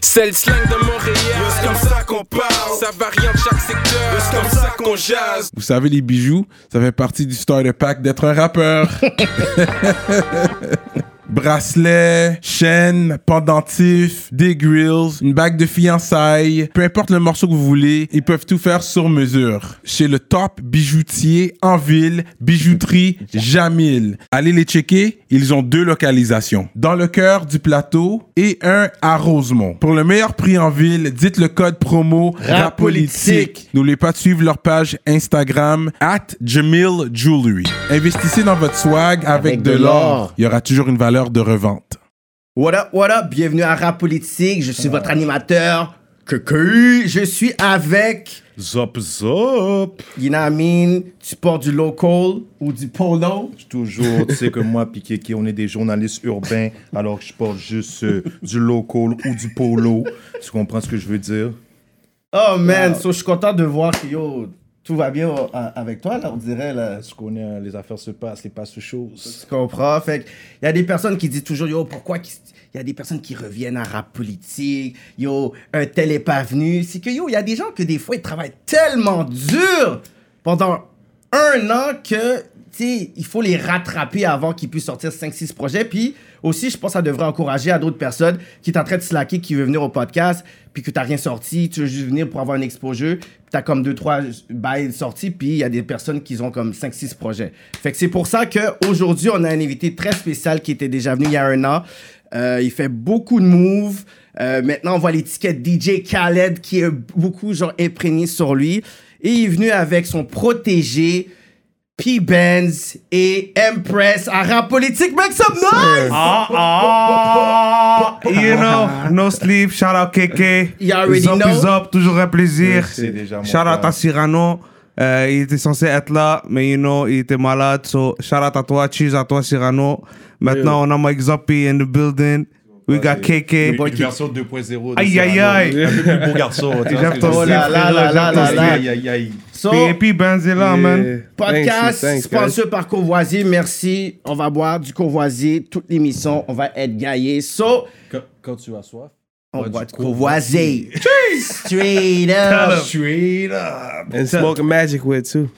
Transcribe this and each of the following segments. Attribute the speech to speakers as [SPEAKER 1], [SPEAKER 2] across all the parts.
[SPEAKER 1] C'est le slang de Montréal.
[SPEAKER 2] C'est comme ça qu'on parle.
[SPEAKER 1] Ça varie en chaque secteur.
[SPEAKER 2] C'est comme ça qu'on jase.
[SPEAKER 3] Vous savez, les bijoux, ça fait partie du starter pack d'être un rappeur. Bracelet, chaîne, pendentif, des grills, une bague de fiançailles, peu importe le morceau que vous voulez, ils peuvent tout faire sur mesure. Chez le top bijoutier en ville, bijouterie Jamil. Allez les checker, ils ont deux localisations, dans le cœur du plateau et un à Rosemont. Pour le meilleur prix en ville, dites le code promo RAPOLITIQUE. N'oubliez pas de suivre leur page Instagram at Jamil Jewelry. Investissez dans votre swag avec,
[SPEAKER 4] Avec
[SPEAKER 3] de
[SPEAKER 4] de
[SPEAKER 3] l'or.
[SPEAKER 4] l'or.
[SPEAKER 3] Il y aura toujours une valeur de revente.
[SPEAKER 4] What up, what up, bienvenue à Rap Politique, je suis votre animateur, Cucu, je suis avec,
[SPEAKER 2] Zop, zop.
[SPEAKER 4] you know what I mean, tu portes du local ou du polo,
[SPEAKER 2] Toujours, tu sais que moi, Piqué, on est des journalistes urbains, alors que je porte juste euh, du local ou du polo. Tu comprends ce que je veux dire?
[SPEAKER 4] oh man, so, je suis content de voir que yo, tout va bien euh, avec toi là, on dirait là, euh,
[SPEAKER 2] Parce qu'on est, les affaires se passent, les passes se choses.
[SPEAKER 4] Tu comprends? Fait il y a des personnes qui disent toujours, yo, pourquoi il y a des personnes qui reviennent à rap politique, yo, un tel est pas venu. C'est que, yo, il y a des gens que des fois, ils travaillent tellement dur pendant un an que, tu sais, il faut les rattraper avant qu'ils puissent sortir 5-6 projets. Puis aussi, je pense que ça devrait encourager à d'autres personnes qui sont en train de slacker, qui veulent venir au podcast, puis que t'as rien sorti, tu veux juste venir pour avoir un exposure, puis t'as comme 2-3 bails sortis, puis il y a des personnes qui ont comme 5-6 projets. Fait que c'est pour ça qu'aujourd'hui, on a un invité très spécial qui était déjà venu il y a un an. Euh, il fait beaucoup de moves. Euh, maintenant, on voit l'étiquette DJ Khaled qui est beaucoup genre imprégné sur lui. Et il est venu avec son protégé, P-Benz et Empress à rap politique. Make some noise!
[SPEAKER 5] Ah, ah, you know, no sleep, shout out KK.
[SPEAKER 4] You already
[SPEAKER 5] Zop
[SPEAKER 4] know.
[SPEAKER 5] is up, toujours un plaisir.
[SPEAKER 2] C'est déjà mon
[SPEAKER 5] Shout out à
[SPEAKER 2] frère.
[SPEAKER 5] Cyrano. Euh, il était censé être là, mais you know, il était malade. So, shout out à toi, cheers à toi, Cyrano. Maintenant, on a Mike Zoppi in the building. We got KK.
[SPEAKER 2] Une version 2.0. de
[SPEAKER 5] Aïe,
[SPEAKER 2] Cyrano.
[SPEAKER 5] aïe, aïe.
[SPEAKER 2] Un peu plus beau garçon. tu vois ce que je veux
[SPEAKER 5] ton
[SPEAKER 2] dire?
[SPEAKER 4] là là là là là là.
[SPEAKER 2] Aïe, aïe, aïe.
[SPEAKER 4] So,
[SPEAKER 5] P.A.P. Benz est là, man.
[SPEAKER 4] podcast sponsor par Courvoisier. Merci. On va boire du Courvoisier toute l'émission. On va être gaillés. So,
[SPEAKER 2] Quand, quand tu as soif.
[SPEAKER 4] on boit du Courvoisier. Straight up.
[SPEAKER 2] Straight up.
[SPEAKER 6] And smoke a magic with too.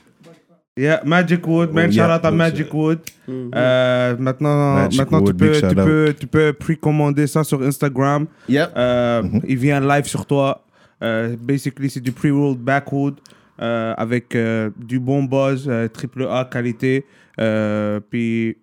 [SPEAKER 5] Yeah, Magic Wood, man.
[SPEAKER 2] Oh,
[SPEAKER 5] shout
[SPEAKER 2] yeah,
[SPEAKER 5] out à
[SPEAKER 2] oh,
[SPEAKER 5] Magic
[SPEAKER 2] shit.
[SPEAKER 5] Wood.
[SPEAKER 4] Mhm.
[SPEAKER 5] Euh, maintenant,
[SPEAKER 2] Magic
[SPEAKER 5] maintenant
[SPEAKER 2] Wood,
[SPEAKER 5] tu, peux,
[SPEAKER 2] big
[SPEAKER 5] tu,
[SPEAKER 2] shout
[SPEAKER 5] peux, tu peux précommander ça sur Instagram.
[SPEAKER 4] Yep.
[SPEAKER 5] Euh,
[SPEAKER 2] Mhm.
[SPEAKER 5] Il vient live sur toi. Euh, basically, c'est du pre-rolled backwood euh, avec euh, du bon buzz, euh, triple A qualité. Euh, puis,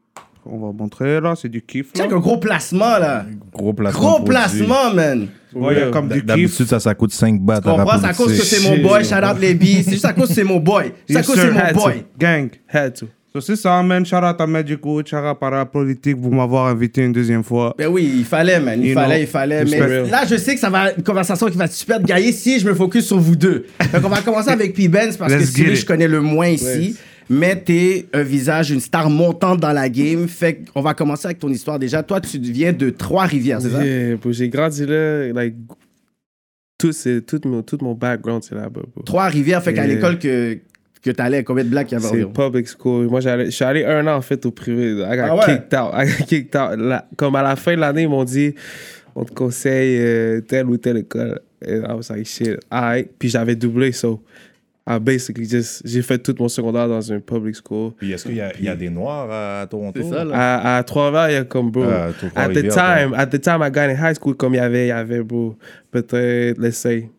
[SPEAKER 5] on va montrer là, c'est du kiff. là.
[SPEAKER 4] Check un gros placement, là.
[SPEAKER 2] Gros placement.
[SPEAKER 4] Gros
[SPEAKER 2] produit.
[SPEAKER 4] placement, man.
[SPEAKER 5] Ouais, il y a comme du kiff.
[SPEAKER 2] D'habitude, ça, ça coûte 5 bahts.
[SPEAKER 4] Tu comprends? C'est à cause que c'est mon boy. Shout out les billes. C'est juste à cause que c'est mon boy. C'est à
[SPEAKER 5] Yes,
[SPEAKER 4] cause que c'est
[SPEAKER 5] sir.
[SPEAKER 4] mon
[SPEAKER 5] Had
[SPEAKER 4] boy.
[SPEAKER 5] to. Gang.
[SPEAKER 6] Had to.
[SPEAKER 5] So, c'est ça, man. Shout out à Magic Wood, shout out à la politique pour m'avoir invité une deuxième fois.
[SPEAKER 4] Ben oui, il fallait, man. Il
[SPEAKER 5] You
[SPEAKER 4] fallait,
[SPEAKER 5] know,
[SPEAKER 4] il fallait. Mais
[SPEAKER 5] respect.
[SPEAKER 4] là, je sais que ça va une conversation qui va super te gailler si je me focus sur vous deux. Donc, on va commencer avec P-Benz parce que
[SPEAKER 5] Let's
[SPEAKER 4] c'est
[SPEAKER 5] get
[SPEAKER 4] lui,
[SPEAKER 5] it.
[SPEAKER 4] je connais le moins ici. Mais t'es un visage, une star montante dans la game. Fait qu'on va commencer avec ton histoire déjà. Toi, tu viens de Trois-Rivières, c'est ça?
[SPEAKER 6] Yeah, bro. J'ai grandi là, like tout c'est tout mon tout mon background c'est là-bas, bro.
[SPEAKER 4] Trois-Rivières, fait qu'à
[SPEAKER 6] Yeah.
[SPEAKER 4] l'école que, que t'allais, combien de blagues il y avait
[SPEAKER 6] C'est
[SPEAKER 4] environ?
[SPEAKER 6] public school. Moi, j'allais- je suis allé un an en fait au privé. I got
[SPEAKER 4] Ah ouais?
[SPEAKER 6] kicked out. I got kicked out. La- comme à la fin de l'année, ils m'ont dit on te conseille euh, telle ou telle école. And I was like shit. Alright. Puis j'avais doublé, so I basically just j'ai fait tout mon secondaire dans un public school.
[SPEAKER 2] Puis est-ce qu'il y, a- il y a des noirs à Toronto?
[SPEAKER 4] C'est ça, là.
[SPEAKER 6] À, à Trois-Rivières, il y a comme, bro.
[SPEAKER 2] Ah, à Trois-Rivières,
[SPEAKER 6] at the time, at the time I got in high school, comme il y avait, il y avait, bro, peut-être, let's say,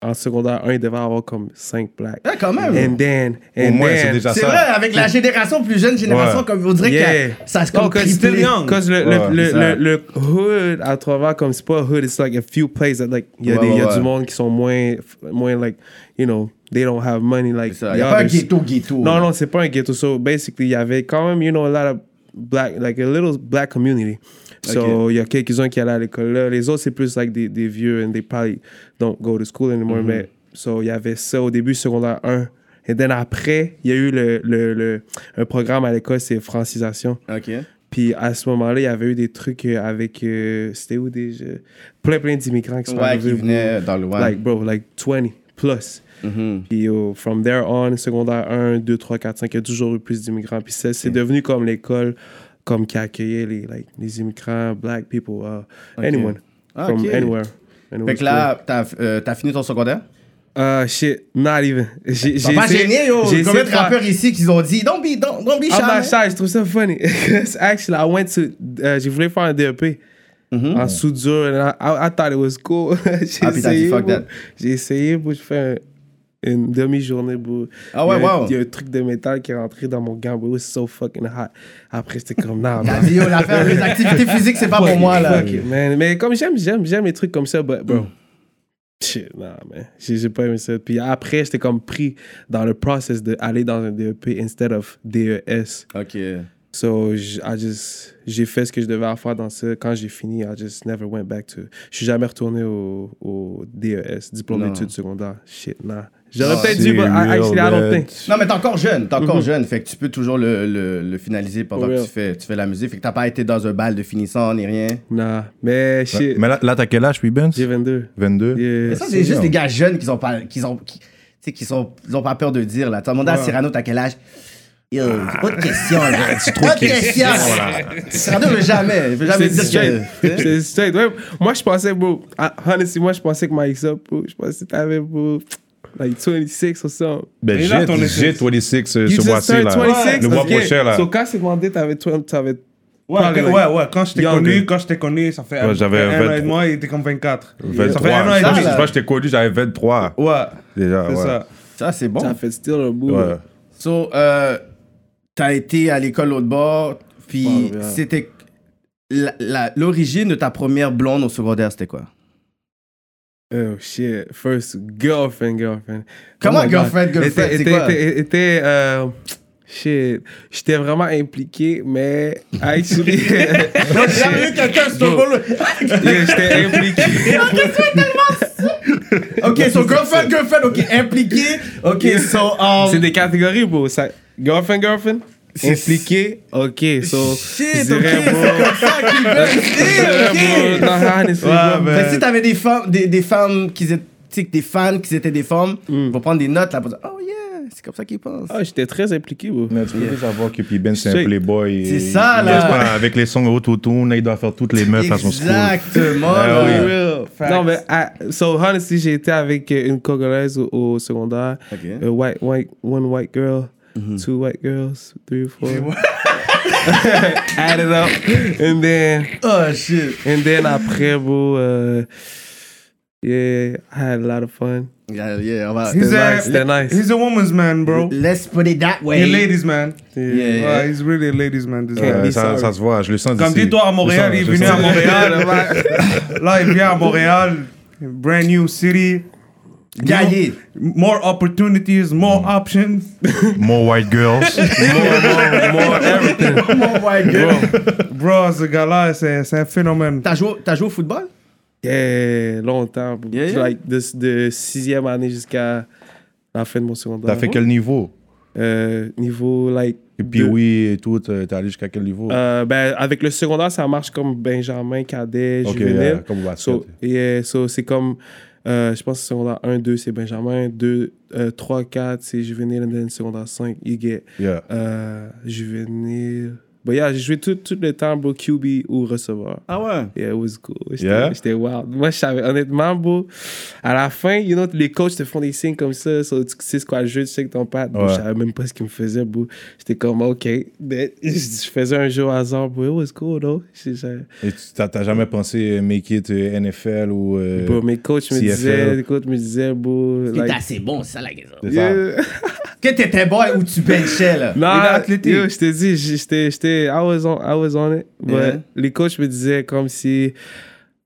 [SPEAKER 6] en secondaire 1, il devait avoir comme 5 blacks.
[SPEAKER 4] Ah, quand même.
[SPEAKER 6] And then, and
[SPEAKER 2] Au moins, c'est
[SPEAKER 6] then-
[SPEAKER 2] déjà
[SPEAKER 4] C'est
[SPEAKER 2] ça.
[SPEAKER 4] vrai, avec la génération plus jeune, génération,
[SPEAKER 2] Ouais.
[SPEAKER 4] comme on dirait
[SPEAKER 6] Yeah.
[SPEAKER 4] que ça se comme
[SPEAKER 6] No, 'cause still
[SPEAKER 4] triplé.
[SPEAKER 6] young. 'Cause le,
[SPEAKER 2] Ouais,
[SPEAKER 6] le,
[SPEAKER 2] ça.
[SPEAKER 6] le, le, le hood à Trois-Rivières, comme c'est pas hood, it's like a few places that, like, il y a,
[SPEAKER 4] Ouais,
[SPEAKER 6] des, il y a
[SPEAKER 4] ouais, ouais.
[SPEAKER 6] du monde qui sont moins, moins, like, you know, they don't have money, like,
[SPEAKER 4] Il
[SPEAKER 6] the
[SPEAKER 4] n'y a pas un
[SPEAKER 6] others.
[SPEAKER 4] ghetto-ghetto.
[SPEAKER 6] Non, non, c'est pas un ghetto. So basically, il y avait quand même, you know, a lot of black, like a little black community. So il y a quelques-uns qui allaient à l'école là. Les autres, c'est plus like des, des vieux and they probably don't go to school anymore.
[SPEAKER 4] Mm-hmm.
[SPEAKER 6] Mais so il y avait ça au début, secondaire 1. Et then après, il y a eu le, le, le, un programme à l'école, c'est francisation.
[SPEAKER 4] OK.
[SPEAKER 6] Puis à ce moment-là, il y avait eu des trucs euh, avec. euh, C'était où déjà Plein, plein d'immigrants qui sont
[SPEAKER 4] Ouais, qui
[SPEAKER 6] arrivés.
[SPEAKER 4] venait dans le Mhm.
[SPEAKER 6] Like, mm-hmm. bro, like 20 plus. Puis, yo, from there on, secondaire 1, 2, 3, 4, 5, il y a toujours eu plus d'immigrants. Puis, c'est
[SPEAKER 4] Mm.
[SPEAKER 6] c'est devenu comme l'école comme qui accueillait les, like, les immigrants, black people, uh, anyone, from
[SPEAKER 4] Ok.
[SPEAKER 6] anywhere. And it
[SPEAKER 4] Fait
[SPEAKER 6] was
[SPEAKER 4] que là, t'as euh, t'as fini ton secondaire?
[SPEAKER 6] cool. Ah, shit, not even. J'ai
[SPEAKER 4] T'as
[SPEAKER 6] j'ai
[SPEAKER 4] pas
[SPEAKER 6] essayé-
[SPEAKER 4] gêné, yo!
[SPEAKER 6] j'ai essayé
[SPEAKER 4] Combien
[SPEAKER 6] de
[SPEAKER 4] de
[SPEAKER 6] faire- Ah,
[SPEAKER 4] rappeurs ici qui ont dit « Don't be, don't, don't be shy,
[SPEAKER 6] I'm not
[SPEAKER 4] man.
[SPEAKER 6] shy, je trouve ça funny. 'Cause actually, I went to, euh, j'ai voulu faire un DEP en soudure, and I, I, I thought it was cool.
[SPEAKER 4] Mm-hmm.
[SPEAKER 6] j'ai
[SPEAKER 4] Ah, puis t'as dit,
[SPEAKER 6] essayé,
[SPEAKER 4] fuck
[SPEAKER 6] bro.
[SPEAKER 4] that.
[SPEAKER 6] J'ai essayé, bro, je fais un- une demi-journée, bro.
[SPEAKER 4] Ah ouais,
[SPEAKER 6] Il y a-
[SPEAKER 4] wow.
[SPEAKER 6] Il y a un truc de métal qui est rentré dans mon gant, bro. It was so fucking hot. Après, c'était comme, nah,
[SPEAKER 4] T'as
[SPEAKER 6] man.
[SPEAKER 4] dit « Yo, l'affaire, les activités physiques, c'est pas pour moi, là.
[SPEAKER 6] Fuck it, man. Mais comme j'aime, j'aime, j'aime les trucs comme ça, but, bro.
[SPEAKER 4] Mm.
[SPEAKER 6] Shit, non, man. J'ai j'ai pas aimé ça. Puis après, j'étais comme pris dans le process d'aller dans un DEP instead of E DES. »
[SPEAKER 4] OK.
[SPEAKER 6] So, j- I just, j'ai fait ce que je devais à faire dans ça. Quand j'ai fini, I just never went back to. Je suis jamais retourné au, au DES, diplôme
[SPEAKER 4] Non.
[SPEAKER 6] d'études secondaires. Shit, nah. J'aurais
[SPEAKER 4] Non,
[SPEAKER 6] peut-être dû,
[SPEAKER 2] C'est
[SPEAKER 6] but I-
[SPEAKER 2] real,
[SPEAKER 6] actually, I don't
[SPEAKER 2] Ah, man.
[SPEAKER 6] think.
[SPEAKER 4] Non, mais t'es encore jeune, t'es
[SPEAKER 6] Mhm.
[SPEAKER 4] encore jeune, fait que tu peux toujours le, le, le finaliser pendant
[SPEAKER 6] Ouais.
[SPEAKER 4] que tu fais, tu fais la musique, fait que t'as pas été dans un bal de finissant ni rien.
[SPEAKER 6] Nah. Mais shit,
[SPEAKER 2] Mais là, là, t'as quel âge, puis Ben
[SPEAKER 6] j'ai 22.
[SPEAKER 2] 22.
[SPEAKER 6] Yeah.
[SPEAKER 4] Mais ça, c'est juste des gars jeunes qui ont pas, qui ont, qui, tu sais, qui sont, ils ont pas peur de dire, là. T'as demandé à ah, Cyrano, t'as quel âge? Yo, c'est pas de question, là. pas de question, là. Cyrano veut jamais, il veut jamais
[SPEAKER 6] C'est
[SPEAKER 4] dire
[SPEAKER 6] straight.
[SPEAKER 4] que...
[SPEAKER 6] C'est straight. Ouais, moi, je pensais, bro. ah, Honestly, moi, je pensais que Mike's up, bro. Je pensais que t'avais, bro. Like 26 ou something.
[SPEAKER 2] Ben,
[SPEAKER 5] Et là, ton
[SPEAKER 2] j'ai j'ai
[SPEAKER 5] essai.
[SPEAKER 2] 26 euh, ce
[SPEAKER 6] You just
[SPEAKER 2] mois-ci,
[SPEAKER 6] turned
[SPEAKER 2] là.
[SPEAKER 6] 26?
[SPEAKER 2] Le mois
[SPEAKER 6] Ok.
[SPEAKER 2] prochain, là.
[SPEAKER 6] So, quand c'est demandé, t'avais 20, t'avais
[SPEAKER 5] Ouais,
[SPEAKER 6] Probably
[SPEAKER 5] que-
[SPEAKER 6] like
[SPEAKER 5] ouais, ouais, quand je t'ai
[SPEAKER 6] younger.
[SPEAKER 5] connu, quand je t'ai connu, ça fait
[SPEAKER 2] Ouais,
[SPEAKER 5] un,
[SPEAKER 2] j'avais
[SPEAKER 5] un an
[SPEAKER 2] 23.
[SPEAKER 5] et demi, il était comme 24. Ça
[SPEAKER 2] 23.
[SPEAKER 5] fait un an et
[SPEAKER 2] Je
[SPEAKER 4] Ça,
[SPEAKER 5] demi.
[SPEAKER 2] pense-
[SPEAKER 4] là.
[SPEAKER 2] je pense que je t'ai connu, j'avais 23.
[SPEAKER 5] Ouais,
[SPEAKER 2] Déjà,
[SPEAKER 5] c'est
[SPEAKER 2] ouais.
[SPEAKER 5] ça.
[SPEAKER 4] Ça, c'est bon.
[SPEAKER 6] Ça fait still un bout.
[SPEAKER 2] Ouais.
[SPEAKER 4] So, euh, t'as été à l'école l'autre bord, puis
[SPEAKER 6] Oh, yeah.
[SPEAKER 4] c'était... la- la- L'origine de ta première blonde au secondaire, c'était quoi?
[SPEAKER 6] Oh shit, first girlfriend, girlfriend. Oh
[SPEAKER 4] Comment
[SPEAKER 6] my God.
[SPEAKER 4] girlfriend, girlfriend,
[SPEAKER 6] Était-
[SPEAKER 4] c'est
[SPEAKER 6] était-
[SPEAKER 4] quoi?
[SPEAKER 6] était- était, euh, shit, j'étais vraiment impliqué, mais actually,
[SPEAKER 4] J'ai jamais vu quelqu'un sur
[SPEAKER 6] Bro. j'étais impliqué.
[SPEAKER 4] Ok, so girlfriend, girlfriend, ok, impliqué. Ok, so. Um,
[SPEAKER 6] C'est des catégories, bro. Ça, girlfriend, girlfriend, impliqué, ok, so. je
[SPEAKER 4] Shit, ok,
[SPEAKER 6] dirais,
[SPEAKER 4] c'est
[SPEAKER 6] bro,
[SPEAKER 4] comme ça qu'ils
[SPEAKER 6] ben, je
[SPEAKER 4] veulent
[SPEAKER 6] dirais,
[SPEAKER 4] dire,
[SPEAKER 6] bro,
[SPEAKER 4] ok.
[SPEAKER 6] non, honestly, bro,
[SPEAKER 4] Fait que Ben, si t'avais des femmes, des, des femmes qui étaient. Tu sais, que des fans qui étaient des femmes, ils vont prendre des notes là pour dire Oh yeah, c'est comme ça qu'ils pensent.
[SPEAKER 6] Ah, j'étais très impliqué, bro.
[SPEAKER 2] Mais tu peux pas savoir que puis Ben, c'est un
[SPEAKER 6] C'est-
[SPEAKER 2] playboy.
[SPEAKER 4] c'est
[SPEAKER 2] Il-
[SPEAKER 4] ça,
[SPEAKER 2] il
[SPEAKER 4] là.
[SPEAKER 2] reste pas Avec les sons autotune, là, il doit faire toutes les meufs à son school.
[SPEAKER 4] Exactement.
[SPEAKER 2] Ah
[SPEAKER 4] là.
[SPEAKER 2] oui.
[SPEAKER 6] Non, mais, ah, so, honestly, j'ai été avec euh, une Congolaise au, au secondaire.
[SPEAKER 4] Ok.
[SPEAKER 6] A white, white, one white girl,
[SPEAKER 2] Mm-hmm.
[SPEAKER 6] two white girls, three, four. Add it up. And then,
[SPEAKER 4] Oh shit.
[SPEAKER 6] and then après, bro, euh, yeah, I had a lot of fun.
[SPEAKER 4] Yeah, yeah, on va.
[SPEAKER 5] He's a,
[SPEAKER 6] nice, they're nice.
[SPEAKER 5] he's a woman's man, bro.
[SPEAKER 4] Let's put it that
[SPEAKER 5] He's
[SPEAKER 4] way.
[SPEAKER 5] a ladies man.
[SPEAKER 4] Yeah, yeah.
[SPEAKER 5] Ouais, he's really a ladies man. this guy.
[SPEAKER 2] Euh, ça, ça se voit, je le sens
[SPEAKER 5] Comme
[SPEAKER 2] d'ici.
[SPEAKER 5] dis-toi, à
[SPEAKER 2] Je
[SPEAKER 5] Montréal,
[SPEAKER 2] le
[SPEAKER 5] il est
[SPEAKER 2] sens, je
[SPEAKER 5] venu
[SPEAKER 2] le
[SPEAKER 5] à
[SPEAKER 2] sens.
[SPEAKER 5] Montréal. là, là, il vient à Montréal. Brand new city.
[SPEAKER 4] Gaillé.
[SPEAKER 5] More opportunities, more options.
[SPEAKER 2] More white girls.
[SPEAKER 4] Oh my god.
[SPEAKER 5] Bro, ce gars-là, c'est c'est un phénomène.
[SPEAKER 4] T'as joué, t'as joué au football?
[SPEAKER 6] Yeah, longtemps, bro.
[SPEAKER 4] Yeah, yeah.
[SPEAKER 6] Like, de, de sixième année jusqu'à la fin de mon secondaire.
[SPEAKER 2] T'as fait quel niveau
[SPEAKER 6] Euh, niveau, like...
[SPEAKER 2] Et puis
[SPEAKER 6] de-
[SPEAKER 2] oui, et tout, t'es t'es allé jusqu'à quel niveau
[SPEAKER 5] Ah.
[SPEAKER 6] Euh, ben, avec le secondaire, ça marche comme Benjamin, cadet,
[SPEAKER 2] Ok,
[SPEAKER 6] juvénile.
[SPEAKER 2] euh, comme au basket.
[SPEAKER 6] So, yeah, so c'est comme, euh, je pense que secondaire 1, 2, c'est Benjamin, 2, 3, 4, c'est juvénile, and then secondaire 5, you get
[SPEAKER 2] Yeah.
[SPEAKER 6] euh, juvénile. But yeah, j'ai joué tout, tout le temps, bro, QB ou receveur.
[SPEAKER 4] Ah ouais.
[SPEAKER 6] Yeah, it was cool. J'étais
[SPEAKER 2] Yeah?
[SPEAKER 6] j'étais wild. Moi, je savais, honnêtement, bro, à la fin, you know, les coachs te font des signes comme ça. so tu sais ce quoi le jeu, tu sais que ton père,
[SPEAKER 2] Ouais.
[SPEAKER 6] je savais même pas ce qu'il me faisait, bro. J'étais comme, OK. Mais je, je faisais un jeu au hasard, bro. It was cool, though. Je- je-
[SPEAKER 2] Et tu t'as t'as jamais pensé euh, make it euh, NFL ou. euh,
[SPEAKER 6] bro, mes coachs me
[SPEAKER 2] CFL.
[SPEAKER 6] disaient, les coachs me disaient, bro.
[SPEAKER 4] T'étais
[SPEAKER 6] like-
[SPEAKER 4] assez bon, c'est ça la question.
[SPEAKER 2] c'est ça.
[SPEAKER 6] Yeah.
[SPEAKER 4] Que t'étais bon ou tu benchais là?
[SPEAKER 6] Non,
[SPEAKER 5] Il est athlétique.
[SPEAKER 6] yo, je te dis, j- j'étais, j'étais, I was on, I was on it. But
[SPEAKER 4] Yeah.
[SPEAKER 6] les coachs me disaient comme si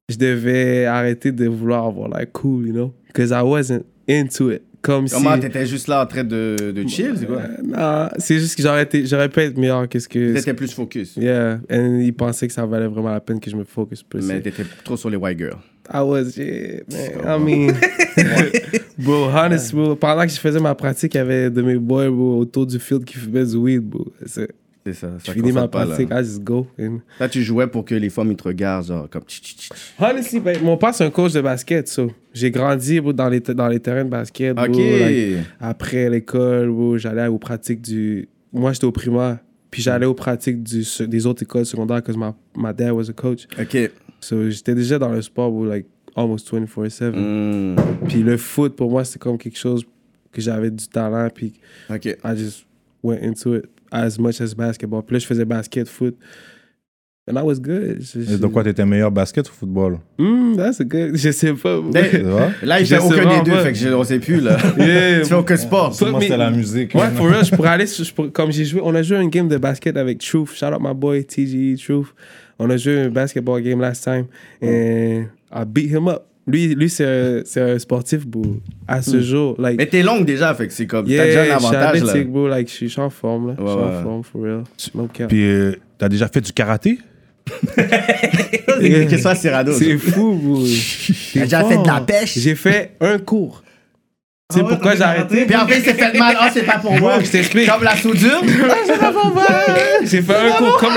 [SPEAKER 6] je devais arrêter de vouloir avoir like cool, you know, because I wasn't into it. Comme
[SPEAKER 4] Comment
[SPEAKER 6] si,
[SPEAKER 4] t'étais juste là en train de, de chill, c'est quoi?
[SPEAKER 6] Euh, non, c'est juste que j'aurais été, j'aurais pu être meilleur que ce que.
[SPEAKER 4] T'étais plus focus.
[SPEAKER 6] Yeah, and ils pensaient que ça valait vraiment la peine que je me focus plus.
[SPEAKER 4] Mais t'étais trop sur les white girls.
[SPEAKER 6] I was, yeah, man, I mean, bro, honest, bro, pendant que je faisais ma pratique, il y avait de mes boys, bro, autour du field qui fumaient du weed, bro. C'est-
[SPEAKER 4] C'est ça. ça
[SPEAKER 6] Je finis ma
[SPEAKER 4] concerne pas, là.
[SPEAKER 6] pratique, I just go. and-
[SPEAKER 4] Là, tu jouais pour que les femmes, ils te regardent, genre, comme... tch, tch, tch, tch.
[SPEAKER 6] Honestly, ben, mon père, c'est un coach de basket, so. J'ai grandi bro, dans, les te- dans les terrains de basket. bro,
[SPEAKER 4] OK.
[SPEAKER 6] like, après l'école, bro, j'allais aux pratiques du. Moi, j'étais au primaire. Puis j'allais aux pratiques du, se- des autres écoles secondaires parce que ma, ma dad was a coach.
[SPEAKER 4] OK.
[SPEAKER 6] So, j'étais déjà dans le sport, bro, like, almost 24-7. Hmm.
[SPEAKER 4] Mm.
[SPEAKER 6] Puis le foot, pour moi, c'est comme quelque chose que j'avais du talent. Puis
[SPEAKER 4] OK.
[SPEAKER 6] I just went into it as much as basketball. Puis là, je faisais basket, foot. And I was good. Je- je-
[SPEAKER 2] De quoi t'étais meilleur, basket ou football?
[SPEAKER 6] Hmm, that's a good. Je sais pas.
[SPEAKER 2] Tu vois?
[SPEAKER 4] Là, il
[SPEAKER 6] Je
[SPEAKER 4] fait
[SPEAKER 6] sais
[SPEAKER 4] aucun
[SPEAKER 6] vraiment
[SPEAKER 4] des deux,
[SPEAKER 6] pas.
[SPEAKER 4] fait que je, on sait plus, là.
[SPEAKER 6] Yeah.
[SPEAKER 4] tu fais aucun sport.
[SPEAKER 6] Fuck
[SPEAKER 2] Moi,
[SPEAKER 6] me.
[SPEAKER 2] c'était la musique. hein?
[SPEAKER 6] Ouais, for real, je pourrais aller. sur- je pourrais- comme j'ai joué, on a joué une game de basket avec Truth. Shout out my boy TGE Truth. On a joué un basketball game last time. And I beat him up. Lui, lui c'est un, c'est un sportif, bro. À ce jour. Like,
[SPEAKER 4] Hmm. Mais t'es longue déjà, fait que c'est comme.
[SPEAKER 6] yeah,
[SPEAKER 4] T'as déjà un
[SPEAKER 6] je suis
[SPEAKER 4] avantage, là.
[SPEAKER 6] athlétique, bro. Like, je suis je suis en forme, là. je suis
[SPEAKER 4] Ouais, ouais.
[SPEAKER 6] en forme, for real. No cap.
[SPEAKER 2] Puis, euh, t'as déjà fait du karaté?
[SPEAKER 4] Qu'est-ce que ça, Cyrano?
[SPEAKER 6] C'est fou, bro. T'es
[SPEAKER 4] déjà fait de la
[SPEAKER 6] fort.
[SPEAKER 4] pêche?
[SPEAKER 6] J'ai fait un cours. Tu sais
[SPEAKER 4] Ah ouais,
[SPEAKER 6] pourquoi
[SPEAKER 4] t'as
[SPEAKER 6] j'ai arrêté?
[SPEAKER 4] Puis après, il s'est fait mal. Ah, c'est pas pour moi.
[SPEAKER 6] Bro, je t'explique.
[SPEAKER 4] Comme la soudure.
[SPEAKER 6] J'ai fait un cours comme.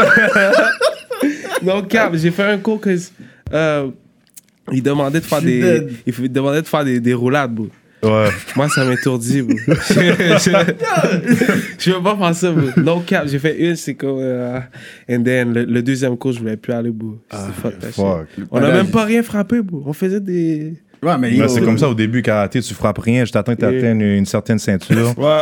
[SPEAKER 6] non, cap, j'ai fait un cours que. Euh, il demandait de faire
[SPEAKER 4] Je suis
[SPEAKER 6] des.
[SPEAKER 4] dead.
[SPEAKER 6] Il f- demandait de faire des, des roulades, bro.
[SPEAKER 2] Ouais.
[SPEAKER 6] Moi, ça m'étourdit, bro. je, je- je veux pas faire ça, bro. Non, cap, j'ai fait une, c'est comme. euh, and then, le, le deuxième cours, je voulais plus aller, bro. C'est fuck that shit.
[SPEAKER 2] Ah, Fuck.
[SPEAKER 6] On a même pas rien frappé, bro. On faisait des.
[SPEAKER 4] Ouais, mais
[SPEAKER 2] Ben,
[SPEAKER 4] yo, euh,
[SPEAKER 2] c'est comme ça au début, karaté, tu frappes rien, je t'attends que tu
[SPEAKER 6] Yeah.
[SPEAKER 2] atteignes une certaine ceinture.
[SPEAKER 3] Ouais.
[SPEAKER 2] Ouais.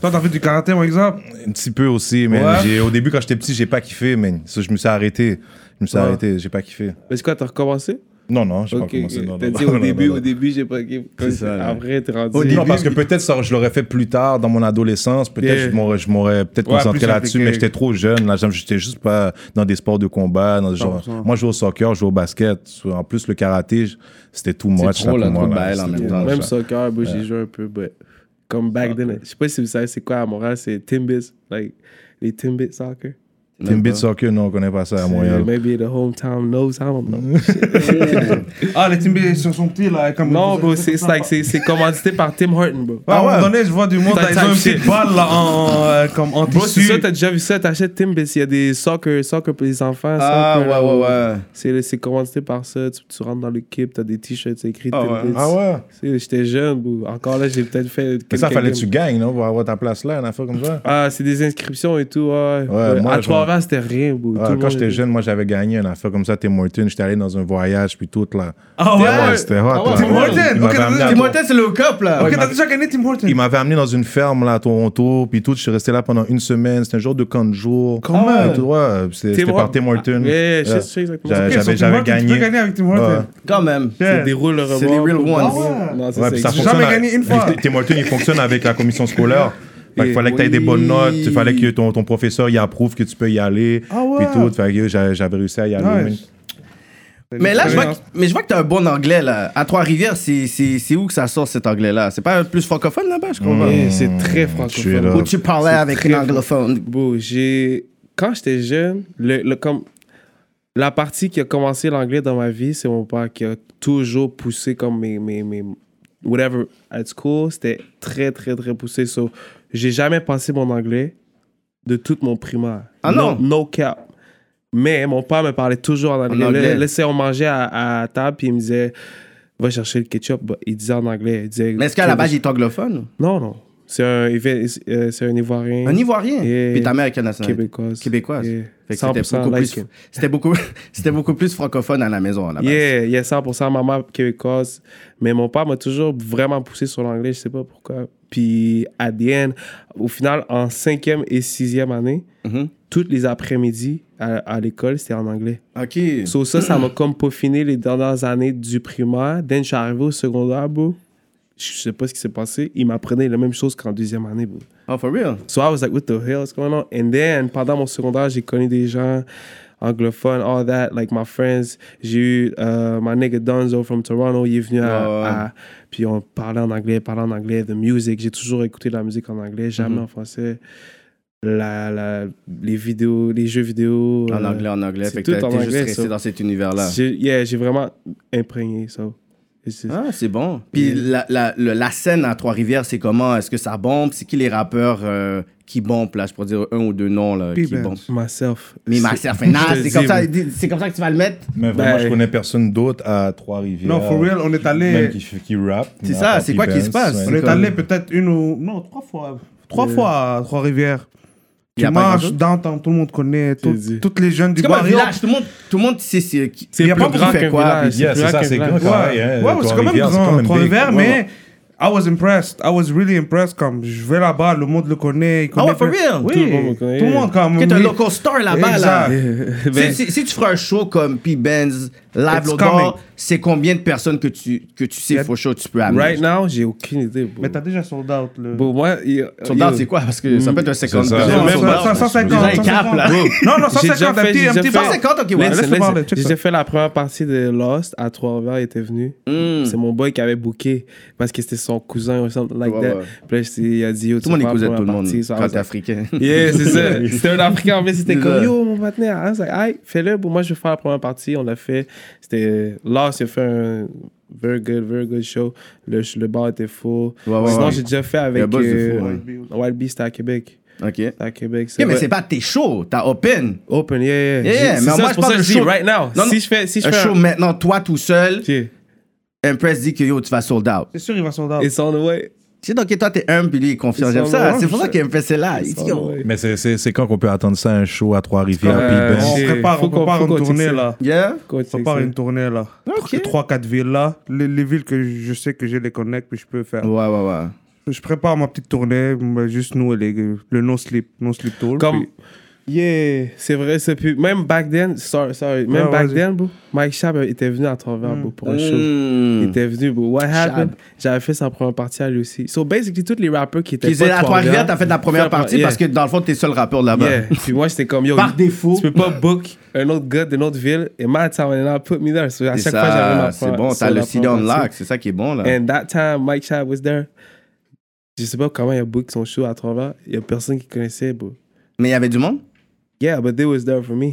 [SPEAKER 3] Toi, t'as fait du karaté, par exemple?
[SPEAKER 2] un petit peu aussi, mais
[SPEAKER 3] Ouais.
[SPEAKER 2] au début, quand j'étais petit, j'ai pas kiffé, mais je me suis arrêté. Je me suis
[SPEAKER 6] Ouais.
[SPEAKER 2] arrêté, j'ai pas kiffé.
[SPEAKER 6] Mais c'est quoi, t'as recommencé?
[SPEAKER 2] Non, non, j'ai
[SPEAKER 6] Ok,
[SPEAKER 2] pas commencé.
[SPEAKER 6] ok.
[SPEAKER 2] non,
[SPEAKER 6] T'as
[SPEAKER 2] non,
[SPEAKER 6] dit
[SPEAKER 2] non,
[SPEAKER 6] au
[SPEAKER 2] non,
[SPEAKER 6] début,
[SPEAKER 2] non,
[SPEAKER 6] au
[SPEAKER 2] non.
[SPEAKER 6] début, j'ai pas.
[SPEAKER 4] C'est ça, là.
[SPEAKER 6] Après, t'es rendu.
[SPEAKER 2] Non, parce que peut-être ça, je l'aurais fait plus tard dans mon adolescence. Peut-être
[SPEAKER 6] Yeah.
[SPEAKER 2] je m'aurais, je m'aurais peut-être
[SPEAKER 5] Ouais,
[SPEAKER 2] concentré
[SPEAKER 5] plus
[SPEAKER 2] là-dessus,
[SPEAKER 5] impliqué.
[SPEAKER 2] mais j'étais trop jeune. Là, j'étais juste pas dans des sports de combat. Dans ce genre.
[SPEAKER 5] 100%.
[SPEAKER 2] Moi, je joue au soccer, je joue au basket. En plus, le karaté, je- c'était tout
[SPEAKER 4] C'est
[SPEAKER 2] moi.
[SPEAKER 4] trop, là, trop de bail en même temps.
[SPEAKER 6] Même
[SPEAKER 2] ça.
[SPEAKER 6] soccer, bro, j'ai joué un peu, but comme back then, je sais pas si vous savez c'est quoi à Montréal, c'est Timbits, like les Timbits soccer.
[SPEAKER 2] Timbit soccer, non, on connaît pas ça à
[SPEAKER 6] Yeah,
[SPEAKER 2] Montréal.
[SPEAKER 6] Maybe the hometown knows, I don't know.
[SPEAKER 3] Ah, les Timbits sur son petit, là. Comme
[SPEAKER 6] non, bro, c'est c'est like, c'est- c'est commandité par Tim Horton, bro.
[SPEAKER 3] Ah, à un
[SPEAKER 2] ouais.
[SPEAKER 3] moment donné, je vois du monde,
[SPEAKER 6] Bah T'as-
[SPEAKER 3] là, ils ont
[SPEAKER 6] t'as-
[SPEAKER 3] une petite balle, là, en, euh, comme en
[SPEAKER 6] Bro, c'est
[SPEAKER 3] tissu.
[SPEAKER 6] ça, t'as déjà vu ça, t'achètes Timbits, il y a des soccer, soccer pour les enfants.
[SPEAKER 4] Ah, ouais,
[SPEAKER 6] soccer,
[SPEAKER 4] ouais,
[SPEAKER 6] là,
[SPEAKER 4] ouais.
[SPEAKER 6] C'est c'est commandité par ça, tu, tu rentres dans l'équipe, t'as des t-shirts, c'est écrit
[SPEAKER 4] Ah, ouais.
[SPEAKER 6] Timbits.
[SPEAKER 2] Ah ouais?
[SPEAKER 6] C'est- J'étais jeune, bro. Encore là, j'ai peut-être fait.
[SPEAKER 2] Mais ça,
[SPEAKER 6] quelques
[SPEAKER 2] fallait que
[SPEAKER 6] games.
[SPEAKER 2] tu gagnes, non, pour avoir ta place là, une affaire comme ça.
[SPEAKER 6] Ah, c'est des inscriptions et tout, ouais.
[SPEAKER 2] Ouais, moi,
[SPEAKER 6] à
[SPEAKER 2] je-
[SPEAKER 6] Trois-Rivières, c'était rien, bro.
[SPEAKER 2] Ah,
[SPEAKER 6] Tout le
[SPEAKER 2] quand
[SPEAKER 6] monde
[SPEAKER 2] j'étais
[SPEAKER 6] était-
[SPEAKER 2] jeune, moi, j'avais gagné une affaire comme ça, Tim Hortons. J'étais allé dans un voyage, puis tout, là.
[SPEAKER 3] Ah ouais?
[SPEAKER 2] Ouais, c'était hot, là.
[SPEAKER 3] Tim Hortons,
[SPEAKER 2] Il
[SPEAKER 3] ok,
[SPEAKER 2] m'avait
[SPEAKER 3] t'as
[SPEAKER 2] amené à-
[SPEAKER 3] dit
[SPEAKER 4] Tim Hortons, c'est le cop, là.
[SPEAKER 3] Ok, t'as déjà gagné Tim Hortons.
[SPEAKER 2] Il m'avait amené dans une ferme, là, à Toronto, puis tout. Je suis resté là pendant une semaine. C'était un jour de camp de jour.
[SPEAKER 3] Comment?
[SPEAKER 2] Et tout, ouais, c'est- C'était par Tim Hortons.
[SPEAKER 6] Yeah, je sais-
[SPEAKER 2] Ouais.
[SPEAKER 6] je sais exactement.
[SPEAKER 2] J'avais-
[SPEAKER 3] Ok, sur
[SPEAKER 2] J'avais
[SPEAKER 3] Tim
[SPEAKER 2] j'avais
[SPEAKER 3] Hortons, Tu peux
[SPEAKER 2] gagné.
[SPEAKER 3] gagner avec Tim Hortons.
[SPEAKER 4] Quand même.
[SPEAKER 6] C'est des roules remords.
[SPEAKER 4] C'est les real
[SPEAKER 6] pour-
[SPEAKER 4] ones.
[SPEAKER 6] Ah ouais. Non, ça,
[SPEAKER 2] Ouais,
[SPEAKER 6] c'est
[SPEAKER 2] puis ça
[SPEAKER 3] J'ai
[SPEAKER 6] exact.
[SPEAKER 2] fonctionne
[SPEAKER 3] jamais
[SPEAKER 2] avec-
[SPEAKER 3] gagné une fois.
[SPEAKER 2] Tim Hortons, il fonctionne avec la commission scolaire. Fait
[SPEAKER 6] Et
[SPEAKER 2] il fallait que tu aies des
[SPEAKER 6] oui.
[SPEAKER 2] bonnes notes, il fallait que ton, ton professeur il approuve que tu peux y aller.
[SPEAKER 3] Ah ouais.
[SPEAKER 2] Puis tout, fait que j'a- j'avais réussi à y aller.
[SPEAKER 3] Nice.
[SPEAKER 4] Mais là, je vois, que- mais je vois que t'as un bon anglais, là. À Trois-Rivières, c'est- c'est c'est où que ça sort, cet anglais-là? C'est pas plus francophone, là-bas, je crois?
[SPEAKER 6] Ouais, C'est très
[SPEAKER 2] suis là.
[SPEAKER 6] francophone.
[SPEAKER 4] Ou tu parlais avec un anglophone?
[SPEAKER 6] Bro, j'ai... Quand j'étais jeune, le, le- comme... la partie qui a commencé l'anglais dans ma vie, c'est mon père qui a toujours poussé comme mes... mes, mes- Whatever, at school, c'était très, très, très poussé. So, j'ai jamais passé mon anglais de tout mon primaire.
[SPEAKER 4] Ah non?
[SPEAKER 6] No, no cap. Mais mon père me parlait toujours en anglais.
[SPEAKER 4] anglais.
[SPEAKER 6] Là, là, c'est- on mangeait à, à table, puis il me disait, va chercher le ketchup. Bah, Il disait en anglais. Il disait,
[SPEAKER 4] Mais est-ce qu'à la base, il est anglophone?
[SPEAKER 6] Non, non. C'est un, Ivoirien. C'est un Ivoirien.
[SPEAKER 4] Un Ivoirien.
[SPEAKER 6] Yeah.
[SPEAKER 4] Puis ta mère est canadienne.
[SPEAKER 6] Québécoise.
[SPEAKER 4] Québécoise.
[SPEAKER 6] Yeah.
[SPEAKER 4] Fait que
[SPEAKER 6] 100%
[SPEAKER 4] C'était beaucoup,
[SPEAKER 6] like
[SPEAKER 4] plus-
[SPEAKER 6] him.
[SPEAKER 4] c'était beaucoup, c'était beaucoup plus francophone à la maison, là-bas.
[SPEAKER 6] Yeah, yeah, 100% maman québécoise. Mais mon père m'a toujours vraiment poussé sur l'anglais, je sais pas pourquoi. Puis à the end, au final, en cinquième et sixième année,
[SPEAKER 4] Mhm.
[SPEAKER 6] toutes les après-midi à, à l'école, c'était en anglais.
[SPEAKER 4] OK.
[SPEAKER 6] So, ça, ça m'a comme peaufiné les dernières années du primaire. Then, je suis arrivé au secondaire, bro. Je sais pas ce qui s'est passé. Il m'apprenait la même chose qu'en deuxième année, bro.
[SPEAKER 4] Oh, for real?
[SPEAKER 6] So I was like, what the hell is going on? And then, pendant mon secondaire, j'ai connu des gens anglophones, all that, like my friends. J'ai eu euh, my nigga Donzo from Toronto, il est venu à,
[SPEAKER 4] Ah Ouais, ouais.
[SPEAKER 6] à- Puis on parlait en anglais, parlait en anglais, the music. J'ai toujours écouté de la musique en anglais,
[SPEAKER 4] Mhm.
[SPEAKER 6] jamais en français. La, la, les vidéos, les jeux vidéo.
[SPEAKER 4] En
[SPEAKER 6] euh,
[SPEAKER 4] anglais, en anglais.
[SPEAKER 6] c'est
[SPEAKER 4] Fait que
[SPEAKER 6] tout
[SPEAKER 4] t'as
[SPEAKER 6] en
[SPEAKER 4] t'es juste
[SPEAKER 6] anglais,
[SPEAKER 4] resté
[SPEAKER 6] ça.
[SPEAKER 4] dans cet univers-là.
[SPEAKER 6] j'ai- Yeah, j'ai vraiment imprégné ça. So.
[SPEAKER 4] Ah, c'est bon. Puis la, la, le- la scène à Trois-Rivières, c'est comment? Est-ce que ça bombe? C'est qui les rappeurs euh, qui bombent, là? Je pourrais dire un ou deux noms, là, qui
[SPEAKER 3] P-Benz.
[SPEAKER 4] bombent.
[SPEAKER 6] Myself.
[SPEAKER 4] Mais ma sœur fait naze,
[SPEAKER 6] ben, Je te
[SPEAKER 4] c'est comme,
[SPEAKER 6] dis,
[SPEAKER 4] ça-
[SPEAKER 6] oui.
[SPEAKER 4] c'est comme ça que tu vas le mettre?
[SPEAKER 2] Mais vraiment,
[SPEAKER 6] Ben,
[SPEAKER 2] je connais personne d'autre à Trois-Rivières.
[SPEAKER 3] Non, for real, on est allé.
[SPEAKER 2] Même qui, Ah, fait- qui rappe.
[SPEAKER 4] C'est
[SPEAKER 2] à
[SPEAKER 4] ça,
[SPEAKER 2] part
[SPEAKER 4] c'est quoi qui
[SPEAKER 2] Pivens,
[SPEAKER 4] se passe?
[SPEAKER 2] ouais.
[SPEAKER 3] On
[SPEAKER 4] C'est
[SPEAKER 3] est
[SPEAKER 4] comme-
[SPEAKER 3] allé peut-être une ou. Non, trois fois. Trois fois à Trois-Rivières.
[SPEAKER 4] y
[SPEAKER 5] Tu
[SPEAKER 4] a pas
[SPEAKER 5] marches
[SPEAKER 4] grand-chose.
[SPEAKER 5] downtown, tout le monde connaît, tout-
[SPEAKER 6] dit.
[SPEAKER 5] toutes les jeunes du
[SPEAKER 4] C'est comme un
[SPEAKER 5] barrio.
[SPEAKER 4] village, tout le monde, tout le monde sait c'est qui.
[SPEAKER 6] C'est
[SPEAKER 4] y a
[SPEAKER 6] plus
[SPEAKER 4] pas beaucoup
[SPEAKER 6] grand
[SPEAKER 4] qui fait
[SPEAKER 6] qu'un
[SPEAKER 4] quoi,
[SPEAKER 6] village.
[SPEAKER 4] puis-
[SPEAKER 2] Yeah, c'est ça, c'est grand quand
[SPEAKER 5] Ouais,
[SPEAKER 2] même.
[SPEAKER 5] ouais, c'est quand même grand, Trois-Rivières,
[SPEAKER 2] big.
[SPEAKER 5] mais I was impressed. I was really impressed. Comme je vais là-bas, le monde le connaît. il
[SPEAKER 4] Ah ouais,
[SPEAKER 5] connaît
[SPEAKER 4] for
[SPEAKER 5] plein-
[SPEAKER 4] real?
[SPEAKER 5] Oui,
[SPEAKER 6] Tout le monde le connaît.
[SPEAKER 5] Tout le monde, comme.
[SPEAKER 4] T'es un
[SPEAKER 5] oui.
[SPEAKER 4] local star là-bas, là.
[SPEAKER 5] Exact.
[SPEAKER 6] Eh
[SPEAKER 4] Si-
[SPEAKER 6] ben,
[SPEAKER 4] si, si tu feras un show comme P-Benz live
[SPEAKER 5] It's
[SPEAKER 4] l'autre
[SPEAKER 5] coming.
[SPEAKER 4] bord, c'est combien de personnes que tu, que tu sais,
[SPEAKER 6] Yeah.
[SPEAKER 4] for sure, tu peux amener?
[SPEAKER 6] Right now, j'ai aucune idée, bro.
[SPEAKER 5] Mais t'as déjà sold out. Le...
[SPEAKER 6] Bro, moi, yo-
[SPEAKER 4] Sold out,
[SPEAKER 6] yo,
[SPEAKER 4] c'est quoi? Parce que ça peut être un seconde.
[SPEAKER 2] ça.
[SPEAKER 4] personne
[SPEAKER 5] Non,
[SPEAKER 2] Ouais,
[SPEAKER 4] sold
[SPEAKER 2] ouais,
[SPEAKER 4] out.
[SPEAKER 2] ça,
[SPEAKER 5] 150, 150.
[SPEAKER 4] Déjà, il cap, là.
[SPEAKER 5] Non, non,
[SPEAKER 6] J'ai déjà
[SPEAKER 5] 150, un
[SPEAKER 6] fait-
[SPEAKER 5] petit,
[SPEAKER 6] j'ai
[SPEAKER 5] un petit
[SPEAKER 6] déjà
[SPEAKER 5] bar.
[SPEAKER 6] fait-
[SPEAKER 4] 150, ok, ouais.
[SPEAKER 6] Listen,
[SPEAKER 5] laisse-le
[SPEAKER 6] listen.
[SPEAKER 5] parler, check
[SPEAKER 6] J'ai
[SPEAKER 5] ça.
[SPEAKER 6] déjà fait la première partie de Lost à Trois-Rivières, il était venu.
[SPEAKER 5] Hmm.
[SPEAKER 4] Mm.
[SPEAKER 6] C'est mon boy qui avait booké parce que c'était son cousin ou something like
[SPEAKER 4] Ouais,
[SPEAKER 6] that.
[SPEAKER 4] ouais.
[SPEAKER 6] Puis là, j'étais- il a dit
[SPEAKER 4] Tout
[SPEAKER 6] Yo,
[SPEAKER 4] le
[SPEAKER 6] tu
[SPEAKER 4] monde est
[SPEAKER 6] vas
[SPEAKER 4] cousin de
[SPEAKER 6] faire
[SPEAKER 4] tout le
[SPEAKER 6] la
[SPEAKER 4] monde
[SPEAKER 6] partie, ça,
[SPEAKER 4] quand
[SPEAKER 6] on
[SPEAKER 4] t'es
[SPEAKER 6] s'en-
[SPEAKER 4] africain.
[SPEAKER 6] Yeah, c'est ça. C'était un Africain, mais c'était
[SPEAKER 4] C'est
[SPEAKER 6] comme
[SPEAKER 4] ça.
[SPEAKER 6] Yo, mon partenaire. I was like, Aïe, fais-le. Bon, moi, je vais faire la première partie. On l'a fait. C'était Lost, il a fait un very good, very good show. Le, le bar était full.
[SPEAKER 4] Ouais, ouais,
[SPEAKER 6] Sinon,
[SPEAKER 4] ouais.
[SPEAKER 6] j'ai déjà fait avec
[SPEAKER 4] Le buzz est
[SPEAKER 6] euh,
[SPEAKER 4] fou,
[SPEAKER 6] Wild Bee, c'était à Québec.
[SPEAKER 4] Ok.
[SPEAKER 6] C'était à Québec.
[SPEAKER 4] Ok, mais
[SPEAKER 6] vrai.
[SPEAKER 4] c'est pas tes shows, t'as open.
[SPEAKER 6] Open, yeah, yeah.
[SPEAKER 4] Yeah,
[SPEAKER 6] C'est-
[SPEAKER 4] yeah,
[SPEAKER 6] c'est
[SPEAKER 4] mais moi,
[SPEAKER 6] ça, c'est
[SPEAKER 4] je
[SPEAKER 6] pour
[SPEAKER 4] parle
[SPEAKER 6] ça
[SPEAKER 4] de
[SPEAKER 6] que je dis
[SPEAKER 4] show.
[SPEAKER 6] right now.
[SPEAKER 4] Non, non.
[SPEAKER 6] si je fais, si je
[SPEAKER 4] Un
[SPEAKER 6] fais
[SPEAKER 4] show maintenant, toi tout seul,
[SPEAKER 6] Ok.
[SPEAKER 4] Impress dit que yo, tu vas sold out.
[SPEAKER 5] C'est sûr, il va sold out.
[SPEAKER 6] It's on the way.
[SPEAKER 4] Tu sais, donc toi, t'es humble, puis lui, il est confiant.
[SPEAKER 6] Ils
[SPEAKER 4] J'aime
[SPEAKER 6] sont
[SPEAKER 4] ça.
[SPEAKER 6] loin,
[SPEAKER 4] C'est pour ça
[SPEAKER 6] je-
[SPEAKER 4] qu'Impress est là. Il
[SPEAKER 6] It's
[SPEAKER 4] dit,
[SPEAKER 6] on
[SPEAKER 4] yo,
[SPEAKER 6] the way.
[SPEAKER 2] Mais c'est- c'est c'est quand qu'on peut attendre ça, un show à Trois-Rivières,
[SPEAKER 6] Euh,
[SPEAKER 2] puis
[SPEAKER 5] On
[SPEAKER 6] c'est-
[SPEAKER 5] prépare,
[SPEAKER 6] faut
[SPEAKER 5] on
[SPEAKER 6] qu'on-
[SPEAKER 5] prépare
[SPEAKER 6] faut
[SPEAKER 5] une
[SPEAKER 6] qu'on
[SPEAKER 5] tournée,
[SPEAKER 6] check ça.
[SPEAKER 5] là.
[SPEAKER 4] yeah.
[SPEAKER 6] Go
[SPEAKER 5] On
[SPEAKER 6] check
[SPEAKER 5] prépare
[SPEAKER 6] ça.
[SPEAKER 5] une tournée, là.
[SPEAKER 4] Ok.
[SPEAKER 5] 3-4 villes, là. Les, les villes que je sais que j'ai les connects, puis je peux faire.
[SPEAKER 4] Ouais, ouais, ouais.
[SPEAKER 5] Je prépare ma petite tournée, mais juste nous, et les, le no-sleep, no-sleep tour.
[SPEAKER 6] Comme.
[SPEAKER 5] puis-
[SPEAKER 6] Yeah, c'est vrai, c'est plus. Même back then, sorry, sorry. Même
[SPEAKER 5] Ouais,
[SPEAKER 6] back
[SPEAKER 5] vas-y.
[SPEAKER 6] then, bro, Mike Schaap euh, était venu à travers, bro, pour un show. Il
[SPEAKER 4] Mm.
[SPEAKER 6] était venu, bro. What happened? J'avais fait sa première partie à lui aussi. So basically, tous les rappeurs qui étaient.
[SPEAKER 4] Puis c'est
[SPEAKER 6] pas
[SPEAKER 4] à
[SPEAKER 6] de
[SPEAKER 4] Trois-Rivières, t'as fait la première
[SPEAKER 6] Faire-
[SPEAKER 4] partie
[SPEAKER 6] yeah.
[SPEAKER 4] parce que dans le fond, t'es seul rappeur là-bas.
[SPEAKER 6] Yeah. Puis moi, j'étais comme, yo.
[SPEAKER 4] Par défaut.
[SPEAKER 6] Tu peux pas book un autre gars d'une autre ville. Et my time, and I put me there. So à
[SPEAKER 4] Et
[SPEAKER 6] chaque
[SPEAKER 4] ça,
[SPEAKER 6] fois, j'avais ma
[SPEAKER 4] C'est
[SPEAKER 6] première-
[SPEAKER 4] bon,
[SPEAKER 6] sur
[SPEAKER 4] t'as
[SPEAKER 6] la
[SPEAKER 4] le CD on
[SPEAKER 6] première partie.
[SPEAKER 4] lock, c'est ça qui est bon là.
[SPEAKER 6] And that time, Mike Schaap was there. Je sais pas comment il a book son show à travers. Il y a personne qui connaissait, bro.
[SPEAKER 4] Mais il y avait du monde?
[SPEAKER 6] Yeah, but they was there for me.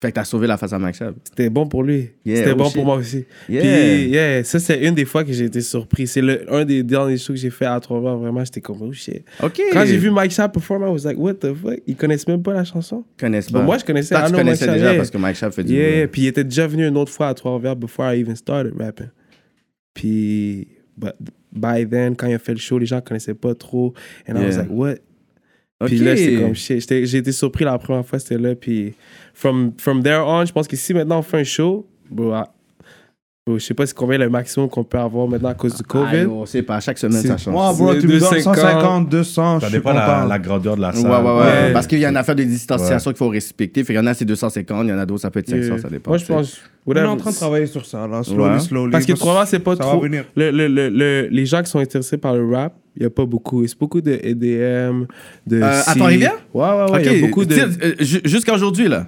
[SPEAKER 4] Fait que t'as sauvé la face à Max Schaub.
[SPEAKER 6] C'était bon pour lui.
[SPEAKER 4] Yeah,
[SPEAKER 6] C'était
[SPEAKER 4] oh
[SPEAKER 6] bon
[SPEAKER 4] shit.
[SPEAKER 6] pour moi aussi.
[SPEAKER 4] Yeah.
[SPEAKER 6] Puis, yeah, ça, c'est une des fois que j'ai été surpris. C'est le- un des derniers shows que j'ai fait à Trois-Vents. Vraiment, j'étais comme, oh shit.
[SPEAKER 4] OK.
[SPEAKER 6] Quand j'ai vu Mike Sharp performer, I was like, what the fuck? Ils connaissent même pas la chanson.
[SPEAKER 4] Ils connaissent
[SPEAKER 6] Bon,
[SPEAKER 4] pas.
[SPEAKER 6] moi, je connaissais.
[SPEAKER 4] Toi,
[SPEAKER 6] I
[SPEAKER 4] tu
[SPEAKER 6] know Mike
[SPEAKER 4] connaissais
[SPEAKER 6] Sharp,
[SPEAKER 4] déjà
[SPEAKER 6] yeah.
[SPEAKER 4] parce que Mike Schaub fait du
[SPEAKER 6] Yeah,
[SPEAKER 4] bruit.
[SPEAKER 6] puis il était déjà venu une autre fois à Trois-Rivières before I even started rapping. Puis, but by then, quand il a fait le show, les gens connaissaient pas trop. And I was
[SPEAKER 4] Yeah.
[SPEAKER 6] like, what?
[SPEAKER 4] OK.
[SPEAKER 6] Puis là, c'est comme shit. J'étais- J'ai été surpris la première fois, c'était là. Puis from, from there on, je pense que si maintenant on fait un show, bro, ah, bro, je sais pas c'est combien le maximum qu'on peut avoir maintenant à cause du
[SPEAKER 4] Ah,
[SPEAKER 6] COVID.
[SPEAKER 4] yo, on sait pas, chaque semaine ça change.
[SPEAKER 5] Moi, bro,
[SPEAKER 6] C'est
[SPEAKER 5] tu me donnes
[SPEAKER 6] 250.
[SPEAKER 5] 150, 200, je
[SPEAKER 2] Ça
[SPEAKER 5] suis
[SPEAKER 2] dépend
[SPEAKER 5] content.
[SPEAKER 2] la, la grandeur de la
[SPEAKER 4] Ouais,
[SPEAKER 2] salle.
[SPEAKER 4] ouais, ouais.
[SPEAKER 6] Ouais.
[SPEAKER 4] Parce qu'il y a une affaire de distanciation qu'il faut respecter. Fait qu'il y en a, c'est 250, il y en a d'autres, ça peut être 500,
[SPEAKER 6] Euh,
[SPEAKER 4] ça dépend.
[SPEAKER 6] Moi, je
[SPEAKER 4] tu sais.
[SPEAKER 6] pense.
[SPEAKER 5] On est
[SPEAKER 6] whatever.
[SPEAKER 5] en train de travailler sur ça, là, slowly,
[SPEAKER 4] Ouais.
[SPEAKER 5] slowly.
[SPEAKER 6] Parce que probablement, c'est pas
[SPEAKER 5] ça
[SPEAKER 6] trop.
[SPEAKER 5] Va venir.
[SPEAKER 6] Le, le, le, le- les gens qui sont intéressés par le rap, il y a pas beaucoup. C'est beaucoup de EDM, de.
[SPEAKER 4] Euh, à
[SPEAKER 6] C.
[SPEAKER 4] Trois-Rivières?
[SPEAKER 6] Ouais, ouais, ouais. Il y a
[SPEAKER 4] OK,
[SPEAKER 6] beaucoup de.
[SPEAKER 4] tu sais, euh, ju- Jusqu'à aujourd'hui, là.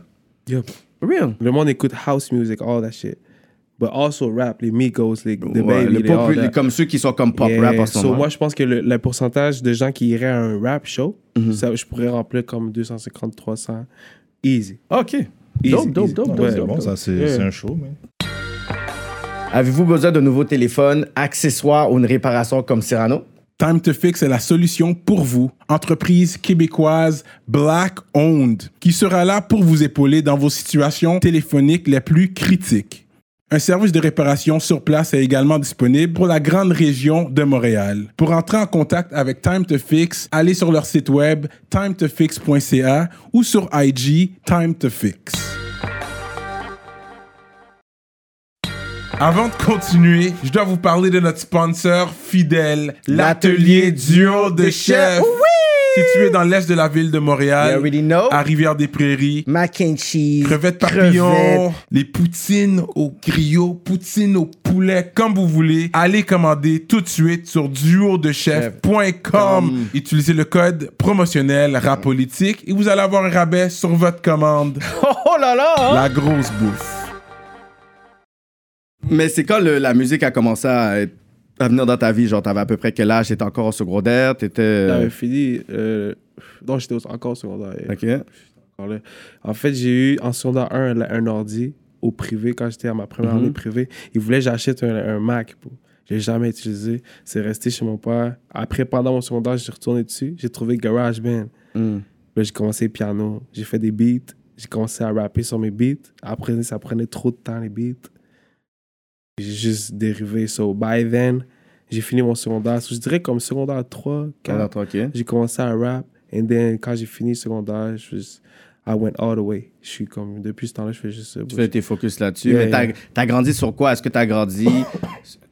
[SPEAKER 6] Yup.
[SPEAKER 4] Real.
[SPEAKER 6] Le monde écoute house music, all that shit. But also rap, les Migos, les The
[SPEAKER 4] Ouais,
[SPEAKER 6] Baby,
[SPEAKER 4] le
[SPEAKER 6] les
[SPEAKER 4] pop-
[SPEAKER 6] all that.
[SPEAKER 4] ben, les- comme ceux qui sont comme pop
[SPEAKER 6] Yeah,
[SPEAKER 4] rap en ce
[SPEAKER 6] so
[SPEAKER 4] moment.
[SPEAKER 6] Moi, je pense que le, le pourcentage de gens qui iraient à un rap show,
[SPEAKER 4] Mhm.
[SPEAKER 6] ça, je pourrais remplir comme 250, 300. Easy.
[SPEAKER 4] OK.
[SPEAKER 6] Easy,
[SPEAKER 4] Dope, dope,
[SPEAKER 6] easy.
[SPEAKER 4] dope, dope,
[SPEAKER 6] Ouais.
[SPEAKER 2] C'est bon, ça, c'est
[SPEAKER 6] Yeah.
[SPEAKER 2] c'est un show, mais...
[SPEAKER 4] Avez-vous besoin de nouveaux téléphones, accessoires ou une réparation comme Cyrano?
[SPEAKER 3] Time to Fix est la solution pour vous, entreprise québécoise Black Owned, qui sera là pour vous épauler dans vos situations téléphoniques les plus critiques. Un service de réparation sur place est également disponible pour la grande région de Montréal. Pour entrer en contact avec Time to Fix, allez sur leur site web timetofix.ca ou sur IG Time to Fix. Avant de continuer, je dois vous parler de notre sponsor fidèle, l'atelier duo de chef. Situé dans l'est de la ville de
[SPEAKER 4] You
[SPEAKER 3] Montréal,
[SPEAKER 4] already know.
[SPEAKER 3] à Rivière-des-Prairies.
[SPEAKER 4] Mac and cheese.
[SPEAKER 3] Crevettes papillons,
[SPEAKER 4] crevettes.
[SPEAKER 3] les poutines au griot, poutines au poulet, comme vous voulez. Allez commander tout de suite sur duodechef.com. Utilisez le code promotionnel rap politique et vous allez avoir un rabais sur votre commande.
[SPEAKER 4] Oh, oh là là! hein?
[SPEAKER 3] La grosse bouffe.
[SPEAKER 4] Mais c'est quand le- la musique a commencé à, être- à venir dans ta vie? Genre, t'avais à peu près quel âge? T'étais encore au secondaire? T'étais.
[SPEAKER 6] J'avais
[SPEAKER 4] euh,
[SPEAKER 6] fini. euh, non, j'étais au- encore au secondaire. eh,
[SPEAKER 4] Ok.
[SPEAKER 6] encore là. En fait, j'ai eu en secondaire 1 un, un ordi au privé quand j'étais à ma première année privée. Ils voulaient que j'achète un, un Mac. bro. Je l'ai jamais utilisé. C'est resté chez mon père. Après, pendant mon secondaire, je suis retourné dessus. J'ai trouvé GarageBand.
[SPEAKER 4] Mm.
[SPEAKER 6] Là, j'ai commencé le piano, j'ai fait des beats, j'ai commencé à rapper sur mes beats. Après, ça prenait trop de temps, les beats. J'ai juste dérivé. So, by then, j'ai fini mon secondaire. So, je dirais comme secondaire 3, 4,
[SPEAKER 4] Secondaire, ok.
[SPEAKER 6] j'ai commencé à rap. And then, quand j'ai fini secondaire, je suis- I went all the way. Je suis comme, depuis ce temps-là, je fais juste ça.
[SPEAKER 4] Tu fais tes focus là-dessus.
[SPEAKER 6] Yeah,
[SPEAKER 4] mais t'as
[SPEAKER 6] yeah.
[SPEAKER 4] t'as grandi sur quoi? Est-ce que t'as grandi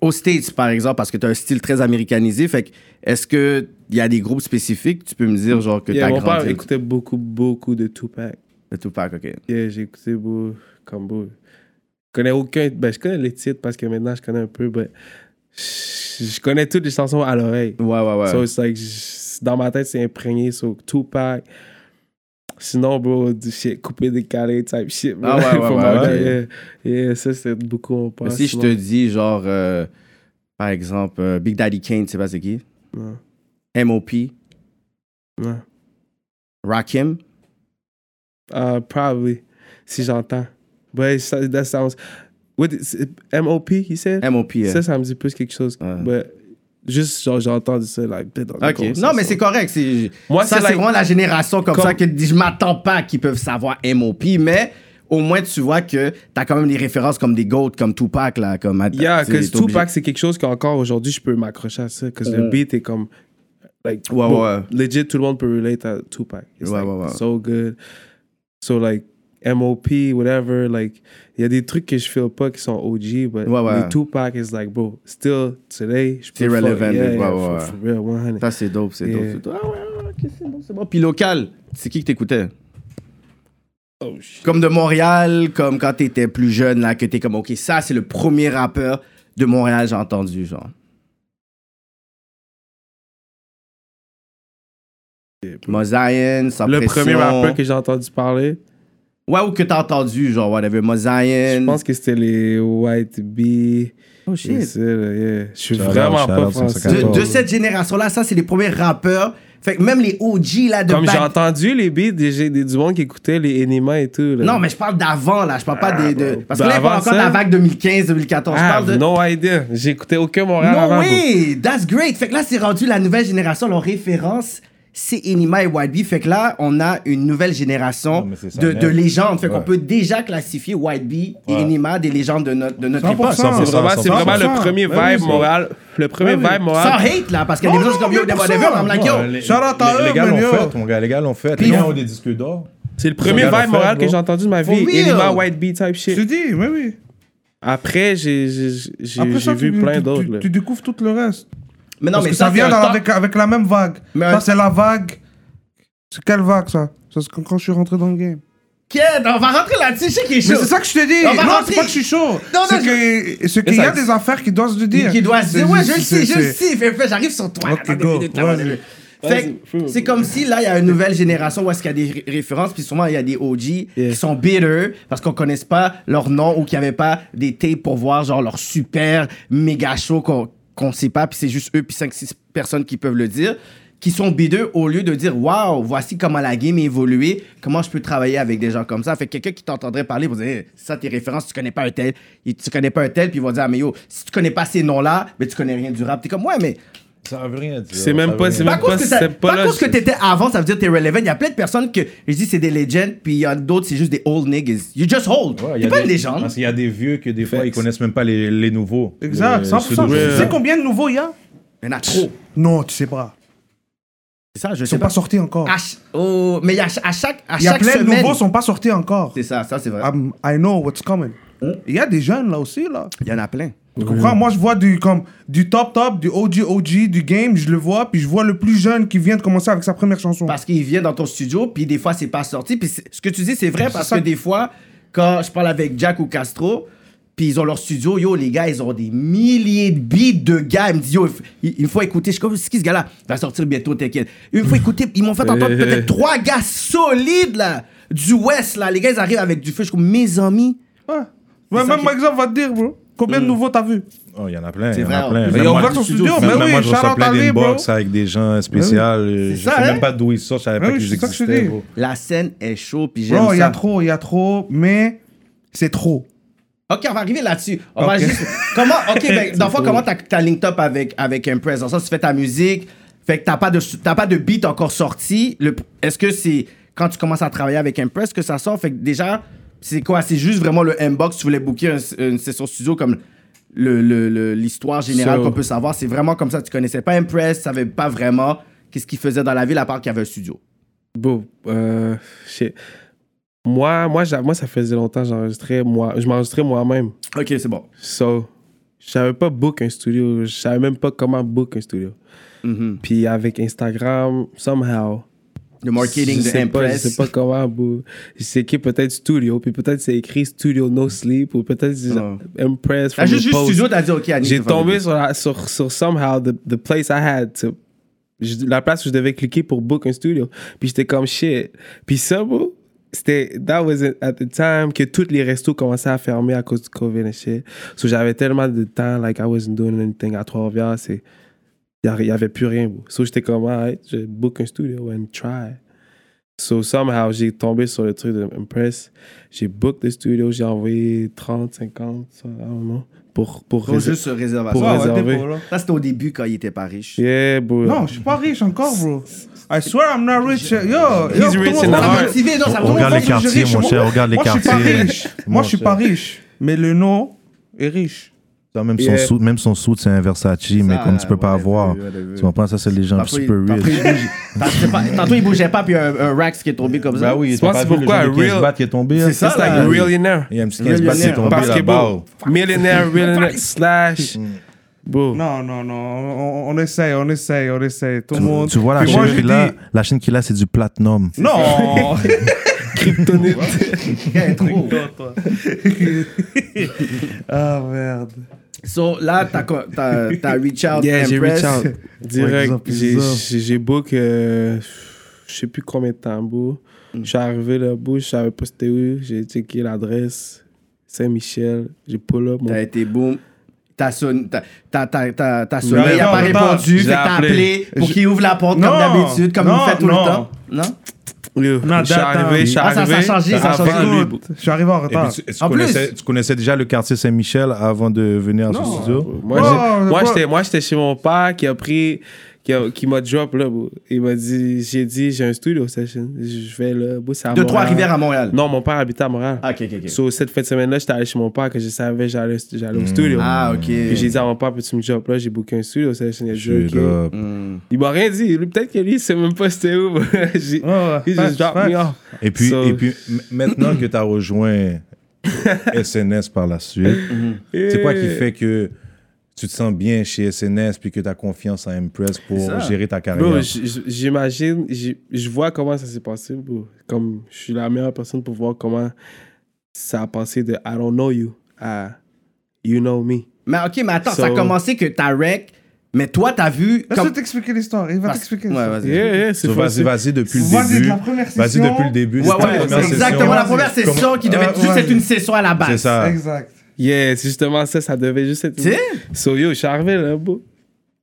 [SPEAKER 4] aux States, par exemple, parce que t'as un style très américanisé? Fait que, est-ce qu'il y a des groupes spécifiques, tu peux me dire, genre, que
[SPEAKER 6] Yeah,
[SPEAKER 4] t'as
[SPEAKER 6] mon père
[SPEAKER 4] grandi?
[SPEAKER 6] écoutait beaucoup, beaucoup de Tupac.
[SPEAKER 4] Le Tupac, OK.
[SPEAKER 6] Yeah, j'ai écouté beau, comme beau. Je connais aucun. Ben, je connais les titres parce que maintenant je connais un peu, mais je je connais toutes les chansons à l'oreille.
[SPEAKER 4] Ouais, ouais, ouais.
[SPEAKER 6] So it's like, j- dans ma tête, c'est imprégné sur Tupac. Sinon, bro, du shit, coupé, décalé, type shit. bro.
[SPEAKER 4] Ah ouais, ouais,
[SPEAKER 6] Faut
[SPEAKER 4] ouais,
[SPEAKER 6] m'en
[SPEAKER 4] ouais.
[SPEAKER 6] aller. Yeah, yeah, ça, c'est beaucoup mon père.
[SPEAKER 4] Mais si je
[SPEAKER 6] sinon.
[SPEAKER 4] te dis, genre, euh, par exemple, euh, Big Daddy Kane, tu sais pas c'est qui?
[SPEAKER 6] Non,
[SPEAKER 4] M.O.P.,
[SPEAKER 6] non.
[SPEAKER 4] Rakim.
[SPEAKER 6] Ah, probably, si j'entends. But ça- that sounds. What is it? M.O.P., he said?
[SPEAKER 4] M.O.P., euh,
[SPEAKER 6] Ça, ça me dit plus quelque chose.
[SPEAKER 4] Ouais.
[SPEAKER 6] Mais juste, genre, j'ai entendu ça, like, peut-être dans des
[SPEAKER 4] OK.
[SPEAKER 6] conversations.
[SPEAKER 4] Non, mais c'est correct. c'est-
[SPEAKER 6] Moi,
[SPEAKER 4] ça,
[SPEAKER 6] c'est
[SPEAKER 4] c'est
[SPEAKER 6] like-
[SPEAKER 4] vraiment la génération comme,
[SPEAKER 6] Comme-
[SPEAKER 4] ça que je m'attends pas qu'ils peuvent savoir M.O.P., mais au moins, tu vois que t'as quand même des références comme des GOAT, comme Tupac, là. Comme,
[SPEAKER 6] Yeah,
[SPEAKER 4] t'sais,
[SPEAKER 6] cause
[SPEAKER 4] t'es obligé-
[SPEAKER 6] Tupac, c'est quelque chose qu'encore aujourd'hui, je peux m'accrocher à ça. Cause le beat est comme. Like,
[SPEAKER 4] Ouais, ouais, ouais.
[SPEAKER 6] Legit, tout le monde peut relate à Tupac. It's
[SPEAKER 4] Ouais,
[SPEAKER 6] like,
[SPEAKER 4] ouais, ouais.
[SPEAKER 6] so good. So, like, M.O.P., whatever. Like, il y a des trucs que je feel pas qui sont OG, but
[SPEAKER 4] Ouais, ouais.
[SPEAKER 6] les Tupac is like, bro, still today, je peux.
[SPEAKER 4] C'est
[SPEAKER 6] fuck-
[SPEAKER 4] relevant,
[SPEAKER 6] yeah,
[SPEAKER 4] ouais,
[SPEAKER 6] yeah,
[SPEAKER 4] ouais,
[SPEAKER 6] for- for real, 100.
[SPEAKER 4] Ça, c'est dope, c'est dope.
[SPEAKER 6] Yeah.
[SPEAKER 4] c'est dope. Ah ouais, ouais, ok, c'est bon, c'est bon. Puis local, c'est qui que t'écoutais?
[SPEAKER 6] Oh, shit.
[SPEAKER 4] Comme de Montréal, comme quand t'étais plus jeune, là, que t'es comme, OK, ça, c'est le premier rappeur de Montréal j'ai entendu, genre. Mosaïen, sans
[SPEAKER 6] Le
[SPEAKER 4] pression.
[SPEAKER 6] premier rappeur que j'ai entendu parler,
[SPEAKER 4] Ouais, ou que t'as entendu, genre, whatever, Mosaïen.
[SPEAKER 6] Je pense que c'était les White Bee.
[SPEAKER 4] Oh,
[SPEAKER 6] Et
[SPEAKER 4] shit.
[SPEAKER 6] ça, là, yeah. Je suis
[SPEAKER 3] Shout out,
[SPEAKER 6] vraiment
[SPEAKER 3] shout
[SPEAKER 6] pas
[SPEAKER 3] out,
[SPEAKER 6] français.
[SPEAKER 3] 150.
[SPEAKER 4] De, de cette génération-là, ça, c'est les premiers rappeurs. Fait que même les OG, là, de
[SPEAKER 6] Comme
[SPEAKER 4] back-
[SPEAKER 6] j'ai entendu les beats des, j'ai des- du monde qui écoutait les Enima et tout. là.
[SPEAKER 4] Non, mais je parle d'avant, là. Je parle pas des... de- Parce que
[SPEAKER 6] Ben,
[SPEAKER 4] là, il parle
[SPEAKER 6] avant
[SPEAKER 4] encore de
[SPEAKER 6] ça-
[SPEAKER 4] la vague 2015-2014. je
[SPEAKER 6] Ah,
[SPEAKER 4] parle de...
[SPEAKER 6] no idea. J'écoutais aucun Montréal
[SPEAKER 4] No
[SPEAKER 6] avant. bro.
[SPEAKER 4] way! That's great! Fait que là, c'est rendu la nouvelle génération. Leur référence, c'est Enima et White Bee. Fait que là, on a une nouvelle génération
[SPEAKER 2] Non, mais c'est ça,
[SPEAKER 4] de,
[SPEAKER 2] net.
[SPEAKER 4] de légendes. Fait qu'on
[SPEAKER 2] Ouais.
[SPEAKER 4] peut déjà classifier White Bee et
[SPEAKER 2] Ouais.
[SPEAKER 4] Enima des légendes de notre, de notre époque.
[SPEAKER 2] 100%,
[SPEAKER 6] C'est vraiment, c'est
[SPEAKER 2] 100%.
[SPEAKER 6] vraiment le premier
[SPEAKER 2] Ouais, Ben oui,
[SPEAKER 6] vibe
[SPEAKER 2] c'est-
[SPEAKER 6] Montréal. Le premier
[SPEAKER 2] Ouais, oui.
[SPEAKER 6] vibe
[SPEAKER 4] Sans
[SPEAKER 6] Montréal.
[SPEAKER 4] hate, là, parce qu'il y a des
[SPEAKER 3] Non,
[SPEAKER 4] gens
[SPEAKER 3] non,
[SPEAKER 4] comme Yo,
[SPEAKER 3] mais
[SPEAKER 4] des
[SPEAKER 3] pour
[SPEAKER 4] whatever,
[SPEAKER 3] ça.
[SPEAKER 4] I'm like,
[SPEAKER 2] Ouais,
[SPEAKER 4] yo.
[SPEAKER 2] les-
[SPEAKER 3] Shout out à
[SPEAKER 2] les-
[SPEAKER 3] eux,
[SPEAKER 2] Les gars
[SPEAKER 3] man,
[SPEAKER 2] l'ont
[SPEAKER 3] yo.
[SPEAKER 2] fait, mon gars, les gars l'ont fait.
[SPEAKER 4] Puis-
[SPEAKER 2] Ils ont des disques d'or.
[SPEAKER 6] C'est le premier
[SPEAKER 2] Montréal
[SPEAKER 6] vibe
[SPEAKER 2] a fait,
[SPEAKER 6] Montréal que
[SPEAKER 2] bro.
[SPEAKER 6] j'ai entendu de ma
[SPEAKER 4] For
[SPEAKER 6] vie.
[SPEAKER 4] real.
[SPEAKER 6] Enima, White Bee type
[SPEAKER 3] Je te
[SPEAKER 6] shit.
[SPEAKER 3] dis, oui, oui.
[SPEAKER 6] Après, j'ai- j'ai j'ai-
[SPEAKER 3] Après
[SPEAKER 6] j'ai
[SPEAKER 3] ça,
[SPEAKER 6] vu
[SPEAKER 3] tu,
[SPEAKER 6] plein
[SPEAKER 3] tu-
[SPEAKER 6] d'autres.
[SPEAKER 3] tu-
[SPEAKER 6] là.
[SPEAKER 3] tu découvres tout le reste.
[SPEAKER 4] Mais non,
[SPEAKER 3] Parce
[SPEAKER 4] mais
[SPEAKER 3] que ça,
[SPEAKER 4] ça, c'est
[SPEAKER 3] vient
[SPEAKER 4] un
[SPEAKER 3] dans-
[SPEAKER 4] temps-
[SPEAKER 3] avec, avec la même vague.
[SPEAKER 4] Mais un-
[SPEAKER 3] ça, c'est la vague. C'est quelle vague, ça Ça, c'est quand, quand je suis rentré dans le game.
[SPEAKER 4] Kid, on va rentrer là-dessus, je sais qu'il est chaud.
[SPEAKER 3] Mais c'est ça que je te dis.
[SPEAKER 4] On va
[SPEAKER 3] Non,
[SPEAKER 4] rentrer.
[SPEAKER 3] c'est pas que je suis chaud.
[SPEAKER 4] Non, non,
[SPEAKER 3] C'est que- c'est qu'il y a
[SPEAKER 6] ça-
[SPEAKER 3] des affaires qui doivent se dire.
[SPEAKER 4] qui doit se dire,
[SPEAKER 3] C'est-
[SPEAKER 4] ouais, je le
[SPEAKER 3] c'est-
[SPEAKER 4] sais, je le
[SPEAKER 3] c'est-
[SPEAKER 4] sais, Fais- fais, j'arrive sur toi. là,
[SPEAKER 3] Ok,
[SPEAKER 4] dans deux
[SPEAKER 3] go.
[SPEAKER 4] minutes, là,
[SPEAKER 3] Vas-y.
[SPEAKER 4] dans deux minutes. Fait que c'est comme si là, il y a une nouvelle génération où est-ce qu'il y a des ré- références, puis souvent il y a des OG qui sont bitter parce qu'on connaisse pas leur nom ou qu'il n'y avait pas des tapes pour voir genre leur super méga show qu'on qu'on sait pas, puis c'est juste eux, puis 5-6 personnes qui peuvent le dire, qui sont bideux au lieu de dire waouh, voici comment la game a évolué, comment je peux travailler avec des gens comme ça. Fait que quelqu'un qui t'entendrait parler, vous dire, Eh, ça tes références, tu connais pas un tel, et tu connais pas un tel, puis ils vont dire, ah, mais yo, si tu connais pas ces noms-là, mais tu connais rien du rap. T'es comme, ouais, mais
[SPEAKER 2] Ça veut rien dire.
[SPEAKER 6] C'est même
[SPEAKER 2] ça
[SPEAKER 6] pas-
[SPEAKER 2] veut
[SPEAKER 6] c'est
[SPEAKER 2] rien
[SPEAKER 6] même
[SPEAKER 4] pas cause que, ça-
[SPEAKER 6] c'est pas
[SPEAKER 4] pas
[SPEAKER 6] là,
[SPEAKER 4] cause que
[SPEAKER 6] c'est-
[SPEAKER 4] t'étais avant, ça veut dire que t'es relevant. Il y a plein de personnes que je dis c'est des legends, puis il y a d'autres, c'est juste des old niggas. You just old.
[SPEAKER 2] dire. Ouais, il y
[SPEAKER 4] T'es
[SPEAKER 2] a
[SPEAKER 4] pas
[SPEAKER 2] des-
[SPEAKER 4] une légende.
[SPEAKER 2] Parce qu'il y a des vieux que des fois, ils
[SPEAKER 6] Facts.
[SPEAKER 2] connaissent même pas les, les nouveaux.
[SPEAKER 3] Exact,
[SPEAKER 2] Les-
[SPEAKER 3] 100%.
[SPEAKER 2] ceux
[SPEAKER 3] Tu
[SPEAKER 2] de-
[SPEAKER 3] sais combien de nouveaux il y a
[SPEAKER 4] Il y en a trop.
[SPEAKER 3] Non, tu sais pas.
[SPEAKER 4] C'est ça, je
[SPEAKER 3] Ils sont
[SPEAKER 4] sais
[SPEAKER 3] pas,
[SPEAKER 4] pas.
[SPEAKER 3] sortis encore.
[SPEAKER 4] À ch- oh, mais il y a ch- à chaque, à
[SPEAKER 3] Il y a
[SPEAKER 4] chaque
[SPEAKER 3] plein de
[SPEAKER 4] semaine.
[SPEAKER 3] nouveaux sont pas sortis encore.
[SPEAKER 4] C'est ça, ça Hein? c'est vrai.
[SPEAKER 3] I'm- I know what's coming. Il y a des jeunes là aussi, là.
[SPEAKER 4] Il y en a plein.
[SPEAKER 3] Tu comprends? Moi, je vois du, comme, du top top, du OG OG, du game, je le vois, puis je vois le plus jeune qui vient de commencer avec sa première chanson.
[SPEAKER 4] Parce qu'ils viennent dans ton studio, puis des fois, c'est pas sorti. Puis c'est- ce que tu dis, c'est vrai, parce
[SPEAKER 3] ça.
[SPEAKER 4] que des fois, quand je parle avec Jack ou Castro, puis ils ont leur studio, yo, les gars, ils ont des milliers de beats de gars. Ils me disent, yo, il f- il il faut écouter. Je suis comme, c'est qui ce gars-là Il va sortir bientôt, t'inquiète. Il faut écouter. Ils m'ont fait entendre peut-être trois gars solides, là, du West, là. Les gars, ils arrivent avec du feu. Je suis comme, mes amis.
[SPEAKER 3] Ouais. Ouais,
[SPEAKER 4] ça
[SPEAKER 3] même
[SPEAKER 4] qui-
[SPEAKER 3] par exemple, va te dire, bro, combien de nouveaux t'as vu?
[SPEAKER 2] Oh, il y en a plein.
[SPEAKER 4] C'est
[SPEAKER 2] il y en a
[SPEAKER 4] vrai,
[SPEAKER 2] plein.
[SPEAKER 4] en plus,
[SPEAKER 2] Même
[SPEAKER 3] il a
[SPEAKER 2] moi,
[SPEAKER 3] ouvert son
[SPEAKER 2] je-
[SPEAKER 3] studio.
[SPEAKER 2] même
[SPEAKER 3] Mais oui,
[SPEAKER 2] moi, je
[SPEAKER 3] shout
[SPEAKER 2] reçois
[SPEAKER 3] out
[SPEAKER 2] plein
[SPEAKER 3] à lui, bro.
[SPEAKER 2] d'inbox avec des gens spéciaux. euh, Je
[SPEAKER 4] ça,
[SPEAKER 2] sais
[SPEAKER 4] hein.
[SPEAKER 2] même pas d'où ils sortent. Je
[SPEAKER 5] Ben
[SPEAKER 3] Mais
[SPEAKER 2] savais pas
[SPEAKER 3] Ah oui,
[SPEAKER 2] qu'ils
[SPEAKER 3] c'est ça que je te
[SPEAKER 2] existaient.
[SPEAKER 3] dis.
[SPEAKER 2] bro.
[SPEAKER 4] La scène est chaude, puis j'aime
[SPEAKER 3] Bro,
[SPEAKER 4] ça.
[SPEAKER 3] il y a trop, il y a trop, mais c'est trop.
[SPEAKER 4] Ok, on va arriver là-dessus. On va
[SPEAKER 3] Ok.
[SPEAKER 4] juste. Comment. Ok, ben, dans le fond, comment t'as t'as linked up avec, avec Impress? Dans ça, tu fais ta musique. Fait que t'as pas, de- t'as pas de beat encore sorti. Le- Est-ce que c'est quand tu commences à travailler avec Impress que ça sort? Fait que déjà, c'est quoi? C'est juste vraiment le inbox. Tu voulais booker un- une session studio comme le- le- le- l'histoire générale
[SPEAKER 6] So-
[SPEAKER 4] qu'on peut savoir. C'est vraiment comme ça. Tu connaissais pas Impress, tu savais pas vraiment qu'est-ce qu'il faisait dans la ville à part qu'il y avait un studio.
[SPEAKER 6] Bro, euh, shit. Moi, moi, j'a- moi, ça faisait longtemps que j'enregistrais moi. Je m'enregistrais moi-même.
[SPEAKER 4] Ok, c'est bon.
[SPEAKER 6] So, je savais pas book un studio. Je savais même pas comment book un studio. Puis avec Instagram, somehow.
[SPEAKER 4] Mhm. Le marketing
[SPEAKER 6] je
[SPEAKER 4] de
[SPEAKER 6] sais pas, je
[SPEAKER 4] Impress.
[SPEAKER 6] sais pas comment. bro. C'est écrit peut-être studio, puis peut-être c'est écrit studio no sleep, ou peut-être c'est
[SPEAKER 4] Non.
[SPEAKER 6] Impress.
[SPEAKER 4] T'as
[SPEAKER 6] from
[SPEAKER 4] Ah, juste,
[SPEAKER 6] the
[SPEAKER 4] juste
[SPEAKER 6] post.
[SPEAKER 4] studio, t'as dit ok, Annie,
[SPEAKER 6] J'ai
[SPEAKER 4] t'as fait
[SPEAKER 6] tombé
[SPEAKER 4] des-
[SPEAKER 6] sur, la- sur, sur somehow the, the place I had to- je- la place où je devais cliquer pour book un studio. Puis j'étais comme shit. Puis ça, bro, c'était that was it at the time que tous les restos commençaient à fermer à cause du COVID and shit. So j'avais tellement de temps, like I wasn't doing anything à Trois-Rivières, c'est il n'y avait plus rien. bro. So j'étais comme alright, je book un studio and try. So somehow j'ai tombé sur le truc de Impress. J'ai book le studio, j'ai envoyé 30, 50, ça, I don't know, pour pour
[SPEAKER 4] Faut
[SPEAKER 6] réserver-
[SPEAKER 4] juste sur réservation.
[SPEAKER 6] Pour
[SPEAKER 5] Ah ouais, t'es
[SPEAKER 6] réserver.
[SPEAKER 5] pas, là.
[SPEAKER 4] Ça, c'était au début quand il était pas riche.
[SPEAKER 6] Yeah, bro.
[SPEAKER 5] Non, je suis pas riche encore, bro. I swear I'm not rich. Yo, yo
[SPEAKER 6] He's
[SPEAKER 5] tout le
[SPEAKER 6] rich
[SPEAKER 5] monde parle-
[SPEAKER 6] in the heart.
[SPEAKER 4] motivé, non, ça
[SPEAKER 5] tout le monde
[SPEAKER 2] Regarde
[SPEAKER 5] parle
[SPEAKER 2] les
[SPEAKER 5] que je suis
[SPEAKER 2] quartiers,
[SPEAKER 5] riche.
[SPEAKER 2] mon cher, regarde les
[SPEAKER 5] Moi, je suis pas
[SPEAKER 2] quartiers.
[SPEAKER 5] riche. Moi, je suis pas riche. Mais le nom est riche.
[SPEAKER 2] Ça, même,
[SPEAKER 6] Yeah.
[SPEAKER 2] son suit, même son suit, c'est un Versace, mais comme tu peux pas avoir. Tu comprends? Ça, c'est les gens
[SPEAKER 4] Parfois, il-
[SPEAKER 2] super
[SPEAKER 4] parfois,
[SPEAKER 2] rich.
[SPEAKER 4] il bouge- Tant- c'est pas- Tantôt, il bougeait pas, puis un, un Rax qui est tombé comme ça.
[SPEAKER 2] Bah Ben oui,
[SPEAKER 6] c'est pas pourquoi un real-
[SPEAKER 2] qui est tombé. hein,
[SPEAKER 4] C'est ça,
[SPEAKER 6] It's like
[SPEAKER 4] là.
[SPEAKER 6] a millionaire.
[SPEAKER 2] Il y a un petit 15 bahts qui est
[SPEAKER 4] Millionnaire.
[SPEAKER 2] tombé Bah
[SPEAKER 6] Parce que
[SPEAKER 2] là-bas.
[SPEAKER 6] bro, millionaire, millionaire slash. Bro.
[SPEAKER 5] Non, non, non. On, on- on essaye, on essaye, on essaye. Tout le monde.
[SPEAKER 2] Tu vois, la
[SPEAKER 5] Puis moi,
[SPEAKER 2] chaîne
[SPEAKER 5] je
[SPEAKER 2] qu'il a,
[SPEAKER 5] dis-
[SPEAKER 2] la chaîne qu'il a, c'est du platinum.
[SPEAKER 5] Non!
[SPEAKER 4] Hey, trop.
[SPEAKER 5] ah merde.
[SPEAKER 4] So, là, t'as co- t'as t'as reach out.
[SPEAKER 6] Yeah, j'ai
[SPEAKER 4] Empress.
[SPEAKER 6] reach out. Direct.
[SPEAKER 2] bizarre,
[SPEAKER 6] j'ai-
[SPEAKER 2] bizarre.
[SPEAKER 6] J'ai j'ai book, euh, je sais plus combien de temps, bro.
[SPEAKER 4] Mm.
[SPEAKER 6] Je suis arrivé là-bas, je savais pas c'était où. J'ai checké l'adresse. Saint-Michel. J'ai pull up. mon-
[SPEAKER 4] T'as été boom. T'as sonné, t'as- t'as- t'as- t'as- t'as sonné,
[SPEAKER 5] Non,
[SPEAKER 4] il a
[SPEAKER 5] non,
[SPEAKER 4] pas
[SPEAKER 5] attends,
[SPEAKER 4] répondu,
[SPEAKER 5] j'ai
[SPEAKER 4] fait que t'as
[SPEAKER 5] appelé.
[SPEAKER 4] appelé pour
[SPEAKER 5] Je-
[SPEAKER 4] qu'il ouvre la porte
[SPEAKER 5] Non,
[SPEAKER 4] comme d'habitude, comme
[SPEAKER 5] non,
[SPEAKER 4] il fait tout
[SPEAKER 5] non.
[SPEAKER 4] le temps. Non?
[SPEAKER 6] Yo,
[SPEAKER 5] Non,
[SPEAKER 6] Je suis
[SPEAKER 5] date, hein.
[SPEAKER 6] arrivé, je suis
[SPEAKER 4] Ah, ça, ça a
[SPEAKER 6] arrivé.
[SPEAKER 4] changé, ça a
[SPEAKER 6] avant
[SPEAKER 4] changé.
[SPEAKER 6] lui, bro.
[SPEAKER 5] Écoute, je suis arrivé Ah, en
[SPEAKER 2] Et puis,
[SPEAKER 5] retard.
[SPEAKER 2] tu, tu
[SPEAKER 4] En
[SPEAKER 2] connaissais, tu connaissais déjà le quartier Saint-Michel avant de venir à ce studio?
[SPEAKER 6] Moi,
[SPEAKER 5] Oh,
[SPEAKER 6] j'ai-
[SPEAKER 5] c'est
[SPEAKER 6] moi,
[SPEAKER 5] pas-
[SPEAKER 6] j'étais, moi, j'étais chez mon père qui a pris, qui, a- qui m'a drop là. bro. Il m'a dit, j'ai dit, j'ai un studio session. Je vais là. bro, c'est à
[SPEAKER 4] De
[SPEAKER 6] Montréal.
[SPEAKER 4] Trois-Rivières à Montréal.
[SPEAKER 6] Non, mon père habitait à Montréal.
[SPEAKER 4] Ah, ok, ok, ok.
[SPEAKER 6] So, cette fin de semaine-là, j'étais allé chez mon père que je savais que j'allais, j'allais au studio.
[SPEAKER 4] Ah, ok.
[SPEAKER 6] Puis j'ai dit à mon père, peux-tu me drop là? J'ai booké un studio session. Il a dit,
[SPEAKER 2] Straight
[SPEAKER 6] ok.
[SPEAKER 5] Mm.
[SPEAKER 2] up.
[SPEAKER 6] Il m'a rien dit. Lui, peut-être que lui, il sait même pas c'était où. bro. j'ai,
[SPEAKER 5] Ouais,
[SPEAKER 6] he
[SPEAKER 5] facts,
[SPEAKER 6] just dropped
[SPEAKER 5] facts.
[SPEAKER 6] me off.
[SPEAKER 2] Et puis,
[SPEAKER 6] So-
[SPEAKER 2] et puis m- maintenant que tu as rejoint SNS par la suite,
[SPEAKER 5] Mm-hmm.
[SPEAKER 2] c'est quoi qui fait que tu te sens bien chez SNS puis que tu as confiance en Impress pour gérer ta carrière?
[SPEAKER 6] Bro, j- j- j'imagine, j- je vois comment ça s'est passé, bro. Comme je suis la meilleure personne pour voir comment ça a passé de I don't know you à You know me.
[SPEAKER 4] Mais ok, mais attends, ça a
[SPEAKER 6] So-
[SPEAKER 4] commencé que t'as rec, mais toi, t'as vu.
[SPEAKER 5] Laisse-le
[SPEAKER 4] Comme...
[SPEAKER 5] t'expliquer l'histoire. Il va
[SPEAKER 4] Parce-
[SPEAKER 5] t'expliquer
[SPEAKER 4] Ouais,
[SPEAKER 5] l'histoire.
[SPEAKER 4] vas-y.
[SPEAKER 6] Yeah, yeah, c'est
[SPEAKER 2] So, vas-y,
[SPEAKER 6] facile.
[SPEAKER 2] vas-y depuis le
[SPEAKER 5] Vas-y, de
[SPEAKER 2] début.
[SPEAKER 5] la première
[SPEAKER 2] Vas-y
[SPEAKER 5] session.
[SPEAKER 2] depuis le début.
[SPEAKER 4] Ouais,
[SPEAKER 2] c'était la
[SPEAKER 4] ouais,
[SPEAKER 2] première
[SPEAKER 4] c'est
[SPEAKER 2] session.
[SPEAKER 4] exactement la première
[SPEAKER 5] Comment-
[SPEAKER 4] session qui devait
[SPEAKER 5] Ouais,
[SPEAKER 4] juste
[SPEAKER 5] ouais.
[SPEAKER 4] être une session à la base.
[SPEAKER 2] C'est ça.
[SPEAKER 5] Exact.
[SPEAKER 6] Yeah, c'est justement ça, ça devait juste être.
[SPEAKER 4] Tu sais?
[SPEAKER 6] So yo, je suis arrivé là, bro.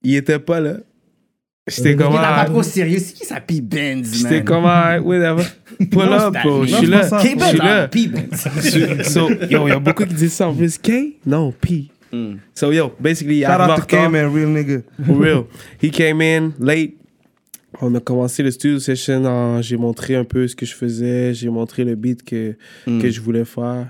[SPEAKER 6] Il était pas là. J'étais
[SPEAKER 4] Il
[SPEAKER 6] comme.
[SPEAKER 4] est pas
[SPEAKER 6] ah,
[SPEAKER 4] trop sérieux. C'est qui ça, P-Benz, man?
[SPEAKER 6] J'étais comme, ah, whatever. Pull
[SPEAKER 4] Non,
[SPEAKER 6] up,
[SPEAKER 4] c'est
[SPEAKER 6] bro.
[SPEAKER 4] pas-
[SPEAKER 6] Je
[SPEAKER 4] non,
[SPEAKER 6] suis
[SPEAKER 4] c'est
[SPEAKER 6] là.
[SPEAKER 5] pas ça.
[SPEAKER 6] Je
[SPEAKER 4] K-Benz,
[SPEAKER 6] suis là.
[SPEAKER 4] ah, P-Benz.
[SPEAKER 6] So, yo, il y a beaucoup qui disent ça en plus. K? Non, P. So, yo, basically,
[SPEAKER 5] Shout
[SPEAKER 6] Arnaud
[SPEAKER 5] out to
[SPEAKER 6] Martin-
[SPEAKER 5] K, man, real nigga.
[SPEAKER 6] For real. He came in late. On a commencé le studio session. en- J'ai montré un peu ce que je faisais. J'ai montré le beat que,
[SPEAKER 5] Mm.
[SPEAKER 6] que je voulais faire.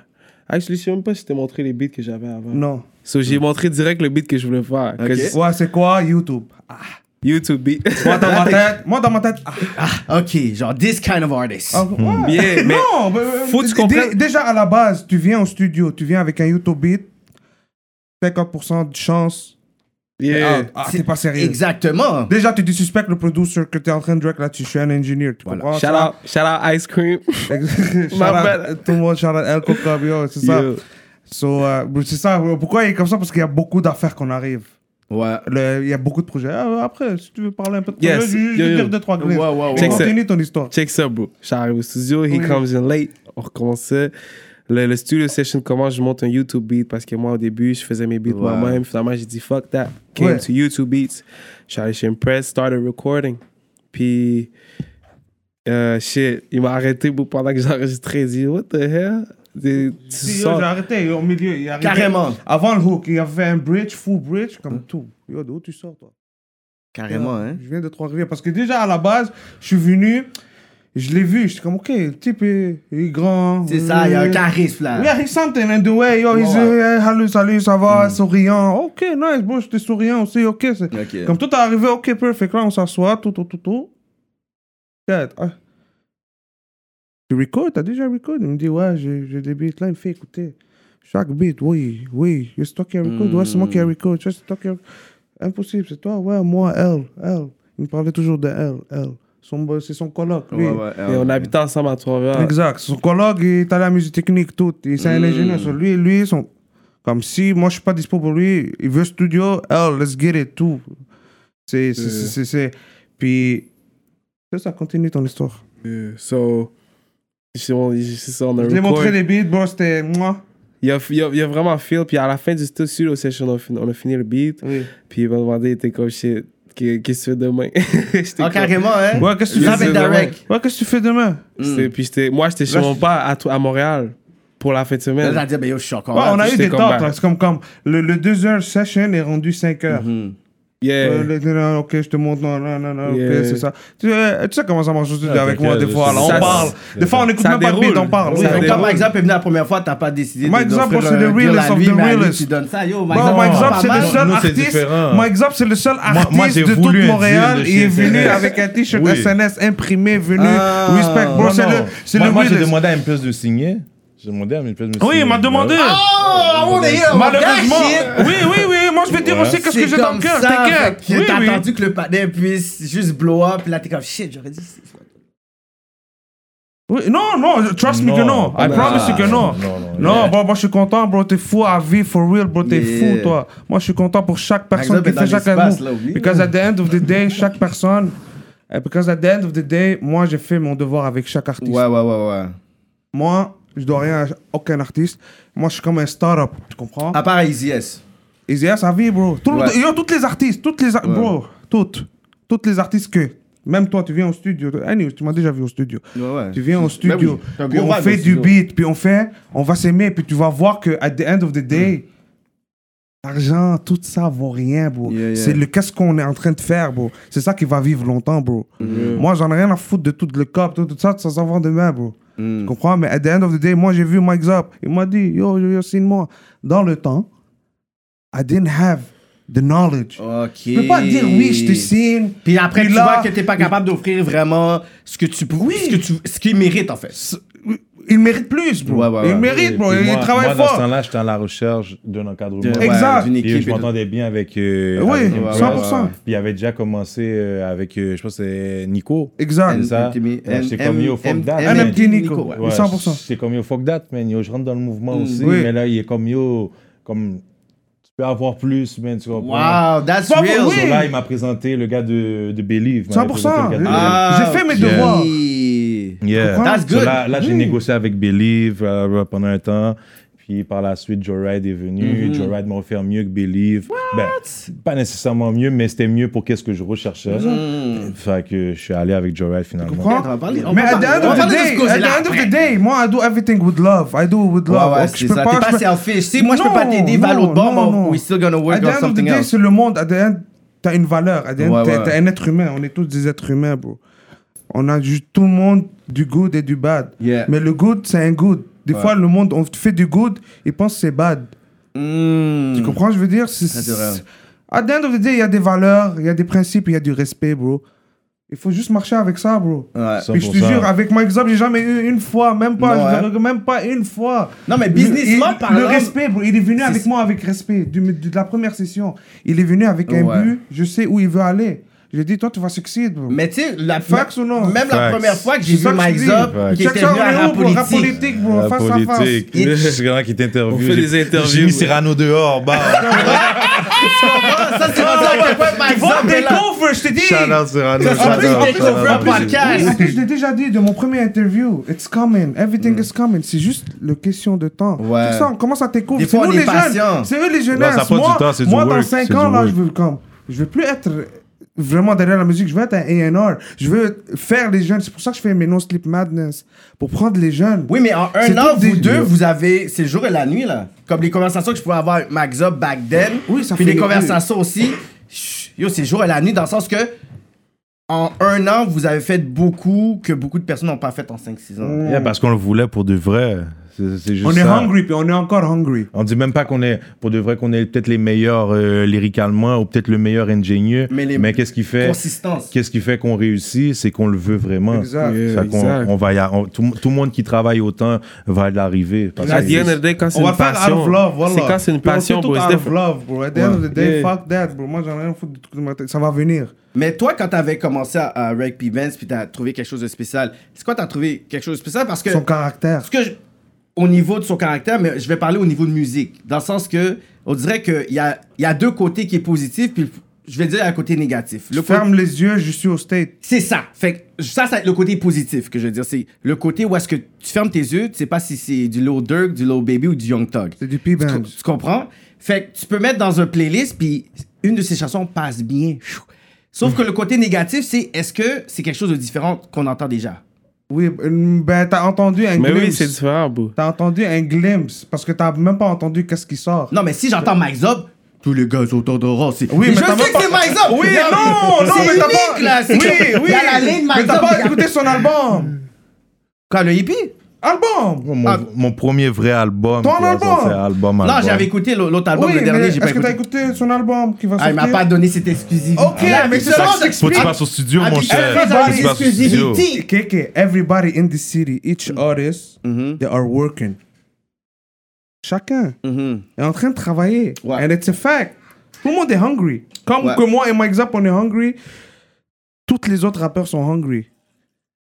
[SPEAKER 6] Actually, je sais même pas si je t'ai montré les beats que j'avais avant.
[SPEAKER 5] Non.
[SPEAKER 6] So, j'ai montré direct le beat que je voulais faire. 'Cause
[SPEAKER 5] Ouais, c'est quoi YouTube Ah.
[SPEAKER 6] YouTube beat.
[SPEAKER 5] Moi, dans ma tête, moi, dans ma tête, ah,
[SPEAKER 4] Ok, genre, this kind of artist.
[SPEAKER 5] ah, ouais.
[SPEAKER 6] Hmm. Yeah, mais
[SPEAKER 5] non, mais, euh,
[SPEAKER 6] faut que tu
[SPEAKER 5] dé-
[SPEAKER 6] comprennes-
[SPEAKER 5] dé- Déjà à la base, tu viens au studio, tu viens avec un YouTube beat, 50% de chance.
[SPEAKER 6] Yeah.
[SPEAKER 5] Ah, ah, t'es pas sérieux.
[SPEAKER 4] Exactement.
[SPEAKER 5] Déjà, tu dis suspect le producer que t'es en train de track là-dessus. Je suis un ingénieur. Tu comprends
[SPEAKER 6] Shout
[SPEAKER 5] ah, ça?
[SPEAKER 6] out, shout out Ice Cream.
[SPEAKER 5] shout
[SPEAKER 6] My
[SPEAKER 5] out.
[SPEAKER 6] bad.
[SPEAKER 5] Tout le monde, shout out El Cocabio, c'est ça.
[SPEAKER 6] Yo.
[SPEAKER 5] So, euh, c'est ça. Pourquoi il est comme ça Parce qu'il y a beaucoup d'affaires qu'on arrive.
[SPEAKER 4] Ouais.
[SPEAKER 5] Le- Il y a beaucoup de projets. Ah, après, si tu veux parler un peu de
[SPEAKER 6] Yes.
[SPEAKER 5] projet, je je- je
[SPEAKER 6] Yo,
[SPEAKER 5] vais
[SPEAKER 6] yo.
[SPEAKER 5] dire deux, trois glimpses.
[SPEAKER 4] Ouais, ouais, ouais.
[SPEAKER 5] Mais
[SPEAKER 6] Check ça.
[SPEAKER 5] Continue ton histoire.
[SPEAKER 6] Check ça, bro. J'arrive au studio, he comes in late. On recommençait. Le, le studio session commence, je monte un YouTube beat parce que moi, au début, je faisais mes beats
[SPEAKER 4] Ouais.
[SPEAKER 6] moi-même. Finalement, j'ai dit fuck that. Came
[SPEAKER 5] Ouais.
[SPEAKER 6] to YouTube Beats. Je suis allé chez Impress, started recording. Puis, euh, shit, il m'a arrêté bro, pendant que j'enregistrais. Il dit, what the hell? Tu
[SPEAKER 5] Si, yo,
[SPEAKER 6] sors-
[SPEAKER 5] j'ai arrêté au milieu. il est arrivé-
[SPEAKER 4] Carrément.
[SPEAKER 5] Avant le hook, il avait un bridge, full bridge, comme tout. Yo, de où tu sors, toi
[SPEAKER 4] Hein? Carrément, hein.
[SPEAKER 5] Je viens de Trois-Rivières. Parce que déjà, à la base, je suis venu, je l'ai vu. J'étais comme, OK, le type est, il est grand.
[SPEAKER 4] C'est ça, il y a un charisme là.
[SPEAKER 5] Yeah, he's something in the way. Yo, he's,
[SPEAKER 4] Ouais. Mm.
[SPEAKER 5] hey, hello, salut, ça va, souriant. OK, nice, bon, j'étais souriant aussi, OK. c'est-
[SPEAKER 4] Ok.
[SPEAKER 5] Comme tout est arrivé, OK, perfect. Là, on s'assoit, tout, tout, tout, tout. Quatre. Ah. Tu recordes, t'as déjà record? Il me dit, ouais, j'ai j'ai des beats là, il me fait écouter. Chaque beat, oui, oui, c'est toi qui as record, ouais, c'est moi
[SPEAKER 7] Hmm.
[SPEAKER 5] qui ai record, tu vois, c'est toi qui a- Impossible, c'est toi, ouais, moi, elle, elle. Il me parlait toujours de elle, elle. Son bo- C'est son colloque, lui.
[SPEAKER 7] Ouais, ouais,
[SPEAKER 6] Et
[SPEAKER 7] ouais.
[SPEAKER 6] on habitait ensemble à Trois-Rivières.
[SPEAKER 5] Exact. Son colloque, il est allé à la musique technique, tout. Il c'est un ingénieur. So, lui, lui, son... comme si moi, je suis pas dispo pour lui. Il veut studio. Oh, let's get it, tout. C'est, c'est, c'est, c'est, c'est- Puis, ça, ça continue ton histoire.
[SPEAKER 6] Euh, So, c'est on, c'est ça, on a
[SPEAKER 5] Je lui ai
[SPEAKER 6] record.
[SPEAKER 5] montré les beats, bro, c'était moi.
[SPEAKER 6] Il a, il, a, il a vraiment feel. Puis à la fin du stu- studio session, on a fini, on a fini le beat. Puis il m'a demandé, il était comme shit, qu'est- qu'est-ce que tu fais demain? J'étais
[SPEAKER 4] Ah,
[SPEAKER 6] comme-
[SPEAKER 4] carrément, hein?
[SPEAKER 5] Ouais, qu'est-ce que tu
[SPEAKER 4] Live
[SPEAKER 5] fais
[SPEAKER 4] and
[SPEAKER 5] demain?
[SPEAKER 4] direct.
[SPEAKER 5] Ouais, qu'est-ce que tu fais demain
[SPEAKER 6] J'étais- Puis j'étais- moi, j'étais chez
[SPEAKER 5] Là,
[SPEAKER 6] mon père à, Tro- à Montréal pour la fin de
[SPEAKER 4] Là,
[SPEAKER 6] semaine.
[SPEAKER 4] t'as dit, ben yo, je suis encore
[SPEAKER 5] Ouais,
[SPEAKER 4] là.
[SPEAKER 5] on a eu
[SPEAKER 6] j'étais
[SPEAKER 5] des
[SPEAKER 6] comme
[SPEAKER 5] temps.
[SPEAKER 6] back.
[SPEAKER 5] là. C'est comme, comme le, le 2h session est rendu 5h.
[SPEAKER 6] Yeah.
[SPEAKER 5] Euh, le- le- ok, je te montre, non, non, non, non,
[SPEAKER 6] Yeah.
[SPEAKER 5] ok, c'est ça. Tu, euh, tu sais comment ça marche aussi avec moi, des
[SPEAKER 2] Ah, je
[SPEAKER 5] fois,
[SPEAKER 2] sais.
[SPEAKER 5] là, on
[SPEAKER 6] Ça-
[SPEAKER 5] parle. Des fois, on écoute
[SPEAKER 6] ça
[SPEAKER 5] même pas de
[SPEAKER 6] déroule.
[SPEAKER 5] beat, on parle.
[SPEAKER 4] Oui,
[SPEAKER 6] Ça
[SPEAKER 4] donc
[SPEAKER 6] déroule.
[SPEAKER 4] quand Mike Zap est venu la première fois, t'as pas décidé
[SPEAKER 5] Mike
[SPEAKER 4] de
[SPEAKER 5] Zap,
[SPEAKER 4] d'offrir
[SPEAKER 5] c'est
[SPEAKER 4] un
[SPEAKER 5] le
[SPEAKER 4] deal
[SPEAKER 5] realest
[SPEAKER 4] à
[SPEAKER 5] of
[SPEAKER 4] lui,
[SPEAKER 5] the
[SPEAKER 4] mais à lui,
[SPEAKER 5] realest.
[SPEAKER 4] Tu donnes ça, yo, Mike
[SPEAKER 5] Bon,
[SPEAKER 4] Zap,
[SPEAKER 5] Mike
[SPEAKER 4] on
[SPEAKER 5] Zop,
[SPEAKER 4] parle
[SPEAKER 5] c'est
[SPEAKER 4] pas
[SPEAKER 5] le
[SPEAKER 4] mal.
[SPEAKER 5] seul
[SPEAKER 2] Nous, c'est
[SPEAKER 5] artiste.
[SPEAKER 2] différent.
[SPEAKER 5] Mike Zop, c'est le seul artiste
[SPEAKER 2] moi, j'ai
[SPEAKER 5] de tout
[SPEAKER 2] voulu un
[SPEAKER 5] Montréal.
[SPEAKER 2] deal de
[SPEAKER 5] Il est
[SPEAKER 2] chez
[SPEAKER 5] venu
[SPEAKER 2] SNS.
[SPEAKER 5] avec un t-shirt
[SPEAKER 2] Oui.
[SPEAKER 5] SNS imprimé, venu.
[SPEAKER 4] Ah.
[SPEAKER 5] respect, bro.
[SPEAKER 2] Non,
[SPEAKER 5] C'est
[SPEAKER 2] non.
[SPEAKER 5] le, c'est
[SPEAKER 2] moi,
[SPEAKER 5] le
[SPEAKER 2] moi, j'ai
[SPEAKER 5] realest.
[SPEAKER 2] demandé à une place de signer. J'ai demandé à une place de signer. Ah!
[SPEAKER 5] Oui, il m'a demandé.
[SPEAKER 4] Oh, on est on
[SPEAKER 5] Malheureusement.
[SPEAKER 4] gâche it.
[SPEAKER 5] Oui, oui, oui. Moi, je vais dire
[SPEAKER 2] Ouais.
[SPEAKER 5] aussi qu'est-ce que
[SPEAKER 4] C'est
[SPEAKER 5] j'ai dans
[SPEAKER 4] comme
[SPEAKER 5] le cœur.
[SPEAKER 4] ça,
[SPEAKER 5] T'inquiète.
[SPEAKER 4] fait que
[SPEAKER 5] Oui,
[SPEAKER 4] T'as
[SPEAKER 5] oui.
[SPEAKER 4] attendu que le panel puisse juste blow up, puis là t'es comme shit, j'aurais dit. c'est-
[SPEAKER 5] Oui, Non, non. Trust me que non. I
[SPEAKER 2] Non, Ah, bah,
[SPEAKER 5] promise you que non.
[SPEAKER 2] Non, non.
[SPEAKER 5] Non, bon, moi je suis content, bro. T'es fou à vie, for real, bro. T'es
[SPEAKER 4] Yeah.
[SPEAKER 5] fou, toi. Moi, je suis content pour chaque personne
[SPEAKER 4] Exemple,
[SPEAKER 5] qui
[SPEAKER 4] dans
[SPEAKER 5] fait chaque
[SPEAKER 4] l'espace,
[SPEAKER 5] move.
[SPEAKER 4] là, oublie.
[SPEAKER 5] Because at the end of the day, chaque personne. eh, Because at the end of the day, moi, j'ai fait mon devoir avec chaque artiste.
[SPEAKER 4] Ouais, ouais, ouais, ouais.
[SPEAKER 5] Moi, je dois rien à aucun artiste. Moi, je suis comme un start-up, tu comprends?
[SPEAKER 4] À part Easy S.
[SPEAKER 5] Et c'est à sa vie, bro. Tout le-
[SPEAKER 4] Ah. Ouais.
[SPEAKER 5] yo, toutes les artistes, toutes les... ar- Bro, toutes. Toutes les artistes que... Même toi, tu viens au studio. Anyway, tu m'as déjà vu au studio.
[SPEAKER 4] Ouais, ouais.
[SPEAKER 5] Tu viens au studio,
[SPEAKER 4] Ben oui, t'as
[SPEAKER 5] puis
[SPEAKER 4] bien
[SPEAKER 5] on
[SPEAKER 4] mal au
[SPEAKER 5] fait du
[SPEAKER 4] studio.
[SPEAKER 5] beat, puis on fait, on va s'aimer, puis tu vas voir que at the end of the day, l'argent, tout ça vaut rien, bro.
[SPEAKER 4] Yeah, yeah.
[SPEAKER 5] C'est le qu'est-ce qu'on est en train de faire, bro. C'est ça qui va vivre longtemps, bro. Moi, j'en ai rien à foutre de tout le cop, tout, tout ça, ça s'en va demain, bro.
[SPEAKER 4] Mm.
[SPEAKER 5] Tu comprends? Mais at the end of the day, moi, j'ai vu Mike Zop. Il m'a dit, yo, yo, yo, signe-moi. Dans le temps, I didn't have the knowledge.
[SPEAKER 4] Ok.
[SPEAKER 5] Je peux pas dire oui, je te signe.
[SPEAKER 4] Oh, Puis après, tu
[SPEAKER 5] là,
[SPEAKER 4] vois que t'es pas capable d'offrir vraiment ce que tu oui. ce que tu ce qu'il mérite en fait.
[SPEAKER 5] Il mérite plus, bro.
[SPEAKER 4] Ouais, ouais, ouais.
[SPEAKER 5] Il mérite, bro.
[SPEAKER 2] Puis
[SPEAKER 5] il
[SPEAKER 2] moi,
[SPEAKER 5] travaille
[SPEAKER 2] Moi, dans ce
[SPEAKER 5] fort.
[SPEAKER 2] temps-là, j'étais à la recherche d'un encadrement.
[SPEAKER 4] Ouais,
[SPEAKER 5] Exact.
[SPEAKER 4] d'une
[SPEAKER 2] Puis
[SPEAKER 4] équipe
[SPEAKER 2] je
[SPEAKER 4] et
[SPEAKER 2] m'entendais bien avec. euh,
[SPEAKER 5] Oui,
[SPEAKER 2] avec Impress.
[SPEAKER 5] 100%.
[SPEAKER 2] Puis il avait déjà commencé euh, avec, euh, je pense, que c'est Nico.
[SPEAKER 5] Exact.
[SPEAKER 2] C'est ça.
[SPEAKER 4] M-
[SPEAKER 2] Ouais, J'étais comme
[SPEAKER 4] M-
[SPEAKER 2] yo, fuck
[SPEAKER 4] M-
[SPEAKER 2] that.
[SPEAKER 4] M-
[SPEAKER 2] man.
[SPEAKER 5] MMT Nico.
[SPEAKER 4] ouais.
[SPEAKER 5] Ouais. 100%.
[SPEAKER 2] J'étais comme yo, fuck that, man. Yo, je rentre dans le mouvement aussi.
[SPEAKER 5] Oui.
[SPEAKER 2] Mais là, il est comme yo, comme tu peux avoir plus, man. Tu comprends?
[SPEAKER 4] Wow, that's
[SPEAKER 5] Pas
[SPEAKER 4] real.
[SPEAKER 5] pour-
[SPEAKER 2] So
[SPEAKER 5] oui.
[SPEAKER 2] là, il m'a présenté le gars de, de Believe.
[SPEAKER 5] 100%.
[SPEAKER 4] Ah,
[SPEAKER 5] J'ai fait mes
[SPEAKER 2] yeah.
[SPEAKER 5] devoirs.
[SPEAKER 4] Oui.
[SPEAKER 2] Yeah.
[SPEAKER 5] That's
[SPEAKER 2] So
[SPEAKER 4] good.
[SPEAKER 2] là, là, j'ai
[SPEAKER 5] Mm.
[SPEAKER 2] négocié avec Believe euh, pendant un temps. Puis par la suite, Joyride est venu.
[SPEAKER 4] Mm-hmm.
[SPEAKER 2] Joyride m'a offert mieux que Believe. Ben, pas nécessairement mieux, mais c'était mieux pour qu'est-ce que je recherchais.
[SPEAKER 4] Mm-hmm.
[SPEAKER 2] Fait que je suis allé avec Joyride finalement.
[SPEAKER 5] Comprends?
[SPEAKER 4] on va parler- on
[SPEAKER 5] Mais
[SPEAKER 4] va
[SPEAKER 5] at the
[SPEAKER 4] parler-
[SPEAKER 5] end
[SPEAKER 4] on va
[SPEAKER 5] of the
[SPEAKER 4] parler de
[SPEAKER 5] day,
[SPEAKER 4] ce
[SPEAKER 5] at
[SPEAKER 4] cause-là
[SPEAKER 5] the end of the day, moi, I do everything with love. I do it with
[SPEAKER 4] Ouais,
[SPEAKER 5] love.
[SPEAKER 4] ouais,
[SPEAKER 5] Donc,
[SPEAKER 4] c'est ça. T'es
[SPEAKER 5] je
[SPEAKER 4] pas
[SPEAKER 5] peux-
[SPEAKER 4] selfish. Si moi je peux
[SPEAKER 5] Non,
[SPEAKER 4] pas t'aider, va à
[SPEAKER 5] non,
[SPEAKER 4] l'autre bord,
[SPEAKER 5] non,
[SPEAKER 4] mais
[SPEAKER 5] non.
[SPEAKER 4] we still gonna
[SPEAKER 5] At
[SPEAKER 4] work on
[SPEAKER 5] the end of the
[SPEAKER 4] something
[SPEAKER 5] day,
[SPEAKER 4] else.
[SPEAKER 5] c'est le monde. At the end, t'as une valeur. At the end,
[SPEAKER 4] Ouais,
[SPEAKER 5] t'es
[SPEAKER 4] ouais.
[SPEAKER 5] t'es un être humain. On est tous des êtres humains, bro. On a juste tout le monde du good et du bad.
[SPEAKER 4] Yeah.
[SPEAKER 5] Mais le good, c'est un good. Des fois, le monde, on fait du good, ils pensent que c'est bad.
[SPEAKER 4] Mm.
[SPEAKER 5] Tu comprends, je veux dire c'est,
[SPEAKER 4] c'est vrai.
[SPEAKER 5] At the end of the day, il y a des valeurs, il y a des principes, il y a du respect, bro. Il faut juste marcher avec ça, bro.
[SPEAKER 4] Ouais.
[SPEAKER 5] Puis je te
[SPEAKER 2] 100%.
[SPEAKER 5] jure, avec Mike Zop, j'ai jamais eu une fois, même pas,
[SPEAKER 4] Non,
[SPEAKER 5] je
[SPEAKER 4] hein.
[SPEAKER 5] dirais que même pas une fois.
[SPEAKER 4] Non, mais
[SPEAKER 5] Le-
[SPEAKER 4] businessman
[SPEAKER 5] il-
[SPEAKER 4] parlant-
[SPEAKER 5] Le respect, bro, il est venu
[SPEAKER 4] C'est-
[SPEAKER 5] avec moi avec respect, du- de la première session. Il est venu avec un
[SPEAKER 4] Ouais.
[SPEAKER 5] but, je sais où il veut aller. Je lui ai dit, toi, tu vas succéder, bro.
[SPEAKER 4] Mais tu sais, la
[SPEAKER 5] Facts ou non
[SPEAKER 4] Même la
[SPEAKER 2] Facts.
[SPEAKER 4] première fois que j'ai
[SPEAKER 5] C'est ça
[SPEAKER 4] vu
[SPEAKER 5] que je
[SPEAKER 4] Mike
[SPEAKER 5] dis.
[SPEAKER 4] Zop,
[SPEAKER 2] Facts.
[SPEAKER 4] qui
[SPEAKER 5] Check
[SPEAKER 4] était
[SPEAKER 5] ça,
[SPEAKER 4] venu à
[SPEAKER 5] on est où, bro?
[SPEAKER 4] la
[SPEAKER 5] Rap
[SPEAKER 4] politique.
[SPEAKER 5] politique, bro,
[SPEAKER 2] La
[SPEAKER 5] face à face.
[SPEAKER 2] politique.
[SPEAKER 4] Il-
[SPEAKER 2] C'est grand qui t'interviewe.
[SPEAKER 6] On fait
[SPEAKER 2] J'ai-
[SPEAKER 6] des interviews.
[SPEAKER 2] J'ai mis Cyrano dehors. Bah.
[SPEAKER 4] Ah, Ça, c'est rendu à quel point Mike
[SPEAKER 5] Ah, Tu vois,
[SPEAKER 4] Zop
[SPEAKER 5] des
[SPEAKER 4] est là.
[SPEAKER 5] covers, je t'ai dit
[SPEAKER 2] Shout out Cyrano.
[SPEAKER 4] Ça, c'est
[SPEAKER 2] shout
[SPEAKER 4] un
[SPEAKER 2] out,
[SPEAKER 4] petit
[SPEAKER 2] shout out.
[SPEAKER 4] découvert podcast.
[SPEAKER 5] Oui, en plus, je l'ai déjà dit de mon premier interview. It's coming. Everything is coming. C'est juste le question de temps.
[SPEAKER 4] Ouais.
[SPEAKER 5] C'est ça, on commence à t'écouvrir.
[SPEAKER 4] Des
[SPEAKER 5] C'est
[SPEAKER 4] fois,
[SPEAKER 5] nous
[SPEAKER 4] on
[SPEAKER 5] les
[SPEAKER 4] est patient.
[SPEAKER 5] jeunes. C'est eux les jeunes.
[SPEAKER 2] Non, ça prend du
[SPEAKER 5] moi,
[SPEAKER 2] temps, c'est du
[SPEAKER 5] moi dans
[SPEAKER 2] work,
[SPEAKER 5] 5
[SPEAKER 2] c'est
[SPEAKER 5] ans,
[SPEAKER 2] du
[SPEAKER 5] là,
[SPEAKER 2] work.
[SPEAKER 5] je veux, comme, je veux plus être vraiment derrière la musique. Je veux être un A&R. Je veux faire les jeunes. C'est pour ça que je fais mes No Sleep Madness. Pour prendre les jeunes.
[SPEAKER 4] Oui, mais en un
[SPEAKER 5] C'est
[SPEAKER 4] an,
[SPEAKER 5] tout
[SPEAKER 4] vous
[SPEAKER 5] des-
[SPEAKER 4] deux, vous avez. C'est le jour et la nuit, là. Comme les conversations que je pouvais avoir avec Max Up back then.
[SPEAKER 5] Oui, ça
[SPEAKER 4] Puis
[SPEAKER 5] fait-
[SPEAKER 4] les conversations aussi. Chut, Yo, c'est le jour et la nuit, dans le sens que. En un an, vous avez fait beaucoup que beaucoup de personnes n'ont pas fait en 5-6 ans.
[SPEAKER 2] Yeah, parce qu'on le voulait pour de vrai. C'est c'est juste
[SPEAKER 5] On est
[SPEAKER 2] ça.
[SPEAKER 5] hungry, puis on est encore hungry.
[SPEAKER 2] On dit même pas qu'on est, pour de vrai, qu'on est peut-être les meilleurs euh, lyricalement ou peut-être le meilleur ingénieux.
[SPEAKER 4] Mais
[SPEAKER 2] Mais,
[SPEAKER 4] les-
[SPEAKER 2] qu'est-ce qui
[SPEAKER 5] Mm.
[SPEAKER 2] fait
[SPEAKER 4] Consistance.
[SPEAKER 2] Qu'est-ce qui fait qu'on réussit C'est qu'on le veut vraiment.
[SPEAKER 5] Exact.
[SPEAKER 6] Yeah,
[SPEAKER 2] Ça qu'on-
[SPEAKER 6] exact.
[SPEAKER 2] on va y a- on- tout, tout le monde qui travaille autant va l'arriver. Parce
[SPEAKER 6] At
[SPEAKER 2] que-
[SPEAKER 6] the end of the day, quand c'est
[SPEAKER 5] On va
[SPEAKER 6] une
[SPEAKER 5] le faire out
[SPEAKER 6] passion,
[SPEAKER 5] of love, voilà.
[SPEAKER 6] c'est quand c'est une
[SPEAKER 5] Puis on fait
[SPEAKER 6] passion,
[SPEAKER 5] tout
[SPEAKER 6] bro, it's
[SPEAKER 5] out of
[SPEAKER 6] different.
[SPEAKER 5] love, bro. At the end of the day,
[SPEAKER 6] Yeah.
[SPEAKER 5] fuck that, bro. Moi, j'en ai rien à foutre de tout le matin. Ça va venir.
[SPEAKER 4] Mais toi, quand t'avais commencé à, à Reg P. Vance, puis t'as trouvé quelque chose de spécial, c'est quoi t'as trouvé quelque chose de spécial? Parce que...
[SPEAKER 5] Son caractère.
[SPEAKER 4] Parce que je- au niveau de son caractère, mais je vais parler au niveau de musique. Dans le sens que, on dirait qu'il y a, il y a deux côtés qui est positif, puis je vais dire un côté négatif.
[SPEAKER 5] Je
[SPEAKER 4] Le côté-
[SPEAKER 5] ferme les yeux, je suis au state.
[SPEAKER 4] C'est ça. Fait que ça, c'est le côté positif que je veux dire. C'est le côté où est-ce que tu fermes tes yeux, tu sais pas si c'est du Low Durk, du Low Baby ou du Young Thug.
[SPEAKER 5] C'est du P-Bands.
[SPEAKER 4] Tu, co- tu comprends? Fait que tu peux mettre dans un playlist, puis une de ces chansons passe bien. Chou. Sauf que le côté négatif, c'est est-ce que c'est quelque chose de différent qu'on entend déjà?
[SPEAKER 5] Oui, euh, ben t'as entendu un
[SPEAKER 6] Mais oui,
[SPEAKER 5] glimpse.
[SPEAKER 6] c'est différent, bro.
[SPEAKER 5] T'as entendu un glimpse parce que t'as même pas entendu qu'est-ce qui sort.
[SPEAKER 4] Non, mais si j'entends Mike Zob, tous les gars sont autour de Ross. c'est-
[SPEAKER 5] Oui, mais
[SPEAKER 4] je
[SPEAKER 5] t'as
[SPEAKER 4] sais que
[SPEAKER 5] pas-
[SPEAKER 4] c'est Mike Zob!
[SPEAKER 5] Oui,
[SPEAKER 4] Regarde,
[SPEAKER 5] non, non,
[SPEAKER 4] c'est
[SPEAKER 5] mais t'as
[SPEAKER 4] unique,
[SPEAKER 5] pas-
[SPEAKER 4] Là, c'est-
[SPEAKER 5] Oui, oui.
[SPEAKER 4] Il y a la ligne Mike
[SPEAKER 5] Mais t'as
[SPEAKER 4] Zob,
[SPEAKER 5] pas
[SPEAKER 4] regarde.
[SPEAKER 5] écouté son album.
[SPEAKER 4] Quoi, le hippie?
[SPEAKER 5] Album.
[SPEAKER 2] Mon, mon premier vrai album.
[SPEAKER 5] Ton
[SPEAKER 2] qui va
[SPEAKER 5] album?
[SPEAKER 2] sortir, album,
[SPEAKER 4] Non,
[SPEAKER 2] album.
[SPEAKER 4] j'avais écouté l'autre album,
[SPEAKER 5] Ah, oui,
[SPEAKER 4] le
[SPEAKER 5] mais
[SPEAKER 4] dernier, j'ai
[SPEAKER 5] est-ce
[SPEAKER 4] pas
[SPEAKER 5] que t'as
[SPEAKER 4] écouté.
[SPEAKER 5] écouté son album qui va
[SPEAKER 4] Ah, il
[SPEAKER 5] sortir
[SPEAKER 4] m'a pas donné cette exclusivité.
[SPEAKER 5] Ok,
[SPEAKER 4] Là,
[SPEAKER 5] mais c'est
[SPEAKER 4] ça,
[SPEAKER 5] ça,
[SPEAKER 4] on
[SPEAKER 2] Faut que tu
[SPEAKER 4] t'explique.
[SPEAKER 2] passes au studio,
[SPEAKER 4] Ah,
[SPEAKER 2] mon
[SPEAKER 4] puis
[SPEAKER 2] cher.
[SPEAKER 4] everybody
[SPEAKER 2] Faut que tu passes au studio.
[SPEAKER 4] exclusivité.
[SPEAKER 5] KK, everybody in the city, each
[SPEAKER 4] Mm-hmm.
[SPEAKER 5] artist, they are working. Chacun est en train de travailler.
[SPEAKER 4] Mm-hmm. Ouais.
[SPEAKER 5] And it's a fact. Tout le monde est hungry. Comme
[SPEAKER 4] Ouais.
[SPEAKER 5] que moi et Mike Zapp, on est hungry. Toutes les autres rappeurs sont hungry.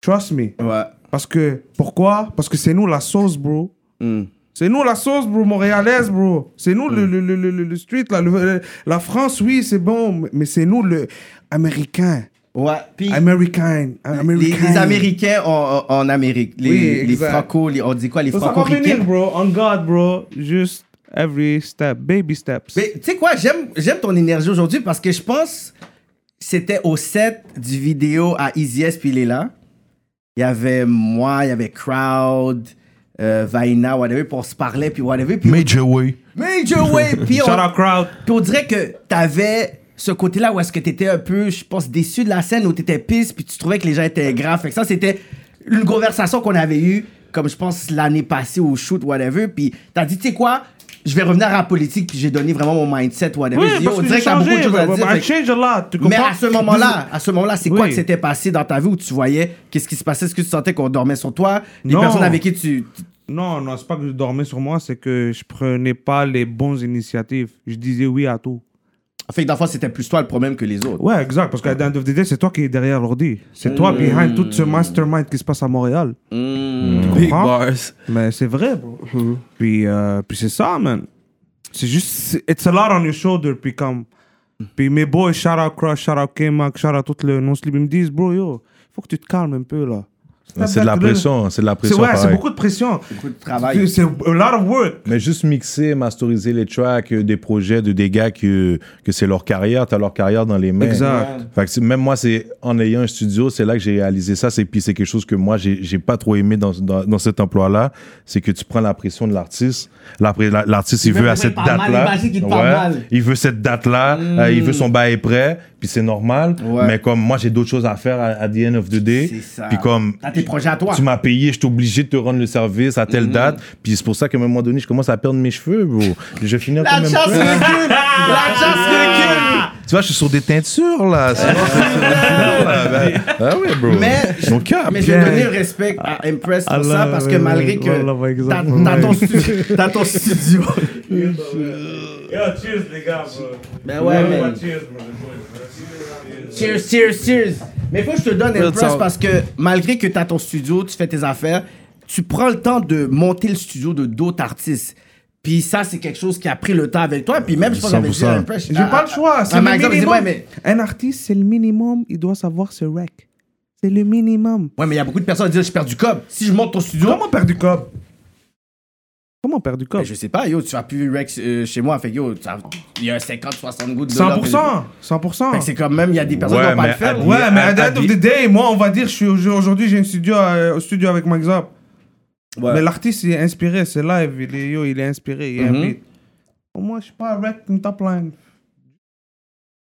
[SPEAKER 5] Trust me.
[SPEAKER 4] Ouais.
[SPEAKER 5] Parce que, pourquoi Parce que c'est nous la sauce, bro.
[SPEAKER 4] Mm.
[SPEAKER 5] C'est nous la sauce, bro, montréalaise, bro. C'est nous le, le, le, le, le street, là. Le- le- la France, oui, c'est bon, mais c'est nous le américain.
[SPEAKER 4] Ouais. Puis
[SPEAKER 5] Américain.
[SPEAKER 4] les,
[SPEAKER 5] Américain.
[SPEAKER 4] les Américains en, en- en Amérique. Les,
[SPEAKER 5] Oui,
[SPEAKER 4] les
[SPEAKER 5] exact.
[SPEAKER 4] Franco, les- on dit quoi, les
[SPEAKER 5] Ça va venir,
[SPEAKER 4] Franco-Ricains.
[SPEAKER 5] bro. On God, bro. Juste every step, baby steps.
[SPEAKER 4] Mais tu sais quoi, j'aime j'aime ton énergie aujourd'hui parce que je pense c'était au set du vidéo à Easy S, puis il est là. Il y avait moi, il y avait Crowd, euh, Vaina, whatever, puis on se parlait, puis whatever. Puis
[SPEAKER 2] Major Way.
[SPEAKER 4] Major Way, puis
[SPEAKER 5] Shout
[SPEAKER 4] on,
[SPEAKER 5] out crowd.
[SPEAKER 4] Puis on dirait que t'avais ce côté-là où est-ce que t'étais un peu, je pense, déçu de la scène où t'étais pisse, puis tu trouvais que les gens étaient graves. Fait que ça, c'était une conversation qu'on avait eue, comme je pense l'année passée au shoot, whatever. Puis t'as dit, tu sais quoi, je vais revenir à la politique, puis j'ai donné vraiment mon mindset, whatever. J'ai dit, Yo, on dirait que t'as beaucoup de choses à dire.
[SPEAKER 5] I
[SPEAKER 4] Fait que-
[SPEAKER 5] change a lot. tu
[SPEAKER 4] mais
[SPEAKER 5] bah, comprends?
[SPEAKER 4] à ce moment-là, à ce moment-là, c'est quoi
[SPEAKER 5] Oui.
[SPEAKER 4] qui s'était passé dans ta vie où tu voyais qu'est-ce qui se passait, est-ce que tu sentais qu'on dormait sur toi, les
[SPEAKER 5] Non.
[SPEAKER 4] personnes avec qui tu,
[SPEAKER 5] Non, non, c'est pas que je dormais sur moi, c'est que je prenais pas les bonnes initiatives. Je disais oui à tout.
[SPEAKER 4] fait que dans le fond, c'était plus toi le problème que les autres.
[SPEAKER 5] Ouais, exact, parce qu'à the end of the day, c'est toi qui es derrière l'ordi. C'est toi behind tout ce mastermind qui se passe à Montréal. Tu
[SPEAKER 6] Big
[SPEAKER 5] comprends?
[SPEAKER 6] bars.
[SPEAKER 5] Mais c'est vrai, bro.
[SPEAKER 2] Mm-hmm.
[SPEAKER 5] Puis, euh, puis c'est ça, man. C'est juste, c'est- it's a lot on your shoulder. Puis comme, puis mes boys, shout out Crush, shout out K-Mac, shout out tout le non-slip, ils me disent, bro, yo, faut que tu te calmes un peu là.
[SPEAKER 2] Ah, C'est de la pression. C'est de la
[SPEAKER 5] C'est
[SPEAKER 2] pression.
[SPEAKER 5] ouais, c'est
[SPEAKER 2] pareil.
[SPEAKER 5] beaucoup de pression.
[SPEAKER 4] Beaucoup de travail.
[SPEAKER 5] C'est a lot of work.
[SPEAKER 2] Mais juste mixer, masteriser les tracks, euh, des projets de des gars que, que c'est leur carrière, t'as leur carrière dans les mains.
[SPEAKER 5] Exact.
[SPEAKER 2] Fait que c'est- même moi, c'est en ayant un studio, c'est là que j'ai réalisé ça. C'est puis c'est quelque chose que moi j'ai j'ai pas trop aimé dans, dans, dans cet emploi-là, c'est que tu prends la pression de l'artiste. La pré- la- L'artiste, il,
[SPEAKER 4] Il veut
[SPEAKER 2] veut à
[SPEAKER 4] qu'il
[SPEAKER 2] cette
[SPEAKER 4] parle mal,
[SPEAKER 2] date-là.
[SPEAKER 4] imagine qu'il parle mal. Mm.
[SPEAKER 2] il veut cette date-là. euh, il veut son bail prêt. Puis c'est normal.
[SPEAKER 4] Ouais.
[SPEAKER 2] Mais comme moi, j'ai d'autres choses à faire à, à the end of the day.
[SPEAKER 4] C'est ça.
[SPEAKER 2] Puis comme
[SPEAKER 4] T'as tes projets Mm. à toi.
[SPEAKER 2] tu m'as payé, je suis obligé de te rendre le service à telle date. Puis c'est pour ça qu'à un moment donné, je commence à perdre mes cheveux, bro. Je finis
[SPEAKER 4] La
[SPEAKER 2] quand même.
[SPEAKER 4] chasse recule! La chasse recule!
[SPEAKER 2] Tu vois, je suis sur des teintures, là. C'est- Ah, ben, ah oui, bro.
[SPEAKER 4] Mais,
[SPEAKER 2] Mon cap.
[SPEAKER 4] mais je vais donner le respect à Impress pour
[SPEAKER 5] Ah
[SPEAKER 4] ça
[SPEAKER 5] là,
[SPEAKER 4] parce
[SPEAKER 5] ouais,
[SPEAKER 4] que malgré
[SPEAKER 5] ouais, ouais, là, par
[SPEAKER 4] que t'as-
[SPEAKER 5] exemple,
[SPEAKER 4] t'as
[SPEAKER 5] ouais.
[SPEAKER 4] ton stu- t'as ton studio. Ben ouais, man. Cheers, cheers, cheers. Mais faut que je te donne Impress parce que malgré que t'as ton studio, tu fais tes affaires, tu prends le temps de monter le studio de d'autres artistes. Puis ça, c'est quelque chose qui a pris le temps avec toi. Puis même, je pense que j'avais dit à
[SPEAKER 2] 100%.
[SPEAKER 4] Impress.
[SPEAKER 5] J'ai pas le choix. C'est
[SPEAKER 4] Ah,
[SPEAKER 5] le
[SPEAKER 4] Mike Zop, il dit,
[SPEAKER 5] minimum.
[SPEAKER 4] ouais, mais-
[SPEAKER 5] Un artiste, c'est le minimum. Il doit savoir se rec. C'est le minimum.
[SPEAKER 4] Ouais, mais il y a beaucoup de personnes qui disent, je perds du cob. Si je monte ton studio,
[SPEAKER 5] Comment perdre du cop Comment perdre du cop
[SPEAKER 4] Ben, je sais pas, yo, tu as plus Rex euh, chez moi, fait que yo, ça- il y a 50, 60 gouttes de dollars.
[SPEAKER 5] 100%.
[SPEAKER 4] Fait que
[SPEAKER 5] 100%.
[SPEAKER 4] c'est quand même, il y a des personnes qui
[SPEAKER 2] Ouais,
[SPEAKER 4] vont pas
[SPEAKER 2] mais
[SPEAKER 4] le faire.
[SPEAKER 2] à-
[SPEAKER 5] Ouais, mais à the
[SPEAKER 2] à-
[SPEAKER 5] end of the day, moi, on va dire, je suis- je- aujourd'hui, j'ai un studio, euh, au studio avec Mike Zop.
[SPEAKER 4] Ouais.
[SPEAKER 5] Mais l'artiste, il est inspiré, c'est live, il est, yo, il est inspiré, il est
[SPEAKER 4] Mhm.
[SPEAKER 5] un beat. Pour moi, je suis pas rec une top line.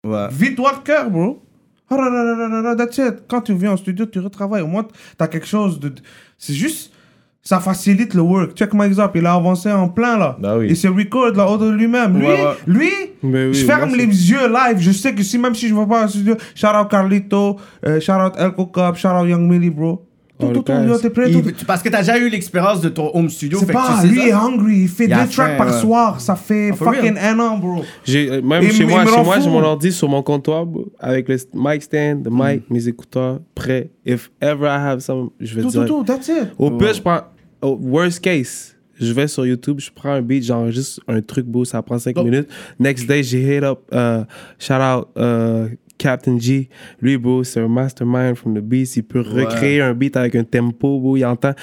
[SPEAKER 4] Ouais.
[SPEAKER 5] Vite worker, bro. Ah, ra, ra, ra, ra, ra, That's it. Quand tu viens au studio, tu retravailles. Au moins, t'as quelque chose de. C'est juste. ça facilite le work. Check my exemple, il a avancé en plein là.
[SPEAKER 2] Bah oui.
[SPEAKER 5] Il se record là auto lui-même. Lui,
[SPEAKER 6] Ouais, ouais.
[SPEAKER 5] lui,
[SPEAKER 6] Mais oui,
[SPEAKER 5] je
[SPEAKER 6] moi,
[SPEAKER 5] ferme
[SPEAKER 6] c'est-
[SPEAKER 5] les yeux live. Je sais que si même si je ne vois pas un studio, shout out Carlito, euh, shout out Elko Cup, shout out Young Millie, bro. Tout, tout,
[SPEAKER 6] Oh, le
[SPEAKER 5] tout,
[SPEAKER 6] gars,
[SPEAKER 5] yo, t'es prêt, tout,
[SPEAKER 4] Il- tu- Parce que t'as déjà eu l'expérience de ton home studio.
[SPEAKER 5] c'est
[SPEAKER 4] fait que
[SPEAKER 5] pas,
[SPEAKER 4] tu sais
[SPEAKER 5] lui hein.
[SPEAKER 4] ça.
[SPEAKER 5] est hungry, il fait
[SPEAKER 4] Il a
[SPEAKER 5] deux tracks
[SPEAKER 4] faim,
[SPEAKER 5] par
[SPEAKER 4] ouais.
[SPEAKER 5] soir, ça fait
[SPEAKER 4] for
[SPEAKER 5] fucking un an, bro.
[SPEAKER 6] J'ai, euh, même
[SPEAKER 5] Il
[SPEAKER 6] chez
[SPEAKER 5] me-
[SPEAKER 6] moi,
[SPEAKER 5] il me
[SPEAKER 6] chez
[SPEAKER 5] rend
[SPEAKER 6] moi, j'ai
[SPEAKER 5] fou. Mm.
[SPEAKER 6] mon ordi sur mon comptoir bro, avec le st- mic stand, le mic, mes écouteurs prêts. If ever I have some, je vais
[SPEAKER 5] Tout,
[SPEAKER 6] dire.
[SPEAKER 5] tout, tout, that's it.
[SPEAKER 6] Au pire, je prends. Au worst case, je vais sur YouTube, je prends un beat, j'enregistre un truc beau, ça prend 5 minutes. Next day, j'ai hit up, euh, shout out euh, Captain G. Lui, bro, c'est un mastermind from the beats. Il peut recréer un beat avec un tempo, bro. Il entend.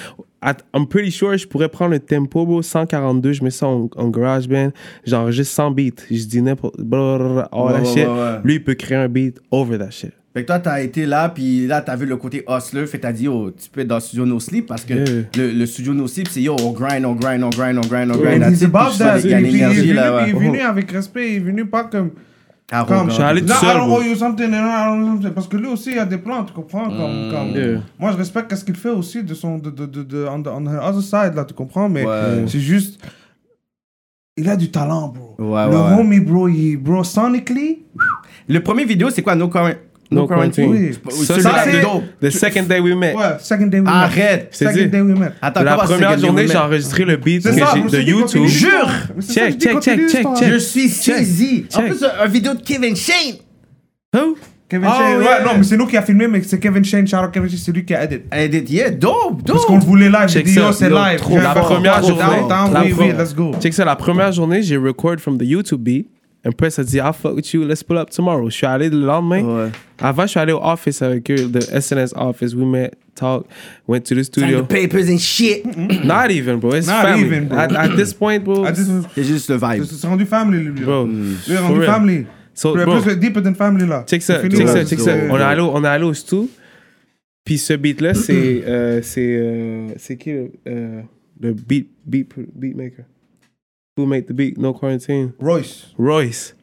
[SPEAKER 6] At- I'm pretty sure je pourrais prendre le tempo, bro, 142, je mets ça en, en GarageBand, j'enregistre 100 beats, je dis n'importe blablabla, all
[SPEAKER 4] Ouais,
[SPEAKER 6] that
[SPEAKER 4] ouais,
[SPEAKER 6] shit.
[SPEAKER 4] ouais, ouais.
[SPEAKER 6] Lui, il peut créer un beat over that shit.
[SPEAKER 4] Fait que toi, t'as été là, puis là, t'as vu le côté hustler, fait que t'as dit, oh, tu peux être dans le studio No Sleep, parce que
[SPEAKER 6] Yeah.
[SPEAKER 4] le, le studio No Sleep, c'est yo, on grind, on grind, on grind, on grind, on
[SPEAKER 5] And
[SPEAKER 4] grind.
[SPEAKER 5] he's
[SPEAKER 4] là-dessus,
[SPEAKER 5] about
[SPEAKER 4] puis ça,
[SPEAKER 5] that.
[SPEAKER 4] Il y a
[SPEAKER 5] Il- il- il est
[SPEAKER 4] l'énergie,
[SPEAKER 5] venu-
[SPEAKER 4] là, ouais.
[SPEAKER 5] Il est venu avec respect, il est venu pas comme.
[SPEAKER 4] Arrogant.
[SPEAKER 5] Comme,
[SPEAKER 6] Charlie, tout
[SPEAKER 5] non, I
[SPEAKER 6] seul,
[SPEAKER 5] don't
[SPEAKER 6] bro.
[SPEAKER 5] owe you something, I don't- I don't owe you something. Parce que lui aussi, il y a des plans, tu comprends
[SPEAKER 4] Hmm.
[SPEAKER 5] comme, comme-
[SPEAKER 6] Yeah.
[SPEAKER 5] Moi, je respecte ce qu'il fait aussi de son. De, de, de, de- on, the, on the other side, là, tu comprends Mais
[SPEAKER 4] Ouais.
[SPEAKER 5] c'est juste. Il a du talent, bro.
[SPEAKER 4] Ouais, ouais,
[SPEAKER 5] Le
[SPEAKER 4] ouais.
[SPEAKER 5] homie, bro, il, bro, sonically.
[SPEAKER 4] Le premier vidéo, c'est quoi, No Current?
[SPEAKER 6] No Quarantine.
[SPEAKER 5] Oui.
[SPEAKER 6] Ça,
[SPEAKER 4] Celui-là,
[SPEAKER 5] c'est-
[SPEAKER 4] de dope.
[SPEAKER 6] The second day we met.
[SPEAKER 5] Ouais, second day we met.
[SPEAKER 4] Arrête. Ah,
[SPEAKER 6] C'est
[SPEAKER 5] Second
[SPEAKER 6] dit.
[SPEAKER 5] day we met.
[SPEAKER 4] Attends,
[SPEAKER 6] la
[SPEAKER 4] comment c'est
[SPEAKER 6] première
[SPEAKER 4] que le
[SPEAKER 6] journée,
[SPEAKER 4] numéro-
[SPEAKER 6] j'ai enregistré le beat
[SPEAKER 5] C'est
[SPEAKER 6] que
[SPEAKER 5] ça,
[SPEAKER 6] j'ai-
[SPEAKER 5] vous
[SPEAKER 6] de
[SPEAKER 5] savez, continue
[SPEAKER 6] YouTube.
[SPEAKER 5] l'histoire.
[SPEAKER 4] Jure.
[SPEAKER 5] Mais c'est ça,
[SPEAKER 6] Check,
[SPEAKER 5] je dis,
[SPEAKER 6] check,
[SPEAKER 5] continue
[SPEAKER 6] check, check,
[SPEAKER 5] l'histoire.
[SPEAKER 6] check.
[SPEAKER 4] Je suis saisi. En
[SPEAKER 6] Check.
[SPEAKER 4] plus, un- un vidéo de Kevin Shane.
[SPEAKER 5] Kevin
[SPEAKER 4] Oh,
[SPEAKER 5] Shane,
[SPEAKER 4] yeah.
[SPEAKER 5] Ah ouais, non, mais c'est nous qui a filmé, mais c'est Kevin Shane, shout out Kevin Shane, c'est lui qui a edit.
[SPEAKER 4] Elle dit, yeah, dope, dope.
[SPEAKER 5] Parce qu'on le voulait live, j'ai
[SPEAKER 6] Check
[SPEAKER 5] dit,
[SPEAKER 6] ça.
[SPEAKER 5] yo, c'est
[SPEAKER 6] Yo,
[SPEAKER 5] live.
[SPEAKER 6] trop
[SPEAKER 5] Je vais
[SPEAKER 6] la
[SPEAKER 5] faire
[SPEAKER 6] première
[SPEAKER 5] down,
[SPEAKER 6] journée.
[SPEAKER 5] down,
[SPEAKER 6] La
[SPEAKER 5] oui,
[SPEAKER 6] pro-
[SPEAKER 5] oui, let's go.
[SPEAKER 6] Check ça, la première journée, j'ai record from the YouTube beat. Après, ça dit, I fuck with you, let's pull up tomorrow. Je suis allé le lendemain.
[SPEAKER 4] Ouais.
[SPEAKER 6] Avant, je suis allé au office avec eux, the SNS office. We met, talk, went to the
[SPEAKER 4] Sign
[SPEAKER 6] studio.
[SPEAKER 4] the papers and shit.
[SPEAKER 6] Not even, bro. It's
[SPEAKER 5] Not
[SPEAKER 6] family.
[SPEAKER 5] even, bro.
[SPEAKER 6] At, at this point, bro.
[SPEAKER 5] Ah, dis-
[SPEAKER 4] C'est juste le vibe.
[SPEAKER 5] C'est c'est rendu family, lui. là.
[SPEAKER 6] Bro,
[SPEAKER 5] Lui, est
[SPEAKER 6] for
[SPEAKER 5] rendu
[SPEAKER 6] real.
[SPEAKER 5] family.
[SPEAKER 6] So,
[SPEAKER 5] Plus-
[SPEAKER 6] Oh, bro.
[SPEAKER 5] plus le deeper than family, là.
[SPEAKER 6] Check ça,
[SPEAKER 5] C'est fini,
[SPEAKER 6] check
[SPEAKER 5] là.
[SPEAKER 6] ça, check ça.
[SPEAKER 4] Ouais.
[SPEAKER 6] On est allé, au- on est allé au stu. Puis ce beat-là, c'est euh, c'est euh, c'est qui le, euh, le beat, beat, beat maker? Who made the beat? No quarantine.
[SPEAKER 5] Royce.
[SPEAKER 6] Royce.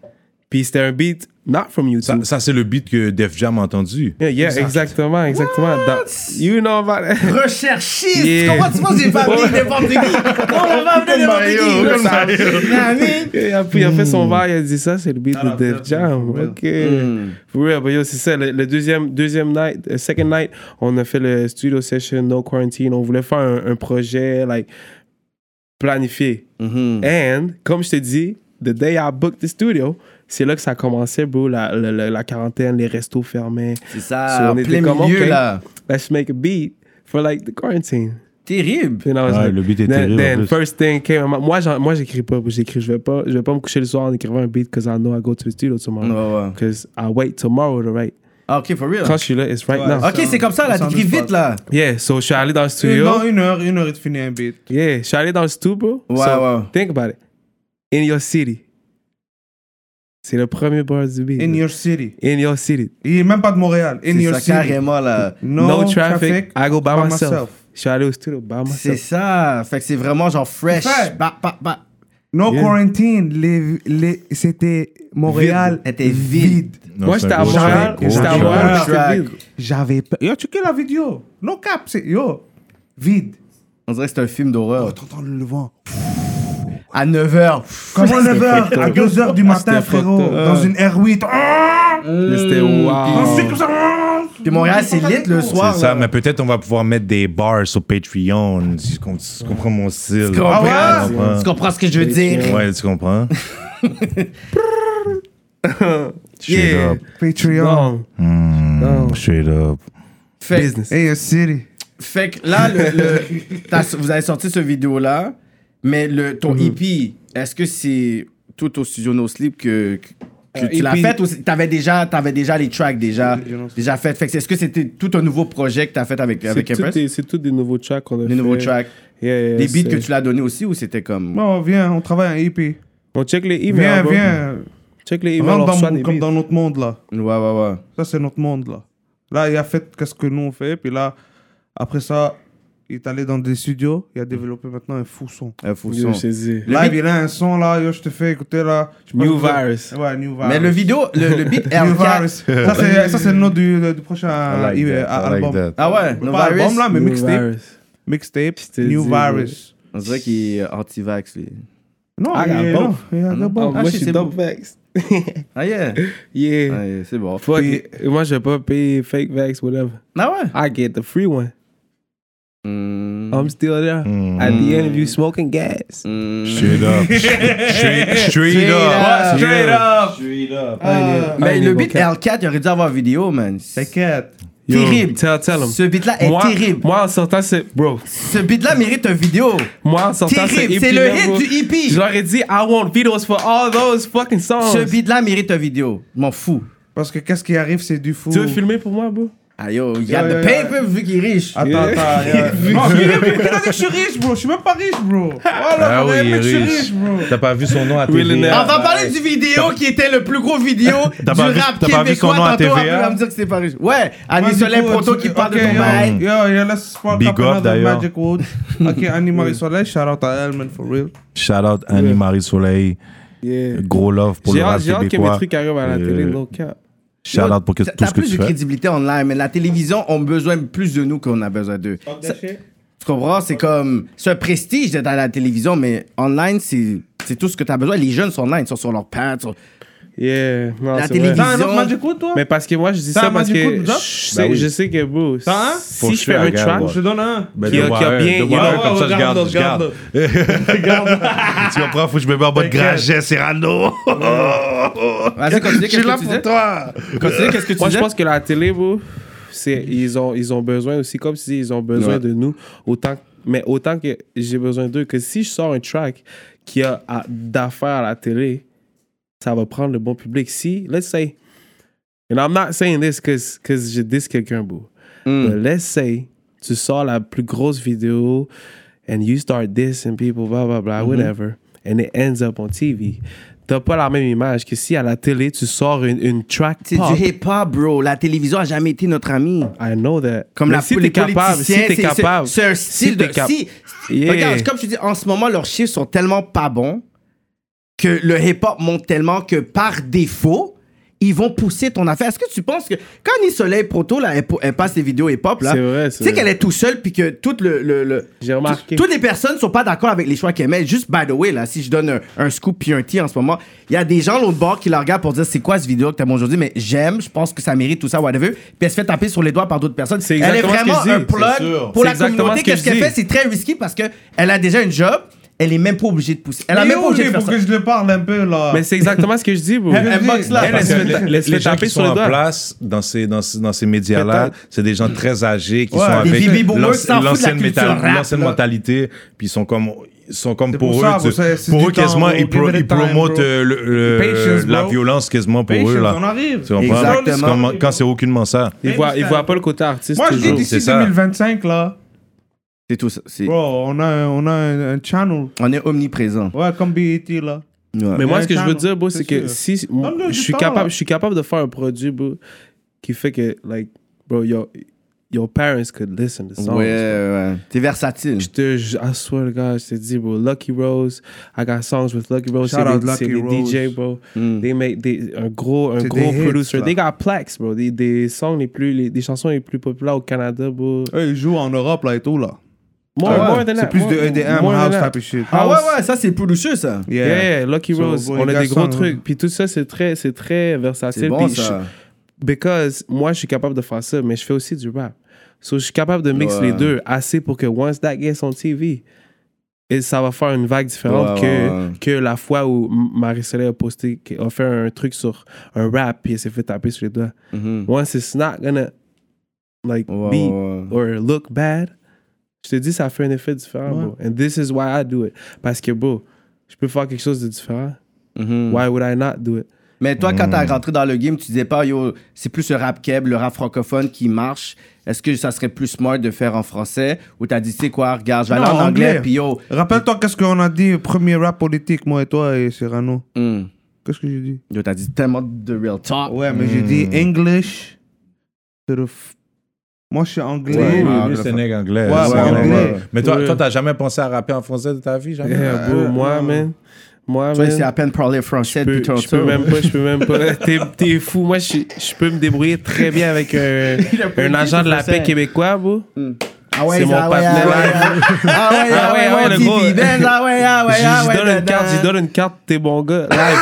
[SPEAKER 6] Puis c'était un beat not from
[SPEAKER 2] Ça,
[SPEAKER 6] YouTube.
[SPEAKER 2] ça, c'est le beat que Def Jam a entendu.
[SPEAKER 6] yeah, yeah, exactement, exactement. Dans- you know about that.
[SPEAKER 4] Recherchiste!
[SPEAKER 6] Yeah.
[SPEAKER 4] Comment tu penses que j'ai pas amené n'importe qui? On l'a pas amené n'importe qui! là, ça a pris une année.
[SPEAKER 6] Il a, pris- il a fait son verre, il a dit ça, c'est le beat
[SPEAKER 4] Ah,
[SPEAKER 6] de Def Jam. Ok. For real, but yo, c'est ça. Le, le deuxième, deuxième night, euh, second night, on a fait le studio session, no quarantine. On voulait faire un, un projet, like, planifié.
[SPEAKER 4] Mm-hmm.
[SPEAKER 6] And, comme je te dis, the day I booked the studio, c'est là que ça commençait, bro, la, la, la, la quarantaine, les restos fermés.
[SPEAKER 4] C'est
[SPEAKER 6] So,
[SPEAKER 4] ça,
[SPEAKER 6] on
[SPEAKER 4] en
[SPEAKER 6] était
[SPEAKER 4] plein
[SPEAKER 6] comme,
[SPEAKER 4] milieu,
[SPEAKER 6] ok.
[SPEAKER 4] là.
[SPEAKER 6] Let's make a beat for, like, the quarantine.
[SPEAKER 4] Terrible.
[SPEAKER 6] Puis là, I was
[SPEAKER 2] Ouais,
[SPEAKER 6] like-
[SPEAKER 2] le beat est
[SPEAKER 6] then,
[SPEAKER 2] terrible, en
[SPEAKER 6] then
[SPEAKER 2] plus.
[SPEAKER 6] first thing came, moi, j'en- moi j'écris pas, j'écris, je vais pas, je vais pas me coucher le soir en écrivant un beat because I know I go to the studio tomorrow.
[SPEAKER 4] Ouais, ouais.
[SPEAKER 6] Because I wait tomorrow to write.
[SPEAKER 4] Ah, ok, for real.
[SPEAKER 6] Quand je suis là, it's right
[SPEAKER 5] Ouais.
[SPEAKER 6] now.
[SPEAKER 5] Ah.
[SPEAKER 4] Ok, c'est comme ça, là,
[SPEAKER 5] Ça
[SPEAKER 4] t'écris
[SPEAKER 5] me
[SPEAKER 4] vite,
[SPEAKER 5] parle.
[SPEAKER 4] là.
[SPEAKER 6] Yeah, so je suis allé dans le
[SPEAKER 5] Une- Eh,
[SPEAKER 6] studio.
[SPEAKER 5] Non, une heure, une heure, il te finit un beat.
[SPEAKER 6] Yeah, je suis allé dans le studio, bro.
[SPEAKER 4] Ouais,
[SPEAKER 6] so,
[SPEAKER 4] ouais.
[SPEAKER 6] Think about it. In your city. C'est le premier bar du beat.
[SPEAKER 5] In your city.
[SPEAKER 6] In your city.
[SPEAKER 5] Il est même pas de Montréal. In
[SPEAKER 4] C'est
[SPEAKER 5] your
[SPEAKER 4] ça,
[SPEAKER 5] city.
[SPEAKER 4] carrément, là.
[SPEAKER 5] No, traffic.
[SPEAKER 6] I go by,
[SPEAKER 5] by
[SPEAKER 6] myself.
[SPEAKER 5] myself.
[SPEAKER 6] Je suis allé au studio by
[SPEAKER 4] C'est
[SPEAKER 6] myself.
[SPEAKER 4] ça. Fait que c'est vraiment genre fresh.
[SPEAKER 5] Fait.
[SPEAKER 4] Bah, bah, bah.
[SPEAKER 5] No
[SPEAKER 6] Yeah.
[SPEAKER 5] quarantine. Les, les, c'était Montréal.
[SPEAKER 4] Vide. Était vide.
[SPEAKER 2] Non,
[SPEAKER 6] Moi,
[SPEAKER 2] c'est
[SPEAKER 6] j'étais
[SPEAKER 2] un
[SPEAKER 6] à
[SPEAKER 2] gros
[SPEAKER 6] Montréal.
[SPEAKER 2] track, gros
[SPEAKER 6] J'étais à
[SPEAKER 2] track.
[SPEAKER 6] Montréal.
[SPEAKER 4] Gros
[SPEAKER 6] c'était
[SPEAKER 4] track.
[SPEAKER 6] vide.
[SPEAKER 5] J'avais peur. Yo, checké la vidéo. No cap, c'est. Yo. Vide.
[SPEAKER 4] On dirait que c'est un film d'horreur.
[SPEAKER 5] T'entends le vent.
[SPEAKER 4] À 9h.
[SPEAKER 5] Comment 9h à 2h du matin, frérot, dans une R8. Ah
[SPEAKER 6] C'était
[SPEAKER 5] On
[SPEAKER 6] wow.
[SPEAKER 5] sait comme ça. ah
[SPEAKER 4] Puis Mmh. Montréal, c'est lit le soir.
[SPEAKER 2] C'est
[SPEAKER 4] là.
[SPEAKER 2] ça, mais peut-être on va pouvoir mettre des bars sur Patreon, si tu com- si tu comprends mon style.
[SPEAKER 4] Tu comprends?
[SPEAKER 5] Ah
[SPEAKER 2] ouais? Ouais.
[SPEAKER 4] Tu comprends ce que je veux dire?
[SPEAKER 2] Ouais, tu comprends? Straight
[SPEAKER 6] Yeah.
[SPEAKER 2] up.
[SPEAKER 5] Patreon.
[SPEAKER 6] Non.
[SPEAKER 2] Hmm,
[SPEAKER 6] Non.
[SPEAKER 2] Straight up.
[SPEAKER 4] Fait,
[SPEAKER 6] Business.
[SPEAKER 5] Hey, a city.
[SPEAKER 4] fait que là, le, le- t'as- vous avez sorti ce vidéo-là, mais le, ton
[SPEAKER 6] Mm-hmm.
[SPEAKER 4] EP, est-ce que c'est tout au studio No Sleep que, que
[SPEAKER 6] Euh,
[SPEAKER 4] tu l'as
[SPEAKER 6] EP.
[SPEAKER 4] fait ou c'est- t'avais déjà, t'avais déjà les tracks déjà, déjà fait? Fait que est-ce que c'était tout un nouveau projet que t'as fait avec,
[SPEAKER 6] C'est
[SPEAKER 4] avec
[SPEAKER 6] tout
[SPEAKER 4] Empress?
[SPEAKER 6] des- C'est tous des nouveaux tracks qu'on a fait.
[SPEAKER 4] Des nouveaux tracks?
[SPEAKER 6] Yeah, yeah,
[SPEAKER 4] Des beats
[SPEAKER 6] c'est-
[SPEAKER 4] que tu l'as donné aussi ou c'était comme.
[SPEAKER 5] Bon, viens, on travaille E un EP.
[SPEAKER 6] On check les emails.
[SPEAKER 5] Viens,
[SPEAKER 6] bro.
[SPEAKER 5] viens.
[SPEAKER 6] Check les emails.
[SPEAKER 5] Rentre
[SPEAKER 6] on
[SPEAKER 5] dans
[SPEAKER 6] reçoit
[SPEAKER 5] mon-
[SPEAKER 6] des
[SPEAKER 5] comme
[SPEAKER 6] beats.
[SPEAKER 5] dans notre monde, là.
[SPEAKER 4] Ouais, ouais, ouais.
[SPEAKER 5] Ça, c'est notre monde, là. Là, il a fait qu'est-ce que nous, on fait. Puis là, après ça, il est allé dans des studios. Il a développé maintenant un fou son.
[SPEAKER 4] Un faux son.
[SPEAKER 6] Yo, je te dis.
[SPEAKER 5] Là,
[SPEAKER 4] beat-
[SPEAKER 5] il a un son, là. Yo, je te fais écouter, là. Je sais pas
[SPEAKER 6] New
[SPEAKER 5] si vous avez-
[SPEAKER 6] Virus.
[SPEAKER 5] Ouais, New Virus.
[SPEAKER 4] Mais le vidéo, le, le beat
[SPEAKER 5] New
[SPEAKER 4] R4.
[SPEAKER 5] Virus. Ça, c'est ça, c'est le nom du, du prochain
[SPEAKER 2] I like
[SPEAKER 5] euh,
[SPEAKER 2] that, Ah, I like
[SPEAKER 5] album.
[SPEAKER 2] that.
[SPEAKER 4] Ah ouais,
[SPEAKER 5] Pas album, là, mais
[SPEAKER 6] New
[SPEAKER 5] mixtape.
[SPEAKER 6] virus.
[SPEAKER 5] mixtape,
[SPEAKER 6] Je te
[SPEAKER 5] New
[SPEAKER 6] dis,
[SPEAKER 5] Virus.
[SPEAKER 4] On dirait qu'il est anti-vax, lui.
[SPEAKER 5] Non,
[SPEAKER 6] I got
[SPEAKER 5] il-
[SPEAKER 6] both.
[SPEAKER 5] non, il a
[SPEAKER 6] Oh,
[SPEAKER 5] both.
[SPEAKER 6] moi,
[SPEAKER 4] Ah,
[SPEAKER 6] je
[SPEAKER 4] si,
[SPEAKER 6] suis
[SPEAKER 4] c'est
[SPEAKER 6] double
[SPEAKER 4] bon.
[SPEAKER 6] vax.
[SPEAKER 4] Ah yeah.
[SPEAKER 6] Yeah.
[SPEAKER 4] Ah, yeah, c'est bon.
[SPEAKER 6] Fuck it. Moi, je vais pas payer fake vax, whatever.
[SPEAKER 4] Ah ouais?
[SPEAKER 6] I get the free one.
[SPEAKER 4] Mm.
[SPEAKER 6] I'm still there. At the end of you smoking gas.
[SPEAKER 4] Mm.
[SPEAKER 2] Straight up. Straight, straight up.
[SPEAKER 4] Straight up.
[SPEAKER 2] Straight up.
[SPEAKER 6] Ah,
[SPEAKER 4] Mais le beat
[SPEAKER 6] but
[SPEAKER 4] L4, Ah, il aurait dû avoir vidéo, man. C'est
[SPEAKER 5] T'inquiète.
[SPEAKER 4] terrible.
[SPEAKER 6] Tell, tell him.
[SPEAKER 4] Ce beat-là est
[SPEAKER 6] moi,
[SPEAKER 4] terrible.
[SPEAKER 6] Moi, en sortant, c'est. Bro.
[SPEAKER 4] Ce beat-là mérite un vidéo.
[SPEAKER 6] Moi, en sortant, E c'est.
[SPEAKER 4] Terrible. C'est le hit du E
[SPEAKER 6] Je
[SPEAKER 4] hippie.
[SPEAKER 6] leur ai dit, I want videos for all those fucking songs.
[SPEAKER 4] Ce beat-là mérite un vidéo. Je M'en fous.
[SPEAKER 5] Parce que qu'est-ce qui arrive, c'est du fou.
[SPEAKER 6] Tu veux filmer pour moi, bro?
[SPEAKER 4] Ah yo, il y a
[SPEAKER 5] Yo, yo,
[SPEAKER 4] de
[SPEAKER 5] yo.
[SPEAKER 4] paper vu qu'il est riche.
[SPEAKER 5] Attends, attends. regarde. Non, je suis riche, pourquoi t'as dit que je suis riche, bro? Je suis même pas riche, bro. Voilà,
[SPEAKER 2] Ah oui, il est
[SPEAKER 5] je suis
[SPEAKER 2] riche.
[SPEAKER 5] riche, bro.
[SPEAKER 2] T'as pas vu son nom à
[SPEAKER 4] On
[SPEAKER 2] TVA?
[SPEAKER 4] va parler du vidéo qui était le plus gros vidéo du
[SPEAKER 2] T'as pas vu-
[SPEAKER 4] rap
[SPEAKER 2] t'as pas vu son
[SPEAKER 4] québécois
[SPEAKER 2] nom à
[SPEAKER 4] tantôt. Après,
[SPEAKER 2] TVA?
[SPEAKER 4] on va me dire que c'est pas riche. Ouais,
[SPEAKER 5] Moi,
[SPEAKER 4] Annie
[SPEAKER 5] bah, du
[SPEAKER 4] Soleil
[SPEAKER 5] coup,
[SPEAKER 4] Proto
[SPEAKER 5] tu-
[SPEAKER 4] qui parle de
[SPEAKER 5] ok,
[SPEAKER 4] ton
[SPEAKER 5] yo,
[SPEAKER 4] bail.
[SPEAKER 5] Yo, yo, let's spark
[SPEAKER 2] Big
[SPEAKER 5] up
[SPEAKER 2] up,
[SPEAKER 5] another
[SPEAKER 2] d'ailleurs.
[SPEAKER 5] magic word. Ok, Annie Marie Soleil, shout out à elle, man, for real.
[SPEAKER 2] Shout out Annie-Marie Soleil.
[SPEAKER 6] Yeah.
[SPEAKER 2] Gros love pour
[SPEAKER 6] J'ai
[SPEAKER 2] le rap
[SPEAKER 6] hâte, j'ai hâte que mes
[SPEAKER 2] québécois.
[SPEAKER 6] trucs arrivent à la
[SPEAKER 2] Euh,
[SPEAKER 6] télé, no cap.
[SPEAKER 2] Shout out pour que-
[SPEAKER 4] T'as-
[SPEAKER 2] tout ce
[SPEAKER 4] T'as
[SPEAKER 2] que
[SPEAKER 4] plus
[SPEAKER 2] tu
[SPEAKER 4] de
[SPEAKER 2] fais.
[SPEAKER 4] crédibilité online, mais la télévision a besoin plus de nous qu'on a besoin d'eux.
[SPEAKER 6] Ah.
[SPEAKER 4] Ça- Tu comprends? C'est comme. C'est un prestige d'être à la télévision, mais online, c'est c'est tout ce que t'as besoin. Les jeunes sont online, ils sont sur leur pad. sur-
[SPEAKER 6] Yeah. Non,
[SPEAKER 4] La
[SPEAKER 6] c'est vrai.
[SPEAKER 4] télévision.
[SPEAKER 5] T'as un autre magic word, toi?
[SPEAKER 6] Mais parce que moi, je dis
[SPEAKER 5] T'as
[SPEAKER 6] ça
[SPEAKER 5] un
[SPEAKER 6] parce
[SPEAKER 5] Magic Wood,
[SPEAKER 6] que
[SPEAKER 5] nous
[SPEAKER 6] je
[SPEAKER 5] autres
[SPEAKER 6] sais,
[SPEAKER 2] Bah oui.
[SPEAKER 6] je sais que, bro, si
[SPEAKER 5] T'as un?
[SPEAKER 2] Faut
[SPEAKER 6] si je
[SPEAKER 2] chier
[SPEAKER 6] fais
[SPEAKER 2] à
[SPEAKER 6] un
[SPEAKER 2] Gare,
[SPEAKER 6] track,
[SPEAKER 2] ouais.
[SPEAKER 5] Je te donne un.
[SPEAKER 2] Ben,
[SPEAKER 6] Qui a-
[SPEAKER 2] de
[SPEAKER 6] qui a
[SPEAKER 2] Warren,
[SPEAKER 6] bien-
[SPEAKER 2] de
[SPEAKER 6] il y a-
[SPEAKER 2] Warren,
[SPEAKER 5] ouais,
[SPEAKER 2] comme ça,
[SPEAKER 5] ouais,
[SPEAKER 2] je garde,
[SPEAKER 5] regarde,
[SPEAKER 2] je garde.
[SPEAKER 5] regarde.
[SPEAKER 2] Tu comprends? Faut que je me mets en mode graget, Cyrano.
[SPEAKER 4] Vas-y, continue.
[SPEAKER 2] Je suis
[SPEAKER 4] Qu'est-ce
[SPEAKER 2] là
[SPEAKER 4] que tu
[SPEAKER 2] pour
[SPEAKER 4] disais?
[SPEAKER 2] toi.
[SPEAKER 4] Continue, qu'est-ce que tu
[SPEAKER 6] Moi, je
[SPEAKER 4] disais?
[SPEAKER 6] pense que la télé, bro, c'est, ils, ont, ils ont besoin aussi, comme si ils ont besoin
[SPEAKER 4] Ouais.
[SPEAKER 6] de nous, autant, mais autant que j'ai besoin d'eux, que si je sors un track qui a à- d'affaires à la télé, ça va prendre le bon public. Si, let's say, and I'm not saying this because je dis quelqu'un, bro,
[SPEAKER 4] Hmm.
[SPEAKER 6] but let's say, tu sors la plus grosse vidéo and you start dissing people, blah, blah,
[SPEAKER 4] Mm-hmm.
[SPEAKER 6] blah, whatever, and it ends up on TV. T'as pas la même image que si à la télé, tu sors une, une track
[SPEAKER 4] C'est
[SPEAKER 6] pop.
[SPEAKER 4] du hip-hop, bro. La télévision a jamais été notre amie.
[SPEAKER 6] I know that.
[SPEAKER 4] Comme
[SPEAKER 6] Mais
[SPEAKER 4] la
[SPEAKER 6] si
[SPEAKER 4] les
[SPEAKER 6] t'es capable, si
[SPEAKER 4] politiciens,
[SPEAKER 6] t'es
[SPEAKER 4] c'est- c'est-
[SPEAKER 6] capable,
[SPEAKER 4] C'est un
[SPEAKER 6] si
[SPEAKER 4] style de.
[SPEAKER 6] t'es cap-
[SPEAKER 4] si-
[SPEAKER 6] Yeah.
[SPEAKER 4] Regarde, comme je te dis, en ce moment, leurs chiffres sont tellement pas bons que le hip-hop monte tellement que par défaut, ils vont pousser ton affaire. Est-ce que tu penses que quand Annie Soleil Proto, là, elle, po- elle passe des vidéos hip-hop, là,
[SPEAKER 6] C'est vrai, c'est
[SPEAKER 4] tu sais
[SPEAKER 6] vrai.
[SPEAKER 4] qu'elle est tout seule puis que toute le, le- le-
[SPEAKER 6] J'ai remarqué.
[SPEAKER 4] toutes les personnes sont pas d'accord avec les choix qu'elle met. Juste by the way, là, si je donne un, un scoop puis un tir en ce moment, il y a des gens l'autre bord qui la regardent pour dire c'est quoi ce vidéo que t'as mis aujourd'hui, mais j'aime, je pense que ça mérite tout ça, whatever. Puis elle se fait taper sur les doigts par d'autres personnes.
[SPEAKER 6] C'est
[SPEAKER 4] elle est
[SPEAKER 6] exactement ce que
[SPEAKER 4] vraiment
[SPEAKER 6] je dis,
[SPEAKER 4] un
[SPEAKER 6] c'est
[SPEAKER 4] plug
[SPEAKER 6] sûr.
[SPEAKER 4] pour
[SPEAKER 6] C'est
[SPEAKER 4] la
[SPEAKER 6] exactement
[SPEAKER 4] communauté.
[SPEAKER 6] ce que
[SPEAKER 4] Qu'est-ce
[SPEAKER 6] je
[SPEAKER 4] qu'elle
[SPEAKER 6] dis.
[SPEAKER 4] fait C'est très risqué parce que elle a déjà une job. Elle est même pas obligée de pousser. Elle a
[SPEAKER 5] Mais
[SPEAKER 4] même pas
[SPEAKER 5] où,
[SPEAKER 4] obligé de
[SPEAKER 5] lui,
[SPEAKER 4] faire
[SPEAKER 5] pour
[SPEAKER 4] ça.
[SPEAKER 5] que je le parle un peu, là.
[SPEAKER 6] Mais c'est exactement ce que je dis, bro.
[SPEAKER 5] Elle- elle boxe là.
[SPEAKER 6] Elle, elle se fait- elle se fait
[SPEAKER 2] les gens
[SPEAKER 6] taper
[SPEAKER 2] qui
[SPEAKER 6] sur
[SPEAKER 2] sont
[SPEAKER 6] les
[SPEAKER 2] en
[SPEAKER 6] doigts.
[SPEAKER 2] place dans ces, dans ces, dans ces médias-là, c'est des gens très âgés qui sont
[SPEAKER 4] des
[SPEAKER 2] avec
[SPEAKER 4] baby boomers
[SPEAKER 2] l'anci-
[SPEAKER 4] qui s'en foutent de la
[SPEAKER 2] l'ancienne
[SPEAKER 4] culture
[SPEAKER 2] méta-
[SPEAKER 4] rap,
[SPEAKER 2] l'ancienne
[SPEAKER 4] là.
[SPEAKER 2] mentalité, puis ils sont comme ils sont comme
[SPEAKER 5] C'est
[SPEAKER 2] pour,
[SPEAKER 5] pour
[SPEAKER 2] eux,
[SPEAKER 5] ça,
[SPEAKER 2] tu-
[SPEAKER 5] bro, c'est- c'est
[SPEAKER 2] pour
[SPEAKER 5] du
[SPEAKER 2] eux quasiment
[SPEAKER 5] temps,
[SPEAKER 2] ils,
[SPEAKER 5] bro,
[SPEAKER 2] pro-
[SPEAKER 5] give it
[SPEAKER 2] ils
[SPEAKER 5] time,
[SPEAKER 2] promotent
[SPEAKER 5] bro.
[SPEAKER 2] euh, le- le-
[SPEAKER 5] Patience,
[SPEAKER 2] la
[SPEAKER 5] bro.
[SPEAKER 2] violence quasiment pour
[SPEAKER 5] Patience,
[SPEAKER 2] eux
[SPEAKER 5] on
[SPEAKER 2] là.
[SPEAKER 5] arrive.
[SPEAKER 2] Tu comprends?
[SPEAKER 4] Exactement.
[SPEAKER 2] C'est comme- Quand c'est aucune ça.
[SPEAKER 6] Ils voient, ils voient pas le côté artiste
[SPEAKER 5] Moi, je dis
[SPEAKER 6] toujours.
[SPEAKER 2] c'est
[SPEAKER 5] d'ici
[SPEAKER 2] ça.
[SPEAKER 5] 2025, là,
[SPEAKER 4] C'est tout ça. c'est-
[SPEAKER 5] bro, on a, un- on a un, un channel.
[SPEAKER 4] On est omniprésent.
[SPEAKER 5] Ouais, comme BET, là.
[SPEAKER 4] Ouais.
[SPEAKER 6] Mais
[SPEAKER 5] Il y a
[SPEAKER 6] moi,
[SPEAKER 5] un
[SPEAKER 6] ce que je veux
[SPEAKER 5] channel,
[SPEAKER 6] dire, bro,
[SPEAKER 5] c'est
[SPEAKER 6] c'est que
[SPEAKER 5] sûr.
[SPEAKER 6] si
[SPEAKER 5] Donne-le
[SPEAKER 6] moi,
[SPEAKER 5] du
[SPEAKER 6] je suis
[SPEAKER 5] temps, là.
[SPEAKER 6] capable, je suis capable de faire un produit, bro, qui fait que, like, bro, your, your parents could listen to songs.
[SPEAKER 4] ouais, ouais. T'es versatile.
[SPEAKER 6] Je te, je, I swear to God, je te dis, bro, Lucky Rose, I got songs with Lucky Rose.
[SPEAKER 5] Shout
[SPEAKER 6] c'est
[SPEAKER 5] out
[SPEAKER 6] des, c'est
[SPEAKER 5] Lucky
[SPEAKER 6] des
[SPEAKER 5] Rose.
[SPEAKER 6] DJ, bro.
[SPEAKER 4] Mm.
[SPEAKER 6] They make des, un gros, un
[SPEAKER 5] C'est
[SPEAKER 6] gros
[SPEAKER 5] des hits,
[SPEAKER 6] producer.
[SPEAKER 5] là.
[SPEAKER 6] They got plaques, bro. Des, des songs les plus, les, des chansons les plus populaires au Canada, bro.
[SPEAKER 5] Eux, ils jouent en Europe, là, et tout, là.
[SPEAKER 6] More,
[SPEAKER 5] Ah ouais.
[SPEAKER 6] more than
[SPEAKER 5] C'est
[SPEAKER 6] that,
[SPEAKER 5] plus
[SPEAKER 6] more-
[SPEAKER 5] de EDM,
[SPEAKER 6] more than
[SPEAKER 5] house
[SPEAKER 6] that.
[SPEAKER 5] type of shit.
[SPEAKER 4] Ah ouais, ouais, ça c'est doucheux ça.
[SPEAKER 6] Yeah, yeah, Lucky
[SPEAKER 5] So,
[SPEAKER 6] Rose.
[SPEAKER 5] bro,
[SPEAKER 6] On
[SPEAKER 5] les
[SPEAKER 6] a des
[SPEAKER 5] gars
[SPEAKER 6] gros
[SPEAKER 5] sont-
[SPEAKER 6] trucs. Puis tout ça, c'est très, c'est très versatile.
[SPEAKER 4] C'est bon
[SPEAKER 6] Puis
[SPEAKER 4] ça.
[SPEAKER 6] je- because moi, je suis capable de faire ça, mais je fais aussi du rap. So, je suis capable de mixer
[SPEAKER 4] Ouais.
[SPEAKER 6] les deux assez pour que once that gets on TV, et ça va faire une vague différente
[SPEAKER 4] Ouais, ouais,
[SPEAKER 6] que,
[SPEAKER 4] ouais.
[SPEAKER 6] que la fois où M- Marie-Soleil a posté, qu'elle a fait un truc sur un rap, puis elle s'est fait taper sur les doigts.
[SPEAKER 4] Mhm.
[SPEAKER 6] Once it's not gonna, like,
[SPEAKER 4] Ouais,
[SPEAKER 6] be
[SPEAKER 4] ouais, ouais.
[SPEAKER 6] or look bad, je te dis, ça fait un effet différent, bro. And this is why I do it. Parce que, bro, je peux faire quelque chose de différent.
[SPEAKER 4] Mhm.
[SPEAKER 6] Why would I not do it?
[SPEAKER 4] Mais toi, quand t'es rentré dans le game, tu disais pas, yo, c'est plus le rap keb, le rap francophone qui marche. Est-ce que ça serait plus smart de faire en français ou t'as dit, tu sais quoi, regarde, je vais
[SPEAKER 5] Non,
[SPEAKER 4] aller en anglais,
[SPEAKER 5] anglais.
[SPEAKER 4] puis yo.
[SPEAKER 5] Rappelle-toi qu'est-ce qu'on a dit, premier rap politique, moi et toi et Cyrano.
[SPEAKER 4] hmm.
[SPEAKER 5] Qu'est-ce que j'ai dit
[SPEAKER 4] Yo, t'as dit tellement de real talk.
[SPEAKER 5] Ouais, mais j'ai dit English to the f- Moi, je suis anglais.
[SPEAKER 2] Ouais,
[SPEAKER 4] ouais,
[SPEAKER 2] mieux, c'est
[SPEAKER 4] anglophone.
[SPEAKER 2] nègre anglais.
[SPEAKER 5] ah, Ouais,
[SPEAKER 2] C'est
[SPEAKER 5] ouais,
[SPEAKER 2] nègre
[SPEAKER 5] anglais.
[SPEAKER 2] anglais. Mais toi,
[SPEAKER 6] Ouais.
[SPEAKER 2] toi, t'as jamais pensé à rapper en français de ta vie, jamais?
[SPEAKER 6] Yeah, bro, moi, man. Moi,
[SPEAKER 4] Toi,
[SPEAKER 6] man.
[SPEAKER 4] c'est à peine parler français
[SPEAKER 6] Je peux-
[SPEAKER 4] depuis
[SPEAKER 6] je peux
[SPEAKER 4] tantôt.
[SPEAKER 6] même pas, je peux même pas. T'es, t'es fou. Moi, je, je peux me débrouiller très bien avec un,
[SPEAKER 4] Il a pas
[SPEAKER 6] un
[SPEAKER 4] dit
[SPEAKER 6] agent de la
[SPEAKER 4] français.
[SPEAKER 6] paix québécois, bro.
[SPEAKER 4] Ah Ah ouais,
[SPEAKER 6] C'est mon
[SPEAKER 4] ah ouais, ah
[SPEAKER 6] partenaire
[SPEAKER 4] ouais, Ah ouais, ah ouais,
[SPEAKER 6] ouais,
[SPEAKER 4] mon
[SPEAKER 6] le
[SPEAKER 4] petit
[SPEAKER 6] gros.
[SPEAKER 4] Vivenz, ah ouais, ah ouais,
[SPEAKER 6] Je-
[SPEAKER 4] ah
[SPEAKER 6] je
[SPEAKER 4] ouais,
[SPEAKER 6] donne une carte,
[SPEAKER 4] dadin.
[SPEAKER 6] je donne une carte, t'es bon gars. Live.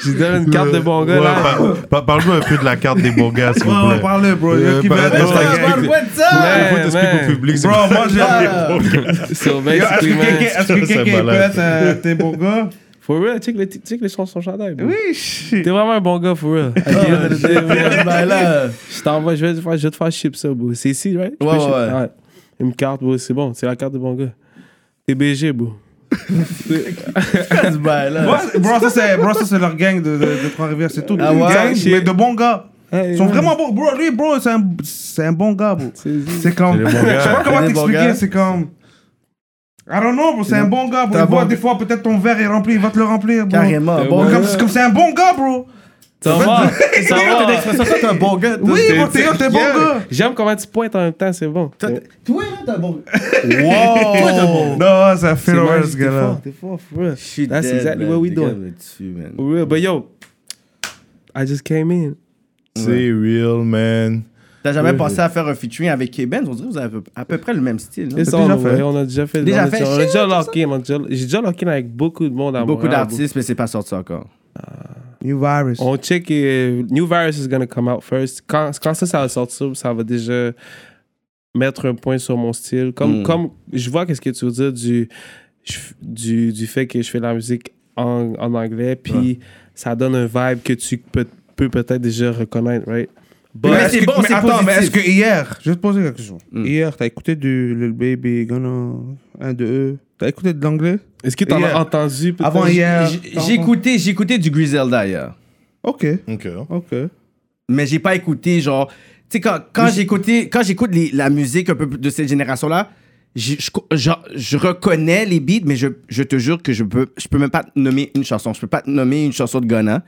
[SPEAKER 6] Je donne une carte de bon gars.
[SPEAKER 7] Ouais,
[SPEAKER 6] live.
[SPEAKER 7] par- par- Parle-moi un peu de la carte des bons gars, s'il vous
[SPEAKER 5] Ouais,
[SPEAKER 7] plaît.
[SPEAKER 5] ouais, parle, bro. Il y a
[SPEAKER 7] Euh,
[SPEAKER 5] qui
[SPEAKER 7] bah,
[SPEAKER 5] veut
[SPEAKER 7] est-ce
[SPEAKER 4] Ah,
[SPEAKER 7] que-
[SPEAKER 5] être.
[SPEAKER 4] parle pas de ça.
[SPEAKER 7] Il faut t'expliquer
[SPEAKER 6] Ouais,
[SPEAKER 7] au public. c'est
[SPEAKER 5] Bro,
[SPEAKER 7] quoi
[SPEAKER 5] moi, j'ai.
[SPEAKER 6] So
[SPEAKER 5] Yo, Est-ce
[SPEAKER 6] basically,
[SPEAKER 5] que
[SPEAKER 6] man,
[SPEAKER 5] quelqu'un- est-ce que
[SPEAKER 7] Ça, c'est
[SPEAKER 5] quelqu'un peut
[SPEAKER 7] malade.
[SPEAKER 5] être euh, t'es bon gars?
[SPEAKER 6] for real, check les, check les chansons chandail. bro.
[SPEAKER 5] Oui, Ah, shit.
[SPEAKER 6] T'es vraiment un bon gars, for real. At the end of the day, man, je t'envoie, je vais te faire, je vais te faire ship ça, bro. C'est ici, right? Je
[SPEAKER 4] Ouais,
[SPEAKER 6] peux ship-
[SPEAKER 4] ouais, ouais.
[SPEAKER 6] alright. Une carte, bro, c'est bon, c'est la carte de bon gars. T'es BG, bro.
[SPEAKER 4] Ce bail-là.
[SPEAKER 5] Moi, Bro, ça c'est bro, ça, c'est leur gang de, de, de Trois-Rivières, c'est tout.
[SPEAKER 4] Ah
[SPEAKER 5] Une
[SPEAKER 4] ouais?
[SPEAKER 5] gang, mais de bons gars.
[SPEAKER 6] Hey,
[SPEAKER 5] Ils sont
[SPEAKER 6] man.
[SPEAKER 5] vraiment bons. Bro, lui, bro, c'est un, c'est un bon gars, bro. C'est comme. Je
[SPEAKER 7] bons gars.
[SPEAKER 5] sais pas comment
[SPEAKER 4] C'est des bons
[SPEAKER 5] t'expliquer,
[SPEAKER 4] gars.
[SPEAKER 5] c'est comme. I don't know, bro, c'est un bon gars, bro.
[SPEAKER 4] T'as
[SPEAKER 5] Il voit
[SPEAKER 4] bon-
[SPEAKER 5] des fois, peut-être ton verre est rempli, il va te le remplir, bro.
[SPEAKER 4] Carrément.
[SPEAKER 5] Bro,
[SPEAKER 4] Bon,
[SPEAKER 5] comme- C'est comme c'est un bon gars, bro.
[SPEAKER 6] Ça va, ça va.
[SPEAKER 4] t'es un bon gars. toi.
[SPEAKER 5] Oui,
[SPEAKER 6] C'est-
[SPEAKER 5] bro, t'es
[SPEAKER 6] c'est-
[SPEAKER 5] t'es un bon
[SPEAKER 6] Yeah.
[SPEAKER 5] gars.
[SPEAKER 6] J'aime comment tu pointes en même temps, c'est bon.
[SPEAKER 4] Toi, t'es- Toi, là, t'es un bon gars.
[SPEAKER 6] Wow!
[SPEAKER 5] Non, c'est un phénomène, ce
[SPEAKER 6] T'es fort,
[SPEAKER 5] gars-là.
[SPEAKER 6] t'es fort, for real.
[SPEAKER 4] Je suis
[SPEAKER 6] That's
[SPEAKER 4] dead,
[SPEAKER 6] exactly
[SPEAKER 4] man.
[SPEAKER 6] Ah, what we
[SPEAKER 4] Des gars
[SPEAKER 6] doing.
[SPEAKER 4] là-dessus, man.
[SPEAKER 6] For real, but yo, I just came in.
[SPEAKER 2] C'est real, man.
[SPEAKER 4] T'as jamais pensé à faire un featuring avec K-Benz? On dirait que vous avez à peu- à peu près le même style. non?
[SPEAKER 6] C'est ça,
[SPEAKER 5] déjà
[SPEAKER 6] on,
[SPEAKER 5] fait.
[SPEAKER 6] on a déjà fait.
[SPEAKER 4] Déjà
[SPEAKER 6] on a
[SPEAKER 4] fait,
[SPEAKER 6] déjà- on a
[SPEAKER 4] shit,
[SPEAKER 6] déjà
[SPEAKER 4] comme ça.
[SPEAKER 6] lock-in. on a déjà- J'ai déjà lock-in avec beaucoup de monde à
[SPEAKER 4] Beaucoup
[SPEAKER 6] Montréal,
[SPEAKER 4] d'artistes, mais c'est pas sorti encore.
[SPEAKER 5] New virus.
[SPEAKER 6] On check euh, New Virus is gonna come out first. Quand, quand ça, ça va sortir, ça va déjà mettre un point sur mon style. Comme,
[SPEAKER 4] Mm.
[SPEAKER 6] comme je vois qu'est-ce que tu veux dire du, je f- du, du fait que je fais de la musique en, en anglais, puis ça donne un vibe que tu peux, peux peut-être déjà reconnaître, right? But-
[SPEAKER 4] Mais
[SPEAKER 5] Est-ce
[SPEAKER 4] c'est
[SPEAKER 5] que-
[SPEAKER 4] bon,
[SPEAKER 5] mais
[SPEAKER 4] c'est
[SPEAKER 5] attends, mais
[SPEAKER 4] positif.
[SPEAKER 5] est-ce que hier, je vais te poser la question.
[SPEAKER 4] Mm.
[SPEAKER 5] Hier, t'as écouté du Lil Baby, Ghana, un de eux. T'as écouté de l'anglais
[SPEAKER 6] Est-ce que tu en
[SPEAKER 5] Hier.
[SPEAKER 6] as entendu? peut-être?
[SPEAKER 5] Avant hier.
[SPEAKER 4] J- J'ai écouté, j'ai écouté du Griselda hier.
[SPEAKER 5] Ok,
[SPEAKER 2] OK.
[SPEAKER 5] ok.
[SPEAKER 4] mais j'ai pas écouté genre tu sais quand quand j'écoutais quand j'écoute les- la musique un peu de cette génération là je, je, je reconnais les beats mais je, je te jure que je peux je peux même pas te nommer une chanson je peux pas te nommer une chanson de Ghana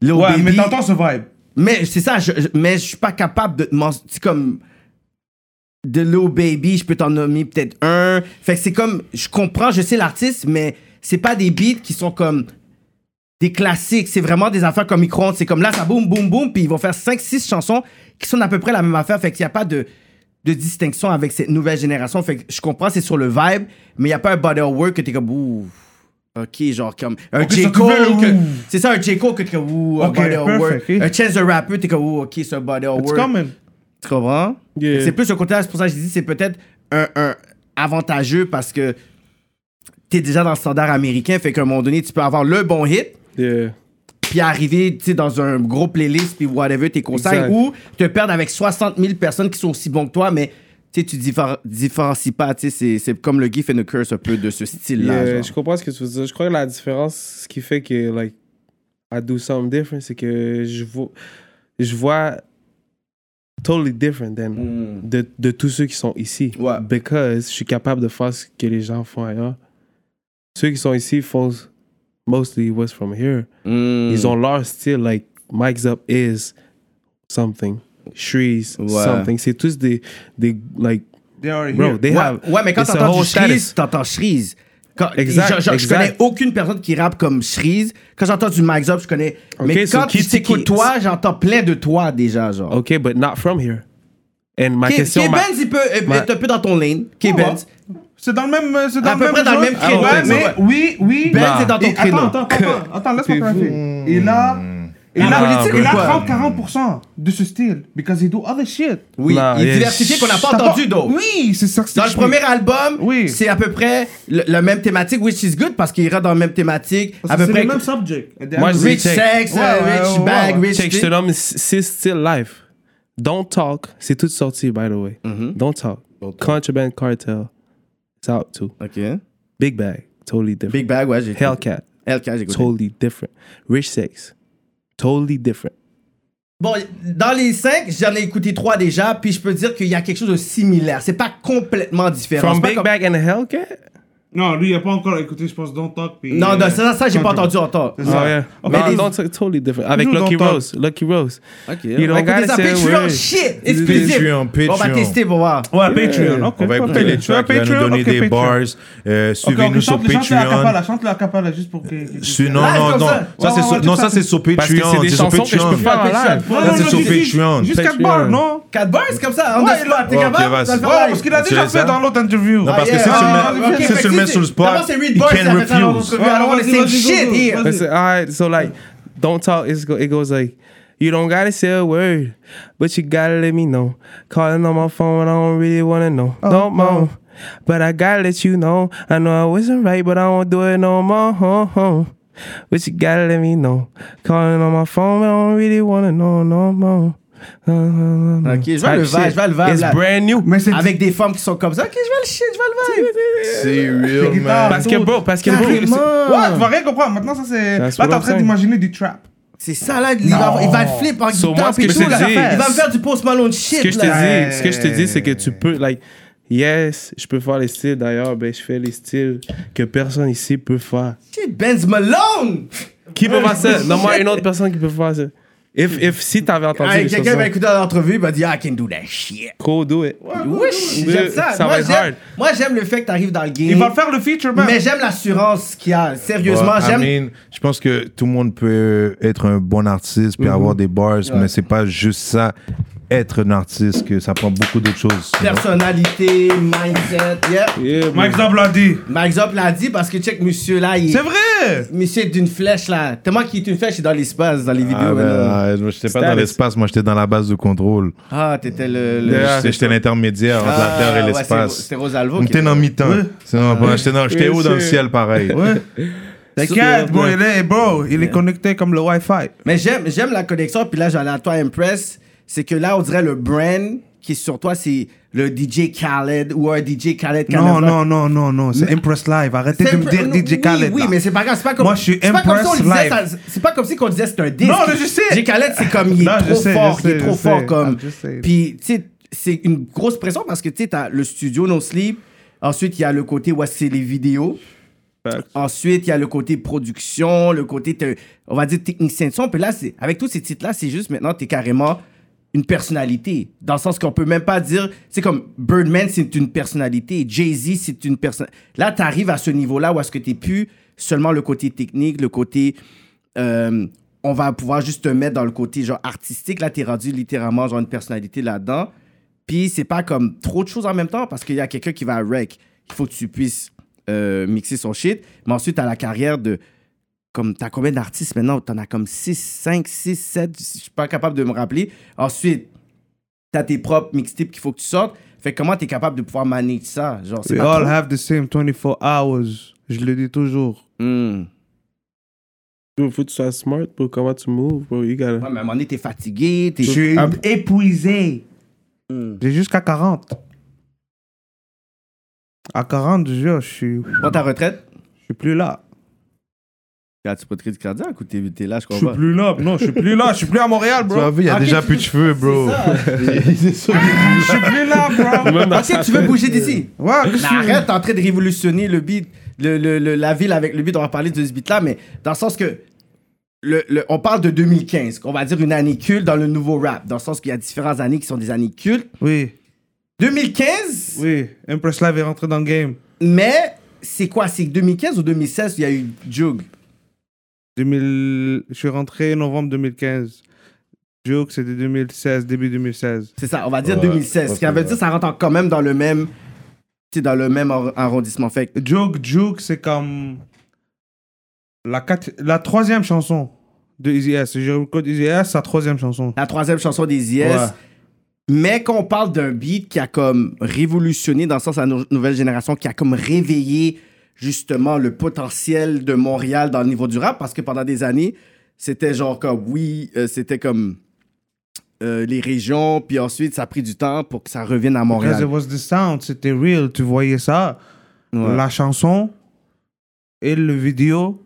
[SPEAKER 4] Lil
[SPEAKER 5] Ouais,
[SPEAKER 4] Baby,
[SPEAKER 5] mais t'entends ce vibe.
[SPEAKER 4] mais c'est ça je, je- mais je suis pas capable de m'en- c'est comme de Lil Baby je peux t'en nommer peut-être un fait que c'est comme je comprends je sais l'artiste mais c'est pas des beats qui sont comme des classiques, c'est vraiment des affaires comme micro-ondes. C'est comme là, ça boum, boum, boum, puis ils vont faire 5-6 chansons qui sont à peu près la même affaire. Fait qu'il n'y a pas de, de distinction avec cette nouvelle génération. Fait que je comprends, c'est sur le vibe, mais il n'y a pas un body of work que t'es comme ouh. Ok, genre comme un
[SPEAKER 5] Ok, ça
[SPEAKER 4] J.
[SPEAKER 5] te fait
[SPEAKER 4] Cole.
[SPEAKER 5] le
[SPEAKER 4] que-
[SPEAKER 5] ouh.
[SPEAKER 4] C'est ça, un J. Cole que t'es comme ouh, un
[SPEAKER 5] Ok,
[SPEAKER 4] body of
[SPEAKER 5] perfect,
[SPEAKER 4] work.
[SPEAKER 5] ok.
[SPEAKER 4] Un Chance the Rapper, t'es comme ouh, ok, c'est un body of
[SPEAKER 5] It's
[SPEAKER 4] work.
[SPEAKER 5] coming.
[SPEAKER 4] Tu comprends?
[SPEAKER 6] Yeah.
[SPEAKER 4] C'est plus le côté, c'est pour ça que je dis, c'est peut-être un, un avantageux parce que t'es déjà dans le standard américain, fait qu'à un moment donné, tu peux avoir le bon hit,
[SPEAKER 6] Yeah.
[SPEAKER 4] puis arriver tu sais, dans un gros playlist, puis whatever, tes conseils,
[SPEAKER 6] Exact.
[SPEAKER 4] ou te perdre avec 60 000 personnes qui sont aussi bons que toi, mais tu sais, tu diffé- différencies pas. tu sais, C'est c'est comme le GIF and the curse un peu de ce style-là.
[SPEAKER 6] Yeah,
[SPEAKER 4] genre.
[SPEAKER 6] je comprends ce que tu veux dire. Je crois que la différence, ce qui fait que, like, I do something different, c'est que je vois, je vois totally different than de, de tous ceux qui sont ici.
[SPEAKER 4] Mm. Ouais.
[SPEAKER 6] Because je suis capable de faire ce que les gens font ailleurs. Ceux qui sont ici font mostly what's from here.
[SPEAKER 4] Mm.
[SPEAKER 6] Ils ont leur style, like, Mike's Up is something. Shree's
[SPEAKER 4] Ouais.
[SPEAKER 6] something. C'est tous des, des, like,
[SPEAKER 5] They are here.
[SPEAKER 6] bro, Oh, they
[SPEAKER 4] Ouais,
[SPEAKER 6] have...
[SPEAKER 4] ouais, mais quand
[SPEAKER 6] it's a
[SPEAKER 4] t'entends
[SPEAKER 6] whole
[SPEAKER 4] du Shreeze,
[SPEAKER 6] status.
[SPEAKER 4] t'entends Shreeze. Quand,
[SPEAKER 6] Exact,
[SPEAKER 4] je, je- je
[SPEAKER 6] exact.
[SPEAKER 4] connais aucune personne qui rappe comme Shreeze. Quand j'entends du Mike's Up, je connais.
[SPEAKER 6] Ok,
[SPEAKER 4] mais
[SPEAKER 6] so
[SPEAKER 4] quand
[SPEAKER 6] qui-
[SPEAKER 4] tu t'écoutes
[SPEAKER 6] qui-
[SPEAKER 4] toi, j'entends plein de toi déjà, genre.
[SPEAKER 6] OK, but not from here. And ma
[SPEAKER 4] K-
[SPEAKER 6] question... ma-
[SPEAKER 4] K-Benz, il peut euh,
[SPEAKER 6] ma-
[SPEAKER 4] être un peu dans ton lane. K-Benz.
[SPEAKER 5] C'est dans le même. euh, C'est dans
[SPEAKER 4] À
[SPEAKER 5] le
[SPEAKER 4] peu
[SPEAKER 5] même
[SPEAKER 4] près dans le
[SPEAKER 5] genre.
[SPEAKER 4] même créneau,
[SPEAKER 5] Ouais,
[SPEAKER 4] ouais,
[SPEAKER 5] mais
[SPEAKER 4] ouais.
[SPEAKER 5] oui, oui.
[SPEAKER 4] Ben, c'est dans ton
[SPEAKER 5] Et
[SPEAKER 4] créneau.
[SPEAKER 5] Attends, attends, attends, attends, laisse-moi clarifier. Il a. Il
[SPEAKER 4] La
[SPEAKER 5] a,
[SPEAKER 4] politique
[SPEAKER 5] il
[SPEAKER 4] ou
[SPEAKER 5] a
[SPEAKER 4] Ah, quoi?
[SPEAKER 5] 30-40% de ce style. Because he do other shit.
[SPEAKER 4] Oui,
[SPEAKER 6] Non,
[SPEAKER 4] il est
[SPEAKER 6] yeah.
[SPEAKER 4] diversifié qu'on n'a pas
[SPEAKER 5] T'as
[SPEAKER 4] entendu, d'autres.
[SPEAKER 5] Oui, c'est ça que c'est.
[SPEAKER 4] Dans le premier album,
[SPEAKER 5] Oui.
[SPEAKER 4] c'est à peu près le- la même thématique, which is good parce qu'il ira dans la même thématique,
[SPEAKER 6] Oh,
[SPEAKER 4] à peu
[SPEAKER 5] C'est
[SPEAKER 4] près
[SPEAKER 5] le même subject.
[SPEAKER 6] Moi, je
[SPEAKER 4] rich
[SPEAKER 6] dis check.
[SPEAKER 4] sex,
[SPEAKER 5] Ouais,
[SPEAKER 4] euh,
[SPEAKER 5] ouais,
[SPEAKER 4] rich
[SPEAKER 5] ouais,
[SPEAKER 4] bag,
[SPEAKER 5] ouais.
[SPEAKER 4] rich.
[SPEAKER 6] Check, je te
[SPEAKER 4] thing.
[SPEAKER 6] nomme Six Still Life. Don't Talk, c'est tout sorti, by the way. Don't Talk. Contraband Cartel, it's out too.
[SPEAKER 4] Ok.
[SPEAKER 6] Big Bag, totally different.
[SPEAKER 4] Big bag, ouais, j'ai.
[SPEAKER 6] Hellcat,
[SPEAKER 4] LK, j'ai écouté.
[SPEAKER 6] totally different. Rich Sex, totally different.
[SPEAKER 4] Bon, dans les cinq, j'en ai écouté trois déjà, puis je peux dire qu'il y a quelque chose de similaire. C'est pas complètement différent.
[SPEAKER 6] From
[SPEAKER 4] C'est pas
[SPEAKER 6] Big
[SPEAKER 4] comme-
[SPEAKER 6] Bag and Hellcat?
[SPEAKER 5] Non, lui, il a pas encore écouté, je pense, Don't Talk. puis-
[SPEAKER 4] Non, non, ça, ça j'ai pas
[SPEAKER 5] Don't Talk.
[SPEAKER 4] entendu encore.
[SPEAKER 5] C'est ça.
[SPEAKER 6] Oh, yeah.
[SPEAKER 5] Ok,
[SPEAKER 6] no,
[SPEAKER 5] des-
[SPEAKER 6] no, it's totally different. Avec
[SPEAKER 5] Nous,
[SPEAKER 6] Lucky
[SPEAKER 5] dans ton-
[SPEAKER 6] Rose. Lucky Rose.
[SPEAKER 4] Ok.
[SPEAKER 6] You don't
[SPEAKER 4] On va
[SPEAKER 6] gotta
[SPEAKER 4] écouter ça.
[SPEAKER 6] say a
[SPEAKER 4] Patreon,
[SPEAKER 6] word.
[SPEAKER 4] Oh, shit! Exclusif!
[SPEAKER 2] Patreon,
[SPEAKER 4] On va
[SPEAKER 2] Patreon.
[SPEAKER 4] tester pour voir.
[SPEAKER 5] Ouais, Patreon. ok,
[SPEAKER 2] On va
[SPEAKER 5] parfait.
[SPEAKER 2] écouter les
[SPEAKER 5] Tu vas
[SPEAKER 2] tracks, il va nous
[SPEAKER 5] Patreon?
[SPEAKER 2] donner
[SPEAKER 5] Ok,
[SPEAKER 2] des
[SPEAKER 5] Patreon.
[SPEAKER 2] bars. Euh,
[SPEAKER 5] Ok,
[SPEAKER 2] Suivez-nous
[SPEAKER 5] ok,
[SPEAKER 2] sur
[SPEAKER 5] chante- Chante-la à
[SPEAKER 2] Patreon.
[SPEAKER 5] cappella, chante-la à cappella, juste pour que... que-
[SPEAKER 2] Su- non,
[SPEAKER 4] Live
[SPEAKER 2] non,
[SPEAKER 4] comme
[SPEAKER 2] non.
[SPEAKER 4] ça.
[SPEAKER 2] Ça,
[SPEAKER 5] Ouais,
[SPEAKER 2] c'est
[SPEAKER 5] ouais,
[SPEAKER 2] sur, non,
[SPEAKER 5] tout ça.
[SPEAKER 2] ça, c'est sur Patreon.
[SPEAKER 6] Parce que c'est des
[SPEAKER 2] sur
[SPEAKER 6] chansons que je peux
[SPEAKER 2] Patreon.
[SPEAKER 6] faire en
[SPEAKER 4] Patreon.
[SPEAKER 6] live.
[SPEAKER 5] Non,
[SPEAKER 2] Là,
[SPEAKER 5] non,
[SPEAKER 2] c'est
[SPEAKER 5] non,
[SPEAKER 2] sur
[SPEAKER 5] juste-
[SPEAKER 2] Patreon.
[SPEAKER 5] Juste quatre
[SPEAKER 6] Patreon.
[SPEAKER 5] bars, non
[SPEAKER 4] Quatre bars comme ça, on
[SPEAKER 5] Ouais,
[SPEAKER 4] the spot, t'es
[SPEAKER 2] ok,
[SPEAKER 4] capable?
[SPEAKER 2] vas-y.
[SPEAKER 4] Ça le fait
[SPEAKER 5] Ouais,
[SPEAKER 4] live.
[SPEAKER 5] parce qu'il a
[SPEAKER 2] Tu
[SPEAKER 5] déjà
[SPEAKER 2] les as
[SPEAKER 5] fait dans l'autre interview.
[SPEAKER 2] Non, parce
[SPEAKER 4] Ah,
[SPEAKER 2] que si
[SPEAKER 4] yeah.
[SPEAKER 2] tu
[SPEAKER 4] Ah,
[SPEAKER 2] le
[SPEAKER 4] ok,
[SPEAKER 2] mets- si
[SPEAKER 4] fait
[SPEAKER 2] tu
[SPEAKER 4] que
[SPEAKER 2] le mets
[SPEAKER 4] si-
[SPEAKER 2] sur le spot,
[SPEAKER 4] d'abord, c'est Reed
[SPEAKER 2] he
[SPEAKER 4] Boy, ça
[SPEAKER 2] can
[SPEAKER 4] fait ça dans
[SPEAKER 2] refuse.
[SPEAKER 4] l'entrevue. I don't wanna
[SPEAKER 5] Vas-y,
[SPEAKER 4] say
[SPEAKER 5] vas-y,
[SPEAKER 4] shit
[SPEAKER 5] go, go,
[SPEAKER 4] here.
[SPEAKER 5] vas-y.
[SPEAKER 6] That's it. all right. So like, don't talk. It's go, it goes like, you don't gotta say a word, but you gotta let me know. Calling on my phone when I don't really wanna know. don't moan, but I gotta let you know. I know I wasn't right, but I won't do it no more. huh, huh. But you gotta let me know. Calling on my phone when I don't really wanna know no more. Uh, uh, uh, uh.
[SPEAKER 4] Ok, je vois
[SPEAKER 6] Type
[SPEAKER 4] le vibe,
[SPEAKER 6] shit.
[SPEAKER 4] je vois le vibe,
[SPEAKER 6] It's
[SPEAKER 4] là.
[SPEAKER 6] brand new.
[SPEAKER 5] Mais c'est...
[SPEAKER 4] Avec des femmes qui sont comme ça, ok, je vais le shit, je vais le vibe.
[SPEAKER 2] C'est real, man.
[SPEAKER 6] Parce que bro, parce que bro,
[SPEAKER 5] Ouais, tu vas rien comprendre. Maintenant, ça, c'est... Là,
[SPEAKER 6] That's
[SPEAKER 5] t'es en
[SPEAKER 6] what I'm
[SPEAKER 5] train
[SPEAKER 6] saying.
[SPEAKER 5] d'imaginer du trap.
[SPEAKER 4] C'est ça là, il va, il va le flip en
[SPEAKER 6] So,
[SPEAKER 4] guitare
[SPEAKER 6] moi, ce
[SPEAKER 4] pis
[SPEAKER 6] que
[SPEAKER 4] tout,
[SPEAKER 6] je te
[SPEAKER 4] là.
[SPEAKER 6] dis-
[SPEAKER 4] Il va me faire du post Malone
[SPEAKER 6] ce que
[SPEAKER 4] shit
[SPEAKER 6] je
[SPEAKER 4] là.
[SPEAKER 6] te dis, ce que je te dis, c'est que tu peux, like, yes, je peux faire les styles. D'ailleurs, ben, je fais les styles que personne ici peut faire.
[SPEAKER 4] Shit, Benz Malone!
[SPEAKER 6] Qui peut faire ça? Donne-moi une autre personne qui peut faire ça. If, if, si t'avais entendu
[SPEAKER 4] Hey,
[SPEAKER 6] les
[SPEAKER 4] Quelqu'un va
[SPEAKER 6] chansons,
[SPEAKER 4] écouter l'entrevue, il va dire Ah, I can do that shit.
[SPEAKER 6] go do it.
[SPEAKER 4] Wesh,
[SPEAKER 6] do
[SPEAKER 4] j'aime
[SPEAKER 6] it.
[SPEAKER 4] ça.
[SPEAKER 6] Ça
[SPEAKER 4] moi,
[SPEAKER 6] va être
[SPEAKER 4] j'aime,
[SPEAKER 6] hard.
[SPEAKER 4] moi j'aime le fait que t'arrives dans le game.
[SPEAKER 5] Il va faire le feature, man.
[SPEAKER 4] mais j'aime l'assurance qu'il y a. Sérieusement,
[SPEAKER 2] Ouais, I
[SPEAKER 4] j'aime.
[SPEAKER 2] mean, je pense que tout le monde peut être un bon artiste puis avoir des bars, mais c'est pas juste ça, être un artiste, que ça prend beaucoup d'autres choses. tu vois.
[SPEAKER 4] personnalité, mindset. Yeah.
[SPEAKER 6] Yeah, man.
[SPEAKER 5] Mike Zab l'a dit.
[SPEAKER 4] Max Zop l'a dit parce que check monsieur là, il
[SPEAKER 5] C'est vrai
[SPEAKER 4] monsieur est d'une flèche là. Tellement qu'il est une flèche, il est dans l'espace, dans les vidéos.
[SPEAKER 2] Ah, ben,
[SPEAKER 4] là.
[SPEAKER 2] ah, moi, j'étais pas
[SPEAKER 6] Status.
[SPEAKER 2] dans l'espace, moi j'étais dans la base de contrôle.
[SPEAKER 4] Ah, t'étais le. le-
[SPEAKER 6] Yeah.
[SPEAKER 2] J'étais j'étais l'intermédiaire entre la
[SPEAKER 4] Ah,
[SPEAKER 2] terre et
[SPEAKER 4] ouais, c'est-
[SPEAKER 2] l'espace.
[SPEAKER 4] C'était Rosalvo.
[SPEAKER 2] On
[SPEAKER 4] qui
[SPEAKER 2] était
[SPEAKER 4] était-
[SPEAKER 2] dans mi-temps. C'est non, pas- J'étais dans- j'étais
[SPEAKER 6] Oui,
[SPEAKER 2] haut dans le
[SPEAKER 6] c'est-
[SPEAKER 2] ciel pareil.
[SPEAKER 5] T'inquiète, bro, il est, bro, il est connecté comme le Wi-Fi.
[SPEAKER 4] Mais j'aime, j'aime la connexion. Puis là, j'allais à toi, Impress. C'est que là, on dirait le brand qui est sur toi, c'est le DJ Khaled ou un DJ Khaled.
[SPEAKER 5] Non,
[SPEAKER 4] Canada.
[SPEAKER 5] non, non, non, non, c'est Impress Live. Arrêtez de me dire
[SPEAKER 4] Impre-
[SPEAKER 5] DJ
[SPEAKER 4] oui,
[SPEAKER 5] Khaled.
[SPEAKER 4] Oui,
[SPEAKER 5] là.
[SPEAKER 4] mais c'est pas grave. C'est pas comme,
[SPEAKER 5] Moi, je suis
[SPEAKER 4] c'est pas comme si on
[SPEAKER 5] Impress
[SPEAKER 4] le disait,
[SPEAKER 5] Live.
[SPEAKER 4] ça- c'est pas comme si qu'on disait c'est un disque.
[SPEAKER 5] Non, mais je sais.
[SPEAKER 4] DJ Khaled, c'est comme il est
[SPEAKER 5] Non, je
[SPEAKER 4] trop
[SPEAKER 5] sais, je
[SPEAKER 4] fort, il est
[SPEAKER 5] sais,
[SPEAKER 4] trop
[SPEAKER 5] je
[SPEAKER 4] fort
[SPEAKER 5] sais.
[SPEAKER 4] comme.
[SPEAKER 5] Ah, je sais.
[SPEAKER 4] Puis tu sais, c'est une grosse pression parce que tu sais, t'as le studio No Sleep. Ensuite, il y a le côté ouais, c'est les vidéos. Ensuite, il y a le côté production, le côté, te- on va dire, technicien de son. Puis là, c'est- avec tous ces titres-là, c'est juste maintenant, tu es carrément une personnalité. Dans le sens qu'on peut même pas dire, c'est comme Birdman, c'est une personnalité. Jay-Z, c'est une personne. Là, tu arrives à ce niveau-là où est-ce que tu plus seulement le côté technique, le côté. euh, on va pouvoir juste te mettre dans le côté genre artistique. Là, tu es rendu littéralement genre une personnalité là-dedans. Puis c'est pas comme trop de choses en même temps parce qu'il y a quelqu'un qui va à rec. Il faut que tu puisses euh, mixer son shit. Mais ensuite, t'as la carrière de. Comme t'as combien d'artistes maintenant? T'en as comme 6, 5, 6, 7. Je suis pas capable de me rappeler. Ensuite, t'as tes propres mixtapes qu'il faut que tu sortes. Fait que comment t'es capable de pouvoir manager ça? Genre, c'est
[SPEAKER 5] We
[SPEAKER 4] pas
[SPEAKER 5] all
[SPEAKER 4] trop-
[SPEAKER 5] have the same 24 hours. Je le dis toujours.
[SPEAKER 4] Hmm.
[SPEAKER 6] Bro, faut que tu sois smart, bro. Comment tu move, bro.
[SPEAKER 4] Ouais,
[SPEAKER 6] You
[SPEAKER 4] mais à
[SPEAKER 6] gotta.
[SPEAKER 4] un moment donné, t'es fatigué. T'es
[SPEAKER 5] Je suis
[SPEAKER 4] un-
[SPEAKER 5] épuisé.
[SPEAKER 4] Hmm.
[SPEAKER 5] J'ai jusqu'à 40. À 40, je jure, je suis,
[SPEAKER 4] Prends ta retraite.
[SPEAKER 5] je suis plus là.
[SPEAKER 4] Là, tu pas de crédit cardiaque ou t'es t'es là, je
[SPEAKER 5] Je suis
[SPEAKER 4] comprends pas.
[SPEAKER 5] plus là, non, je suis plus là, je suis plus à Montréal,
[SPEAKER 2] Tu as
[SPEAKER 5] bro.
[SPEAKER 2] vu, il y a
[SPEAKER 4] Ok,
[SPEAKER 2] déjà
[SPEAKER 4] bah. tu-
[SPEAKER 2] plus de cheveux, bro.
[SPEAKER 5] Je suis plus là, bro.
[SPEAKER 6] Même dans sa-
[SPEAKER 4] Ok, tu veux bouger d'ici?
[SPEAKER 5] Ouais, qu'est-ce
[SPEAKER 4] Mais
[SPEAKER 5] que tu-
[SPEAKER 4] arrête, t'es en train de révolutionner le beat, le, le- le- la ville avec le beat. On va parler de ce beat-là, mais dans le sens que. le- le- on parle de 2015, qu'on va dire une année culte dans le nouveau rap, dans le sens qu'il y a différentes années qui sont des années cultes.
[SPEAKER 5] Oui,
[SPEAKER 4] 2015,
[SPEAKER 5] oui, Impress Live est rentré dans le game.
[SPEAKER 4] mais c'est quoi C'est 2015 ou 2016 où il y a eu Jug
[SPEAKER 5] 2000... Je suis rentré novembre 2015. Joke, c'était 2016, début 2016.
[SPEAKER 4] C'est ça, on va dire
[SPEAKER 2] Ouais,
[SPEAKER 4] 2016. Ce qui
[SPEAKER 2] ok,
[SPEAKER 4] veut dire
[SPEAKER 2] ouais.
[SPEAKER 4] ça rentre quand même dans le même, tu sais, dans le même ar- arrondissement. Fait que-
[SPEAKER 5] Joke, Joke, c'est comme la, quatre... la troisième chanson de Easy S. Je record Easy S, sa troisième chanson.
[SPEAKER 4] la troisième chanson des IS.
[SPEAKER 5] Ouais.
[SPEAKER 4] Mais quand on parle d'un beat qui a comme révolutionné dans le sens à la nouvelle génération, qui a comme réveillé justement le potentiel de Montréal dans le niveau du rap, parce que pendant des années, c'était genre comme oui, euh, c'était comme euh, les régions, puis ensuite ça a pris du temps pour que ça revienne à
[SPEAKER 5] Because it
[SPEAKER 4] Montréal.
[SPEAKER 5] was the sound, c'était real, tu voyais ça.
[SPEAKER 4] Ouais.
[SPEAKER 5] La chanson et le vidéo,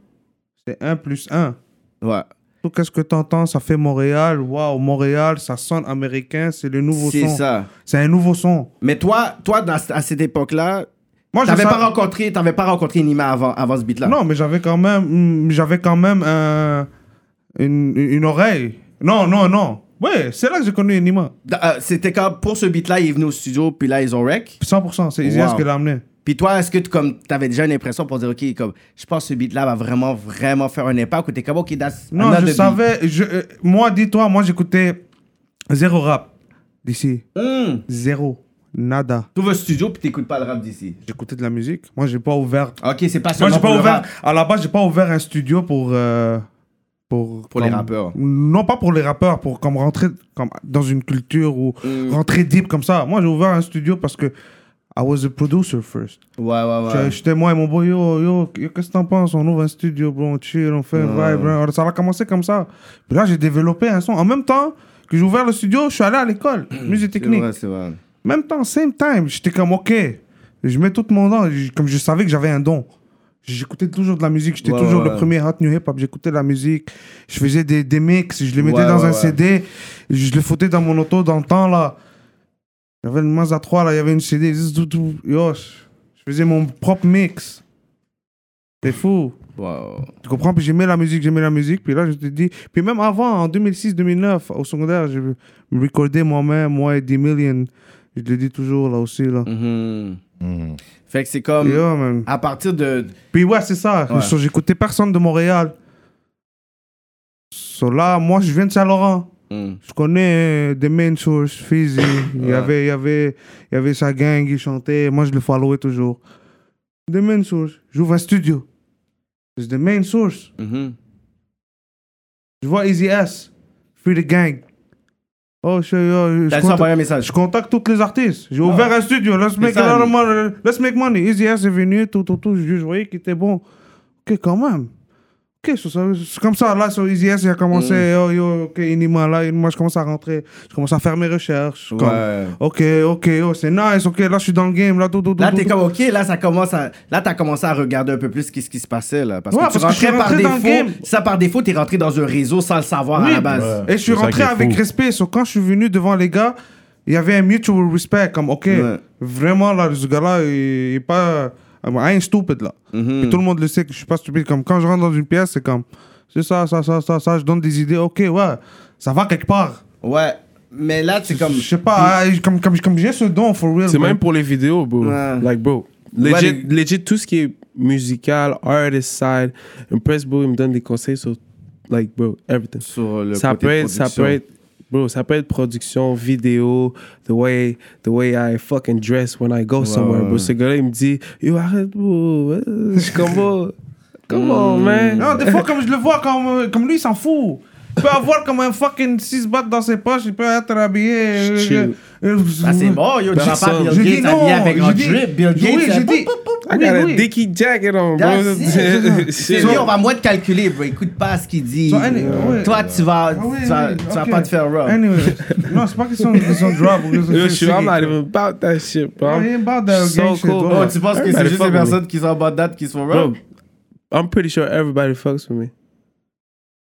[SPEAKER 5] c'est 1 plus 1.
[SPEAKER 4] Ouais.
[SPEAKER 5] Tout qu'est-ce que t'entends, ça fait Montréal. Waouh, Montréal, ça sonne américain, c'est le nouveau
[SPEAKER 4] C'est
[SPEAKER 5] son.
[SPEAKER 4] ça.
[SPEAKER 5] C'est un nouveau son.
[SPEAKER 4] Mais toi, toi dans- à cette époque-là,
[SPEAKER 5] Moi, je
[SPEAKER 4] T'avais
[SPEAKER 5] sa-
[SPEAKER 4] pas rencontré, t'avais pas rencontré Nima avant, avant ce beat-là.
[SPEAKER 5] Non, mais j'avais quand même, mm, j'avais quand même un- une, une oreille. Non, non, non. Ouais, c'est là que j'ai connu Enima.
[SPEAKER 4] D- euh, C'était quand pour ce beat-là, il est venu au studio, puis là, ils ont rec.
[SPEAKER 5] 100%, c'est Isias
[SPEAKER 4] Wow.
[SPEAKER 5] qui l'a amené.
[SPEAKER 4] Puis toi, est-ce que tu comme, avais déjà une impression pour dire, OK, comme, je pense que ce beat-là va vraiment, vraiment faire un impact ou t'es comme, OK, that's
[SPEAKER 5] Non,
[SPEAKER 4] another
[SPEAKER 5] je
[SPEAKER 4] beat.
[SPEAKER 5] savais. Je, euh, moi, dis-toi, moi, j'écoutais zéro rap d'ici.
[SPEAKER 4] Hmm.
[SPEAKER 5] Zéro. Nada.
[SPEAKER 4] Tu ouvres le studio, puis t'écoutes pas le rap d'ici.
[SPEAKER 5] J'écoutais de la musique. Moi, j'ai pas ouvert.
[SPEAKER 4] OK, c'est pas
[SPEAKER 5] Moi,
[SPEAKER 4] seulement
[SPEAKER 5] j'ai pas
[SPEAKER 4] pour le
[SPEAKER 5] ouvert.
[SPEAKER 4] rap,
[SPEAKER 5] À la base, j'ai pas ouvert un studio pour. euh, pour
[SPEAKER 4] pour les
[SPEAKER 5] comme-
[SPEAKER 4] rappeurs.
[SPEAKER 5] Non, pas pour les rappeurs, pour comme rentrer comme dans une culture ou
[SPEAKER 4] Mm.
[SPEAKER 5] rentrer deep comme ça. Moi, j'ai ouvert un studio parce que I was a producer first.
[SPEAKER 4] Ouais, ouais, ouais.
[SPEAKER 5] J'ai- J'étais moi et mon boy, yo, yo, yo, qu'est-ce que t'en penses On ouvre un studio, bro, on chill, on fait un vibe. hein. Alors, Ça a commencé comme ça. Puis là, j'ai développé un son. En même temps que j'ai ouvert le studio, je suis allé à l'école, musique
[SPEAKER 4] Mm, C'est
[SPEAKER 5] technique.
[SPEAKER 4] vrai, c'est vrai.
[SPEAKER 5] Même temps, same time, j'étais comme, ok, je mets tout mon temps, J- comme je savais que j'avais un don. J'écoutais toujours de la musique, j'étais
[SPEAKER 4] Ouais,
[SPEAKER 5] toujours
[SPEAKER 4] ouais,
[SPEAKER 5] le
[SPEAKER 4] ouais.
[SPEAKER 5] premier hot new hip-hop, j'écoutais de la musique, je faisais des, des mix, je les mettais
[SPEAKER 4] Ouais,
[SPEAKER 5] dans
[SPEAKER 4] ouais,
[SPEAKER 5] un
[SPEAKER 4] ouais.
[SPEAKER 5] CD, je le foutais dans mon auto dans le temps, là. J'avais une Mazda 3, là, il y avait une CD, zzz, tout, tout. yo, je je faisais mon propre mix. C'est fou.
[SPEAKER 4] Wow.
[SPEAKER 5] Tu comprends? Puis j'aimais la musique, j'aimais la musique. Puis là, je te dis. Puis même avant, en 2006-2009, au secondaire, je me recordais moi-même, moi et D-Million. Je le dis toujours, là aussi. Là.
[SPEAKER 4] Mhm.
[SPEAKER 2] Hmm.
[SPEAKER 4] Fait que c'est comme,
[SPEAKER 5] Yeah, man.
[SPEAKER 4] à partir de...
[SPEAKER 5] Puis ouais, c'est ça.
[SPEAKER 4] Ouais.
[SPEAKER 5] So, J'écoutais personne de Montréal. So là, moi, je viens de Saint-Laurent.
[SPEAKER 4] Hmm.
[SPEAKER 5] Je connais euh, des main sources, Fizzy. Il, y avait, il, y avait, il y avait sa gang, il chantait. Moi, je le followais toujours. Des main sources. J'ouvre un studio. C'est des main sources.
[SPEAKER 4] Mhm.
[SPEAKER 5] Je vois Easy S, Free the Gang. Oh, je, je, je,
[SPEAKER 4] T'as
[SPEAKER 5] je,
[SPEAKER 4] dû envoyer
[SPEAKER 5] contacte,
[SPEAKER 4] un message.
[SPEAKER 5] je contacte tous les artistes. J'ai ouvert un studio. Let's make,
[SPEAKER 4] Ah. ça,
[SPEAKER 5] a lot of
[SPEAKER 4] lui.
[SPEAKER 5] money. Let's make money. Easy S est venu, tout, tout, tout. Je, je voyais qu'il était bon. Ok, quand même. Ok, so- so- c'est comme ça. Là, sur Easy S, il a commencé.
[SPEAKER 4] Mm.
[SPEAKER 5] Yo, yo, ok, Inima, là, Inima, moi, je commence à rentrer. Je commence à faire mes recherches. comme,
[SPEAKER 4] Ouais.
[SPEAKER 5] Ok, ok, oh, c'est nice. Ok, là, je suis dans le game. Là, tout, tout, tout.
[SPEAKER 4] Là,
[SPEAKER 5] tout,
[SPEAKER 4] t'es
[SPEAKER 5] tout.
[SPEAKER 4] comme, OK, là, ça commence à... Là, t'as commencé à regarder un peu plus qu'est-ce qui se passait, là. Parce
[SPEAKER 5] Ouais,
[SPEAKER 4] que tu
[SPEAKER 5] parce que je suis
[SPEAKER 4] rentrais par
[SPEAKER 5] rentré dans le game.
[SPEAKER 4] défaut. Ça, par défaut, t'es rentré dans un réseau sans le savoir à
[SPEAKER 5] Oui.
[SPEAKER 4] la base.
[SPEAKER 2] Ouais.
[SPEAKER 5] Et je suis
[SPEAKER 2] C'est ça
[SPEAKER 5] rentré
[SPEAKER 2] qui est
[SPEAKER 5] avec
[SPEAKER 2] fou.
[SPEAKER 5] respect. So, quand je suis venu devant les gars, il y avait un mutual respect. Comme, ok,
[SPEAKER 4] Ouais.
[SPEAKER 5] vraiment, là, ce gars-là, il n'est pas. I ain't stupid, là. Puis tout le monde le sait que je suis pas stupide. Comme, quand je rentre dans une pièce, c'est comme, c'est ça, ça, ça, ça, ça, je donne des idées. Ok, ouais, ça va quelque part.
[SPEAKER 4] Ouais. Mais là, c'est comme...
[SPEAKER 5] Je sais pas, hein, comme, comme, comme j'ai ce don, for real.
[SPEAKER 6] C'est
[SPEAKER 5] man.
[SPEAKER 6] même pour les vidéos, bro.
[SPEAKER 4] Ouais.
[SPEAKER 6] Like, bro. Legit,
[SPEAKER 4] Ouais,
[SPEAKER 6] legit, tout ce qui est musical, artist side, Impress, bro, il me donne des conseils sur, like, bro, everything.
[SPEAKER 4] Sur le
[SPEAKER 6] ça
[SPEAKER 4] côté
[SPEAKER 6] peut être, ça
[SPEAKER 4] production.
[SPEAKER 6] peut être, bro, ça peut être production, vidéo, the way, the way I fucking dress when I go somewhere, bro. Ce gars-là, il me dit, yo, arrête, bro. Euh, Je suis comme,
[SPEAKER 4] Mm.
[SPEAKER 6] bro, come on, man.
[SPEAKER 5] Non, des fois, comme je le vois, comme, euh, comme lui, il s'en fout. Il peut avoir comme un fucking 6 battes dans ses poches, il peut être habillé. euh,
[SPEAKER 6] Chill.
[SPEAKER 5] euh,
[SPEAKER 4] Ah, c'est bon, yo, tu vas
[SPEAKER 6] Personne.
[SPEAKER 4] pas Bill
[SPEAKER 5] J'ai
[SPEAKER 4] Gates
[SPEAKER 5] dit non.
[SPEAKER 4] habillé avec un
[SPEAKER 5] J'ai dit-
[SPEAKER 4] drip. Bill Gates,
[SPEAKER 5] oui,
[SPEAKER 4] euh,
[SPEAKER 5] j'ai
[SPEAKER 4] pou,
[SPEAKER 5] dit.
[SPEAKER 4] pou, pou, pou.
[SPEAKER 6] I got
[SPEAKER 5] oui.
[SPEAKER 6] a dicky jacket on, bro.
[SPEAKER 4] That's it. C'est
[SPEAKER 6] Shit.
[SPEAKER 4] lui, on va moins te calculer, bro. Écoute pas ce qu'il dit. Euh,
[SPEAKER 5] So, any- ouais.
[SPEAKER 4] Toi, tu vas,
[SPEAKER 5] Ah oui,
[SPEAKER 4] tu vas,
[SPEAKER 5] oui,
[SPEAKER 4] tu vas
[SPEAKER 5] ok.
[SPEAKER 4] pas te faire rough.
[SPEAKER 5] Anyway, non, c'est pas question de question de drop ou question de
[SPEAKER 6] Yo, je suis, I'm not
[SPEAKER 5] physique.
[SPEAKER 6] even about that shit, bro.
[SPEAKER 5] I ain't about that
[SPEAKER 6] So
[SPEAKER 5] gang shit,
[SPEAKER 6] cool,
[SPEAKER 5] bro.
[SPEAKER 6] bro.
[SPEAKER 4] Oh, tu penses que c'est
[SPEAKER 6] Everybody
[SPEAKER 4] juste
[SPEAKER 6] fuck
[SPEAKER 4] les
[SPEAKER 6] with
[SPEAKER 4] personnes qui sont about that qui se font rough?
[SPEAKER 6] Bro, I'm pretty sure everybody fucks with me.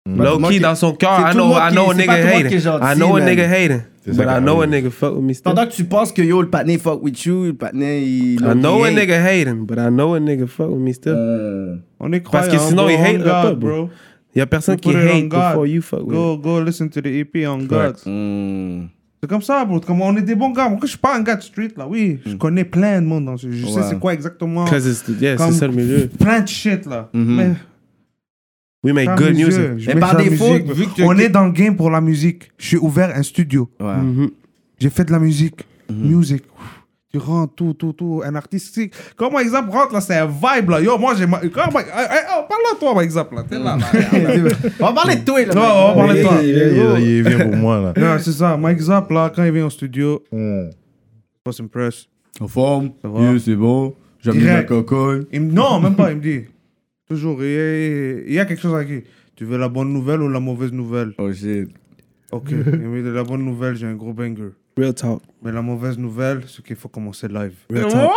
[SPEAKER 4] Bah,
[SPEAKER 6] Low
[SPEAKER 4] moi
[SPEAKER 6] key
[SPEAKER 4] qui-
[SPEAKER 6] dans son
[SPEAKER 4] c'est
[SPEAKER 6] car, I
[SPEAKER 4] tout le
[SPEAKER 6] know,
[SPEAKER 4] monde
[SPEAKER 6] I
[SPEAKER 4] qui-
[SPEAKER 6] know a
[SPEAKER 4] c'est pas
[SPEAKER 6] nigga
[SPEAKER 4] tout le monde qui est
[SPEAKER 6] hating.
[SPEAKER 4] gentil,
[SPEAKER 6] I know a
[SPEAKER 4] man.
[SPEAKER 6] nigga hating.
[SPEAKER 2] C'est ça
[SPEAKER 6] But I
[SPEAKER 2] qui
[SPEAKER 6] know a
[SPEAKER 2] arrive.
[SPEAKER 6] nigga fuck with me still.
[SPEAKER 4] Pendant que tu penses que yo, le partner fuck with you, le partner il.
[SPEAKER 6] I know a
[SPEAKER 4] il-
[SPEAKER 6] nigga hating, but I know a nigga fuck with me still.
[SPEAKER 4] Euh,
[SPEAKER 5] On est
[SPEAKER 6] Parce que
[SPEAKER 5] croyant,
[SPEAKER 6] sinon,
[SPEAKER 5] bro,
[SPEAKER 6] il
[SPEAKER 5] Ah, on
[SPEAKER 6] hate le
[SPEAKER 5] God,
[SPEAKER 6] peuple. Y'a personne qui
[SPEAKER 5] Put it on
[SPEAKER 6] hate
[SPEAKER 5] God.
[SPEAKER 6] before you fuck with
[SPEAKER 5] Go, go, listen to the EP on God.
[SPEAKER 6] Correct.
[SPEAKER 4] hmm.
[SPEAKER 5] C'est comme ça, bro. Comme on est des bons gars. Moi, je suis pas un gars de street, là. Oui, je connais plein de monde. dans ce- Je sais
[SPEAKER 4] Ouais.
[SPEAKER 5] c'est quoi exactement.
[SPEAKER 6] Because it's, yeah, c'est
[SPEAKER 5] Comme
[SPEAKER 6] ça le milieu.
[SPEAKER 5] Plein de shit, là. Mais
[SPEAKER 6] We make
[SPEAKER 5] par
[SPEAKER 6] good
[SPEAKER 5] mes
[SPEAKER 6] music.
[SPEAKER 5] yeux, je
[SPEAKER 4] Mais
[SPEAKER 5] mets
[SPEAKER 4] par
[SPEAKER 5] sur la
[SPEAKER 4] défaut,
[SPEAKER 5] musique.
[SPEAKER 4] vu que tu-
[SPEAKER 5] on est dans le game pour la musique. Je suis ouvert un studio.
[SPEAKER 4] Ouais. Mhm.
[SPEAKER 5] J'ai fait de la musique. Music. Tu rentres, tout, tout, tout. Un artiste. tu sais, Comme par exemple, rentre là, c'est un vibe là. Yo, moi j'ai. ma- Comme, hey, hey, oh, parle à toi par exemple là. T'es là. là.
[SPEAKER 4] on va parler de toi, là.
[SPEAKER 5] Non, on va parler de toi.
[SPEAKER 2] Il, il- il vient pour moi, là.
[SPEAKER 5] Ouais, c'est ça. Par exemple là, quand il vient au studio,
[SPEAKER 2] Mm.
[SPEAKER 5] pas impress.
[SPEAKER 4] En forme.
[SPEAKER 5] Ça va.
[SPEAKER 4] c'est bon. J'aime
[SPEAKER 5] Direct.
[SPEAKER 4] cocotte.
[SPEAKER 5] Il me- non, même pas. Il me dit. Toujours. Il y a, il y a quelque chose à qui. Tu veux la bonne nouvelle ou la mauvaise nouvelle
[SPEAKER 4] Oh shit.
[SPEAKER 5] Ok. Il me dit la bonne nouvelle, j'ai un gros banger.
[SPEAKER 6] Real talk.
[SPEAKER 5] Mais la mauvaise nouvelle, c'est qu'il faut commencer live.
[SPEAKER 6] Real talk.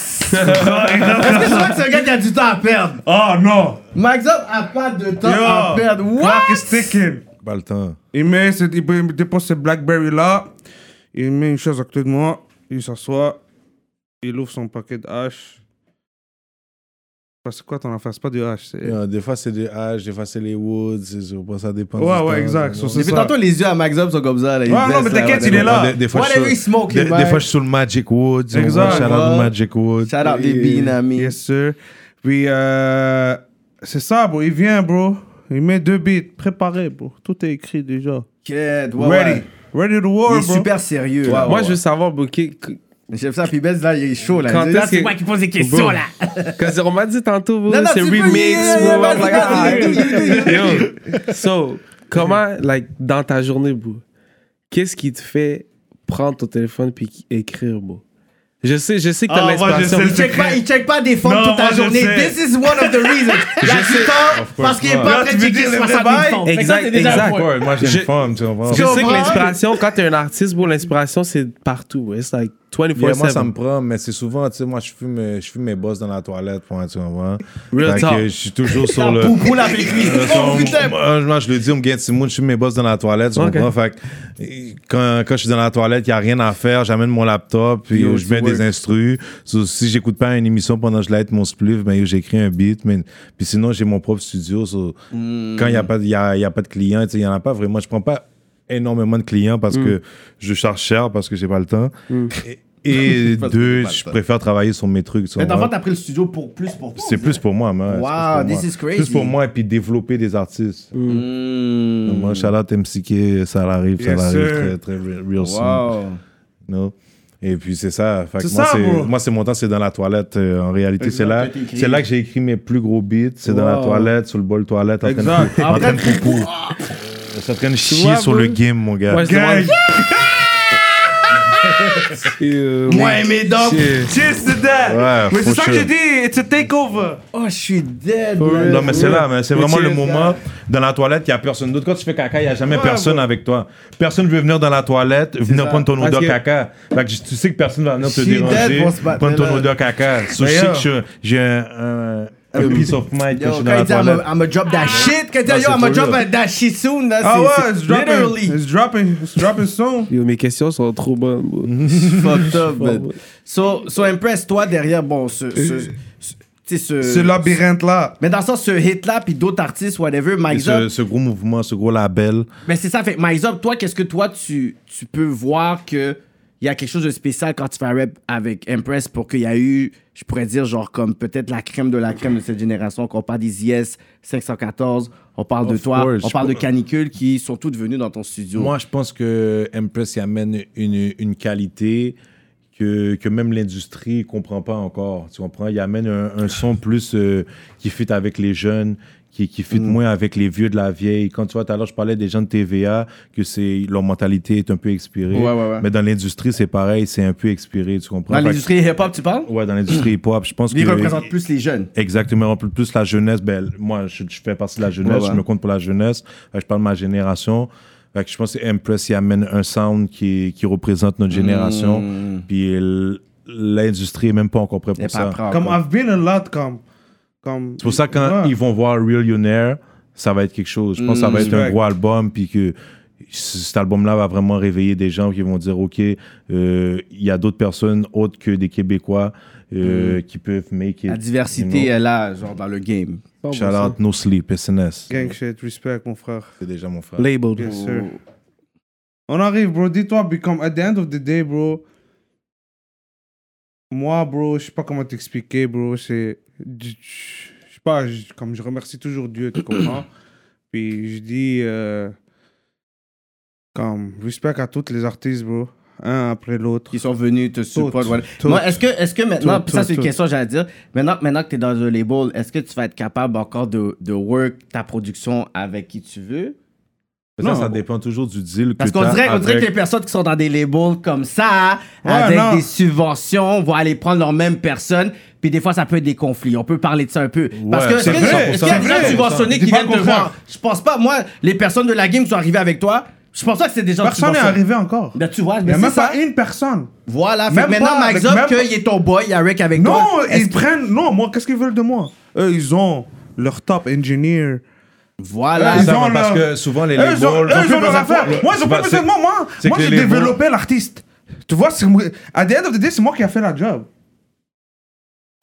[SPEAKER 4] Est-ce que tu vois que c'est un gars qui a du temps à perdre?
[SPEAKER 5] Oh non
[SPEAKER 4] Max Up a pas de temps
[SPEAKER 5] Yo.
[SPEAKER 4] à perdre. What?
[SPEAKER 5] Clock is ticking.
[SPEAKER 2] Pas le temps.
[SPEAKER 5] Il met, cette- il il dépose ce Blackberry là. Il met une chose à côté de moi. Il s'assoit. Il ouvre son paquet de haches. Parce que quoi, t'en as face pas de haches. c'est-
[SPEAKER 2] Euh, Des fois, c'est des haches, des fois, c'est les woods, c'est- c'est- bon, ça dépend.
[SPEAKER 5] Ouais,
[SPEAKER 2] du temps,
[SPEAKER 5] ouais,
[SPEAKER 2] ça
[SPEAKER 5] exact. So,
[SPEAKER 2] dépend.
[SPEAKER 5] c'est
[SPEAKER 4] Depuis
[SPEAKER 5] ça.
[SPEAKER 4] tantôt, les yeux à Max Up sont comme ça. Là, ils
[SPEAKER 5] Ouais, non,
[SPEAKER 4] baissent,
[SPEAKER 5] mais
[SPEAKER 4] là,
[SPEAKER 5] t'inquiète,
[SPEAKER 4] whatever.
[SPEAKER 5] il est là.
[SPEAKER 2] Des, des fois, je
[SPEAKER 4] Whatever
[SPEAKER 2] suis
[SPEAKER 4] you
[SPEAKER 2] sur-
[SPEAKER 4] smoke,
[SPEAKER 2] des,
[SPEAKER 4] les
[SPEAKER 2] des
[SPEAKER 4] bails.
[SPEAKER 2] fois, je suis sur le Magic Woods.
[SPEAKER 5] Exact.
[SPEAKER 2] Shout
[SPEAKER 4] Ouais.
[SPEAKER 2] out Magic Woods.
[SPEAKER 4] Shout out les
[SPEAKER 5] Et-
[SPEAKER 4] beans, ami.
[SPEAKER 5] Yes, sir. Puis, euh, c'est ça, bro. Il vient, bro. Il met deux beats préparés, bro. Tout est écrit déjà.
[SPEAKER 4] Kid, ouais,
[SPEAKER 5] Ready.
[SPEAKER 4] ouais.
[SPEAKER 5] Ready to
[SPEAKER 4] Il
[SPEAKER 5] war,
[SPEAKER 4] est
[SPEAKER 5] bro.
[SPEAKER 4] super sérieux. Ouais,
[SPEAKER 6] Moi,
[SPEAKER 4] ouais.
[SPEAKER 6] je veux savoir, bro, qui- qui-
[SPEAKER 4] J'aime ça, puis Benz, là, il est chaud, là.
[SPEAKER 6] Quand
[SPEAKER 4] Euh, Là,
[SPEAKER 6] est-ce que-
[SPEAKER 4] qui pose des
[SPEAKER 6] Bro. Cause on m'a dit tantôt, bro,
[SPEAKER 4] Non, non,
[SPEAKER 6] c'est
[SPEAKER 4] tu peux,
[SPEAKER 6] remix,
[SPEAKER 4] yeah, yeah,
[SPEAKER 6] bro.
[SPEAKER 4] yeah,
[SPEAKER 6] I'm like,
[SPEAKER 4] vas-y, vas-y,
[SPEAKER 6] ah, Yo, so, comment, like, dans ta journée, bro, qu'est-ce qui te fait prendre ton téléphone puis qui- écrire, bro? Je sais, je sais que t'as
[SPEAKER 7] Ah, moi, je
[SPEAKER 6] l'inspiration.
[SPEAKER 7] sais
[SPEAKER 4] Il check, pas, il check pas des fonds
[SPEAKER 7] Non,
[SPEAKER 4] toute la
[SPEAKER 7] moi, je
[SPEAKER 4] journée.
[SPEAKER 7] sais.
[SPEAKER 4] This is one of the reasons. Il a du temps parce qu'il est pas en train de checker 60 000 fonds. Fait que ça,
[SPEAKER 6] Exact,
[SPEAKER 4] c'est déjà un
[SPEAKER 6] exact.
[SPEAKER 4] point.
[SPEAKER 2] Ouais, moi, j'ai
[SPEAKER 6] Je-
[SPEAKER 2] une femme, tu comprends?
[SPEAKER 6] Je sais que
[SPEAKER 4] comprends?
[SPEAKER 6] l'inspiration, quand t'es un artiste, bro, l'inspiration, c'est partout, bro. It's like
[SPEAKER 2] Yeah, moi, ça me
[SPEAKER 6] 24-7.
[SPEAKER 2] prend, mais c'est souvent, tu sais, moi, je fume, euh, je fume mes bosses dans la toilette, point, tu comprends?
[SPEAKER 6] Real
[SPEAKER 2] Fait
[SPEAKER 6] talk.
[SPEAKER 2] que je suis toujours sur
[SPEAKER 4] La
[SPEAKER 2] le...
[SPEAKER 4] poupou, la pécrise.
[SPEAKER 2] Euh,
[SPEAKER 4] Oh,
[SPEAKER 2] son-
[SPEAKER 4] putain.
[SPEAKER 2] moi, moi, je le dis, on me gagne Simon, je suis mes boss dans la toilette. tu
[SPEAKER 6] Ok.
[SPEAKER 2] comprends? Fait que, euh, quand, quand je suis dans la toilette, il n'y a rien à faire. J'amène mon laptop, puis
[SPEAKER 6] Yo,
[SPEAKER 2] euh, je mets
[SPEAKER 6] tu
[SPEAKER 2] des
[SPEAKER 6] work.
[SPEAKER 2] instrus. So, si j'écoute pas une émission pendant que je light mon spliff, ben, yo, j'écris un beat. mais- puis sinon, j'ai mon propre studio. so,
[SPEAKER 4] Hmm.
[SPEAKER 2] Quand il n'y a, pas de- y a, y a pas de clients, tu sais, il n'y en a pas vraiment. Je prends pas énormément de clients parce
[SPEAKER 4] Hmm.
[SPEAKER 2] que je charge cher parce que j'ai pas le temps. Et, et
[SPEAKER 4] Parce que j'ai
[SPEAKER 2] deux,
[SPEAKER 4] pas le
[SPEAKER 2] je
[SPEAKER 4] temps.
[SPEAKER 2] préfère travailler sur mes trucs. tu
[SPEAKER 4] Mais
[SPEAKER 2] comprends?
[SPEAKER 4] d'abord, t'as pris le studio pour plus pour toi.
[SPEAKER 2] C'est plus pour moi, man. C'est
[SPEAKER 4] Wow,
[SPEAKER 2] plus pour
[SPEAKER 4] this
[SPEAKER 2] moi.
[SPEAKER 4] is crazy.
[SPEAKER 2] Plus pour moi et puis développer des artistes.
[SPEAKER 4] Mm.
[SPEAKER 2] Moi, shout out MCK, ça arrive, ça
[SPEAKER 5] Yes,
[SPEAKER 2] arrive
[SPEAKER 5] sir.
[SPEAKER 2] très, très re- real soon.
[SPEAKER 4] Wow.
[SPEAKER 2] No? Et puis, c'est ça. Fait que
[SPEAKER 5] C'est
[SPEAKER 2] moi,
[SPEAKER 5] ça,
[SPEAKER 2] c'est-
[SPEAKER 5] bro.
[SPEAKER 2] moi, c'est mon temps, c'est dans la toilette. euh, en réalité, c'est
[SPEAKER 4] Exact,
[SPEAKER 2] là,
[SPEAKER 4] que t'écris.
[SPEAKER 2] c'est là que j'ai écrit mes plus gros beats. C'est dans la
[SPEAKER 4] Wow.
[SPEAKER 2] toilette, sur le bol toilette, en train de,
[SPEAKER 5] Exact.
[SPEAKER 2] en train de poupou. Je suis en train de chier
[SPEAKER 6] vois,
[SPEAKER 2] sur
[SPEAKER 6] bro?
[SPEAKER 2] le game, mon gars.
[SPEAKER 6] Moi, je
[SPEAKER 5] Gang.
[SPEAKER 6] demande- Euh,
[SPEAKER 4] Moi, mes dents.
[SPEAKER 5] Cheers to that.
[SPEAKER 2] Ouais,
[SPEAKER 5] Mais c'est
[SPEAKER 2] for
[SPEAKER 5] ça
[SPEAKER 2] sure.
[SPEAKER 5] que j'ai dit. It's a takeover.
[SPEAKER 4] Oh, je suis dead, man.
[SPEAKER 2] Non, mais c'est là, mais c'est vraiment
[SPEAKER 6] tu
[SPEAKER 2] le
[SPEAKER 6] es-
[SPEAKER 2] moment dans la toilette, il n'y a personne d'autre. Quand tu fais caca, il n'y a jamais
[SPEAKER 5] Ouais,
[SPEAKER 2] personne avec toi. Personne ne veut venir dans la toilette, venir
[SPEAKER 5] ça.
[SPEAKER 2] prendre ton odeur
[SPEAKER 6] Parce que-
[SPEAKER 2] caca. Fait que tu sais que personne va venir te
[SPEAKER 4] Je suis dead
[SPEAKER 2] déranger,
[SPEAKER 4] pour ce battre,
[SPEAKER 2] prendre ton
[SPEAKER 4] là.
[SPEAKER 2] odeur caca. So, je
[SPEAKER 5] Mais
[SPEAKER 2] sais
[SPEAKER 5] yo.
[SPEAKER 2] que je- j'ai un, un- un piece of mind quand je
[SPEAKER 4] Yo,
[SPEAKER 2] suis
[SPEAKER 4] quand
[SPEAKER 2] dans
[SPEAKER 4] il
[SPEAKER 2] la
[SPEAKER 4] dit I'm a,
[SPEAKER 2] toilette.
[SPEAKER 4] I'm a drop
[SPEAKER 2] Ah.
[SPEAKER 4] that shit, quand il dit
[SPEAKER 2] Non,
[SPEAKER 4] yo,
[SPEAKER 2] c'est
[SPEAKER 4] I'm a
[SPEAKER 2] for
[SPEAKER 4] drop
[SPEAKER 2] real.
[SPEAKER 4] that shit soon, là,
[SPEAKER 5] Ah
[SPEAKER 4] c'est-
[SPEAKER 5] ouais,
[SPEAKER 4] c'est
[SPEAKER 5] it's dropping.
[SPEAKER 4] literally
[SPEAKER 5] It's dropping. It's dropping soon.
[SPEAKER 6] Yo, mes questions sont trop bonnes, bro.
[SPEAKER 2] Mm-hmm.
[SPEAKER 4] fucked up, man. So, so impress toi derrière, bon, ce,
[SPEAKER 2] Euh,
[SPEAKER 4] ce, ce- tu sais, ce,
[SPEAKER 5] Ce
[SPEAKER 2] Ah,
[SPEAKER 5] labyrinthe-là.
[SPEAKER 4] mais dans ça, ce hit-là, puis d'autres artistes, whatever,
[SPEAKER 2] Et
[SPEAKER 4] Mike
[SPEAKER 2] Ce,
[SPEAKER 4] Zop,
[SPEAKER 2] ce gros mouvement, ce gros label.
[SPEAKER 4] mais c'est ça, fait Mike Zop, toi, qu'est-ce que toi, tu, tu peux voir que il y a quelque chose de spécial quand tu fais un rap avec Impress pour qu'il y a eu, je pourrais dire, genre, comme peut-être la crème de la crème de cette génération, qu'on parle des IS 514, on parle de
[SPEAKER 2] Of
[SPEAKER 4] toi,
[SPEAKER 2] course,
[SPEAKER 4] on
[SPEAKER 2] je
[SPEAKER 4] parle de Canicule qui sont toutes venues dans ton studio.
[SPEAKER 2] Moi, je pense que Empress y amène une, une qualité que, que même l'industrie ne comprend pas encore. Tu comprends? Il amène un, un son plus euh, qui fit avec les jeunes, qui, qui fit
[SPEAKER 4] Mm.
[SPEAKER 2] moins avec les vieux de la vieille. Quand tu vois, tout à l'heure, je parlais des gens de TVA, que c'est leur mentalité est un peu expirée.
[SPEAKER 4] Ouais, ouais, ouais.
[SPEAKER 2] Mais dans l'industrie, c'est pareil, c'est un peu expiré. Tu comprends?
[SPEAKER 4] dans
[SPEAKER 2] Fait que-
[SPEAKER 4] l'industrie hip-hop, tu parles?
[SPEAKER 2] Ouais, dans l'industrie hip-hop, je pense
[SPEAKER 4] Ils
[SPEAKER 2] que.
[SPEAKER 4] représentent plus les jeunes.
[SPEAKER 2] Exactement, plus, plus la jeunesse. Ben, moi, je, je fais partie de la jeunesse,
[SPEAKER 4] Ouais, ouais.
[SPEAKER 2] je me compte pour la jeunesse. Fait que je parle de ma génération. Fait que je pense que Empress y amène un sound qui, qui représente notre génération. Puis l- l'industrie est même pas encore prête
[SPEAKER 4] Il Mmh. est
[SPEAKER 2] pour
[SPEAKER 4] pas
[SPEAKER 2] ça.
[SPEAKER 4] prêt encore.
[SPEAKER 5] Comme I've been a lot, comme. comme
[SPEAKER 2] C'est pour ça que quand
[SPEAKER 5] Ouais.
[SPEAKER 2] ils vont voir Millionaire, ça va être quelque chose. Je pense que ça va être un
[SPEAKER 5] Respect.
[SPEAKER 2] gros album, puis que c- cet album-là va vraiment réveiller des gens qui vont dire, OK, euh, il y a d'autres personnes autres que des Québécois
[SPEAKER 4] Mmh.
[SPEAKER 2] euh, qui peuvent make it.
[SPEAKER 4] La diversité
[SPEAKER 2] you know.
[SPEAKER 4] est là, genre dans le game.
[SPEAKER 2] Shout out No Sleep, SNS.
[SPEAKER 5] Gang shit, respect, mon frère.
[SPEAKER 2] C'est déjà mon frère.
[SPEAKER 6] Labeled.
[SPEAKER 5] Yes, sir. On arrive, bro. Dis-toi, become at the end of the day, bro. Moi, bro, je sais pas comment t'expliquer, bro. C'est. Je je sais pas, je- comme je remercie toujours Dieu, tu comprends? Puis je dis. euh, comme, respect à tous les artistes, bro. Un après l'autre.
[SPEAKER 4] Qui sont venus te supporter. voilà.
[SPEAKER 5] tout.
[SPEAKER 4] Moi, est-ce que, est-ce que maintenant,
[SPEAKER 5] Tout,
[SPEAKER 4] puis ça c'est une
[SPEAKER 5] tout,
[SPEAKER 4] question que j'allais dire, maintenant, maintenant que tu es dans le label, est-ce que tu vas être capable encore de, de work ta production avec qui tu veux?
[SPEAKER 2] Mais ça,
[SPEAKER 5] Non.
[SPEAKER 2] ça dépend toujours du deal que
[SPEAKER 4] Parce qu'on
[SPEAKER 2] t'as
[SPEAKER 4] dirait, on dirait que les
[SPEAKER 2] avec-
[SPEAKER 4] personnes qui sont dans des labels comme ça,
[SPEAKER 5] Ouais,
[SPEAKER 4] avec
[SPEAKER 5] non.
[SPEAKER 4] des subventions, vont aller prendre leur même personne, puis des fois ça peut être des conflits. On peut parler de ça un peu. Parce que
[SPEAKER 2] Ouais,
[SPEAKER 4] est-ce
[SPEAKER 2] c'est
[SPEAKER 4] que-
[SPEAKER 2] vrai,
[SPEAKER 4] est-ce qu'il y a des
[SPEAKER 5] c'est
[SPEAKER 4] gens
[SPEAKER 5] vrai.
[SPEAKER 4] subventionnés
[SPEAKER 5] Dis
[SPEAKER 4] qui
[SPEAKER 5] pas
[SPEAKER 4] viennent te
[SPEAKER 5] le contraire.
[SPEAKER 4] voir? Je pense pas, moi, les personnes de la game qui sont arrivées avec toi, je pense pas que c'est des gens
[SPEAKER 5] Personne n'est
[SPEAKER 4] subventionnés.
[SPEAKER 5] arrivé encore.
[SPEAKER 4] Ben, tu vois,
[SPEAKER 5] Il n'y
[SPEAKER 4] mais
[SPEAKER 5] a
[SPEAKER 4] c'est
[SPEAKER 5] même
[SPEAKER 4] ça.
[SPEAKER 5] pas une personne.
[SPEAKER 4] Voilà, fait
[SPEAKER 5] Même
[SPEAKER 4] que maintenant,
[SPEAKER 5] pas,
[SPEAKER 4] Max
[SPEAKER 5] avec
[SPEAKER 4] Up,
[SPEAKER 5] même pas-
[SPEAKER 4] qu'il est ton boy, il y a Rick avec toi.
[SPEAKER 5] Non,
[SPEAKER 4] Est-ce-
[SPEAKER 5] ils prennent. Non, moi, qu'est-ce qu'ils veulent de moi? Eux, ils ont leur top engineer.
[SPEAKER 4] Voilà.
[SPEAKER 5] Ils
[SPEAKER 2] Ça,
[SPEAKER 5] ont
[SPEAKER 2] mais parce
[SPEAKER 5] leur-
[SPEAKER 2] que souvent, les
[SPEAKER 5] Eux, ils ont,
[SPEAKER 2] labels-
[SPEAKER 5] eux, ils ont leur
[SPEAKER 2] Bah,
[SPEAKER 5] affaire.
[SPEAKER 2] c'est-
[SPEAKER 5] Moi, ils ont pas
[SPEAKER 2] bah,
[SPEAKER 5] besoin
[SPEAKER 2] c'est-
[SPEAKER 5] de moi. Moi,
[SPEAKER 2] c'est
[SPEAKER 5] moi
[SPEAKER 2] que
[SPEAKER 5] j'ai
[SPEAKER 2] les labels-
[SPEAKER 5] développé l'artiste. Tu vois, c'est. À the end of the day, c'est moi qui ai fait la job.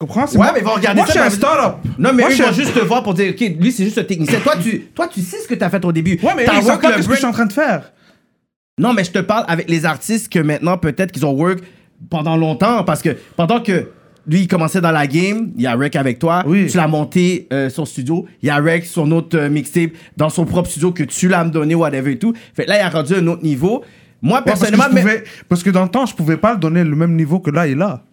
[SPEAKER 5] comprends? C'est
[SPEAKER 4] Ouais,
[SPEAKER 5] moi-
[SPEAKER 4] mais ils vont regarder
[SPEAKER 5] moi,
[SPEAKER 4] ça.
[SPEAKER 5] je suis un
[SPEAKER 4] mais-
[SPEAKER 5] start-up.
[SPEAKER 4] Non, mais eux,
[SPEAKER 5] moi, je
[SPEAKER 4] ils
[SPEAKER 5] suis
[SPEAKER 4] vont juste te voir pour dire, OK, lui, c'est juste un technicien. toi, tu, toi, tu sais ce que t'as fait au début.
[SPEAKER 5] Ouais, mais
[SPEAKER 4] T'as
[SPEAKER 5] eux, ils savent
[SPEAKER 4] work
[SPEAKER 5] pas
[SPEAKER 4] le
[SPEAKER 5] ce que je
[SPEAKER 4] break.
[SPEAKER 5] suis en train de faire.
[SPEAKER 4] Non, mais je te parle avec les artistes que maintenant, peut-être qu'ils ont work pendant longtemps. Parce que pendant que lui, il commençait dans la game, il y a Rec avec toi.
[SPEAKER 5] Oui.
[SPEAKER 4] Tu l'as monté euh, son studio. Il y a Rec, son autre euh, mixtape, dans son propre studio que tu l'as me donné, whatever et tout. Fait que là, il a rendu un autre niveau. Moi,
[SPEAKER 5] Ouais, parce, que je
[SPEAKER 4] personnellement, mais-
[SPEAKER 5] pouvais- parce que dans le temps, je pouvais pas le donner le même niveau que là et là.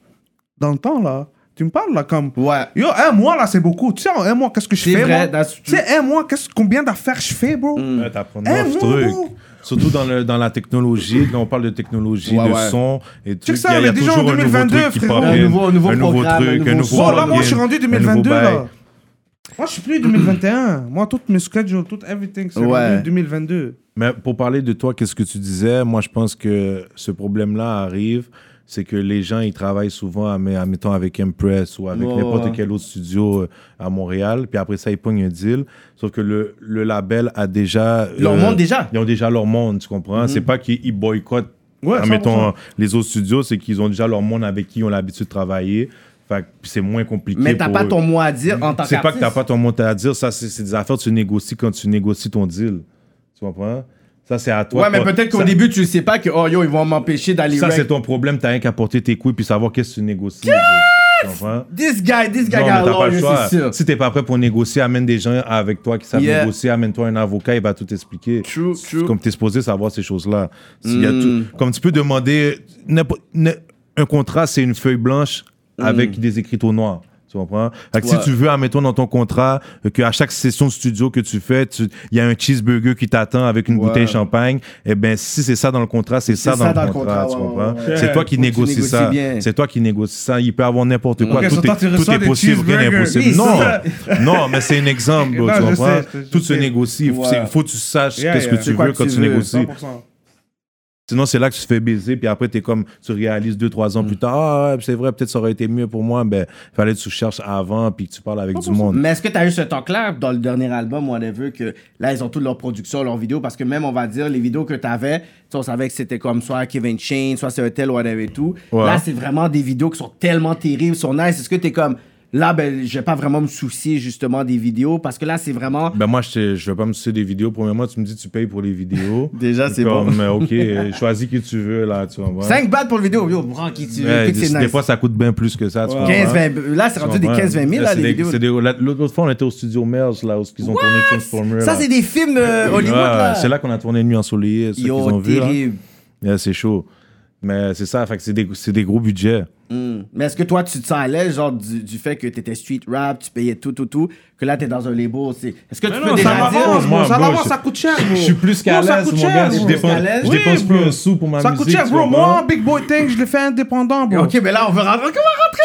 [SPEAKER 5] Dans le temps, là. Tu me parles, là, comme.
[SPEAKER 4] Ouais.
[SPEAKER 5] Yo, un mois, là, c'est beaucoup. Tu sais, en un mois, qu'est-ce que je
[SPEAKER 4] C'est
[SPEAKER 5] fais,
[SPEAKER 4] vrai,
[SPEAKER 5] moi?
[SPEAKER 4] that's true.
[SPEAKER 5] Tu sais, un mois, qu'est-ce- combien d'affaires je fais, bro?
[SPEAKER 2] Ouais, T'apprends de
[SPEAKER 5] Eh,
[SPEAKER 2] nouveaux
[SPEAKER 5] moi,
[SPEAKER 2] trucs.
[SPEAKER 5] bro.
[SPEAKER 2] Surtout dans, le, dans la technologie, là on parle de technologie,
[SPEAKER 4] Ouais,
[SPEAKER 2] de
[SPEAKER 4] ouais.
[SPEAKER 2] son et tout.
[SPEAKER 5] ça, on est déjà en 2022, frérot.
[SPEAKER 2] pop
[SPEAKER 5] Un
[SPEAKER 2] in,
[SPEAKER 4] nouveau- un nouveau programme, un
[SPEAKER 2] truc,
[SPEAKER 4] nouveau
[SPEAKER 2] un
[SPEAKER 5] Oh,
[SPEAKER 2] nouveau.
[SPEAKER 4] son.
[SPEAKER 5] là, moi,
[SPEAKER 2] plugin,
[SPEAKER 5] je suis rendu
[SPEAKER 2] un nouveau
[SPEAKER 5] 2022,
[SPEAKER 2] bail.
[SPEAKER 5] là. Moi, je suis plus 2021. Moi, toutes mes schedules, tout everything, c'est
[SPEAKER 4] Ouais.
[SPEAKER 5] rendu 2022.
[SPEAKER 2] Mais pour parler de toi, qu'est-ce que tu disais Moi, je pense que ce problème-là arrive, c'est que les gens, ils travaillent souvent, à- mais- admettons, avec Impress ou avec
[SPEAKER 4] Ouais,
[SPEAKER 2] n'importe
[SPEAKER 4] ouais.
[SPEAKER 2] quel autre studio euh, à Montréal, puis après ça, ils pognent un deal. Sauf que le, le label a déjà.
[SPEAKER 4] Leur
[SPEAKER 2] euh,
[SPEAKER 4] monde déjà. Mhm.
[SPEAKER 2] Ils ont déjà leur monde, tu comprends C'est pas qu'ils ils boycottent,
[SPEAKER 5] Ouais,
[SPEAKER 2] admettons,
[SPEAKER 5] 100%.
[SPEAKER 2] les autres studios, c'est qu'ils ont déjà leur monde avec qui ils ont l'habitude de travailler. Fait que c'est moins compliqué.
[SPEAKER 4] mais t'as
[SPEAKER 2] pour
[SPEAKER 4] pas
[SPEAKER 2] eux.
[SPEAKER 4] ton mot à dire en tant qu'artiste.
[SPEAKER 2] C'est pas que t'as pas ton mot à dire, ça c'est c'est des affaires que tu négocies quand tu négocies ton deal. Tu comprends? Ça c'est à toi.
[SPEAKER 4] Ouais, mais
[SPEAKER 2] Pas-
[SPEAKER 4] peut-être qu'au
[SPEAKER 2] ça-
[SPEAKER 4] début, tu sais pas que, oh yo, ils vont m'empêcher d'aller
[SPEAKER 2] Ça
[SPEAKER 4] rec.
[SPEAKER 2] c'est ton problème, t'as rien qu'à porter tes couilles puis savoir qu'est-ce que tu négocies. bro. Tu comprends?
[SPEAKER 4] This guy, this guy
[SPEAKER 2] Non, mais
[SPEAKER 4] got
[SPEAKER 2] t'as
[SPEAKER 4] a
[SPEAKER 2] pas le
[SPEAKER 4] lawyer,
[SPEAKER 2] choix.
[SPEAKER 4] c'est sûr.
[SPEAKER 2] Si t'es pas prêt pour négocier, amène des gens avec toi qui savent
[SPEAKER 4] Yeah.
[SPEAKER 2] négocier, amène-toi un avocat, il va tout expliquer.
[SPEAKER 4] True,
[SPEAKER 2] C'est
[SPEAKER 4] true. Hmm.
[SPEAKER 2] Comme t'es supposé savoir ces choses-là. S'il y a tout- comme tu peux demander, n'importe- n- un contrat, c'est une feuille blanche avec des écriteaux noirs. Tu comprends? Fait que
[SPEAKER 4] Hmm. Ouais.
[SPEAKER 2] Si tu veux, admettons dans ton contrat euh, qu'à chaque session de studio que tu fais, tu- il y a un cheeseburger qui t'attend avec une
[SPEAKER 4] Ouais.
[SPEAKER 2] bouteille de champagne, eh ben si c'est ça dans le contrat, c'est ça, dans, le contrat. tu
[SPEAKER 4] ouais,
[SPEAKER 2] comprends?
[SPEAKER 4] ouais, ouais.
[SPEAKER 2] C'est toi qui
[SPEAKER 4] Faut que tu
[SPEAKER 2] négocies
[SPEAKER 4] négocies
[SPEAKER 2] ça.
[SPEAKER 4] bien.
[SPEAKER 2] C'est toi qui négocies ça. Il peut avoir n'importe quoi.
[SPEAKER 5] Ok, sur
[SPEAKER 2] tout
[SPEAKER 5] toi, tu
[SPEAKER 2] est, tout
[SPEAKER 5] reçois
[SPEAKER 2] est
[SPEAKER 5] des
[SPEAKER 2] possible, rien n'est
[SPEAKER 5] cheeseburgers.
[SPEAKER 2] possible.
[SPEAKER 5] Oui, c'est
[SPEAKER 2] non,
[SPEAKER 5] ça.
[SPEAKER 2] non, mais c'est un exemple. bro,
[SPEAKER 5] Non,
[SPEAKER 2] tu
[SPEAKER 5] je
[SPEAKER 2] comprends?
[SPEAKER 5] sais, je- je
[SPEAKER 2] tout se
[SPEAKER 5] sais.
[SPEAKER 2] négocie.
[SPEAKER 4] Ouais.
[SPEAKER 2] C'est- Faut que tu saches
[SPEAKER 5] Yeah,
[SPEAKER 2] qu'est-ce
[SPEAKER 5] yeah.
[SPEAKER 2] que
[SPEAKER 4] C'est
[SPEAKER 2] tu
[SPEAKER 4] quoi
[SPEAKER 2] veux
[SPEAKER 4] que
[SPEAKER 2] quand
[SPEAKER 4] tu
[SPEAKER 2] tu
[SPEAKER 4] veux,
[SPEAKER 2] négocies.
[SPEAKER 5] 100%.
[SPEAKER 2] Sinon, c'est là que tu te fais baiser, puis après, t'es comme, tu réalises deux, trois ans
[SPEAKER 5] Mm.
[SPEAKER 2] plus tard, ah, ouais, c'est vrai, peut-être ça aurait été mieux pour moi, ben, fallait que tu cherches avant, puis que tu parles avec du monde.
[SPEAKER 4] Mais est-ce que tu as eu ce temps clair dans le dernier album, whatever, que là, ils ont toutes leurs productions, leurs vidéos, parce que même, on va dire, les vidéos que tu avais, on savait que c'était comme soit Kevin Chain, soit c'est un tel, whatever et tout.
[SPEAKER 2] Ouais.
[SPEAKER 4] Là, c'est vraiment des vidéos qui sont tellement terribles, sont nice. Est-ce que tu es comme, là, ben, je vais pas vraiment me soucier, justement, des vidéos, parce que là, c'est vraiment.
[SPEAKER 5] Mm.
[SPEAKER 2] Ben moi, je, te- je vais pas me sucer des vidéos. Premièrement, tu me dis tu payes pour les vidéos.
[SPEAKER 4] Déjà, c'est bon.
[SPEAKER 2] Comme, euh, OK, euh, choisis qui tu veux, là, tu vois.
[SPEAKER 4] 5 balles pour le vidéo, yo, prends qui tu veux,
[SPEAKER 2] Ouais,
[SPEAKER 4] écoute,
[SPEAKER 2] des,
[SPEAKER 4] c'est
[SPEAKER 2] des
[SPEAKER 4] nice.
[SPEAKER 2] fois, ça coûte bien plus que ça. tu comprends?
[SPEAKER 4] 15, 20, là, c'est rendu des 15-20 000, là,
[SPEAKER 2] C'est
[SPEAKER 4] les
[SPEAKER 2] des-
[SPEAKER 4] vidéos.
[SPEAKER 2] c'est des- la- L'autre fois, on était au studio Merge, là, où ils ont tourné Transformers.
[SPEAKER 4] Ça,
[SPEAKER 2] là.
[SPEAKER 4] c'est des films euh, Hollywood,
[SPEAKER 2] Ouais,
[SPEAKER 4] là.
[SPEAKER 2] C'est là qu'on a tourné Nuit ensoleillée, ceux qu'ils ont
[SPEAKER 4] Yo,
[SPEAKER 2] vu. là.
[SPEAKER 4] terrible.
[SPEAKER 2] Yeah, c'est chaud. Mais c'est ça, fait que c'est des, c'est des gros budgets.
[SPEAKER 4] Hmm. Mais est-ce que toi, tu te sens à l'aise, genre, du, du fait que t'étais street rap, tu payais tout, tout, tout, que là, t'es dans un label, c'est... Est-ce que tu peux
[SPEAKER 5] Non, ça
[SPEAKER 4] déjà dire...
[SPEAKER 5] m'avance,
[SPEAKER 2] Moi,
[SPEAKER 5] bro. Ça
[SPEAKER 2] bro,
[SPEAKER 5] m'avance,
[SPEAKER 2] je-
[SPEAKER 5] ça coûte cher, bro.
[SPEAKER 2] Je suis plus qu'à
[SPEAKER 5] Non, ça
[SPEAKER 2] l'aise,
[SPEAKER 5] coûte
[SPEAKER 2] mon
[SPEAKER 5] cher,
[SPEAKER 2] gars.
[SPEAKER 5] bro.
[SPEAKER 2] Je
[SPEAKER 4] Qu'à
[SPEAKER 2] dépense,
[SPEAKER 4] l'aise.
[SPEAKER 2] je
[SPEAKER 5] Oui,
[SPEAKER 2] dépense plus
[SPEAKER 5] bro.
[SPEAKER 2] un sou pour ma
[SPEAKER 5] Ça
[SPEAKER 2] musique.
[SPEAKER 5] coûte cher,
[SPEAKER 2] tu
[SPEAKER 5] bro.
[SPEAKER 2] comprends?
[SPEAKER 5] Moi, Big Boy Tank, je l'ai fait indépendant, bro.
[SPEAKER 4] OK, mais là, on veut rentrer...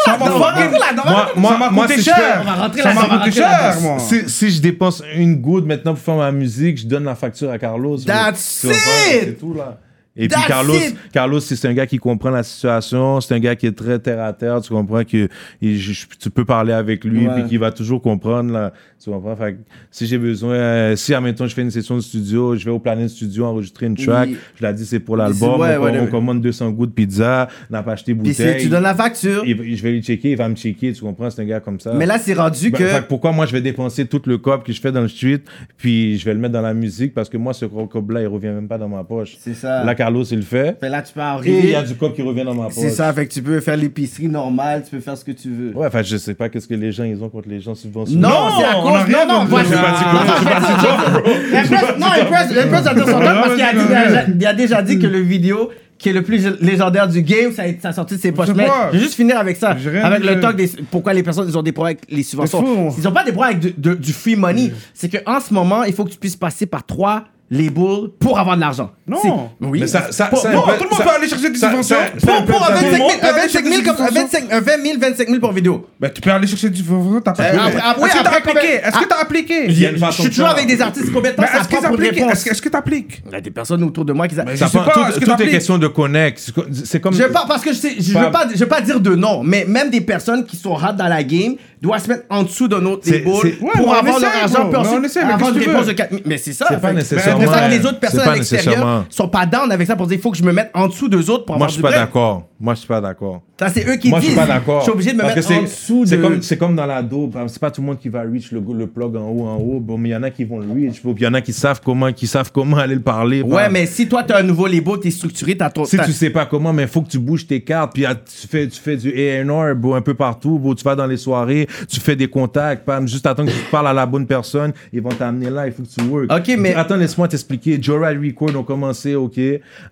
[SPEAKER 4] Comment rentrer là-dedans? On va rentrer là-dedans, on va
[SPEAKER 2] Moi,
[SPEAKER 4] rentrer-
[SPEAKER 2] moi,
[SPEAKER 5] Ça m'a
[SPEAKER 2] moi,
[SPEAKER 5] coûté
[SPEAKER 2] si je
[SPEAKER 5] cher.
[SPEAKER 4] On va rentrer
[SPEAKER 5] Ça
[SPEAKER 4] là-dedans,
[SPEAKER 5] m'a
[SPEAKER 4] on va rentrer
[SPEAKER 5] coûté
[SPEAKER 4] là-dedans.
[SPEAKER 5] cher, moi.
[SPEAKER 2] fais- Si, si je dépense une goutte maintenant pour faire ma musique, je donne la facture à Carlos. bro.
[SPEAKER 4] That's
[SPEAKER 2] Tu comprends?
[SPEAKER 4] it!
[SPEAKER 2] C'est tout, là. Et puis
[SPEAKER 4] That's
[SPEAKER 2] Carlos,
[SPEAKER 4] it!
[SPEAKER 2] Carlos, c'est un gars qui comprend la situation, c'est un gars qui est très terre à terre, tu comprends que il- je- je- tu peux parler avec lui
[SPEAKER 4] Ouais.
[SPEAKER 2] puis qu'il va toujours comprendre là, tu comprends. Fait que si j'ai besoin, euh, si admettons je fais une session de studio, je vais au Planet Studio enregistrer une track,
[SPEAKER 4] Il-
[SPEAKER 2] je la dis c'est pour l'album,
[SPEAKER 4] ouais,
[SPEAKER 2] on,
[SPEAKER 4] ouais,
[SPEAKER 2] on
[SPEAKER 4] ouais.
[SPEAKER 2] commande 200 gouttes de pizza, on n'a pas acheté
[SPEAKER 4] Puis c'est-
[SPEAKER 2] bouteille.
[SPEAKER 4] tu donnes la facture.
[SPEAKER 2] il- je vais lui checker, il va me checker, tu comprends, c'est un gars comme ça.
[SPEAKER 4] Mais là, c'est rendu
[SPEAKER 2] Ben,
[SPEAKER 4] que...
[SPEAKER 2] fait que pourquoi moi je vais dépenser tout le cop que je fais dans le street, puis je vais le mettre dans la musique parce que moi ce cop là il revient même pas dans ma poche.
[SPEAKER 4] C'est ça.
[SPEAKER 2] Là Carlos il le fait.
[SPEAKER 4] Fait là, tu peux
[SPEAKER 2] Et il y
[SPEAKER 4] arriver...
[SPEAKER 2] a du cop qui revient dans ma poche.
[SPEAKER 4] C'est ça, fait que tu peux faire l'épicerie normale, tu peux faire ce que tu veux.
[SPEAKER 2] Ouais, enfin je sais pas qu'est-ce que les gens ils ont contre les gens subventionnés.
[SPEAKER 4] Non, c'est à
[SPEAKER 5] on
[SPEAKER 4] cause...
[SPEAKER 5] a rien
[SPEAKER 4] Non, non,
[SPEAKER 5] contre
[SPEAKER 4] moi,
[SPEAKER 5] les
[SPEAKER 4] je- L'Impress- Non, Impress, Impress a dit son top parce qu'il a, dit- il a déjà dit que le vidéo qui est le plus légendaire du game, ça a, ça a sorti de ses poches. Mais
[SPEAKER 5] pas.
[SPEAKER 4] je vais juste finir avec ça.
[SPEAKER 5] J'ai rien
[SPEAKER 4] Avec
[SPEAKER 5] dit
[SPEAKER 4] le
[SPEAKER 5] de-
[SPEAKER 4] talk des pourquoi les personnes ils ont des problèmes avec les subventions.
[SPEAKER 5] fou.
[SPEAKER 4] Ils ont pas des problèmes avec du- de- du free money. C'est qu'en ce moment, il faut que tu puisses passer par trois labels pour avoir de l'argent.
[SPEAKER 5] Non.
[SPEAKER 4] C'est- Oui.
[SPEAKER 2] Mais ça, ça,
[SPEAKER 5] Bon,
[SPEAKER 2] ça-
[SPEAKER 5] non,
[SPEAKER 2] ça-
[SPEAKER 5] tout le monde
[SPEAKER 2] ça-
[SPEAKER 5] peut aller chercher des
[SPEAKER 2] ça-
[SPEAKER 5] subventions.
[SPEAKER 2] ça-
[SPEAKER 5] Bon,
[SPEAKER 2] ça-
[SPEAKER 4] Pour, pour
[SPEAKER 2] ça-
[SPEAKER 4] un 25 000,
[SPEAKER 5] Tout le monde
[SPEAKER 4] un 25 000 comme- un
[SPEAKER 5] peut aller
[SPEAKER 4] 25 un 20 000, 25 000 pour vidéo.
[SPEAKER 5] Ben, tu peux aller chercher du t'as pas
[SPEAKER 4] Euh,
[SPEAKER 5] trouvé.
[SPEAKER 4] après- après-
[SPEAKER 5] Est-ce que t'as
[SPEAKER 4] après-
[SPEAKER 5] appliqué Est-ce que
[SPEAKER 4] Ah.
[SPEAKER 5] t'as appliqué
[SPEAKER 2] Il y a une
[SPEAKER 4] Je
[SPEAKER 2] façon
[SPEAKER 4] suis
[SPEAKER 2] de
[SPEAKER 4] toujours
[SPEAKER 2] faire.
[SPEAKER 4] avec des artistes. Combien de temps
[SPEAKER 5] Mais
[SPEAKER 4] ça
[SPEAKER 5] est-ce qu'ils
[SPEAKER 4] prend pour
[SPEAKER 5] appliquent
[SPEAKER 4] répondre
[SPEAKER 5] Est-ce que- est-ce que t'appliques
[SPEAKER 4] Il y a des personnes autour de moi qui...
[SPEAKER 5] Mais
[SPEAKER 2] ça
[SPEAKER 5] Je sais
[SPEAKER 2] prend-
[SPEAKER 5] pas,
[SPEAKER 2] tout-
[SPEAKER 5] est-ce
[SPEAKER 2] tout, est
[SPEAKER 5] que t'appliques
[SPEAKER 2] question de connect. C'est co- C'est comme
[SPEAKER 4] Je parle parce que je sais, je
[SPEAKER 2] Pas-
[SPEAKER 4] veux pas, je veux pas dire de nom, mais même des personnes qui sont rap dans la game doivent se mettre en dessous d'un autre
[SPEAKER 2] C'est-
[SPEAKER 4] table pour
[SPEAKER 2] c'est-
[SPEAKER 5] ouais, mais on
[SPEAKER 4] avoir leur
[SPEAKER 5] essaie,
[SPEAKER 4] argent,
[SPEAKER 5] bro.
[SPEAKER 4] puis
[SPEAKER 5] Mais on
[SPEAKER 4] ensuite
[SPEAKER 5] essaie, mais
[SPEAKER 4] avoir
[SPEAKER 5] qu'est-ce
[SPEAKER 4] une
[SPEAKER 5] que tu
[SPEAKER 4] dépense
[SPEAKER 5] veux?
[SPEAKER 4] de 4 000. Mais c'est ça.
[SPEAKER 2] C'est pas
[SPEAKER 4] fait que-
[SPEAKER 2] nécessairement,
[SPEAKER 4] Mais c'est pour ça que
[SPEAKER 2] ouais.
[SPEAKER 4] les autres
[SPEAKER 2] C'est
[SPEAKER 4] personnes
[SPEAKER 2] pas
[SPEAKER 4] à l'extérieur
[SPEAKER 2] nécessairement.
[SPEAKER 4] sont pas down avec ça pour dire il faut que je me mette en dessous d'eux autres pour
[SPEAKER 2] Moi
[SPEAKER 4] avoir
[SPEAKER 2] je suis
[SPEAKER 4] du
[SPEAKER 2] pas
[SPEAKER 4] bread.
[SPEAKER 2] d'accord. Moi, je suis pas d'accord.
[SPEAKER 4] Ça, c'est eux qui
[SPEAKER 2] Moi, je
[SPEAKER 4] disent.
[SPEAKER 2] suis pas d'accord.
[SPEAKER 4] Je suis obligé de me
[SPEAKER 2] Parce que
[SPEAKER 4] mettre en
[SPEAKER 2] c'est-
[SPEAKER 4] dessous
[SPEAKER 2] C'est
[SPEAKER 4] de.
[SPEAKER 2] comme, c'est comme dans la dope. hein. C'est pas tout le monde qui va reach le, le plug en haut, en haut. Bon, mais il y en a qui vont le reach. Bon, puis Il y en a qui savent comment, qui savent comment aller le parler.
[SPEAKER 4] Ouais,
[SPEAKER 2] Bah,
[SPEAKER 4] mais si toi, t'as un nouveau label, t'es structuré, t'as ton.
[SPEAKER 2] Si
[SPEAKER 4] t'as-
[SPEAKER 2] tu sais pas comment, mais faut que tu bouges tes cartes, puis ah, tu fais, tu fais du A&R bro, un peu partout, bro, tu vas dans les soirées, tu fais des contacts, pam, juste attends que tu parles à la bonne personne, ils vont t'amener là, il faut que tu work.
[SPEAKER 4] Ok, mais-
[SPEAKER 2] Attends, laisse-moi t'expliquer. Joe Ride Record ont commencé, ok,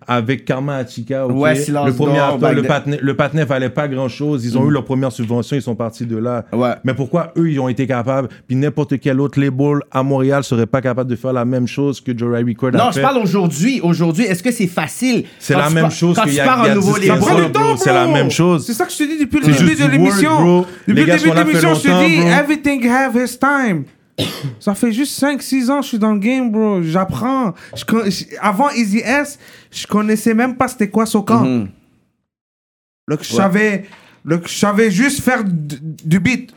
[SPEAKER 2] avec Karma Achika, ok.
[SPEAKER 4] Ouais, Silence
[SPEAKER 2] le premier
[SPEAKER 4] d'or,
[SPEAKER 2] album,
[SPEAKER 4] back
[SPEAKER 2] le,
[SPEAKER 4] then.
[SPEAKER 2] patinet, le patinet valait pas grand-chose, ils ont eu leur première subvention, ils sont partis de là.
[SPEAKER 4] Ouais.
[SPEAKER 2] Mais pourquoi eux, ils ont été capables, puis n'importe quel autre label à Montréal serait pas capable de faire la même chose que Joe Ride Record a
[SPEAKER 4] Non, je
[SPEAKER 2] fait?
[SPEAKER 4] parle aujourd'hui. Aujourd'hui, est-ce que c'est facile?
[SPEAKER 2] C'est
[SPEAKER 4] Quand
[SPEAKER 2] la
[SPEAKER 4] tu
[SPEAKER 2] même
[SPEAKER 4] pars-
[SPEAKER 2] chose
[SPEAKER 4] Quand
[SPEAKER 2] qu'il
[SPEAKER 4] tu
[SPEAKER 2] y a-
[SPEAKER 4] pars
[SPEAKER 2] il y
[SPEAKER 4] un
[SPEAKER 2] a
[SPEAKER 4] nouveau
[SPEAKER 2] 10, 15
[SPEAKER 5] Prends
[SPEAKER 2] ans,
[SPEAKER 4] label.
[SPEAKER 5] le temps,
[SPEAKER 2] bro, c'est la
[SPEAKER 5] bro.
[SPEAKER 2] même chose.
[SPEAKER 5] C'est ça que je te dis depuis le
[SPEAKER 2] C'est
[SPEAKER 5] début
[SPEAKER 2] juste
[SPEAKER 5] de
[SPEAKER 2] du word,
[SPEAKER 5] l'émission.
[SPEAKER 2] bro.
[SPEAKER 5] Depuis
[SPEAKER 2] Les
[SPEAKER 5] le
[SPEAKER 2] gars
[SPEAKER 5] début
[SPEAKER 2] sont
[SPEAKER 5] de
[SPEAKER 2] là fait
[SPEAKER 5] l'émission, je te
[SPEAKER 2] longtemps,
[SPEAKER 5] dis,
[SPEAKER 2] bro.
[SPEAKER 5] everything have his time. Ça fait juste 5-6 ans que je suis dans le game, bro. J'apprends. Je con- je- Avant Easy S, je connaissais même pas c'était quoi Sokan.
[SPEAKER 2] Mhm.
[SPEAKER 5] Donc, je savais... donc, je savais juste faire d- du beat.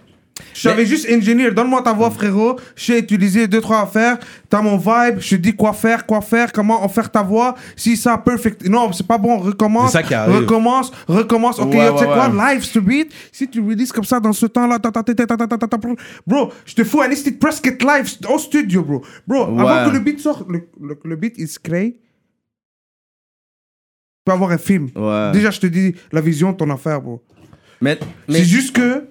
[SPEAKER 5] Je savais juste engineer. Donne-moi ta voix, frérot. J'ai utilisé deux, trois affaires. T'as mon vibe. Je te dis quoi faire, quoi faire, comment en faire ta voix. Si ça, perfect. Non, c'est pas bon. Recommence.
[SPEAKER 2] C'est ça qui arrive.
[SPEAKER 5] Recommence, recommence. Ok,
[SPEAKER 4] Ouais,
[SPEAKER 5] yo, tu sais
[SPEAKER 4] ouais,
[SPEAKER 5] quoi? Live to beat. Si tu releases comme ça dans ce temps-là, ta, ta, ta, ta, ta, ta, ta, ta, ta, bro, bro, je te fous un Presque Prescott live au studio, bro. Bro,
[SPEAKER 4] Ouais.
[SPEAKER 5] avant que le beat sorte, le, le, le beat il se crée. Tu peux avoir un film.
[SPEAKER 4] Ouais.
[SPEAKER 5] Déjà, je te dis la vision de ton affaire, bro.
[SPEAKER 4] Mais, mais-
[SPEAKER 5] C'est juste que.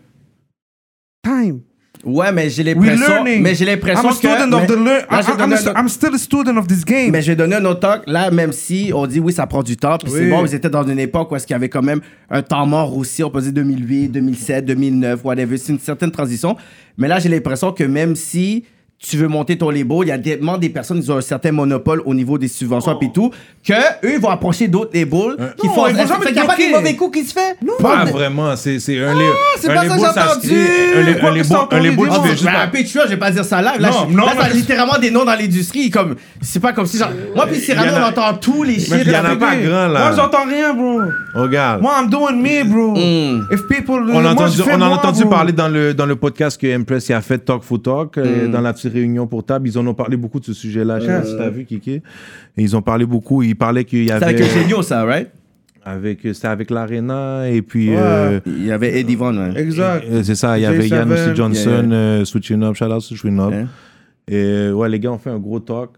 [SPEAKER 5] Time.
[SPEAKER 4] ouais, mais j'ai
[SPEAKER 5] We're
[SPEAKER 4] l'impression.
[SPEAKER 5] learning.
[SPEAKER 4] Mais j'ai l'impression
[SPEAKER 5] I'm a
[SPEAKER 4] que.
[SPEAKER 5] student of
[SPEAKER 4] mais-
[SPEAKER 5] the learn.
[SPEAKER 4] Là,
[SPEAKER 5] I'm,
[SPEAKER 4] je vais
[SPEAKER 5] I'm
[SPEAKER 4] donner
[SPEAKER 5] a
[SPEAKER 4] un
[SPEAKER 5] stu-
[SPEAKER 4] autre-
[SPEAKER 5] I'm still a student of this game.
[SPEAKER 4] Mais je vais donner un autre talk. Là, même si on dit oui, ça prend du temps, puis c'est
[SPEAKER 5] Oui.
[SPEAKER 4] bon, ils étaient dans une époque où est-ce qu'il y avait quand même un temps mort aussi, on peut dire 2008, 2007, 2009, whatever. C'est une certaine transition. Mais là, j'ai l'impression que même si tu veux monter ton label, il y a tellement des personnes qui ont un certain monopole au niveau des subventions et tout, que eux ils vont approcher d'autres labels qui
[SPEAKER 5] Oh. Non,
[SPEAKER 4] font...
[SPEAKER 5] ils vont jamais
[SPEAKER 4] Fait qu'il y a pas
[SPEAKER 5] bloquer.
[SPEAKER 4] des mauvais coups qui se fait? Non,
[SPEAKER 2] Pas vraiment, c'est c'est un lait.
[SPEAKER 4] Ah, c'est pas ça que j'ai entendu.
[SPEAKER 2] Un lait-
[SPEAKER 5] Quoi
[SPEAKER 2] un
[SPEAKER 5] que
[SPEAKER 2] lait
[SPEAKER 5] ça,
[SPEAKER 2] bon, un lait
[SPEAKER 5] on
[SPEAKER 2] bon,
[SPEAKER 5] dit
[SPEAKER 2] tu
[SPEAKER 4] Ah,
[SPEAKER 2] fais
[SPEAKER 5] non.
[SPEAKER 4] je
[SPEAKER 2] juste
[SPEAKER 4] vais
[SPEAKER 2] pas-
[SPEAKER 4] appeler Trio, je vais pas dire ça live. Là,
[SPEAKER 2] Non,
[SPEAKER 4] je-
[SPEAKER 2] non,
[SPEAKER 4] là, ça a
[SPEAKER 2] mais-
[SPEAKER 4] littéralement des noms dans l'industrie. Comme, c'est pas comme si genre. Moi, puis Cyrano,
[SPEAKER 2] Il y en
[SPEAKER 4] on
[SPEAKER 2] a-
[SPEAKER 4] entend tous les shit.
[SPEAKER 2] il y en a pas grand, là.
[SPEAKER 5] Moi, j'entends rien, bro.
[SPEAKER 2] Regarde.
[SPEAKER 5] Moi, I'm doing me, bro.
[SPEAKER 4] Mm.
[SPEAKER 5] If people,
[SPEAKER 2] On a
[SPEAKER 5] moi, je
[SPEAKER 2] entendu,
[SPEAKER 5] fais
[SPEAKER 2] on a
[SPEAKER 5] moi,
[SPEAKER 2] entendu
[SPEAKER 5] bro.
[SPEAKER 2] parler dans le, dans le podcast que Impress y a fait Talk for Talk, euh,
[SPEAKER 4] Hmm.
[SPEAKER 2] dans la petite réunion pour table. Ils en ont parlé beaucoup de ce sujet-là. Je sais pas si t'as vu, Kiki. Et Ils ont parlé beaucoup. Ils parlaient qu'il y
[SPEAKER 4] Euh. C'est
[SPEAKER 2] avait.
[SPEAKER 4] avec Eugenio, ça, right?
[SPEAKER 2] avec C'était avec l'Arena et puis. euh,
[SPEAKER 4] Il y avait Eddie Von, ouais.
[SPEAKER 5] Exact.
[SPEAKER 2] euh, c'est ça, il y
[SPEAKER 5] Jay
[SPEAKER 2] avait Yann
[SPEAKER 5] Seven.
[SPEAKER 2] aussi Johnson,
[SPEAKER 4] Yeah, yeah.
[SPEAKER 2] euh, Switching Up, shout out Switching Up.
[SPEAKER 4] Yeah.
[SPEAKER 2] Et euh, ouais, les gars ont fait un gros talk.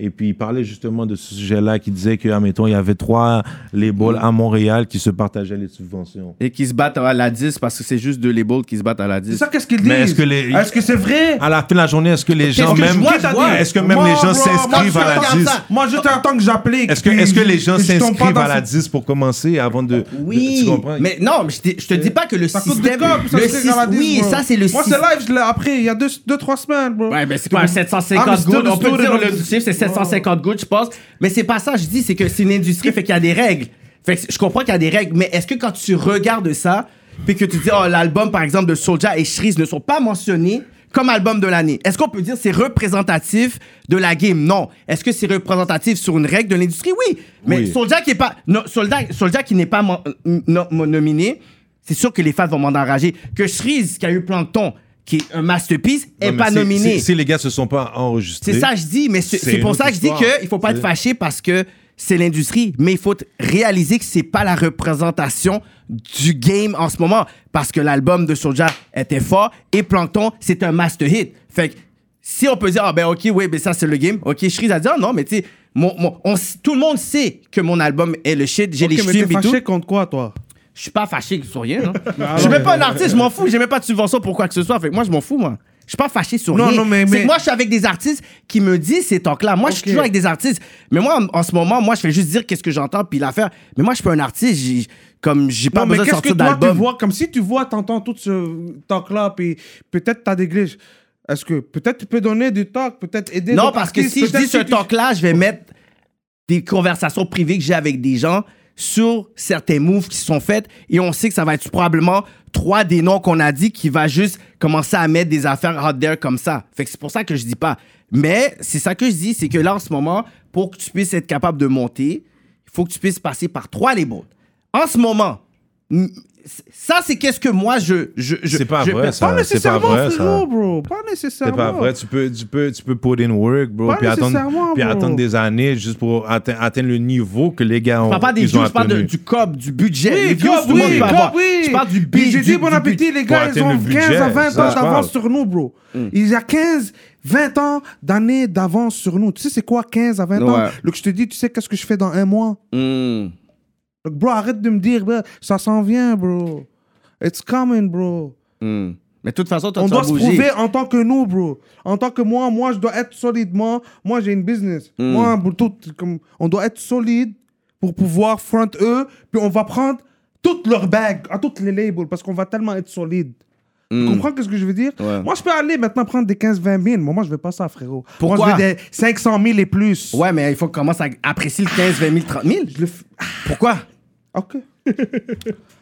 [SPEAKER 2] Et puis, ils parlaient justement de ce sujet-là, qui disait que, admettons, il y avait trois les
[SPEAKER 4] Mm.
[SPEAKER 2] balles à Montréal qui se partageaient les subventions.
[SPEAKER 4] Et qui se battent à la 10 parce que c'est juste deux labels qui se battent à la
[SPEAKER 5] C'est
[SPEAKER 4] 10.
[SPEAKER 5] ça qu'est-ce qu'ils disent.
[SPEAKER 2] Mais est-ce que les-
[SPEAKER 5] Est-ce que c'est vrai?
[SPEAKER 2] À la fin de la journée, est-ce que les gens
[SPEAKER 4] que je
[SPEAKER 2] même,
[SPEAKER 4] vois, je vois.
[SPEAKER 2] est-ce que même
[SPEAKER 5] Moi,
[SPEAKER 2] les gens
[SPEAKER 5] bro,
[SPEAKER 2] s'inscrivent
[SPEAKER 5] moi,
[SPEAKER 2] à
[SPEAKER 5] je
[SPEAKER 2] la
[SPEAKER 5] regarde
[SPEAKER 2] 10
[SPEAKER 5] ça. Moi, je t'attends que j'applique.
[SPEAKER 2] Est-ce que,
[SPEAKER 5] puis
[SPEAKER 2] est-ce que les
[SPEAKER 5] je-
[SPEAKER 2] gens
[SPEAKER 5] je tombe pas
[SPEAKER 2] s'inscrivent
[SPEAKER 5] dans
[SPEAKER 2] à la
[SPEAKER 5] ce-
[SPEAKER 2] 10 pour commencer avant de. de-
[SPEAKER 4] Oui,
[SPEAKER 2] tu comprends?
[SPEAKER 4] mais non, mais je, te- je te dis pas que le
[SPEAKER 5] Ça coûte
[SPEAKER 4] système.
[SPEAKER 5] des gars, puis ça
[SPEAKER 4] le
[SPEAKER 5] se fait dans la
[SPEAKER 4] syst-
[SPEAKER 5] 10,
[SPEAKER 4] oui,
[SPEAKER 5] bro.
[SPEAKER 4] ça c'est le
[SPEAKER 5] Moi, c'est
[SPEAKER 4] système.
[SPEAKER 5] live, je l'ai appris il y a 2-3 semaines, bro.
[SPEAKER 4] Ouais, mais c'est pas un 750
[SPEAKER 5] I'm still
[SPEAKER 4] good. On peut
[SPEAKER 5] student
[SPEAKER 4] dire
[SPEAKER 5] of
[SPEAKER 4] le
[SPEAKER 5] this-
[SPEAKER 4] chiffre, c'est 750 good, je pense. Mais c'est pas ça, je dis, c'est que c'est une industrie, fait qu'il y a des règles. Fait que je comprends qu'il y a des règles, mais est-ce que quand tu regardes ça, puis que tu dis, oh, l'album, par exemple, de Soulja et Shreeze ne sont pas mentionnés comme album de l'année, est-ce qu'on peut dire c'est représentatif de la game? Non. Est-ce que c'est représentatif sur une règle de l'industrie? Oui. Mais
[SPEAKER 2] Oui.
[SPEAKER 4] Soulja qui est pas, non, Soulja, Soulja qui n'est pas mon- non- mon- nominé, c'est sûr que les fans vont m'enrager. Que Shreeze, qui a eu Plankton, qui est un masterpiece,
[SPEAKER 2] Non,
[SPEAKER 4] est
[SPEAKER 2] mais
[SPEAKER 4] pas
[SPEAKER 2] si-
[SPEAKER 4] nominé.
[SPEAKER 2] Si, si les gars se sont pas enregistrés.
[SPEAKER 4] C'est ça que je dis, mais c'est
[SPEAKER 2] C'est
[SPEAKER 4] c'est pour
[SPEAKER 2] une
[SPEAKER 4] ça que je dis
[SPEAKER 2] histoire.
[SPEAKER 4] qu'il faut pas être
[SPEAKER 2] C'est-
[SPEAKER 4] fâché parce que c'est l'industrie, mais il faut t- réaliser que c'est pas la représentation du game en ce moment parce que l'album de Soulja était fort et Plankton, c'est un master hit. Fait que si on peut dire, ah ben ok, oui, ben ça c'est le game, ok, Shreeze a dit, ah non, mais tu sais, mon, mon- on s- tout le monde sait que mon album est le shit, j'ai
[SPEAKER 5] Ok,
[SPEAKER 4] les
[SPEAKER 5] mais
[SPEAKER 4] streams
[SPEAKER 5] t'es
[SPEAKER 4] et tout.
[SPEAKER 5] fâché contre quoi, toi?
[SPEAKER 4] Je suis pas fâché sur rien. hein.
[SPEAKER 5] Ah
[SPEAKER 4] Je suis même pas un artiste, je m'en fous. J'ai même pas de subvention pour quoi que ce soit. Fait que moi, je m'en fous, moi. Je suis pas fâché sur
[SPEAKER 5] Non,
[SPEAKER 4] rien.
[SPEAKER 5] non, mais-
[SPEAKER 4] C'est que
[SPEAKER 5] mais-
[SPEAKER 4] moi, je suis avec des artistes qui me disent ces talks-là. Moi, je suis
[SPEAKER 5] Ok.
[SPEAKER 4] toujours avec des artistes. Mais moi, en, en ce moment, moi, je fais juste dire qu'est-ce que j'entends puis l'affaire. Mais moi, je suis pas un artiste. J'ai, comme j'ai pas
[SPEAKER 5] Non, mais
[SPEAKER 4] besoin de
[SPEAKER 5] qu'est-ce que
[SPEAKER 4] sortir
[SPEAKER 5] toi, tu
[SPEAKER 4] d'album.
[SPEAKER 5] vois? Comme si tu vois, t'entends tout ce talk-là, puis peut-être t'as des glitches. Est-ce que peut-être tu peux donner du talk, peut-être aider
[SPEAKER 4] Non,
[SPEAKER 5] d'autres
[SPEAKER 4] parce que
[SPEAKER 5] artistes,
[SPEAKER 4] si je
[SPEAKER 5] peut-être
[SPEAKER 4] dis ce
[SPEAKER 5] tu-
[SPEAKER 4] talk-là, je vais mettre des conversations privées que j'ai avec des gens sur certains moves qui sont faits et on sait que ça va être probablement trois des noms qu'on a dit qui va juste commencer à mettre des affaires out there comme ça. Fait que c'est pour ça que je dis pas. Mais c'est ça que je dis, c'est que là en ce moment, pour que tu puisses être capable de monter, il faut que tu puisses passer par trois labels. En ce moment, m- ça, c'est qu'est-ce que moi, je. je, je
[SPEAKER 2] C'est pas
[SPEAKER 4] je
[SPEAKER 2] vrai,
[SPEAKER 4] perds.
[SPEAKER 2] ça.
[SPEAKER 5] Pas
[SPEAKER 2] c'est pas
[SPEAKER 5] nécessairement,
[SPEAKER 2] vrai, ça.
[SPEAKER 5] frérot, bro. Pas nécessairement.
[SPEAKER 2] C'est pas vrai. Tu peux, tu peux, tu peux put in work, bro.
[SPEAKER 5] Pas
[SPEAKER 2] puis attendre,
[SPEAKER 5] nécessairement,
[SPEAKER 2] puis
[SPEAKER 5] bro.
[SPEAKER 2] attendre des années juste pour atte- atteindre le niveau que les gars
[SPEAKER 4] Je
[SPEAKER 2] ont.
[SPEAKER 4] parle pas des
[SPEAKER 2] ils ont
[SPEAKER 4] views, je parle de-
[SPEAKER 2] atteinu.
[SPEAKER 4] du cob, du budget.
[SPEAKER 5] Oui,
[SPEAKER 4] les views,
[SPEAKER 5] cop,
[SPEAKER 4] tout le monde
[SPEAKER 5] oui,
[SPEAKER 4] peut
[SPEAKER 5] cop,
[SPEAKER 4] avoir.
[SPEAKER 5] oui.
[SPEAKER 4] Je parle du
[SPEAKER 5] Puis
[SPEAKER 4] budget.
[SPEAKER 5] J'ai dit bon appétit, les
[SPEAKER 2] Pour
[SPEAKER 5] gars, ils
[SPEAKER 2] atteindre
[SPEAKER 5] ont
[SPEAKER 2] le budget,
[SPEAKER 5] 15 à 20
[SPEAKER 2] ça,
[SPEAKER 5] ans
[SPEAKER 2] je parle.
[SPEAKER 5] d'avance sur nous, bro.
[SPEAKER 4] Hmm.
[SPEAKER 5] Ils ont 15, 20 ans d'années d'avance sur nous. Tu sais, c'est quoi 15 à 20 ans
[SPEAKER 4] Ouais. Hmm.
[SPEAKER 5] Donc, je te dis, tu sais, qu'est-ce que je fais dans un mois Donc, bro, arrête de me dire, bro, ça s'en vient, bro. It's coming, bro.
[SPEAKER 4] Mais de toute façon, toi,
[SPEAKER 5] On
[SPEAKER 4] tu
[SPEAKER 5] doit
[SPEAKER 4] vas
[SPEAKER 5] se
[SPEAKER 4] bouger.
[SPEAKER 5] prouver en tant que nous, bro. En tant que moi, moi, je dois être solidement. Moi, j'ai une business.
[SPEAKER 4] Hmm.
[SPEAKER 5] Moi, bro, tout, comme, on doit être solide pour pouvoir front eux. Puis on va prendre toutes leurs bagues, à toutes les labels, parce qu'on va tellement être solide. Tu comprends ce que je veux dire?
[SPEAKER 4] Hmm. Ouais.
[SPEAKER 5] Moi, je peux aller maintenant prendre des 15-20 000. Moi, moi, je veux pas ça, frérot.
[SPEAKER 4] Pourquoi
[SPEAKER 5] Moi, je veux des 500 000 et plus.
[SPEAKER 4] Ouais, mais il faut qu'on commence à apprécier le 15, 20 000, 30 000.
[SPEAKER 5] Je le f-
[SPEAKER 4] Pourquoi
[SPEAKER 5] Ok.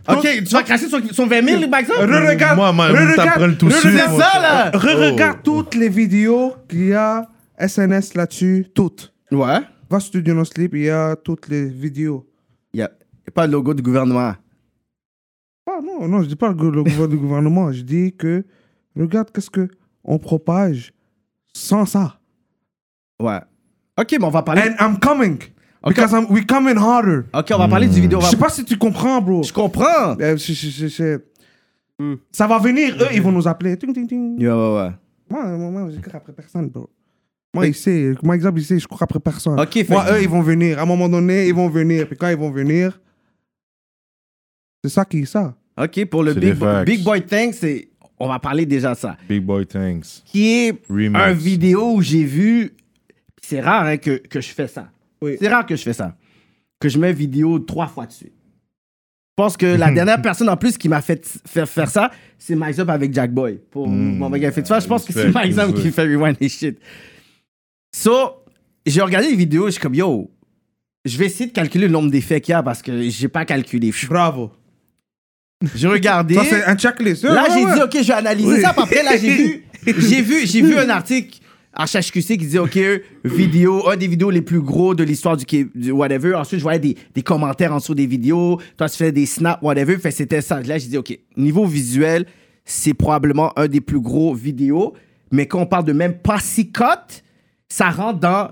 [SPEAKER 4] Ok, tu vas cracher son, son 20 000, par exemple
[SPEAKER 5] Re-regarde.
[SPEAKER 7] Moi, moi,
[SPEAKER 5] re-regarde-
[SPEAKER 7] t'apprends le tout
[SPEAKER 5] re-regarde-
[SPEAKER 7] suite,
[SPEAKER 4] C'est ça, Oh. là
[SPEAKER 2] Oh.
[SPEAKER 5] Re-regarde toutes les vidéos qu'il y a SNS là-dessus, toutes.
[SPEAKER 4] Ouais.
[SPEAKER 5] Va sur Studio No Sleep, il y a toutes les vidéos.
[SPEAKER 4] Il n'y a y a pas le logo du gouvernement.
[SPEAKER 5] Ah non, non, je dis pas le, le gouver- le gouvernement, je dis que regarde qu'est-ce que on propage sans ça.
[SPEAKER 4] Ouais. Ok, mais on va parler.
[SPEAKER 5] And I'm coming
[SPEAKER 4] Ok.
[SPEAKER 5] because I'm, we coming harder.
[SPEAKER 4] Ok, on va parler du vidéo. on
[SPEAKER 5] Je
[SPEAKER 4] va-
[SPEAKER 5] sais pas si tu comprends, bro.
[SPEAKER 4] Je comprends. Hmm.
[SPEAKER 5] Euh, je- je- je- je- Ça va venir, eux, ils vont nous appeler. Ting, ting, ting.
[SPEAKER 4] Ouais, ouais, ouais.
[SPEAKER 5] Moi, moi, moi, je cours après personne, bro. Moi, il sait. Moi, exemple, il sait, je cours après personne.
[SPEAKER 4] Ok, fait-
[SPEAKER 5] Moi, eux, ils vont venir. À un moment donné, ils vont venir. Puis quand ils vont venir, c'est ça qui est ça.
[SPEAKER 4] Ok, pour le
[SPEAKER 2] C'est
[SPEAKER 4] Big,
[SPEAKER 2] des facts.
[SPEAKER 4] Big Boy Tank, c'est. On va parler déjà de ça.
[SPEAKER 2] Big Boy Thanks.
[SPEAKER 4] Qui est
[SPEAKER 2] Remix.
[SPEAKER 4] un vidéo où j'ai vu. C'est rare hein, que, que je fais ça.
[SPEAKER 5] Oui.
[SPEAKER 4] C'est rare que je fais ça. Que je mets vidéo trois fois de suite. Je pense que la dernière personne en plus qui m'a fait faire, faire ça, c'est Mike Up avec Jack Boy. Pour mon mec fait. Tu vois, je pense que c'est
[SPEAKER 2] Hmm. respect,
[SPEAKER 4] Mike Up
[SPEAKER 2] respect.
[SPEAKER 4] qui fait rewind et shit. So, j'ai regardé les vidéos, je suis comme yo, je vais essayer de calculer le nombre d'effets qu'il y a parce que j'ai pas calculé.
[SPEAKER 5] Bravo.
[SPEAKER 4] J'ai regardé.
[SPEAKER 5] Ça, c'est un checklist.
[SPEAKER 4] Là,
[SPEAKER 5] Ouais,
[SPEAKER 4] j'ai
[SPEAKER 5] ouais.
[SPEAKER 4] dit, OK, je vais analyser
[SPEAKER 5] Oui.
[SPEAKER 4] ça. Puis après, là, j'ai vu, j'ai vu, j'ai vu un article HHQC qui disait, OK, vidéo, un des vidéos les plus gros de l'histoire du, Qué- du whatever. Ensuite, je voyais des, des commentaires en dessous des vidéos. Toi, tu fais des snaps, whatever. Fait que c'était ça. Là, j'ai dit, OK, niveau visuel, c'est probablement un des plus gros vidéos. Mais quand on parle de même pas six cotes, ça rentre dans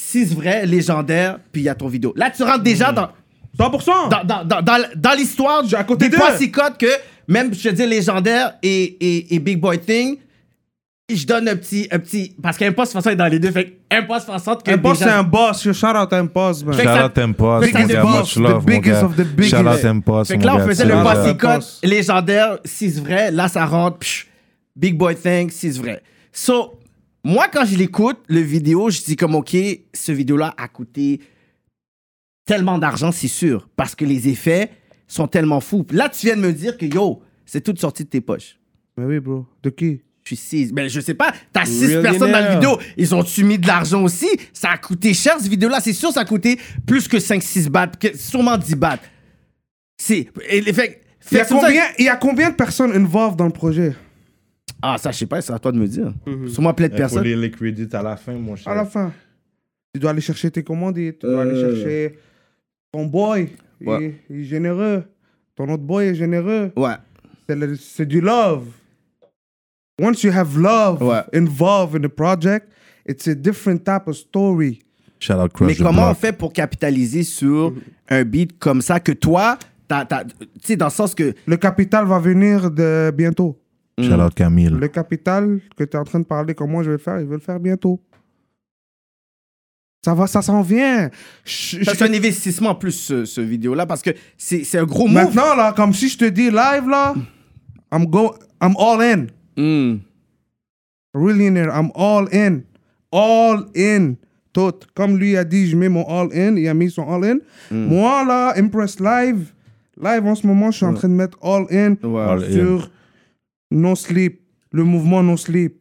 [SPEAKER 4] six vrais légendaires, puis il y a ton vidéo. Là, tu rentres déjà
[SPEAKER 5] Mm-hmm.
[SPEAKER 4] dans
[SPEAKER 5] 100%.
[SPEAKER 4] dans, dans, dans, dans, dans l'histoire du-
[SPEAKER 5] à côté
[SPEAKER 4] des
[SPEAKER 5] d'eux.
[SPEAKER 4] trois cicottes que même je te dis légendaire et, et, et Big Boy Thing je donne un petit un petit parce qu'Impost François est dans les deux fait Impost François que
[SPEAKER 5] Un boss,
[SPEAKER 4] des
[SPEAKER 5] c'est
[SPEAKER 4] gens-
[SPEAKER 5] un boss. Yo, Shout out à un boss, man.
[SPEAKER 4] Fait que
[SPEAKER 2] Shout
[SPEAKER 4] ça-
[SPEAKER 2] out Tempos,
[SPEAKER 4] fait que ça
[SPEAKER 2] mon gars.
[SPEAKER 4] déborde,
[SPEAKER 2] Much love,
[SPEAKER 5] the
[SPEAKER 2] mon
[SPEAKER 5] biggest
[SPEAKER 2] gars.
[SPEAKER 5] of the biggest.
[SPEAKER 2] Shout out Tempos,
[SPEAKER 4] fait
[SPEAKER 2] mon
[SPEAKER 4] que là on
[SPEAKER 2] gars.
[SPEAKER 4] faisait
[SPEAKER 2] Tu
[SPEAKER 4] le
[SPEAKER 5] là,
[SPEAKER 4] pas
[SPEAKER 5] là.
[SPEAKER 4] cicotte légendaire 6 vrais là ça rentre psh, Big Boy Thing 6 vrais so moi quand je l'écoute le vidéo je dis comme ok ce vidéo là a coûté tellement d'argent, c'est sûr, parce que les effets sont tellement fous. Là, tu viens de me dire que yo, c'est toute sortie de tes poches.
[SPEAKER 5] Mais oui, bro. De qui
[SPEAKER 4] Je suis six. Ben, je sais pas, t'as six
[SPEAKER 6] Millionaire.
[SPEAKER 4] personnes dans la vidéo. Ils ont-tu mis de l'argent aussi? Ça a coûté cher, cette vidéo-là. C'est sûr, ça a coûté plus que 5-6 bahts, que- sûrement 10 bahts. C'est. et les- Fait,
[SPEAKER 5] il y,
[SPEAKER 4] fait
[SPEAKER 5] a
[SPEAKER 4] c'est pour ça-
[SPEAKER 5] combien, il y a combien de personnes involved dans le projet
[SPEAKER 4] Ah, ça, je sais pas, c'est à toi de me dire.
[SPEAKER 5] Mm-hmm.
[SPEAKER 4] Sûrement plein de
[SPEAKER 2] Il faut
[SPEAKER 4] personnes.
[SPEAKER 2] lire les crédits à la fin, mon cher.
[SPEAKER 5] À la fin, tu dois aller chercher tes commandes, tu dois aller chercher ton boy. Il-
[SPEAKER 4] Euh. Ouais.
[SPEAKER 5] Il, est généreux. Ton autre boy est généreux.
[SPEAKER 4] Ouais.
[SPEAKER 5] C'est le- C'est du love. Once you have love
[SPEAKER 4] Ouais.
[SPEAKER 5] involved in the project, it's a different type of story.
[SPEAKER 2] Shout out Crush
[SPEAKER 4] Mais
[SPEAKER 2] the
[SPEAKER 4] comment on
[SPEAKER 2] Block.
[SPEAKER 4] fait pour capitaliser sur
[SPEAKER 5] Mm-hmm.
[SPEAKER 4] un beat comme ça que toi, t'as- t'as- tu sais, dans le sens que.
[SPEAKER 5] Le capital va venir de bientôt.
[SPEAKER 2] Shout out
[SPEAKER 4] Mm.
[SPEAKER 2] Camille.
[SPEAKER 5] Le capital que tu es en train de parler, comment je vais le faire, il veut le faire bientôt. Ça va, ça s'en vient. Je- je-
[SPEAKER 4] Ça, C'est un investissement en plus, ce, ce vidéo-là, parce que c'est c'est un gros move.
[SPEAKER 5] Maintenant, là, comme si je te dis live, là, I'm, go, I'm all in.
[SPEAKER 4] Hmm.
[SPEAKER 5] Really in there. I'm all in. All in. Tout. Comme lui a dit, je mets mon all in. Il a mis son all in.
[SPEAKER 4] Mm.
[SPEAKER 5] Moi, là, Impress Live, live en ce moment, je suis en train de mettre all in
[SPEAKER 2] All in.
[SPEAKER 5] sur No Sleep. Le mouvement No Sleep.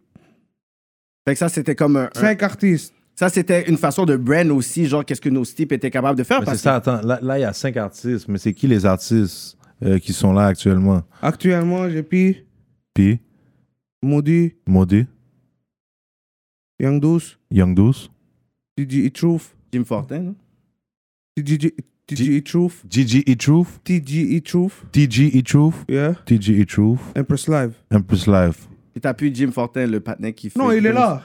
[SPEAKER 4] Fait que ça, c'était comme un- un,
[SPEAKER 5] Cinq artistes.
[SPEAKER 4] Ça, c'était une façon de brand aussi, genre qu'est-ce que nos types étaient capables de faire.
[SPEAKER 2] Mais
[SPEAKER 4] parce
[SPEAKER 2] C'est ça, attends. Là, là, il y a cinq artistes, mais c'est qui les artistes euh, qui sont là actuellement?
[SPEAKER 5] Actuellement, j'ai pris
[SPEAKER 2] P,
[SPEAKER 5] Maudit,
[SPEAKER 2] Modé,
[SPEAKER 5] Young Douce,
[SPEAKER 2] Young Douce,
[SPEAKER 5] DJ E-Truth,
[SPEAKER 4] que Jim Fortin, non?
[SPEAKER 5] DJ TGE E Truth.
[SPEAKER 7] GG
[SPEAKER 2] E
[SPEAKER 7] E-Truth,
[SPEAKER 5] TGE Truth.
[SPEAKER 7] TG E-Truth,
[SPEAKER 5] Yeah.
[SPEAKER 7] TG
[SPEAKER 2] E
[SPEAKER 7] E-Truth,
[SPEAKER 5] Empress Live.
[SPEAKER 7] Empress Live.
[SPEAKER 4] Et t'as plus Jim Fortin, le patinet qui fait.
[SPEAKER 5] Non, il est là.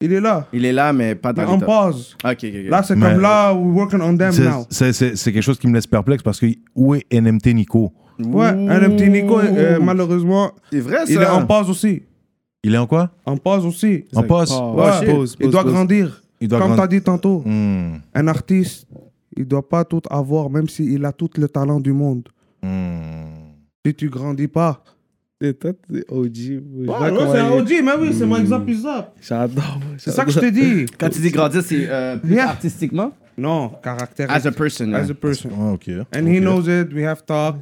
[SPEAKER 5] Il est là.
[SPEAKER 4] Il est là, mais pas dans
[SPEAKER 5] Mais
[SPEAKER 4] le
[SPEAKER 5] on
[SPEAKER 4] top.
[SPEAKER 5] pause.
[SPEAKER 4] Ok, ok, ok.
[SPEAKER 5] Là, c'est
[SPEAKER 7] Mais-
[SPEAKER 5] comme là, we're working on them
[SPEAKER 7] C'est-
[SPEAKER 5] now.
[SPEAKER 7] C'est c'est- c'est quelque chose qui me laisse perplexe parce que où est NMT Nico
[SPEAKER 5] Ouais, un petit Nico, euh, malheureusement,
[SPEAKER 4] C'est vrai, ça.
[SPEAKER 5] il est en pause aussi.
[SPEAKER 7] Il est en quoi
[SPEAKER 5] En pause aussi.
[SPEAKER 7] En poste
[SPEAKER 5] Ouais,
[SPEAKER 6] Ouais, Ah, pause,
[SPEAKER 5] il
[SPEAKER 6] pause,
[SPEAKER 5] doit
[SPEAKER 6] pause.
[SPEAKER 5] grandir.
[SPEAKER 7] Il doit
[SPEAKER 5] Comme
[SPEAKER 7] grandir.
[SPEAKER 5] t'as dit tantôt,
[SPEAKER 7] Hmm,
[SPEAKER 5] un artiste, il doit pas tout avoir, même s'il a tout le talent du monde.
[SPEAKER 7] hmm.
[SPEAKER 5] Si tu grandis pas.
[SPEAKER 6] Et toi, t'es OG. Je vois
[SPEAKER 5] Ouais,
[SPEAKER 6] comment
[SPEAKER 5] c'est un
[SPEAKER 6] il est.
[SPEAKER 5] OG, mais oui, c'est mon exemple exact.
[SPEAKER 6] J'adore. moi,
[SPEAKER 5] C'est ça que je
[SPEAKER 6] j'adore.
[SPEAKER 5] te dis.
[SPEAKER 4] Quand tu dis grandir, c'est euh, plus
[SPEAKER 5] Yeah.
[SPEAKER 4] artistiquement.
[SPEAKER 5] Non, caractère.
[SPEAKER 4] As a person.
[SPEAKER 5] As
[SPEAKER 4] hein.
[SPEAKER 5] a person.
[SPEAKER 7] Ah, ok.
[SPEAKER 5] And he knows it, we have talk.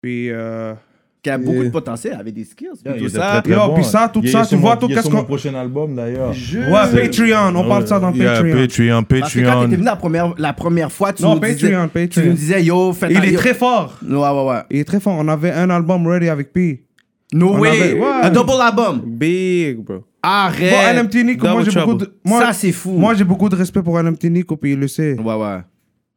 [SPEAKER 5] Puis, euh,
[SPEAKER 4] Qui a beaucoup
[SPEAKER 6] Et-
[SPEAKER 4] de potentiel avec des skills. puis
[SPEAKER 2] Yeah, il
[SPEAKER 4] tout
[SPEAKER 2] était
[SPEAKER 4] ça.
[SPEAKER 2] très, très
[SPEAKER 5] Yo,
[SPEAKER 2] bon.
[SPEAKER 5] puis ça, tout
[SPEAKER 2] Il est
[SPEAKER 5] ça, tu
[SPEAKER 2] sur
[SPEAKER 5] vois,
[SPEAKER 2] mon-
[SPEAKER 5] tout
[SPEAKER 2] il est
[SPEAKER 5] qu'est-ce
[SPEAKER 2] sur
[SPEAKER 5] qu'on-
[SPEAKER 2] mon prochain album d'ailleurs.
[SPEAKER 5] ouais, Patreon,
[SPEAKER 2] Ah
[SPEAKER 5] on parle de ça dans
[SPEAKER 7] Yeah,
[SPEAKER 5] Patreon.
[SPEAKER 7] Patreon,
[SPEAKER 4] Parce que quand
[SPEAKER 7] Patreon.
[SPEAKER 4] t'étais venu la première, la première fois, tu,
[SPEAKER 5] Non,
[SPEAKER 4] nous
[SPEAKER 5] Patreon,
[SPEAKER 4] disais, tu
[SPEAKER 5] Patreon.
[SPEAKER 4] nous disais, yo, fais
[SPEAKER 5] Il
[SPEAKER 4] ta-
[SPEAKER 5] est
[SPEAKER 4] yo.
[SPEAKER 5] très fort.
[SPEAKER 4] Ouais, ouais, ouais.
[SPEAKER 5] Il est très fort. On avait un album ready avec P.
[SPEAKER 4] No
[SPEAKER 5] On
[SPEAKER 4] way.
[SPEAKER 5] avait- ouais.
[SPEAKER 4] Un double album.
[SPEAKER 6] Big, bro.
[SPEAKER 4] Arrête.
[SPEAKER 5] Bon, LMT Nico, moi
[SPEAKER 6] Double
[SPEAKER 5] j'ai beaucoup
[SPEAKER 6] trouble.
[SPEAKER 5] de. Moi,
[SPEAKER 4] ça, c'est fou.
[SPEAKER 5] moi j'ai beaucoup de respect pour LMT Nico, puis il le sait.
[SPEAKER 4] ouais, ouais.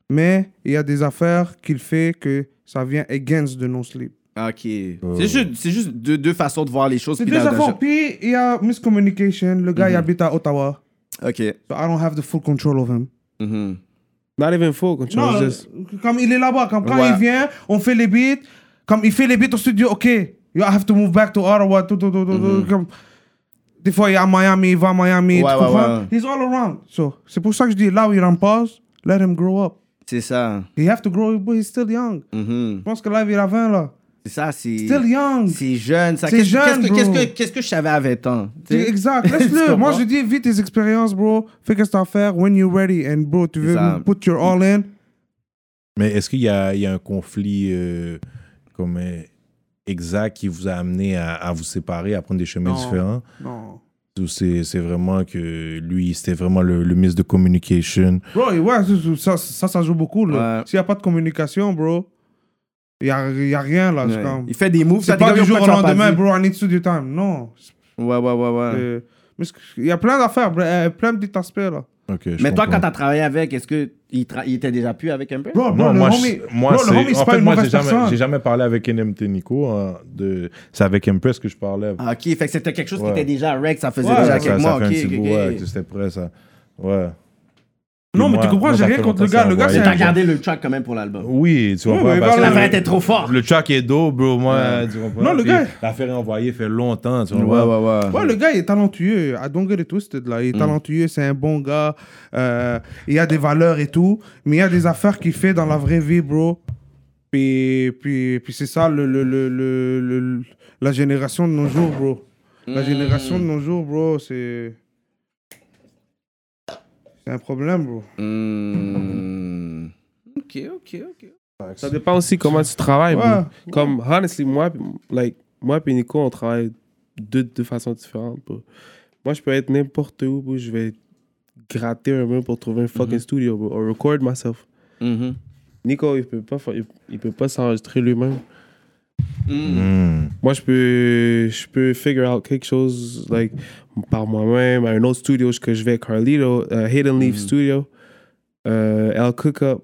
[SPEAKER 5] Mais il y a des affaires qu'il fait que ça vient against de nos sleep.
[SPEAKER 4] Ok.
[SPEAKER 2] Oh.
[SPEAKER 4] C'est juste, c'est juste deux, deux façons de voir les choses.
[SPEAKER 5] C'est
[SPEAKER 4] puis
[SPEAKER 5] deux
[SPEAKER 4] dans- dans-
[SPEAKER 5] affaires. Puis il y a miscommunication. Le gars, il
[SPEAKER 4] Mm-hmm.
[SPEAKER 5] habite à Ottawa.
[SPEAKER 4] Ok.
[SPEAKER 5] So I don't have the full control of him.
[SPEAKER 4] Mhm.
[SPEAKER 6] Not even full control.
[SPEAKER 5] Non, euh,
[SPEAKER 6] just-
[SPEAKER 5] comme il est là-bas, comme quand
[SPEAKER 4] Ouais.
[SPEAKER 5] il vient, on fait les beats. Comme il fait les beats au studio, ok, you have to move back to Ottawa. Tout, tout, tout, tout, tout, comme- des fois, il est à Miami, il va à Miami.
[SPEAKER 4] Mhm. Ouais,
[SPEAKER 5] tu
[SPEAKER 4] ouais,
[SPEAKER 5] comprends?
[SPEAKER 4] ouais.
[SPEAKER 5] He's all around. So, c'est pour ça que je dis, là où il est en pause, let him grow up.
[SPEAKER 4] C'est ça.
[SPEAKER 5] He have to grow up, but he's still young.
[SPEAKER 4] Mhm.
[SPEAKER 5] Je pense que là, il a 20 là.
[SPEAKER 4] C'est ça, c'est.
[SPEAKER 5] Still young.
[SPEAKER 4] C'est jeune, ça.
[SPEAKER 5] C'est
[SPEAKER 4] Qu'est-ce
[SPEAKER 5] jeune,
[SPEAKER 4] qu'est-ce que,
[SPEAKER 5] bro.
[SPEAKER 4] qu'est-ce que, qu'est-ce que je savais à 20 ans? tu sais?
[SPEAKER 5] Exact,
[SPEAKER 4] Tu
[SPEAKER 5] laisse-le. Moi,
[SPEAKER 4] comprends?
[SPEAKER 5] je dis, vis tes expériences, bro. Fais qu'est-ce que t'as à faire when you're ready. And bro, tu veux
[SPEAKER 4] ça.
[SPEAKER 5] put your all in.
[SPEAKER 2] Mais est-ce qu'il y a, il y a un conflit euh, comme euh, exact qui vous a amené à, à vous séparer, à prendre des chemins
[SPEAKER 5] Non.
[SPEAKER 2] différents
[SPEAKER 5] Non.
[SPEAKER 2] Ou c'est, c'est vraiment que lui, c'était vraiment le, le miss de communication
[SPEAKER 5] Bro, et ouais, ça, ça, ça, ça joue beaucoup. là.
[SPEAKER 4] Ouais.
[SPEAKER 5] S'il n'y a pas de communication, bro, il n'y a, y a rien là. C'est
[SPEAKER 4] Ouais.
[SPEAKER 5] comme-
[SPEAKER 4] Il fait des moves. ça,
[SPEAKER 5] C'est
[SPEAKER 4] t'es
[SPEAKER 5] pas
[SPEAKER 4] comme,
[SPEAKER 5] du jour au
[SPEAKER 4] pourquoi tu m'as pas
[SPEAKER 5] lendemain,
[SPEAKER 4] dit?
[SPEAKER 5] bro, I need studio time. Non.
[SPEAKER 4] Ouais, ouais, ouais, ouais.
[SPEAKER 5] Euh, mais Il y a plein d'affaires, bro, euh, plein de petits aspects là.
[SPEAKER 2] Ok, je
[SPEAKER 4] Mais toi,
[SPEAKER 2] comprends.
[SPEAKER 4] quand t'as travaillé avec, est-ce que il, tra- il était déjà plus avec un peu?
[SPEAKER 5] Bro, bro,
[SPEAKER 2] Non,
[SPEAKER 5] Ah, le
[SPEAKER 2] moi,
[SPEAKER 5] homie,
[SPEAKER 2] je- moi,
[SPEAKER 5] bro, le
[SPEAKER 2] c'est-
[SPEAKER 5] homie, c'est
[SPEAKER 2] en
[SPEAKER 5] pas
[SPEAKER 2] fait,
[SPEAKER 5] une
[SPEAKER 2] moi, j'ai
[SPEAKER 5] mauvaise
[SPEAKER 2] jamais,
[SPEAKER 5] personne.
[SPEAKER 2] j'ai jamais parlé avec NMT Nico. hein, de... C'est avec Impress que je parlais.
[SPEAKER 4] Ah, ok, fait que c'était quelque chose
[SPEAKER 2] Ouais.
[SPEAKER 4] qui était déjà à rec, ça faisait
[SPEAKER 5] Ouais,
[SPEAKER 4] déjà
[SPEAKER 2] ça,
[SPEAKER 5] ouais,
[SPEAKER 4] quelques
[SPEAKER 2] ça
[SPEAKER 4] mois.
[SPEAKER 2] fait
[SPEAKER 4] ok,
[SPEAKER 2] un petit
[SPEAKER 4] ok,
[SPEAKER 2] bout, ouais,
[SPEAKER 4] ok.
[SPEAKER 2] que c'était prêt, ça. Ouais.
[SPEAKER 5] Non,
[SPEAKER 2] Puis
[SPEAKER 5] mais tu
[SPEAKER 2] moi-
[SPEAKER 5] comprends,
[SPEAKER 2] moi,
[SPEAKER 5] j'ai
[SPEAKER 2] ça
[SPEAKER 5] rien
[SPEAKER 2] fait
[SPEAKER 5] contre le
[SPEAKER 2] longtemps
[SPEAKER 5] gars.
[SPEAKER 2] que
[SPEAKER 5] Le
[SPEAKER 2] ça
[SPEAKER 5] gars,
[SPEAKER 4] Mais
[SPEAKER 5] c'est
[SPEAKER 4] t'as
[SPEAKER 5] un gars.
[SPEAKER 4] gardé le track quand même pour l'album.
[SPEAKER 2] Oui, tu vois
[SPEAKER 5] Oui,
[SPEAKER 2] pas,
[SPEAKER 5] mais
[SPEAKER 2] parce
[SPEAKER 5] voilà.
[SPEAKER 2] que-
[SPEAKER 4] L'affaire était trop forte.
[SPEAKER 2] Le track est dope, bro. Moi, tu comprends?
[SPEAKER 5] Non, le
[SPEAKER 2] Puis
[SPEAKER 5] gars-
[SPEAKER 2] L'affaire est envoyée fait longtemps, tu vois.
[SPEAKER 5] Ouais, le gars il est talentueux. I don't get it twisted, là. Il est talentueux, c'est un bon gars. Euh, il a des valeurs et tout. Mais il y a des affaires qu'il fait dans la vraie vie, bro. Puis, puis, puis c'est ça le, le, le, le- le- la génération de nos jours, bro. La génération de nos jours, bro, c'est. C'est un problème, bro.
[SPEAKER 4] Hmm. Ok, ok, ok.
[SPEAKER 6] Ça dépend aussi comment tu travailles.
[SPEAKER 5] Ouais,
[SPEAKER 6] bro.
[SPEAKER 5] ouais.
[SPEAKER 6] Comme, honestly, moi, like, moi et Nico, on travaille de, de façon différente. bro. Moi, je peux être n'importe où, bro, je vais gratter un mur pour trouver un fucking studio, bro, or record myself.
[SPEAKER 5] Mm-hmm.
[SPEAKER 4] Mhm.
[SPEAKER 6] Nico, il peut pas, fa- il, il peut pas s'enregistrer lui-même.
[SPEAKER 4] Hmm.
[SPEAKER 6] Moi, je peux, je peux figure out quelque chose, like, par moi-même, à un autre studio que je vais, Carlito, euh, Hidden Leaf Studio, euh, El Cookup.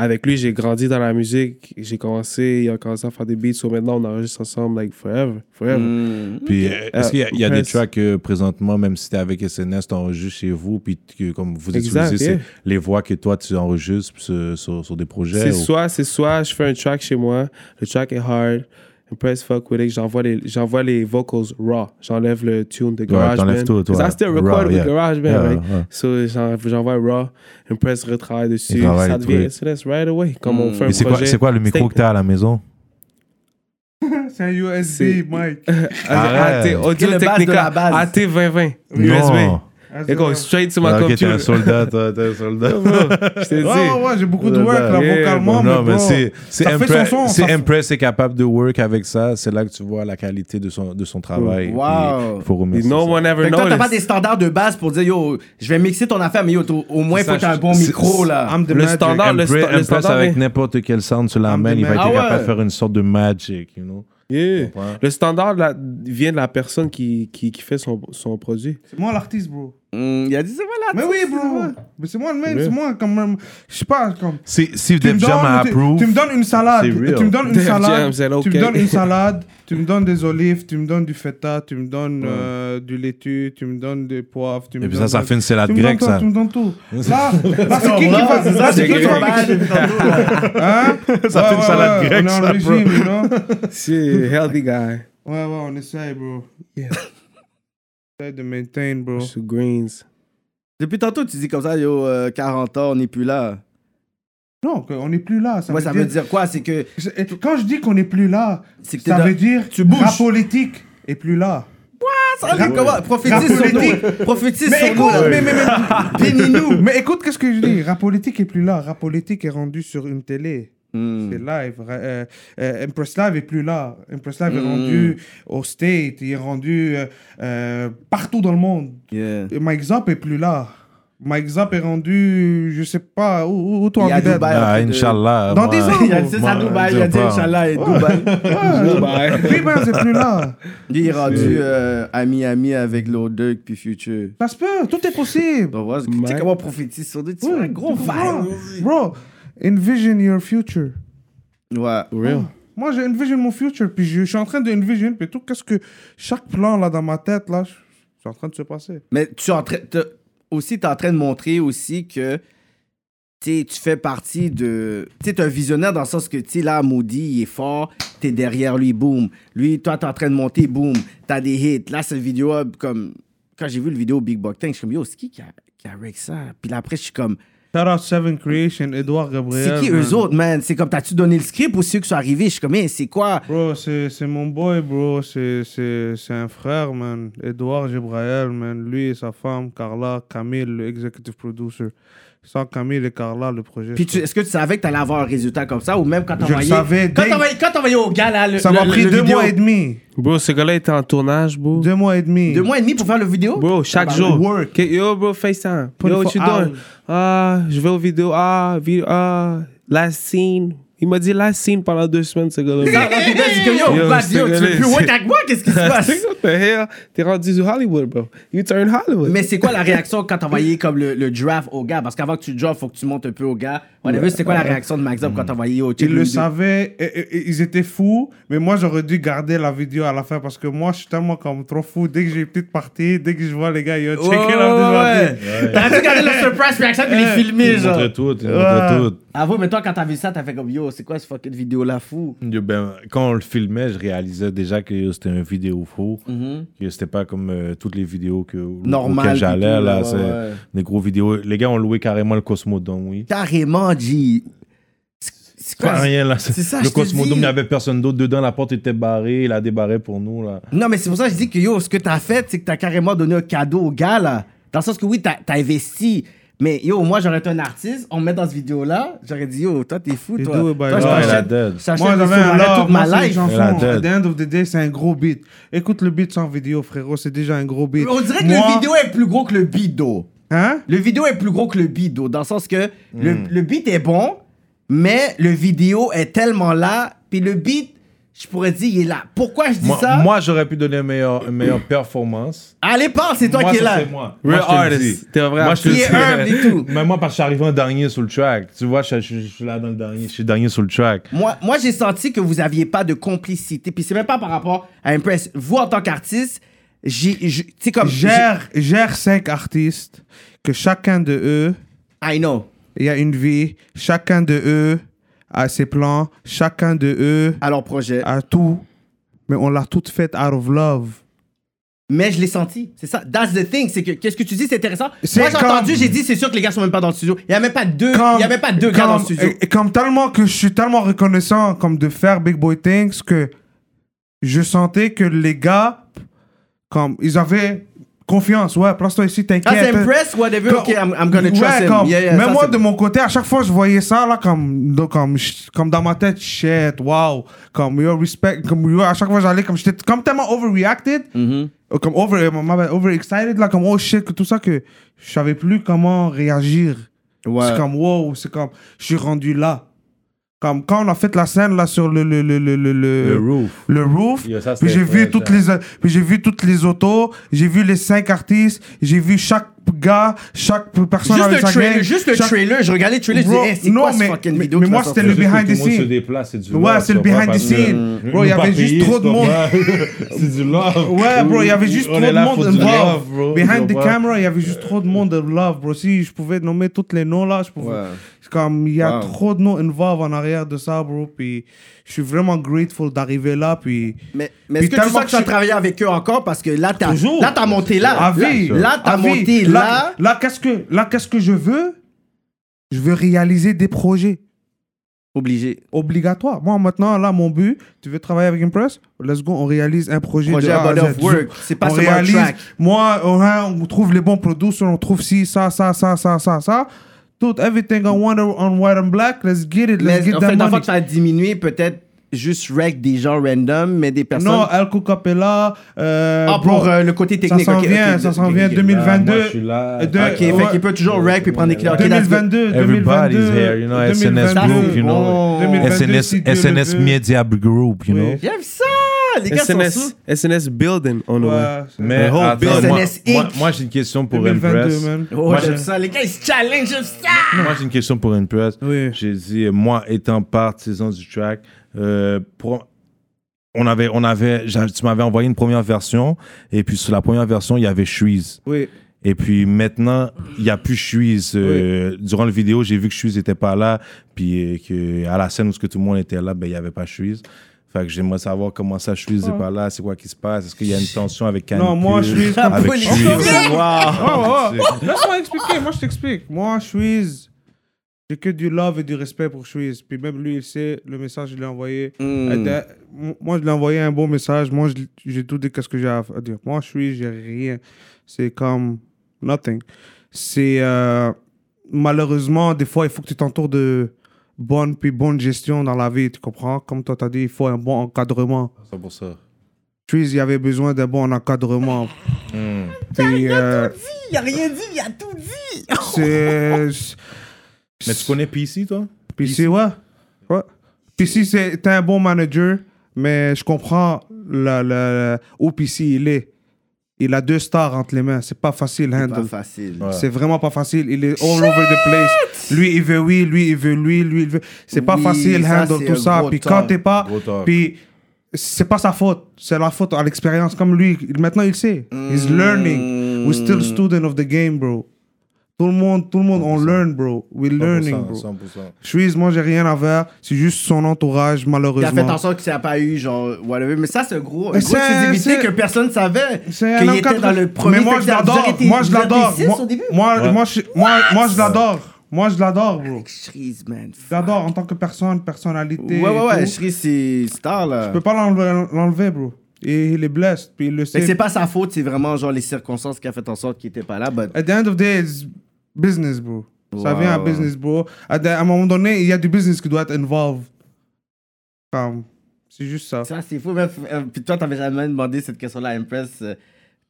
[SPEAKER 6] Avec lui, j'ai grandi dans la musique, j'ai commencé, il a commencé à faire des beats, so maintenant on enregistre ensemble, like, forever, forever.
[SPEAKER 4] Hmm.
[SPEAKER 2] Puis, euh, est-ce qu'il y a, il y a
[SPEAKER 6] Euh,
[SPEAKER 2] des tracks euh, présentement, même si t'es avec SNS, t'enregistres chez vous, puis que, comme vous
[SPEAKER 6] Exact,
[SPEAKER 2] utilisez,
[SPEAKER 6] yeah.
[SPEAKER 2] c'est les voix que toi tu enregistres sur, sur- sur des projets?
[SPEAKER 6] C'est
[SPEAKER 2] ou-
[SPEAKER 6] soit, c'est soit je fais un track chez moi, le track est hard, impress fuck with it, j'envoie les, j'envoie les vocals raw, j'enlève le tune de Ben. GarageBand.
[SPEAKER 2] t'enlèves tout,
[SPEAKER 6] Because
[SPEAKER 2] ouais.
[SPEAKER 6] I still
[SPEAKER 2] Raw,
[SPEAKER 6] record with
[SPEAKER 2] yeah.
[SPEAKER 6] GarageBand,
[SPEAKER 2] Yeah,
[SPEAKER 6] right?
[SPEAKER 2] ouais.
[SPEAKER 6] So j'en- j'envoie raw, impress retravaille dessus,
[SPEAKER 2] Il travaille,
[SPEAKER 6] ça devient
[SPEAKER 2] oui.
[SPEAKER 6] SNS right away, comme
[SPEAKER 4] Mm.
[SPEAKER 6] on fait un
[SPEAKER 2] Mais c'est quoi,
[SPEAKER 6] projet.
[SPEAKER 2] c'est quoi le micro que t'as à la maison?
[SPEAKER 5] C'est un USB,
[SPEAKER 6] C'est-
[SPEAKER 5] Mike.
[SPEAKER 6] Ah,
[SPEAKER 7] Arrête.
[SPEAKER 6] AT, Audio
[SPEAKER 4] C'est le bas de
[SPEAKER 6] Technica,
[SPEAKER 4] la base.
[SPEAKER 6] AT 2020,
[SPEAKER 2] Non.
[SPEAKER 6] USB. It goes straight to my
[SPEAKER 2] Ah, ok, t'es
[SPEAKER 6] computer.
[SPEAKER 2] un soldat, toi, t'es un soldat.
[SPEAKER 6] Je te
[SPEAKER 5] Ouais, ouais,
[SPEAKER 6] dis.
[SPEAKER 5] ouais, j'ai beaucoup de work là,
[SPEAKER 6] Yeah,
[SPEAKER 5] vocalement.
[SPEAKER 2] non, mais
[SPEAKER 5] bro,
[SPEAKER 2] c'est, c'est
[SPEAKER 5] ça fait son
[SPEAKER 2] Impress,
[SPEAKER 5] son,
[SPEAKER 2] c'est
[SPEAKER 5] ça fait-
[SPEAKER 2] Impress est capable de work avec ça. C'est là que tu vois la qualité de son, de son travail.
[SPEAKER 4] Wow.
[SPEAKER 2] Puis, Il faut remercier
[SPEAKER 6] No
[SPEAKER 2] ça.
[SPEAKER 6] one ever
[SPEAKER 4] Fait que toi, t'as pas
[SPEAKER 6] noticed.
[SPEAKER 4] des standards de base pour dire yo, je vais mixer ton affaire, mais yo, t'as- au moins,
[SPEAKER 6] C'est
[SPEAKER 4] faut
[SPEAKER 6] ça,
[SPEAKER 4] que t'aies un
[SPEAKER 6] je-
[SPEAKER 4] bon
[SPEAKER 6] c'est-
[SPEAKER 4] micro, là.
[SPEAKER 5] I'm the
[SPEAKER 6] Le
[SPEAKER 5] magic.
[SPEAKER 6] standard, le,
[SPEAKER 2] Impress,
[SPEAKER 6] sta- le
[SPEAKER 2] Impress
[SPEAKER 6] standard.
[SPEAKER 2] avec
[SPEAKER 6] est-
[SPEAKER 2] n'importe quel sound sur la
[SPEAKER 5] I'm
[SPEAKER 2] main,
[SPEAKER 5] the
[SPEAKER 2] il va être
[SPEAKER 4] man. Ah
[SPEAKER 2] capable
[SPEAKER 4] ouais.
[SPEAKER 2] de faire une sorte de magic, you know.
[SPEAKER 6] Yeah.
[SPEAKER 2] comprends?
[SPEAKER 6] Le standard là, vient de la personne qui, qui, qui fait son, son produit.
[SPEAKER 5] C'est moi l'artiste, bro.
[SPEAKER 4] Hmm, il a dit, c'est voilà.
[SPEAKER 5] Mais
[SPEAKER 4] tu
[SPEAKER 5] oui,
[SPEAKER 4] sais,
[SPEAKER 5] bro. Mais c'est moi, même, c'est moi, quand même. Je sais pas, comme.
[SPEAKER 7] Si, si
[SPEAKER 5] Tu me
[SPEAKER 7] Def Jam a
[SPEAKER 5] donnes- tu-
[SPEAKER 7] approve,
[SPEAKER 5] tu me donnes une salade.
[SPEAKER 7] C'est real.
[SPEAKER 5] Tu me donnes une
[SPEAKER 6] Def
[SPEAKER 5] salade.
[SPEAKER 6] Jam, c'est
[SPEAKER 5] Tu
[SPEAKER 6] ok.
[SPEAKER 5] me donnes une salade. Tu me donnes des olives. Tu me donnes du feta. Tu me donnes euh, du laitue. Tu me donnes des poivres. Tu me
[SPEAKER 7] et puis
[SPEAKER 5] donnes
[SPEAKER 7] ça, ça
[SPEAKER 5] de-
[SPEAKER 7] fait une salade
[SPEAKER 5] Tu me donnes
[SPEAKER 7] grecque,
[SPEAKER 5] tout,
[SPEAKER 7] ça.
[SPEAKER 5] tu me donnes tout. Là, là, c'est qui qui
[SPEAKER 4] Voilà,
[SPEAKER 5] va
[SPEAKER 4] c'est
[SPEAKER 5] là,
[SPEAKER 4] ça, c'est
[SPEAKER 5] qui
[SPEAKER 4] que
[SPEAKER 5] qui
[SPEAKER 4] je
[SPEAKER 5] va- Hein
[SPEAKER 7] Ça
[SPEAKER 5] Ouais,
[SPEAKER 7] fait une
[SPEAKER 5] ouais,
[SPEAKER 7] salade
[SPEAKER 5] ouais,
[SPEAKER 7] grecque,
[SPEAKER 5] On est
[SPEAKER 7] ça,
[SPEAKER 5] en
[SPEAKER 7] bro.
[SPEAKER 5] régime, you know
[SPEAKER 6] C'est healthy guy.
[SPEAKER 5] Ouais, ouais, on essaye, bro.
[SPEAKER 6] Yeah.
[SPEAKER 5] Essaye de maintain, bro.
[SPEAKER 6] Sur greens.
[SPEAKER 4] Depuis tantôt, tu dis comme ça, yo, euh, 40 ans, on n'est plus là.
[SPEAKER 5] Non, que- on n'est plus là. Ça
[SPEAKER 4] Moi,
[SPEAKER 5] veut
[SPEAKER 4] ça
[SPEAKER 5] dire-
[SPEAKER 4] veut dire quoi? C'est que
[SPEAKER 5] C'est- Quand je dis qu'on n'est plus là,
[SPEAKER 4] C'est que t'es
[SPEAKER 5] ça
[SPEAKER 4] dans-
[SPEAKER 5] veut dire
[SPEAKER 4] tu bouges.
[SPEAKER 5] la politique est plus là.
[SPEAKER 4] Ça arrive Ah, comment Prophétise sur nous. Prophétise
[SPEAKER 5] Mais
[SPEAKER 4] sur
[SPEAKER 5] écoute,
[SPEAKER 4] nous.
[SPEAKER 5] mais- mais-
[SPEAKER 4] Bénis-nous.
[SPEAKER 5] Mais écoute, qu'est-ce que je dis Rap politique est plus là. Rap politique est rendu sur une télé.
[SPEAKER 4] Hmm.
[SPEAKER 5] C'est live. Ra- euh, euh, Empress Live est plus là. Empress Live est
[SPEAKER 4] Mm.
[SPEAKER 5] rendu au State. Il est rendu euh, euh, partout dans le monde.
[SPEAKER 4] Yeah.
[SPEAKER 5] Et Mike Zop est plus là. Mike Zop est rendu, je sais pas, où, où, où toi
[SPEAKER 4] Il est à Dubaï.
[SPEAKER 7] Ah,
[SPEAKER 4] après de-
[SPEAKER 7] Inch'Allah.
[SPEAKER 5] Dans
[SPEAKER 7] moi,
[SPEAKER 5] dix ans.
[SPEAKER 4] Il a dit c'est ça,
[SPEAKER 7] moi,
[SPEAKER 4] Dubaï.
[SPEAKER 7] je
[SPEAKER 4] Il a dit
[SPEAKER 7] pars.
[SPEAKER 4] Inch'Allah et Dubaï.
[SPEAKER 5] Freebase est ben, plus là.
[SPEAKER 4] Lui, il est rendu euh, ami-ami avec Lil Durk puis Future.
[SPEAKER 5] Ça se peut, tout est possible.
[SPEAKER 4] Tu vois, tu sais comment prophétise sur nous? Tu vois,
[SPEAKER 5] Ouais,
[SPEAKER 4] un gros
[SPEAKER 5] bro.
[SPEAKER 4] vibe.
[SPEAKER 5] Bro, envision your future.
[SPEAKER 4] Ouais.
[SPEAKER 5] Moi, j'ai envision mon future, puis je je suis en train de envision, puis tout, qu'est-ce que chaque plan là dans ma tête, là, je je suis en train de se passer.
[SPEAKER 4] Mais tu es en train, t'as- aussi, tu es en train de montrer aussi que t'sais, tu fais partie de. Tu es un visionnaire dans le sens que tu là, Moody, il est fort, tu es derrière lui, boum. Lui, toi, tu es en train de monter, boum. Tu as des hits. Là, cette vidéo, comme. Quand j'ai vu le vidéo Big Buck Tank, je suis comme, yo, c'est qui qui a, qui a wreck ça? Puis là, après, je suis comme,
[SPEAKER 5] Shout out Seven Creation, Edouard Gabriel.
[SPEAKER 4] c'est qui
[SPEAKER 5] man.
[SPEAKER 4] eux autres, man? C'est comme, t'as-tu donné le script ou ceux qui sont arrivés? Je suis comme, hey, c'est quoi?
[SPEAKER 5] Bro, c'est c'est mon boy, bro. C'est- C'est c'est un frère, man. Edouard Gebrael, man. Lui et sa femme, Carla, Camille, le executive producer. Sans Camille et Carla, le projet.
[SPEAKER 4] Puis tu- est-ce que tu savais que t'allais avoir un résultat comme ça ou même quand
[SPEAKER 5] Je le
[SPEAKER 4] t'envoyais.
[SPEAKER 5] savais
[SPEAKER 4] Quand
[SPEAKER 5] dès-
[SPEAKER 4] t'envoyais- quand t'envoyais au gars, là, le.
[SPEAKER 5] ça
[SPEAKER 4] le-
[SPEAKER 5] m'a
[SPEAKER 4] le-
[SPEAKER 5] pris
[SPEAKER 4] le
[SPEAKER 5] deux
[SPEAKER 4] vidéo.
[SPEAKER 5] mois et demi.
[SPEAKER 6] Bro, ce gars-là était en tournage, Tá bro.
[SPEAKER 5] Deux mois et demi.
[SPEAKER 4] Deux mois et demi pour faire le vidéo?
[SPEAKER 6] Bro, chaque
[SPEAKER 4] Ah, bah,
[SPEAKER 6] jour.
[SPEAKER 5] work.
[SPEAKER 6] Ok, Yo, bro, FaceTime. Yo, what you
[SPEAKER 5] 24
[SPEAKER 6] doing?
[SPEAKER 5] hours.
[SPEAKER 6] Ah, je vais aux vidéos. Ah, vi- ah, last scene. Il m'a dit last scene pendant deux semaines, ce
[SPEAKER 4] Quand
[SPEAKER 6] gars-là.
[SPEAKER 4] la pibelle dit que yo,
[SPEAKER 6] Yo,
[SPEAKER 4] bah,
[SPEAKER 6] c'est
[SPEAKER 4] yo, tu veux
[SPEAKER 6] réglé,
[SPEAKER 4] plus
[SPEAKER 6] c'est-
[SPEAKER 4] work avec moi, qu'est-ce qui se passe?
[SPEAKER 6] What the hell? T'es rendu sur Hollywood, bro. You turn Hollywood.
[SPEAKER 4] Mais c'est quoi la réaction quand t'envoyais comme le, le draft au gars? Parce qu'avant que tu drafts, faut que tu montes un peu au gars. On a vu, c'était quoi la réaction de Max Up quand t'envoyais au check
[SPEAKER 5] Ils le
[SPEAKER 4] vidéo?
[SPEAKER 5] savaient, et- et- et ils étaient fous, mais moi j'aurais dû garder la vidéo à la fin parce que moi je suis tellement comme trop fou. Dès que j'ai une petite partie, dès que je vois les gars, yo, check
[SPEAKER 4] Ouais,
[SPEAKER 5] it out,
[SPEAKER 4] ouais,
[SPEAKER 5] je leur dis.
[SPEAKER 4] ouais. T'aurais dû garder le surprise réaction puis les filmer,
[SPEAKER 2] Il
[SPEAKER 4] genre.
[SPEAKER 2] montrait tout, il montrait tout.
[SPEAKER 4] Avoue, mais toi, quand t'as vu ça, t'as fait comme yo, c'est quoi ce fucking vidéo là fou?
[SPEAKER 2] Yo, ben, quand on le filmait, je réalisais déjà que c'était une vidéo faux, que c'était pas comme euh, toutes les vidéos que
[SPEAKER 4] Mhm. Normal,
[SPEAKER 2] auxquelles
[SPEAKER 4] puis
[SPEAKER 2] j'allais
[SPEAKER 4] tout,
[SPEAKER 2] là,
[SPEAKER 4] ouais,
[SPEAKER 2] c'est
[SPEAKER 4] ouais.
[SPEAKER 2] des gros vidéos. Les gars ont loué carrément le Cosmodome, oui.
[SPEAKER 4] Carrément, G. C'est- C'est
[SPEAKER 2] Pas
[SPEAKER 4] quoi?
[SPEAKER 2] rien là.
[SPEAKER 4] c'est ça, je
[SPEAKER 2] le
[SPEAKER 4] te dis.
[SPEAKER 2] Cosmodome, il n'y avait personne d'autre dedans. La porte était barrée, il a débarré pour nous là.
[SPEAKER 4] Non, mais c'est pour ça que je dis que yo, ce que t'as fait, c'est que t'as carrément donné un cadeau au gars, là. Dans le sens que oui, t'as t'as investi. Mais yo, moi, j'aurais été un artiste, on me met dans cette vidéo-là, j'aurais dit yo, toi, t'es fou,
[SPEAKER 5] Et
[SPEAKER 4] toi.
[SPEAKER 5] do it
[SPEAKER 4] Toi,
[SPEAKER 5] by
[SPEAKER 4] je
[SPEAKER 5] law.
[SPEAKER 2] Ouais, la
[SPEAKER 4] t'achète-
[SPEAKER 2] dead.
[SPEAKER 4] je t'achète
[SPEAKER 5] Moi
[SPEAKER 4] des
[SPEAKER 5] j'avais un
[SPEAKER 4] soirées
[SPEAKER 5] love,
[SPEAKER 4] toute
[SPEAKER 5] moi
[SPEAKER 4] ma
[SPEAKER 5] c'est une
[SPEAKER 4] life.
[SPEAKER 5] chanson.
[SPEAKER 2] La
[SPEAKER 5] At
[SPEAKER 2] tête.
[SPEAKER 5] the end of the day, c'est un gros beat. Écoute le beat sans vidéo, frérot, c'est déjà un gros beat.
[SPEAKER 4] On dirait que
[SPEAKER 5] Moi-
[SPEAKER 4] le vidéo est plus gros que le bido.
[SPEAKER 5] Hein
[SPEAKER 4] Le vidéo est plus gros que le bido, dans le sens que le,
[SPEAKER 2] Hmm.
[SPEAKER 4] le beat est bon, mais le vidéo est tellement là, puis le beat, je pourrais dire, il est là. Pourquoi je dis
[SPEAKER 2] Moi,
[SPEAKER 4] ça?
[SPEAKER 2] moi, j'aurais pu donner une meilleure, une meilleure performance.
[SPEAKER 4] Allez, parle, c'est toi
[SPEAKER 2] moi,
[SPEAKER 4] qui es
[SPEAKER 2] ça,
[SPEAKER 4] là.
[SPEAKER 2] c'est moi.
[SPEAKER 6] Real
[SPEAKER 2] Moi, je te le
[SPEAKER 6] artist.
[SPEAKER 2] dis.
[SPEAKER 6] T'es un vrai
[SPEAKER 2] Moi, je te le
[SPEAKER 4] Qui est
[SPEAKER 2] dis.
[SPEAKER 4] humble et tout.
[SPEAKER 2] Mais moi, parce que je suis arrivé en dernier sur le track. Tu vois, je, je- je suis là dans le dernier. Je suis dernier sur le track.
[SPEAKER 4] Moi, moi j'ai senti que vous n'aviez pas de complicité. Puis c'est même pas par rapport à Impress. Vous, en tant qu'artiste, j'ai. j'ai- Tu sais, comme.
[SPEAKER 5] Gère, gère cinq artistes, que chacun de eux,
[SPEAKER 4] j'ai- I know.
[SPEAKER 5] il y a une vie, chacun de eux a ses plans, chacun de eux
[SPEAKER 4] À leur projet.
[SPEAKER 5] a tout, mais on l'a toute faite out of love.
[SPEAKER 4] Mais je l'ai senti. C'est ça. That's the thing. C'est que. Qu'est-ce que tu dis, c'est intéressant.
[SPEAKER 5] C'est
[SPEAKER 4] Moi, j'ai
[SPEAKER 5] comme-
[SPEAKER 4] entendu, j'ai dit, c'est sûr que les gars sont même pas dans le studio. Il n'y a même pas deux.
[SPEAKER 5] Comme-
[SPEAKER 4] Il y a même pas deux gars
[SPEAKER 5] comme- euh,
[SPEAKER 4] dans le studio.
[SPEAKER 5] Et, et comme tellement que je suis tellement reconnaissant comme de faire Big Boy Things que je sentais que les gars, comme ils avaient confiance. Ouais, place-toi ici,
[SPEAKER 4] Ah, c'est
[SPEAKER 5] t'inquiète.
[SPEAKER 4] Impress, whatever.
[SPEAKER 5] Comme-
[SPEAKER 4] Ok, I'm, I'm gonna trust
[SPEAKER 5] Ouais,
[SPEAKER 4] him.
[SPEAKER 5] comme-
[SPEAKER 4] Yeah, yeah,
[SPEAKER 5] même
[SPEAKER 4] ça,
[SPEAKER 5] moi,
[SPEAKER 4] c'est-
[SPEAKER 5] de mon côté, à chaque fois, je voyais ça, là, comme, donc, comme, ch- comme dans ma tête, shit, wow, comme, yo, respect, comme, yo, à chaque fois, j'allais, comme, j'étais comme tellement overreacted,
[SPEAKER 4] Mm-hmm.
[SPEAKER 5] euh, comme over, euh, ma- ma- overexcited, là, comme, oh shit, que tout ça, que je savais plus comment réagir.
[SPEAKER 4] Ouais.
[SPEAKER 5] C'est comme, wow, c'est comme, je suis rendu là. Comme quand on a fait la scène là sur le le le le le
[SPEAKER 2] Le
[SPEAKER 5] le,
[SPEAKER 2] roof.
[SPEAKER 5] le roof,
[SPEAKER 2] Yo, ça,
[SPEAKER 5] puis
[SPEAKER 2] c'était
[SPEAKER 5] j'ai vu
[SPEAKER 2] fresh,
[SPEAKER 5] toutes
[SPEAKER 2] hein.
[SPEAKER 5] les euh, puis j'ai vu toutes les autos, j'ai vu les cinq artistes, j'ai vu chaque gars, chaque personne
[SPEAKER 4] Juste
[SPEAKER 5] avec
[SPEAKER 4] le
[SPEAKER 5] sa
[SPEAKER 4] trailer,
[SPEAKER 5] gang,
[SPEAKER 4] juste le
[SPEAKER 5] chaque-
[SPEAKER 4] trailer, je regardais le trailer, je
[SPEAKER 5] Bro,
[SPEAKER 4] disais, hey, c'est
[SPEAKER 5] non,
[SPEAKER 4] quoi ce
[SPEAKER 5] mais-
[SPEAKER 4] fucking
[SPEAKER 5] mais-
[SPEAKER 4] vidéo
[SPEAKER 5] mais
[SPEAKER 4] qui
[SPEAKER 5] moi,
[SPEAKER 4] va
[SPEAKER 5] c'était
[SPEAKER 4] sortir?
[SPEAKER 2] Juste que
[SPEAKER 5] behind
[SPEAKER 2] tout
[SPEAKER 5] the
[SPEAKER 2] monde
[SPEAKER 5] scene.
[SPEAKER 2] se déplace, c'est du
[SPEAKER 5] Ouais,
[SPEAKER 2] love,
[SPEAKER 5] c'est le
[SPEAKER 2] tu vois,
[SPEAKER 5] behind
[SPEAKER 2] parce
[SPEAKER 5] the
[SPEAKER 2] que-
[SPEAKER 5] scene. Bro, il y
[SPEAKER 2] Nous,
[SPEAKER 5] avait
[SPEAKER 2] pas
[SPEAKER 5] juste
[SPEAKER 2] payés,
[SPEAKER 5] trop
[SPEAKER 2] c'est
[SPEAKER 5] de
[SPEAKER 2] pas
[SPEAKER 5] monde.
[SPEAKER 2] grave. c'est du love.
[SPEAKER 5] Ouais, bro, il y avait juste
[SPEAKER 2] On
[SPEAKER 5] trop
[SPEAKER 2] est
[SPEAKER 5] de
[SPEAKER 2] Oh là
[SPEAKER 5] monde
[SPEAKER 2] pour du
[SPEAKER 5] involved.
[SPEAKER 2] love, bro.
[SPEAKER 5] Behind
[SPEAKER 2] Tu
[SPEAKER 5] the
[SPEAKER 2] vois.
[SPEAKER 5] camera, il y avait juste trop de monde involved, bro. Si je pouvais nommer tous les noms là, je pouvais.
[SPEAKER 4] Ouais.
[SPEAKER 5] C'est comme, il y a
[SPEAKER 4] Wow.
[SPEAKER 5] trop de noms involved en arrière de ça, bro. Puis, je suis vraiment grateful d'arriver là, puis.
[SPEAKER 4] Mais, mais
[SPEAKER 5] Puis
[SPEAKER 4] est-ce que tu
[SPEAKER 5] tellement
[SPEAKER 4] sens que
[SPEAKER 5] que
[SPEAKER 4] tu as
[SPEAKER 5] je-
[SPEAKER 4] travaillé avec eux encore parce que là, t'as
[SPEAKER 5] Toujours. Ah
[SPEAKER 4] là, t'as monté là.
[SPEAKER 5] À
[SPEAKER 4] Là,
[SPEAKER 5] vie.
[SPEAKER 4] là,
[SPEAKER 5] À
[SPEAKER 4] t'as
[SPEAKER 5] vie.
[SPEAKER 4] monté là.
[SPEAKER 5] Là, là, qu'est-ce que, là, qu'est-ce que je veux Je veux réaliser des projets
[SPEAKER 4] Obligé.
[SPEAKER 5] obligatoires. Moi, maintenant, là, mon but, tu veux travailler avec Impress Let's go, on réalise un projet,
[SPEAKER 4] Projet
[SPEAKER 5] de A à
[SPEAKER 4] body
[SPEAKER 5] Z.
[SPEAKER 4] of work. ah, C'est pas
[SPEAKER 5] on
[SPEAKER 4] seulement un
[SPEAKER 5] réalise,
[SPEAKER 4] track.
[SPEAKER 5] Moi, on, hein, on trouve les bons produits, on trouve ci, ça, ça, ça, ça, ça, ça. Tout, everything on want on white and black, let's get it,
[SPEAKER 4] Mais
[SPEAKER 5] let's get
[SPEAKER 4] en
[SPEAKER 5] that
[SPEAKER 4] fait, dans le fond,
[SPEAKER 5] money.
[SPEAKER 4] tu as diminué peut-être juste rec des gens random, mais des personnes.
[SPEAKER 5] Non, Alco Capella. Euh,
[SPEAKER 4] ah,
[SPEAKER 5] bro,
[SPEAKER 4] pour euh, le côté
[SPEAKER 5] ça
[SPEAKER 4] technique.
[SPEAKER 5] s'en
[SPEAKER 4] ok, ok,
[SPEAKER 5] vient,
[SPEAKER 4] de-
[SPEAKER 5] ça s'en
[SPEAKER 4] ok,
[SPEAKER 5] vient,
[SPEAKER 4] ok.
[SPEAKER 5] 2022.
[SPEAKER 2] Ah, Moi, je suis là.
[SPEAKER 5] de-
[SPEAKER 4] Ok,
[SPEAKER 5] Ouais.
[SPEAKER 4] fait qu'il peut toujours rec puis prendre des clés. ok, that's good.
[SPEAKER 5] 2022, 2022,
[SPEAKER 7] Everybody's here, you know, SNS group, you know.
[SPEAKER 5] 2022, si
[SPEAKER 7] SNS,
[SPEAKER 5] Dieu le
[SPEAKER 7] SNS
[SPEAKER 5] veut.
[SPEAKER 7] Media Group, you know.
[SPEAKER 5] Oui.
[SPEAKER 4] J'aime ça! Les gars sont
[SPEAKER 6] SNS,
[SPEAKER 4] sous.
[SPEAKER 6] SNS building on the way.
[SPEAKER 5] Ouais, ah,
[SPEAKER 2] Mais
[SPEAKER 7] The whole
[SPEAKER 2] attends,
[SPEAKER 7] business
[SPEAKER 2] moi,
[SPEAKER 4] Inc.
[SPEAKER 2] moi, moi, j'ai une question pour
[SPEAKER 5] 2022,
[SPEAKER 2] Impress.
[SPEAKER 5] man.
[SPEAKER 4] Oh,
[SPEAKER 2] Moi,
[SPEAKER 4] j'aime
[SPEAKER 2] j'ai-
[SPEAKER 4] ça. Les gars, ils se challenge, j'aime ça!
[SPEAKER 2] Moi, j'ai une question pour Impress.
[SPEAKER 5] Oui.
[SPEAKER 2] J'ai dit, euh, moi, étant partisan du track, euh, pour- on avait, on avait, j'a- tu m'avais envoyé une première version, et puis sur la première version, il y avait Shuiz.
[SPEAKER 5] Oui.
[SPEAKER 2] Et puis maintenant, il n'y a plus Shuiz. Euh, Durant le vidéo, j'ai vu que Shuiz n'était pas là, puis euh, que à la scène où ce que tout le monde était là, ben, il n'y avait pas Shuiz. Fait que j'aimerais savoir comment ça, Shuiz n'est pas là, c'est quoi qui se passe, est-ce qu'il y a une tension avec Canicule,
[SPEAKER 5] Non, moi, Shuiz, comme
[SPEAKER 2] avec
[SPEAKER 4] Police.
[SPEAKER 2] Shuiz.
[SPEAKER 5] Oh, oh, oh. Laisse-moi expliquer, moi je t'explique. Moi, Shuiz, j'ai que du love et du respect pour Shuiz. Puis même lui, il sait le message que je l'ai envoyé. Euh, de- m- Moi, je lui ai envoyé un beau message. Moi, je- j'ai tout dit qu'est-ce que j'ai à à dire. Moi, Shuiz, j'ai rien. C'est comme nothing. C'est euh, malheureusement, des fois, il faut que tu t'entoures de bonne puis bonne gestion dans la vie, tu comprends? Comme toi, t'as dit, il faut un bon encadrement.
[SPEAKER 2] C'est pour ça.
[SPEAKER 5] Shuiz, il y avait besoin d'un bon encadrement. Puis, euh,
[SPEAKER 4] Il a rien dit, il a tout dit!
[SPEAKER 5] c'est.
[SPEAKER 2] Mais tu connais PC, toi?
[SPEAKER 5] PC, ouais. ouais. PC, c'est t'es un bon manager, mais je comprends la, la- la- où PC il est. Il a deux stars entre les mains. C'est pas facile,
[SPEAKER 4] C'est
[SPEAKER 5] handle.
[SPEAKER 4] pas facile.
[SPEAKER 5] C'est vraiment pas facile. Il est all over the place. Lui, il veut oui, lui, il veut lui, lui, il veut. C'est pas
[SPEAKER 4] Oui,
[SPEAKER 5] facile,
[SPEAKER 4] ça,
[SPEAKER 5] handle
[SPEAKER 4] c'est
[SPEAKER 5] tout
[SPEAKER 4] un
[SPEAKER 5] ça.
[SPEAKER 4] gros
[SPEAKER 5] Puis
[SPEAKER 4] tort.
[SPEAKER 5] quand t'es pas.
[SPEAKER 2] Gros tort.
[SPEAKER 5] Puis c'est pas sa faute. C'est la faute à l'expérience. Comme lui, maintenant il sait. He's
[SPEAKER 4] Mm.
[SPEAKER 5] learning. We're still student of the game, bro. Tout le monde, tout le monde, on learn, bro. We're learning,
[SPEAKER 2] 100%,
[SPEAKER 5] bro.
[SPEAKER 2] 100%.
[SPEAKER 5] Suisse, moi, j'ai rien à faire. C'est juste son entourage,
[SPEAKER 4] Il a fait
[SPEAKER 5] malheureusement.
[SPEAKER 4] en sorte que ça n'a pas eu, genre, whatever. Mais ça, c'est un gros, un
[SPEAKER 5] Mais
[SPEAKER 4] gros
[SPEAKER 5] c'est-
[SPEAKER 4] visibilité
[SPEAKER 5] c'est-
[SPEAKER 4] que personne savait.
[SPEAKER 5] C'est
[SPEAKER 4] Qu'il
[SPEAKER 5] un
[SPEAKER 4] était
[SPEAKER 5] encadre-
[SPEAKER 4] dans le premier
[SPEAKER 5] Mais moi, je
[SPEAKER 4] spectacle. Vous
[SPEAKER 5] l'adore.
[SPEAKER 4] auriez été-
[SPEAKER 5] Moi, je
[SPEAKER 4] vous auriez été
[SPEAKER 5] l'adore.
[SPEAKER 4] six
[SPEAKER 5] Moi,
[SPEAKER 4] au début?
[SPEAKER 5] moi, moi, je- moi, moi, je l'adore. Moi, je l'adore, bro.
[SPEAKER 4] Cherise, man.
[SPEAKER 5] Je l'adore en tant que personne, personnalité.
[SPEAKER 4] Ouais, ouais,
[SPEAKER 5] et
[SPEAKER 4] ouais.
[SPEAKER 5] tout.
[SPEAKER 4] Cherise, c'est star, là.
[SPEAKER 5] Je peux pas l'enlever- l'enlever, bro. Et il est blessé, puis il le
[SPEAKER 4] Mais
[SPEAKER 5] sait.
[SPEAKER 4] c'est pas sa faute, c'est vraiment, genre, les circonstances qui a fait en sorte qu'il n'était pas là. but-
[SPEAKER 5] At the end of the day, it's business, bro. Ça
[SPEAKER 4] Wow.
[SPEAKER 5] vient à business, bro. At the- à un moment donné, il y a du business qui doit être involved. Comme, c'est juste ça.
[SPEAKER 4] Ça, c'est fou. mais- euh, Puis toi, t'avais jamais demandé cette question-là à Impress. euh,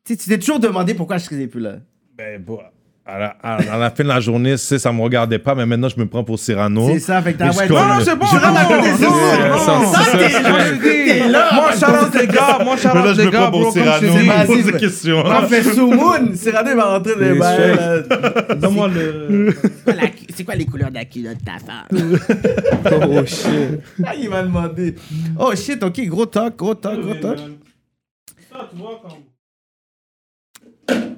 [SPEAKER 4] Tu sais, tu t'es toujours demandé pourquoi Cherise n'est plus là.
[SPEAKER 2] Ben, bon, à la, à- à la fin de la journée, c'est, ça me regardait pas, mais maintenant, je me prends pour
[SPEAKER 5] Oh.
[SPEAKER 2] Cyrano.
[SPEAKER 4] C'est ça, fait que t'as
[SPEAKER 2] Et je
[SPEAKER 4] ouais,
[SPEAKER 2] connais-
[SPEAKER 5] Non, non, c'est bon, non,
[SPEAKER 4] vraiment
[SPEAKER 5] non,
[SPEAKER 4] donné
[SPEAKER 5] non,
[SPEAKER 4] ça.
[SPEAKER 5] non,
[SPEAKER 6] Ça,
[SPEAKER 5] non.
[SPEAKER 6] ça,
[SPEAKER 4] t'es-
[SPEAKER 5] Ça, t'es-
[SPEAKER 4] moi, je dis, t'es là,
[SPEAKER 5] Moi,
[SPEAKER 4] man.
[SPEAKER 5] shout-out les gars, moi, shout-out
[SPEAKER 2] Mais là, je
[SPEAKER 5] les
[SPEAKER 2] me
[SPEAKER 5] gars,
[SPEAKER 2] prends
[SPEAKER 5] bro,
[SPEAKER 2] pour
[SPEAKER 5] comme je
[SPEAKER 2] Cyrano.
[SPEAKER 5] te
[SPEAKER 4] Vas-y,
[SPEAKER 5] dis.
[SPEAKER 2] Je me pose
[SPEAKER 4] vas-y.
[SPEAKER 2] des questions.
[SPEAKER 4] On fait Soumoun, Cyrano va rentrer dans les balles. ben, là.
[SPEAKER 5] Donne-moi le.
[SPEAKER 4] C'est quoi la- C'est quoi les couleurs de la culotte de ta femme?
[SPEAKER 6] Oh shit.
[SPEAKER 4] Ah, il m'a demandé. Oh shit, ok, gros talk, gros talk, gros talk.
[SPEAKER 5] Ça, tu vois, comme.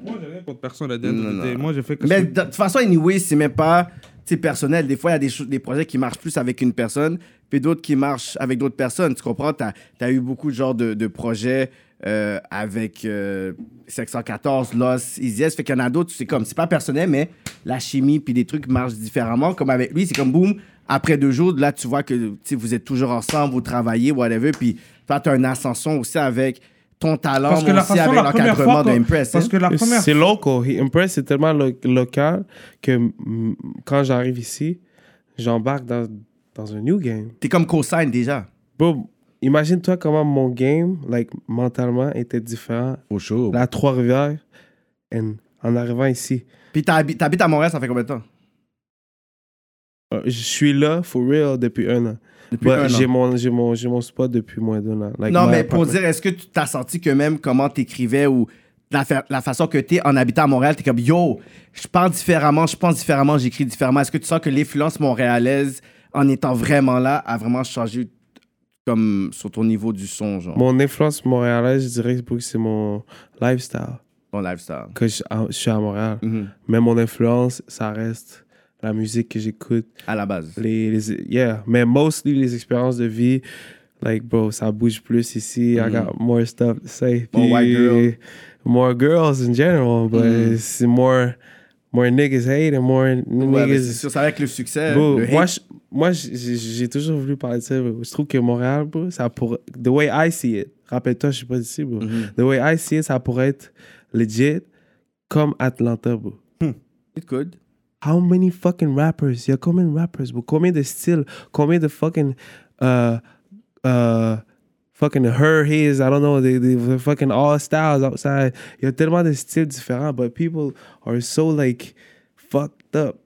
[SPEAKER 5] Moi, j'ai rien contre personne là-dedans.
[SPEAKER 4] Non, non.
[SPEAKER 5] Moi, j'ai fait que.
[SPEAKER 4] Mais de toute façon, anyway, c'est même pas tu sais, personnel. Des fois, il y a des, cho- des projets qui marchent plus avec une personne, puis d'autres qui marchent avec d'autres personnes. Tu comprends? Tu as, eu beaucoup de genres de, de projets euh, avec euh, 514, Los, Easy S. Fait qu'il y en a d'autres, c'est comme, c'est pas personnel, mais la chimie puis des trucs marchent différemment. Comme avec lui, c'est comme boum, après deux jours, là, tu vois que tu sais, vous êtes toujours ensemble, vous travaillez, whatever. Puis toi, tu as une ascension aussi avec ton talent,
[SPEAKER 5] Parce que
[SPEAKER 4] mais
[SPEAKER 5] la
[SPEAKER 4] aussi
[SPEAKER 5] façon,
[SPEAKER 4] avec
[SPEAKER 5] la première fois.
[SPEAKER 4] l'encadrement
[SPEAKER 5] que-
[SPEAKER 4] d'Impress.
[SPEAKER 5] Parce
[SPEAKER 4] hein.
[SPEAKER 5] que la première
[SPEAKER 6] C'est local. He- Impress, c'est tellement lo- local que mm, quand j'arrive ici, j'embarque dans, dans un new game.
[SPEAKER 4] T'es comme co-sign déjà.
[SPEAKER 6] Bro, imagine-toi comment mon game, like, mentalement, était différent
[SPEAKER 2] Au chaud.
[SPEAKER 6] là, à Trois-Rivières and en arrivant ici.
[SPEAKER 4] Puis t'habi- t'habites à Montréal, ça fait combien de temps?
[SPEAKER 6] Euh, Je suis là, for real, depuis un an.
[SPEAKER 4] Depuis
[SPEAKER 6] Ouais,
[SPEAKER 4] un an.
[SPEAKER 6] j'ai mon, j'ai mon, j'ai mon spot depuis moins d'un an. Like,
[SPEAKER 4] non,
[SPEAKER 6] my
[SPEAKER 4] mais pour
[SPEAKER 6] apartment.
[SPEAKER 4] dire, est-ce que tu t'as senti que même comment t'écrivais ou la, fa- la façon que tu es en habitant à Montréal, tu es comme yo, je parle différemment, je pense différemment, j'écris différemment. Est-ce que tu sens que l'influence montréalaise, en étant vraiment là, a vraiment changé comme sur ton niveau du son, genre,
[SPEAKER 6] Mon influence montréalaise, je dirais que c'est mon lifestyle.
[SPEAKER 4] ton lifestyle?
[SPEAKER 6] Que je, ah, je suis à Montréal.
[SPEAKER 4] Mhm.
[SPEAKER 6] Mais mon influence, ça reste la musique que j'écoute.
[SPEAKER 4] À la base.
[SPEAKER 6] Les, les- yeah, mais mostly les expériences de vie. Like, bro, ça bouge plus ici. I got more stuff to say.
[SPEAKER 4] Mm-hmm. More
[SPEAKER 6] Puis,
[SPEAKER 4] white girl. Mm-hmm.
[SPEAKER 6] More girls in general, but c'est more, more niggas hate and more
[SPEAKER 4] Ouais, mais c'est
[SPEAKER 6] niggas.
[SPEAKER 4] sûr, c'est avec le succès.
[SPEAKER 6] Bro,
[SPEAKER 4] le hate.
[SPEAKER 6] moi, je- moi j'- j'ai j'ai toujours voulu parler de ça. bro. Je trouve que Montréal, bro, ça pour the way I see it. Rappelle-toi, je suis pas d'ici, bro.
[SPEAKER 4] Mm-hmm.
[SPEAKER 6] The way I see it, ça pourrait être legit comme Atlanta, bro.
[SPEAKER 4] It could.
[SPEAKER 6] How many fucking rappers? Il y a combien de rappers, bro? Combien de styles? Combien de fucking. Uh, uh, fucking her, his, I don't know, they, they, they're fucking all styles outside. Il y a tellement de styles différents, but people are so like fucked up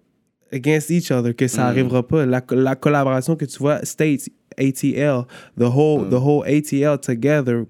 [SPEAKER 6] against each other que ça
[SPEAKER 3] Mm.
[SPEAKER 6] arrivera pas. La, la collaboration que tu vois, States, ATL, the
[SPEAKER 3] Mm.
[SPEAKER 6] whole, the whole ATL together,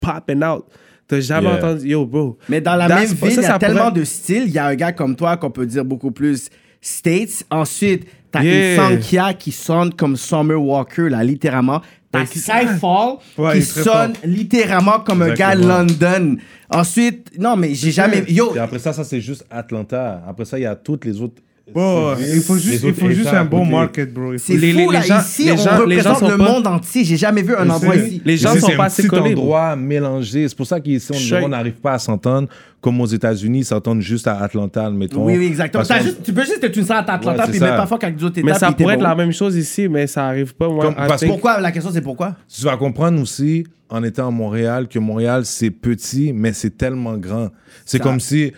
[SPEAKER 6] popping out. T'as jamais
[SPEAKER 2] Yeah.
[SPEAKER 6] entendu, yo, bro.
[SPEAKER 4] Mais dans la même
[SPEAKER 6] that's-
[SPEAKER 4] ville, il y a
[SPEAKER 6] ça pourrait-
[SPEAKER 4] tellement de styles. Il y a un gars comme toi qu'on peut dire beaucoup plus States. Ensuite, t'as
[SPEAKER 6] Yeah.
[SPEAKER 4] une Sankia qui sonne comme Summer Walker, là, littéralement. T'as Skyfall
[SPEAKER 5] Ouais, il
[SPEAKER 4] qui
[SPEAKER 5] est très fort.
[SPEAKER 4] sonne littéralement comme
[SPEAKER 2] Exactement.
[SPEAKER 4] un gars London. Ensuite, non, Ah, mais j'ai jamais. Yo,
[SPEAKER 2] Puis après ça, ça c'est juste Atlanta. Après ça, il y a toutes les autres.
[SPEAKER 5] Bro, il faut
[SPEAKER 2] Les
[SPEAKER 5] juste, il
[SPEAKER 2] autres
[SPEAKER 5] faut juste
[SPEAKER 2] États à
[SPEAKER 5] un bon
[SPEAKER 2] côté.
[SPEAKER 5] market, bro. Il faut-
[SPEAKER 4] c'est fou,
[SPEAKER 6] les- les
[SPEAKER 4] là.
[SPEAKER 6] gens-
[SPEAKER 4] ici,
[SPEAKER 6] les
[SPEAKER 4] on
[SPEAKER 6] gens- les gens
[SPEAKER 4] représente
[SPEAKER 6] sont
[SPEAKER 4] le
[SPEAKER 6] pas-
[SPEAKER 4] monde entier. J'ai jamais vu un endroit ici.
[SPEAKER 6] Les gens
[SPEAKER 3] sais,
[SPEAKER 6] sont
[SPEAKER 3] c'est
[SPEAKER 6] pas
[SPEAKER 3] un
[SPEAKER 6] assez
[SPEAKER 3] petit
[SPEAKER 6] collés. bro.
[SPEAKER 2] endroit mélangé. C'est pour ça qu'ici, on
[SPEAKER 6] Straight.
[SPEAKER 2] on n'arrive pas à s'entendre comme aux États-Unis, ils s'entendent juste à Atlanta, mettons.
[SPEAKER 4] Oui, oui, exactement.
[SPEAKER 2] Parce
[SPEAKER 4] T'as
[SPEAKER 2] qu'on-
[SPEAKER 4] juste- tu peux juste être une salle à
[SPEAKER 2] Ouais,
[SPEAKER 4] Atlanta
[SPEAKER 2] c'est
[SPEAKER 4] puis
[SPEAKER 2] ça.
[SPEAKER 4] même parfois avec d'autres
[SPEAKER 6] Mais
[SPEAKER 4] étapes,
[SPEAKER 6] ça
[SPEAKER 4] puis t'es
[SPEAKER 6] pourrait être
[SPEAKER 4] bon.
[SPEAKER 6] la même chose ici, mais ça arrive pas. Moi,
[SPEAKER 2] Comme-
[SPEAKER 6] I
[SPEAKER 2] parce
[SPEAKER 6] think-
[SPEAKER 4] Pourquoi La question, c'est pourquoi
[SPEAKER 2] Tu vas comprendre aussi, en étant à Montréal, que Montréal, c'est petit, mais c'est tellement grand. C'est comme si...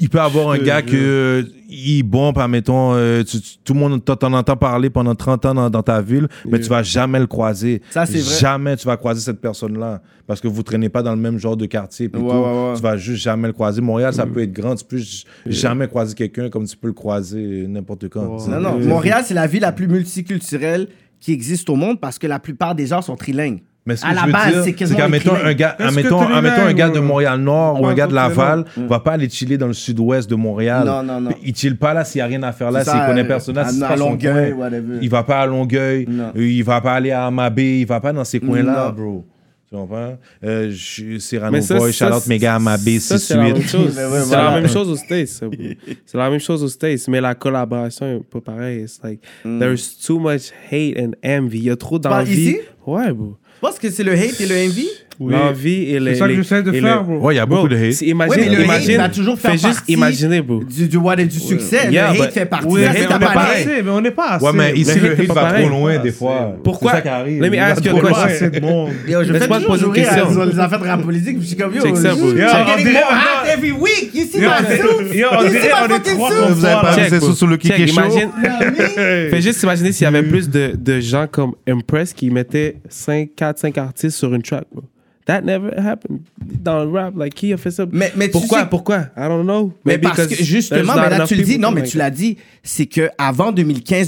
[SPEAKER 2] Il peut avoir un gars que euh, il bombe, admettons, euh, tu- tu- tout le monde t'en t'en entend parler pendant 30 ans dans, dans ta ville, mais tu vas jamais le croiser.
[SPEAKER 4] Ça, c'est vrai.
[SPEAKER 2] Jamais tu vas croiser cette personne-là parce que vous traînez pas dans le même genre de quartier. puis
[SPEAKER 4] Ouais,
[SPEAKER 2] tout.
[SPEAKER 4] ouais, ouais. Mm.
[SPEAKER 2] Tu vas juste jamais le croiser. Montréal, ça peut être grand, tu peux j- jamais croiser quelqu'un comme tu peux le croiser euh, n'importe quand.
[SPEAKER 4] Non, non. Montréal, c'est la ville la plus multiculturelle qui existe au monde parce que la plupart des gens sont trilingues.
[SPEAKER 2] Mais ce que
[SPEAKER 4] à
[SPEAKER 2] je
[SPEAKER 4] la
[SPEAKER 2] veux
[SPEAKER 4] base,
[SPEAKER 2] dire,
[SPEAKER 4] c'est
[SPEAKER 2] c'est
[SPEAKER 4] quasiment
[SPEAKER 2] qu'en
[SPEAKER 4] des
[SPEAKER 2] mettant
[SPEAKER 4] cliniques.
[SPEAKER 2] un gars,
[SPEAKER 5] Est-ce
[SPEAKER 2] en
[SPEAKER 5] que
[SPEAKER 2] mettant,
[SPEAKER 5] t'es
[SPEAKER 2] en mettant un
[SPEAKER 5] bilingue,
[SPEAKER 2] gars de
[SPEAKER 5] ou-
[SPEAKER 2] Montréal-Nord ou
[SPEAKER 5] Ouais,
[SPEAKER 2] un gars de
[SPEAKER 5] faut que t'es
[SPEAKER 2] Laval, va pas aller chiller dans le sud-ouest de Montréal.
[SPEAKER 4] Non, non, non.
[SPEAKER 2] Il chill pas là s'il n'y a rien à faire là,
[SPEAKER 4] C'est
[SPEAKER 2] s'il
[SPEAKER 4] ça,
[SPEAKER 2] connaît
[SPEAKER 4] euh,
[SPEAKER 2] personne là,
[SPEAKER 4] à-
[SPEAKER 2] c'est
[SPEAKER 4] à
[SPEAKER 2] pas son
[SPEAKER 4] Longueuil,
[SPEAKER 2] coin.
[SPEAKER 4] whatever.
[SPEAKER 2] Il va pas à Longueuil,
[SPEAKER 4] Non.
[SPEAKER 2] euh, il va pas aller à Amabé, il va pas dans ces coins-là,
[SPEAKER 4] Non.
[SPEAKER 2] bro. Tu comprends? Euh, je- Cyrano
[SPEAKER 6] Mais ça,
[SPEAKER 2] Boy,
[SPEAKER 6] ça,
[SPEAKER 2] Charlotte, mes gars, Amabé,
[SPEAKER 6] ça, c'est la même
[SPEAKER 2] 6-8.
[SPEAKER 6] chose.
[SPEAKER 4] Mais ouais,
[SPEAKER 6] C'est
[SPEAKER 4] voilà.
[SPEAKER 6] la même chose aux States. ça, bro. C'est la même chose aux States, mais la collaboration est pas pareille. It's like, there's too much hate and envy. Il y a trop
[SPEAKER 4] parles
[SPEAKER 6] d'envie.
[SPEAKER 4] ici?
[SPEAKER 6] Ouais, bro.
[SPEAKER 4] Je pense que c'est le hate et le envy.
[SPEAKER 5] Oui.
[SPEAKER 6] L'envie et les.
[SPEAKER 5] C'est ça que
[SPEAKER 6] les-
[SPEAKER 5] j'essaie de
[SPEAKER 6] et
[SPEAKER 5] faire,
[SPEAKER 6] le-
[SPEAKER 5] bro.
[SPEAKER 7] Ouais, il y a beaucoup de hate.
[SPEAKER 6] c'est- Imagine,
[SPEAKER 4] Ouais, mais le hate
[SPEAKER 6] imagine.
[SPEAKER 4] va toujours faire
[SPEAKER 6] fais juste
[SPEAKER 4] partie
[SPEAKER 6] imaginer, bro.
[SPEAKER 4] Du, du what et du succès.
[SPEAKER 6] Yeah,
[SPEAKER 4] le hate
[SPEAKER 6] but-
[SPEAKER 4] fait partie.
[SPEAKER 5] Oui,
[SPEAKER 4] Ça,
[SPEAKER 5] mais
[SPEAKER 4] c'est
[SPEAKER 5] on
[SPEAKER 4] ta
[SPEAKER 5] est pas
[SPEAKER 4] palette.
[SPEAKER 5] assez, mais on n'est pas assez.
[SPEAKER 2] Ouais, mais ici,
[SPEAKER 6] Le
[SPEAKER 2] le
[SPEAKER 6] hate est
[SPEAKER 2] hate
[SPEAKER 6] pas
[SPEAKER 2] va
[SPEAKER 6] pareil.
[SPEAKER 2] trop loin des fois.
[SPEAKER 6] Pourquoi-
[SPEAKER 2] C'est ça qui arrive.
[SPEAKER 6] Let me
[SPEAKER 2] Il va
[SPEAKER 6] ask you a
[SPEAKER 2] trop loin.
[SPEAKER 6] question.
[SPEAKER 5] C'est bon.
[SPEAKER 4] Yo, je fais
[SPEAKER 6] Laisse-moi te
[SPEAKER 4] toujours
[SPEAKER 6] poser une
[SPEAKER 4] jouer à-
[SPEAKER 6] question.
[SPEAKER 4] sur les affaires de la politique. puis Je suis comme yo.
[SPEAKER 6] Check ça, bro.
[SPEAKER 4] je-
[SPEAKER 6] Yo,
[SPEAKER 4] I'm
[SPEAKER 5] on
[SPEAKER 4] getting
[SPEAKER 5] dirait-
[SPEAKER 4] more hate every week. You see my suit.
[SPEAKER 5] Yo, on
[SPEAKER 4] You see
[SPEAKER 5] dirait
[SPEAKER 4] my
[SPEAKER 5] on est
[SPEAKER 4] fucking
[SPEAKER 5] trois
[SPEAKER 4] suit.
[SPEAKER 5] comme
[SPEAKER 7] Vous avez
[SPEAKER 5] toi,
[SPEAKER 7] pas
[SPEAKER 5] là.
[SPEAKER 7] vu
[SPEAKER 6] Check,
[SPEAKER 7] ça
[SPEAKER 6] bro.
[SPEAKER 7] sur le
[SPEAKER 6] Check,
[SPEAKER 7] Kiki Show?
[SPEAKER 6] imagine- Fais juste imaginer s'il y avait plus de, de gens comme Impress qui mettaient 5, 4, 5 artistes sur une track, bro. That never happened dans le rap. Like, qui a fait ça?
[SPEAKER 4] Mais- mais tu
[SPEAKER 6] pourquoi?
[SPEAKER 4] sais-
[SPEAKER 6] pourquoi? I don't know.
[SPEAKER 4] Mais
[SPEAKER 6] Maybe
[SPEAKER 4] parce que
[SPEAKER 6] because
[SPEAKER 4] justement,
[SPEAKER 6] there's
[SPEAKER 4] mais
[SPEAKER 6] not
[SPEAKER 4] là
[SPEAKER 6] enough
[SPEAKER 4] tu le dis,
[SPEAKER 6] people
[SPEAKER 4] non mais
[SPEAKER 6] like
[SPEAKER 4] tu l'as dit, c'est que avant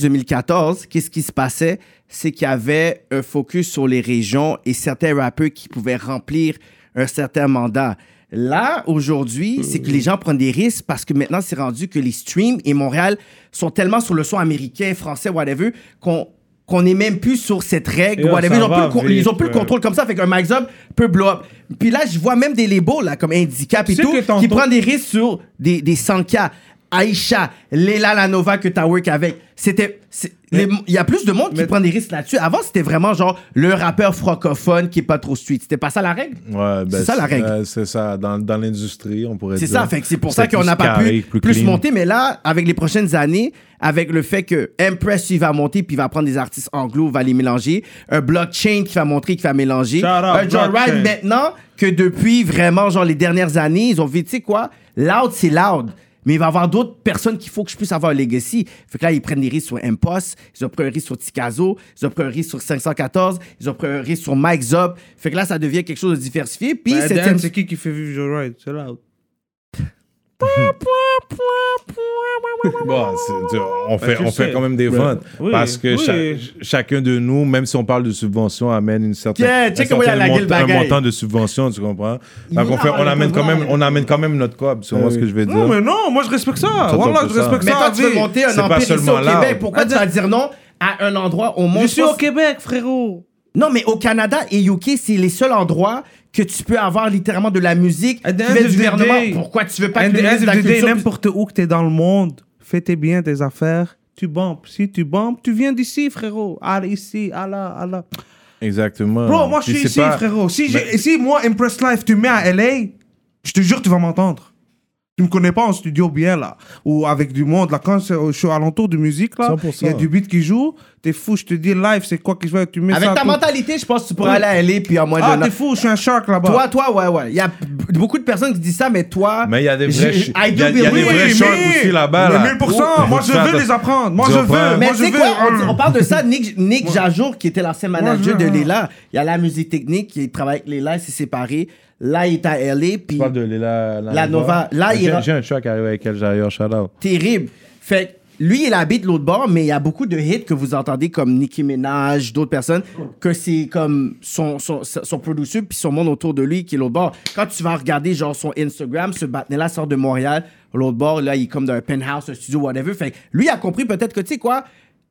[SPEAKER 4] 2015-2014, qu'est-ce qui se passait, c'est qu'il y avait un focus sur les régions et certains rappeurs qui pouvaient remplir un certain mandat. Là aujourd'hui, c'est que les gens prennent des risques parce que maintenant c'est rendu que les streams et Montréal sont tellement sur le son américain, français, whatever, qu'on qu'on n'est même plus sur cette règle,
[SPEAKER 5] Yo,
[SPEAKER 4] whatever.
[SPEAKER 5] ça
[SPEAKER 4] Ils ont, plus
[SPEAKER 5] va
[SPEAKER 4] le con-
[SPEAKER 5] vite,
[SPEAKER 4] ils ont plus le
[SPEAKER 5] ouais.
[SPEAKER 4] contrôle comme ça, fait qu'un max up peut blow up. Puis là, je vois même des labels, là, comme Handicap et
[SPEAKER 5] Tu sais
[SPEAKER 4] tout,
[SPEAKER 5] que
[SPEAKER 4] qui
[SPEAKER 5] tantôt-
[SPEAKER 4] prennent des risques sur des, des 100K. Aïcha, Léla Lanova que t'as work avec. C'était. c'est- les- Il y a plus de monde qui prend des risques là-dessus. Avant, c'était vraiment genre le rappeur francophone qui est pas trop street. C'était pas ça la règle?
[SPEAKER 2] Ouais, ben,
[SPEAKER 4] C'est ça, la règle.
[SPEAKER 2] euh, c'est ça, dans, dans l'industrie, on pourrait
[SPEAKER 4] C'est
[SPEAKER 2] dire.
[SPEAKER 4] ça, fait que c'est pour ça
[SPEAKER 2] C'était
[SPEAKER 4] qu'on
[SPEAKER 2] plus
[SPEAKER 4] n'a pas
[SPEAKER 2] carré,
[SPEAKER 4] pu plus,
[SPEAKER 2] clean.
[SPEAKER 4] monter. Mais là, avec les prochaines années, avec le fait que Impress il va monter, puis il va prendre des artistes anglo, va les mélanger. Un blockchain qui va montrer, qui va mélanger.
[SPEAKER 5] Shout out,
[SPEAKER 4] un John
[SPEAKER 5] Blockchain.
[SPEAKER 4] Ride maintenant que depuis vraiment genre les dernières années, ils ont vu, tu sais quoi, loud c'est loud. Mais il va y avoir d'autres personnes qu'il faut que je puisse avoir un legacy. Fait que là, ils prennent des risques sur Impost, ils ont pris un risque sur Ticazo, ils ont pris un risque sur 514, ils ont pris un risque sur Mike Zop. Fait que là, ça devient quelque chose de diversifié. Puis
[SPEAKER 5] Ben,
[SPEAKER 4] c'était
[SPEAKER 5] Dan, C'est qui qui fait vivre Joe Ride? C'est là.
[SPEAKER 2] Bon, c'est- tu- on fait,
[SPEAKER 8] tu
[SPEAKER 2] on
[SPEAKER 8] sais.
[SPEAKER 2] fait quand même des ventes
[SPEAKER 8] Oui,
[SPEAKER 2] parce que
[SPEAKER 8] oui.
[SPEAKER 2] cha- chacun de nous, même si on parle de subvention, amène une certaine,
[SPEAKER 4] Yeah,
[SPEAKER 2] un
[SPEAKER 4] check comment il a
[SPEAKER 2] certain
[SPEAKER 4] lagué le
[SPEAKER 2] montant- un
[SPEAKER 4] bagaille.
[SPEAKER 2] montant de subvention, tu comprends Donc on,
[SPEAKER 4] Yeah,
[SPEAKER 2] fait, on
[SPEAKER 4] on
[SPEAKER 2] amène quand
[SPEAKER 4] comprend.
[SPEAKER 2] même, on amène quand même notre cob, tu vois ce que je veux dire
[SPEAKER 5] Non, mais non, moi je respecte ça.
[SPEAKER 2] T'entends
[SPEAKER 5] Voilà,
[SPEAKER 2] pas
[SPEAKER 5] je
[SPEAKER 2] ça.
[SPEAKER 5] respecte
[SPEAKER 4] Mais
[SPEAKER 5] ça.
[SPEAKER 4] toi, tu veux
[SPEAKER 5] vie.
[SPEAKER 4] monter
[SPEAKER 2] c'est
[SPEAKER 4] un
[SPEAKER 2] pas
[SPEAKER 4] empire ici au
[SPEAKER 2] seulement là,
[SPEAKER 4] Québec.
[SPEAKER 2] ouais.
[SPEAKER 4] Pourquoi tu vas dire non à un endroit au monde
[SPEAKER 5] Ah, Je suis
[SPEAKER 4] pense-
[SPEAKER 5] au Québec, frérot.
[SPEAKER 4] Non, mais au Canada et UK, c'est les seuls endroits que tu peux avoir littéralement de la musique
[SPEAKER 5] At the
[SPEAKER 4] qui
[SPEAKER 5] end
[SPEAKER 4] vient
[SPEAKER 5] of
[SPEAKER 4] du
[SPEAKER 5] the
[SPEAKER 4] gouvernement.
[SPEAKER 5] day-
[SPEAKER 4] Pourquoi tu veux pas
[SPEAKER 5] At
[SPEAKER 4] que
[SPEAKER 5] the
[SPEAKER 4] le
[SPEAKER 5] end
[SPEAKER 4] ministre
[SPEAKER 5] of
[SPEAKER 4] de la
[SPEAKER 5] the day,
[SPEAKER 4] culture...
[SPEAKER 5] n'importe où que t'es dans le monde, fais tes bien tes affaires. Tu bombes. Si tu bombes, tu viens d'ici, frérot. Allez, ici, Allah, Allah.
[SPEAKER 2] Exactement.
[SPEAKER 5] Bro, moi, je
[SPEAKER 2] Ah, Puis
[SPEAKER 5] suis
[SPEAKER 2] c'est
[SPEAKER 5] ici,
[SPEAKER 2] pas-
[SPEAKER 5] frérot. Si, j'ai-
[SPEAKER 2] Mais-
[SPEAKER 5] si moi, Impress Life, tu mets à LA, je te jure, tu vas m'entendre. Tu me connais pas en studio bien, là. Ou avec du monde, là. Quand c'est- je suis alentour de musique, là,
[SPEAKER 2] 100%.
[SPEAKER 5] il y a du beat qui joue. T'es fou, je te dis, live, c'est quoi qui joue. Tu mets ça
[SPEAKER 4] Avec
[SPEAKER 5] à
[SPEAKER 4] ta
[SPEAKER 5] tout-
[SPEAKER 4] mentalité, je pense que tu pourrais
[SPEAKER 5] Ouais.
[SPEAKER 4] aller à LA puis à moins
[SPEAKER 5] Ah,
[SPEAKER 4] de...
[SPEAKER 5] t'es fou, je suis un shark là-bas.
[SPEAKER 4] Toi, toi, ouais, ouais. Il y a b- beaucoup de personnes qui disent ça, mais toi...
[SPEAKER 2] Mais il y a des
[SPEAKER 4] je-
[SPEAKER 2] vrais,
[SPEAKER 4] I
[SPEAKER 2] il y a- il y a
[SPEAKER 4] do
[SPEAKER 2] des
[SPEAKER 4] believe-
[SPEAKER 2] vrais
[SPEAKER 5] mais-
[SPEAKER 2] sharks aussi là-bas.
[SPEAKER 5] mais
[SPEAKER 2] là.
[SPEAKER 5] 1000%, moi,
[SPEAKER 2] Faut
[SPEAKER 5] je
[SPEAKER 2] faire
[SPEAKER 5] veux
[SPEAKER 2] de-
[SPEAKER 5] les apprendre. Moi,
[SPEAKER 2] Tu
[SPEAKER 5] je
[SPEAKER 2] comprends?
[SPEAKER 5] veux.
[SPEAKER 4] Mais
[SPEAKER 5] Moi, je
[SPEAKER 4] c'est
[SPEAKER 5] veux.
[SPEAKER 4] quoi? On,
[SPEAKER 5] Hum.
[SPEAKER 4] on parle de ça. Nick, Nick Jajour, qui était l'ancien manager
[SPEAKER 5] je-
[SPEAKER 4] de Léla, il a la musique technique, il travaille avec Léla, il s'est séparé. Là, il est à LA, puis
[SPEAKER 2] Tu parles de Léla-
[SPEAKER 4] La Nova. Là, il
[SPEAKER 2] J'ai
[SPEAKER 4] ra-
[SPEAKER 2] j'ai un track arrivé avec elle, d'ailleurs, shout out.
[SPEAKER 4] terrible. Fait que lui, il habite l'autre bord, mais il y a beaucoup de hits que vous entendez comme Nicki Minaj, d'autres personnes, que c'est comme son, son, son producer puis son monde autour de lui qui est l'autre bord. Quand tu vas regarder genre son Instagram, ce Batney-là sort de Montréal, l'autre bord, là, il est comme dans un penthouse, un studio, whatever. Fait que lui a compris peut-être que, tu sais quoi,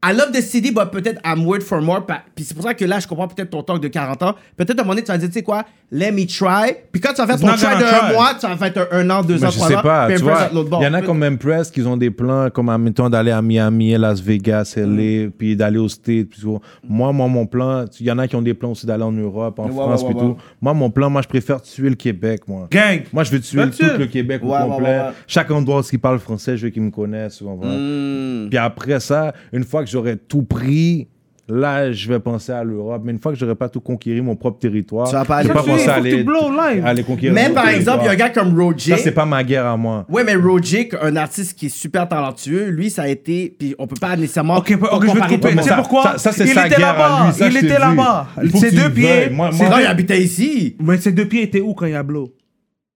[SPEAKER 4] I love the city, but peut-être I'm weird for more. Pa- Puis c'est pour ça que là, je comprends peut-être ton talk de 40 ans. Peut-être à un moment donné, tu vas dire, tu sais quoi, let me try. Puis quand tu vas faire ton
[SPEAKER 5] not
[SPEAKER 4] try de
[SPEAKER 5] gonna
[SPEAKER 4] un
[SPEAKER 5] try.
[SPEAKER 4] mois, tu vas faire un, un an, deux
[SPEAKER 2] Mais
[SPEAKER 4] ans,
[SPEAKER 2] je
[SPEAKER 4] trois
[SPEAKER 2] sais
[SPEAKER 4] ans.
[SPEAKER 2] pas,
[SPEAKER 4] puis
[SPEAKER 2] tu
[SPEAKER 4] un peu
[SPEAKER 2] vois,
[SPEAKER 4] à l'autre bord.
[SPEAKER 2] il y en a
[SPEAKER 4] Peut-
[SPEAKER 2] comme Impress qui ont des plans, comme, admettons, d'aller à Miami, Las Vegas,
[SPEAKER 4] Mm.
[SPEAKER 2] LA, puis d'aller au States. puis tout. Moi, moi, mon plan, il y en a qui ont des plans aussi d'aller en Europe, en
[SPEAKER 4] Ouais,
[SPEAKER 2] France,
[SPEAKER 4] ouais,
[SPEAKER 2] puis
[SPEAKER 4] ouais,
[SPEAKER 2] tout.
[SPEAKER 4] ouais.
[SPEAKER 2] Moi, mon plan, moi, je préfère tuer le Québec, moi.
[SPEAKER 5] Gang.
[SPEAKER 2] Moi, je veux tuer
[SPEAKER 5] Là-dessus.
[SPEAKER 2] tout le Québec
[SPEAKER 4] Ouais, ouais,
[SPEAKER 2] au complet.
[SPEAKER 4] ouais, ouais.
[SPEAKER 2] Chaque endroit où ils parlent français, je veux qu'ils me connaissent. tu comprends?
[SPEAKER 4] Mm.
[SPEAKER 2] Puis après ça, une fois que j'aurai tout pris, là, je vais penser à l'Europe. Mais une fois que j'aurai pas tout conquéri, mon propre territoire,
[SPEAKER 4] Tu vas pas
[SPEAKER 2] je
[SPEAKER 4] aller-
[SPEAKER 2] vais pas
[SPEAKER 4] Faut
[SPEAKER 2] penser
[SPEAKER 5] que
[SPEAKER 2] à
[SPEAKER 5] tu
[SPEAKER 2] aller,
[SPEAKER 5] blow live.
[SPEAKER 2] à aller conquérir.
[SPEAKER 4] Mais
[SPEAKER 2] mon
[SPEAKER 4] par
[SPEAKER 2] territoire.
[SPEAKER 4] exemple, il y a un gars comme Roger.
[SPEAKER 2] Ça, c'est pas ma guerre à moi.
[SPEAKER 4] Ouais, mais Roger, un artiste qui est super talentueux, lui, ça a été. Puis on peut pas nécessairement.
[SPEAKER 5] Ok, ok, je vais te
[SPEAKER 4] comparer
[SPEAKER 5] couper.
[SPEAKER 4] ton-
[SPEAKER 5] Tu sais
[SPEAKER 2] ça-
[SPEAKER 5] pourquoi
[SPEAKER 2] ça- ça, c'est
[SPEAKER 5] Il
[SPEAKER 2] sa
[SPEAKER 5] était
[SPEAKER 2] guerre à
[SPEAKER 5] là-bas.
[SPEAKER 2] lui, ça,
[SPEAKER 5] Il
[SPEAKER 2] je te
[SPEAKER 5] était
[SPEAKER 2] dis.
[SPEAKER 5] là-bas.
[SPEAKER 2] Il faut
[SPEAKER 5] Ses
[SPEAKER 2] que tu
[SPEAKER 5] deux
[SPEAKER 2] le
[SPEAKER 5] pieds.
[SPEAKER 2] veuilles. Moi-
[SPEAKER 5] ses
[SPEAKER 2] moi-
[SPEAKER 4] Non,
[SPEAKER 5] deux-
[SPEAKER 4] il habitait ici.
[SPEAKER 5] Mais ses deux pieds étaient où quand il y a blow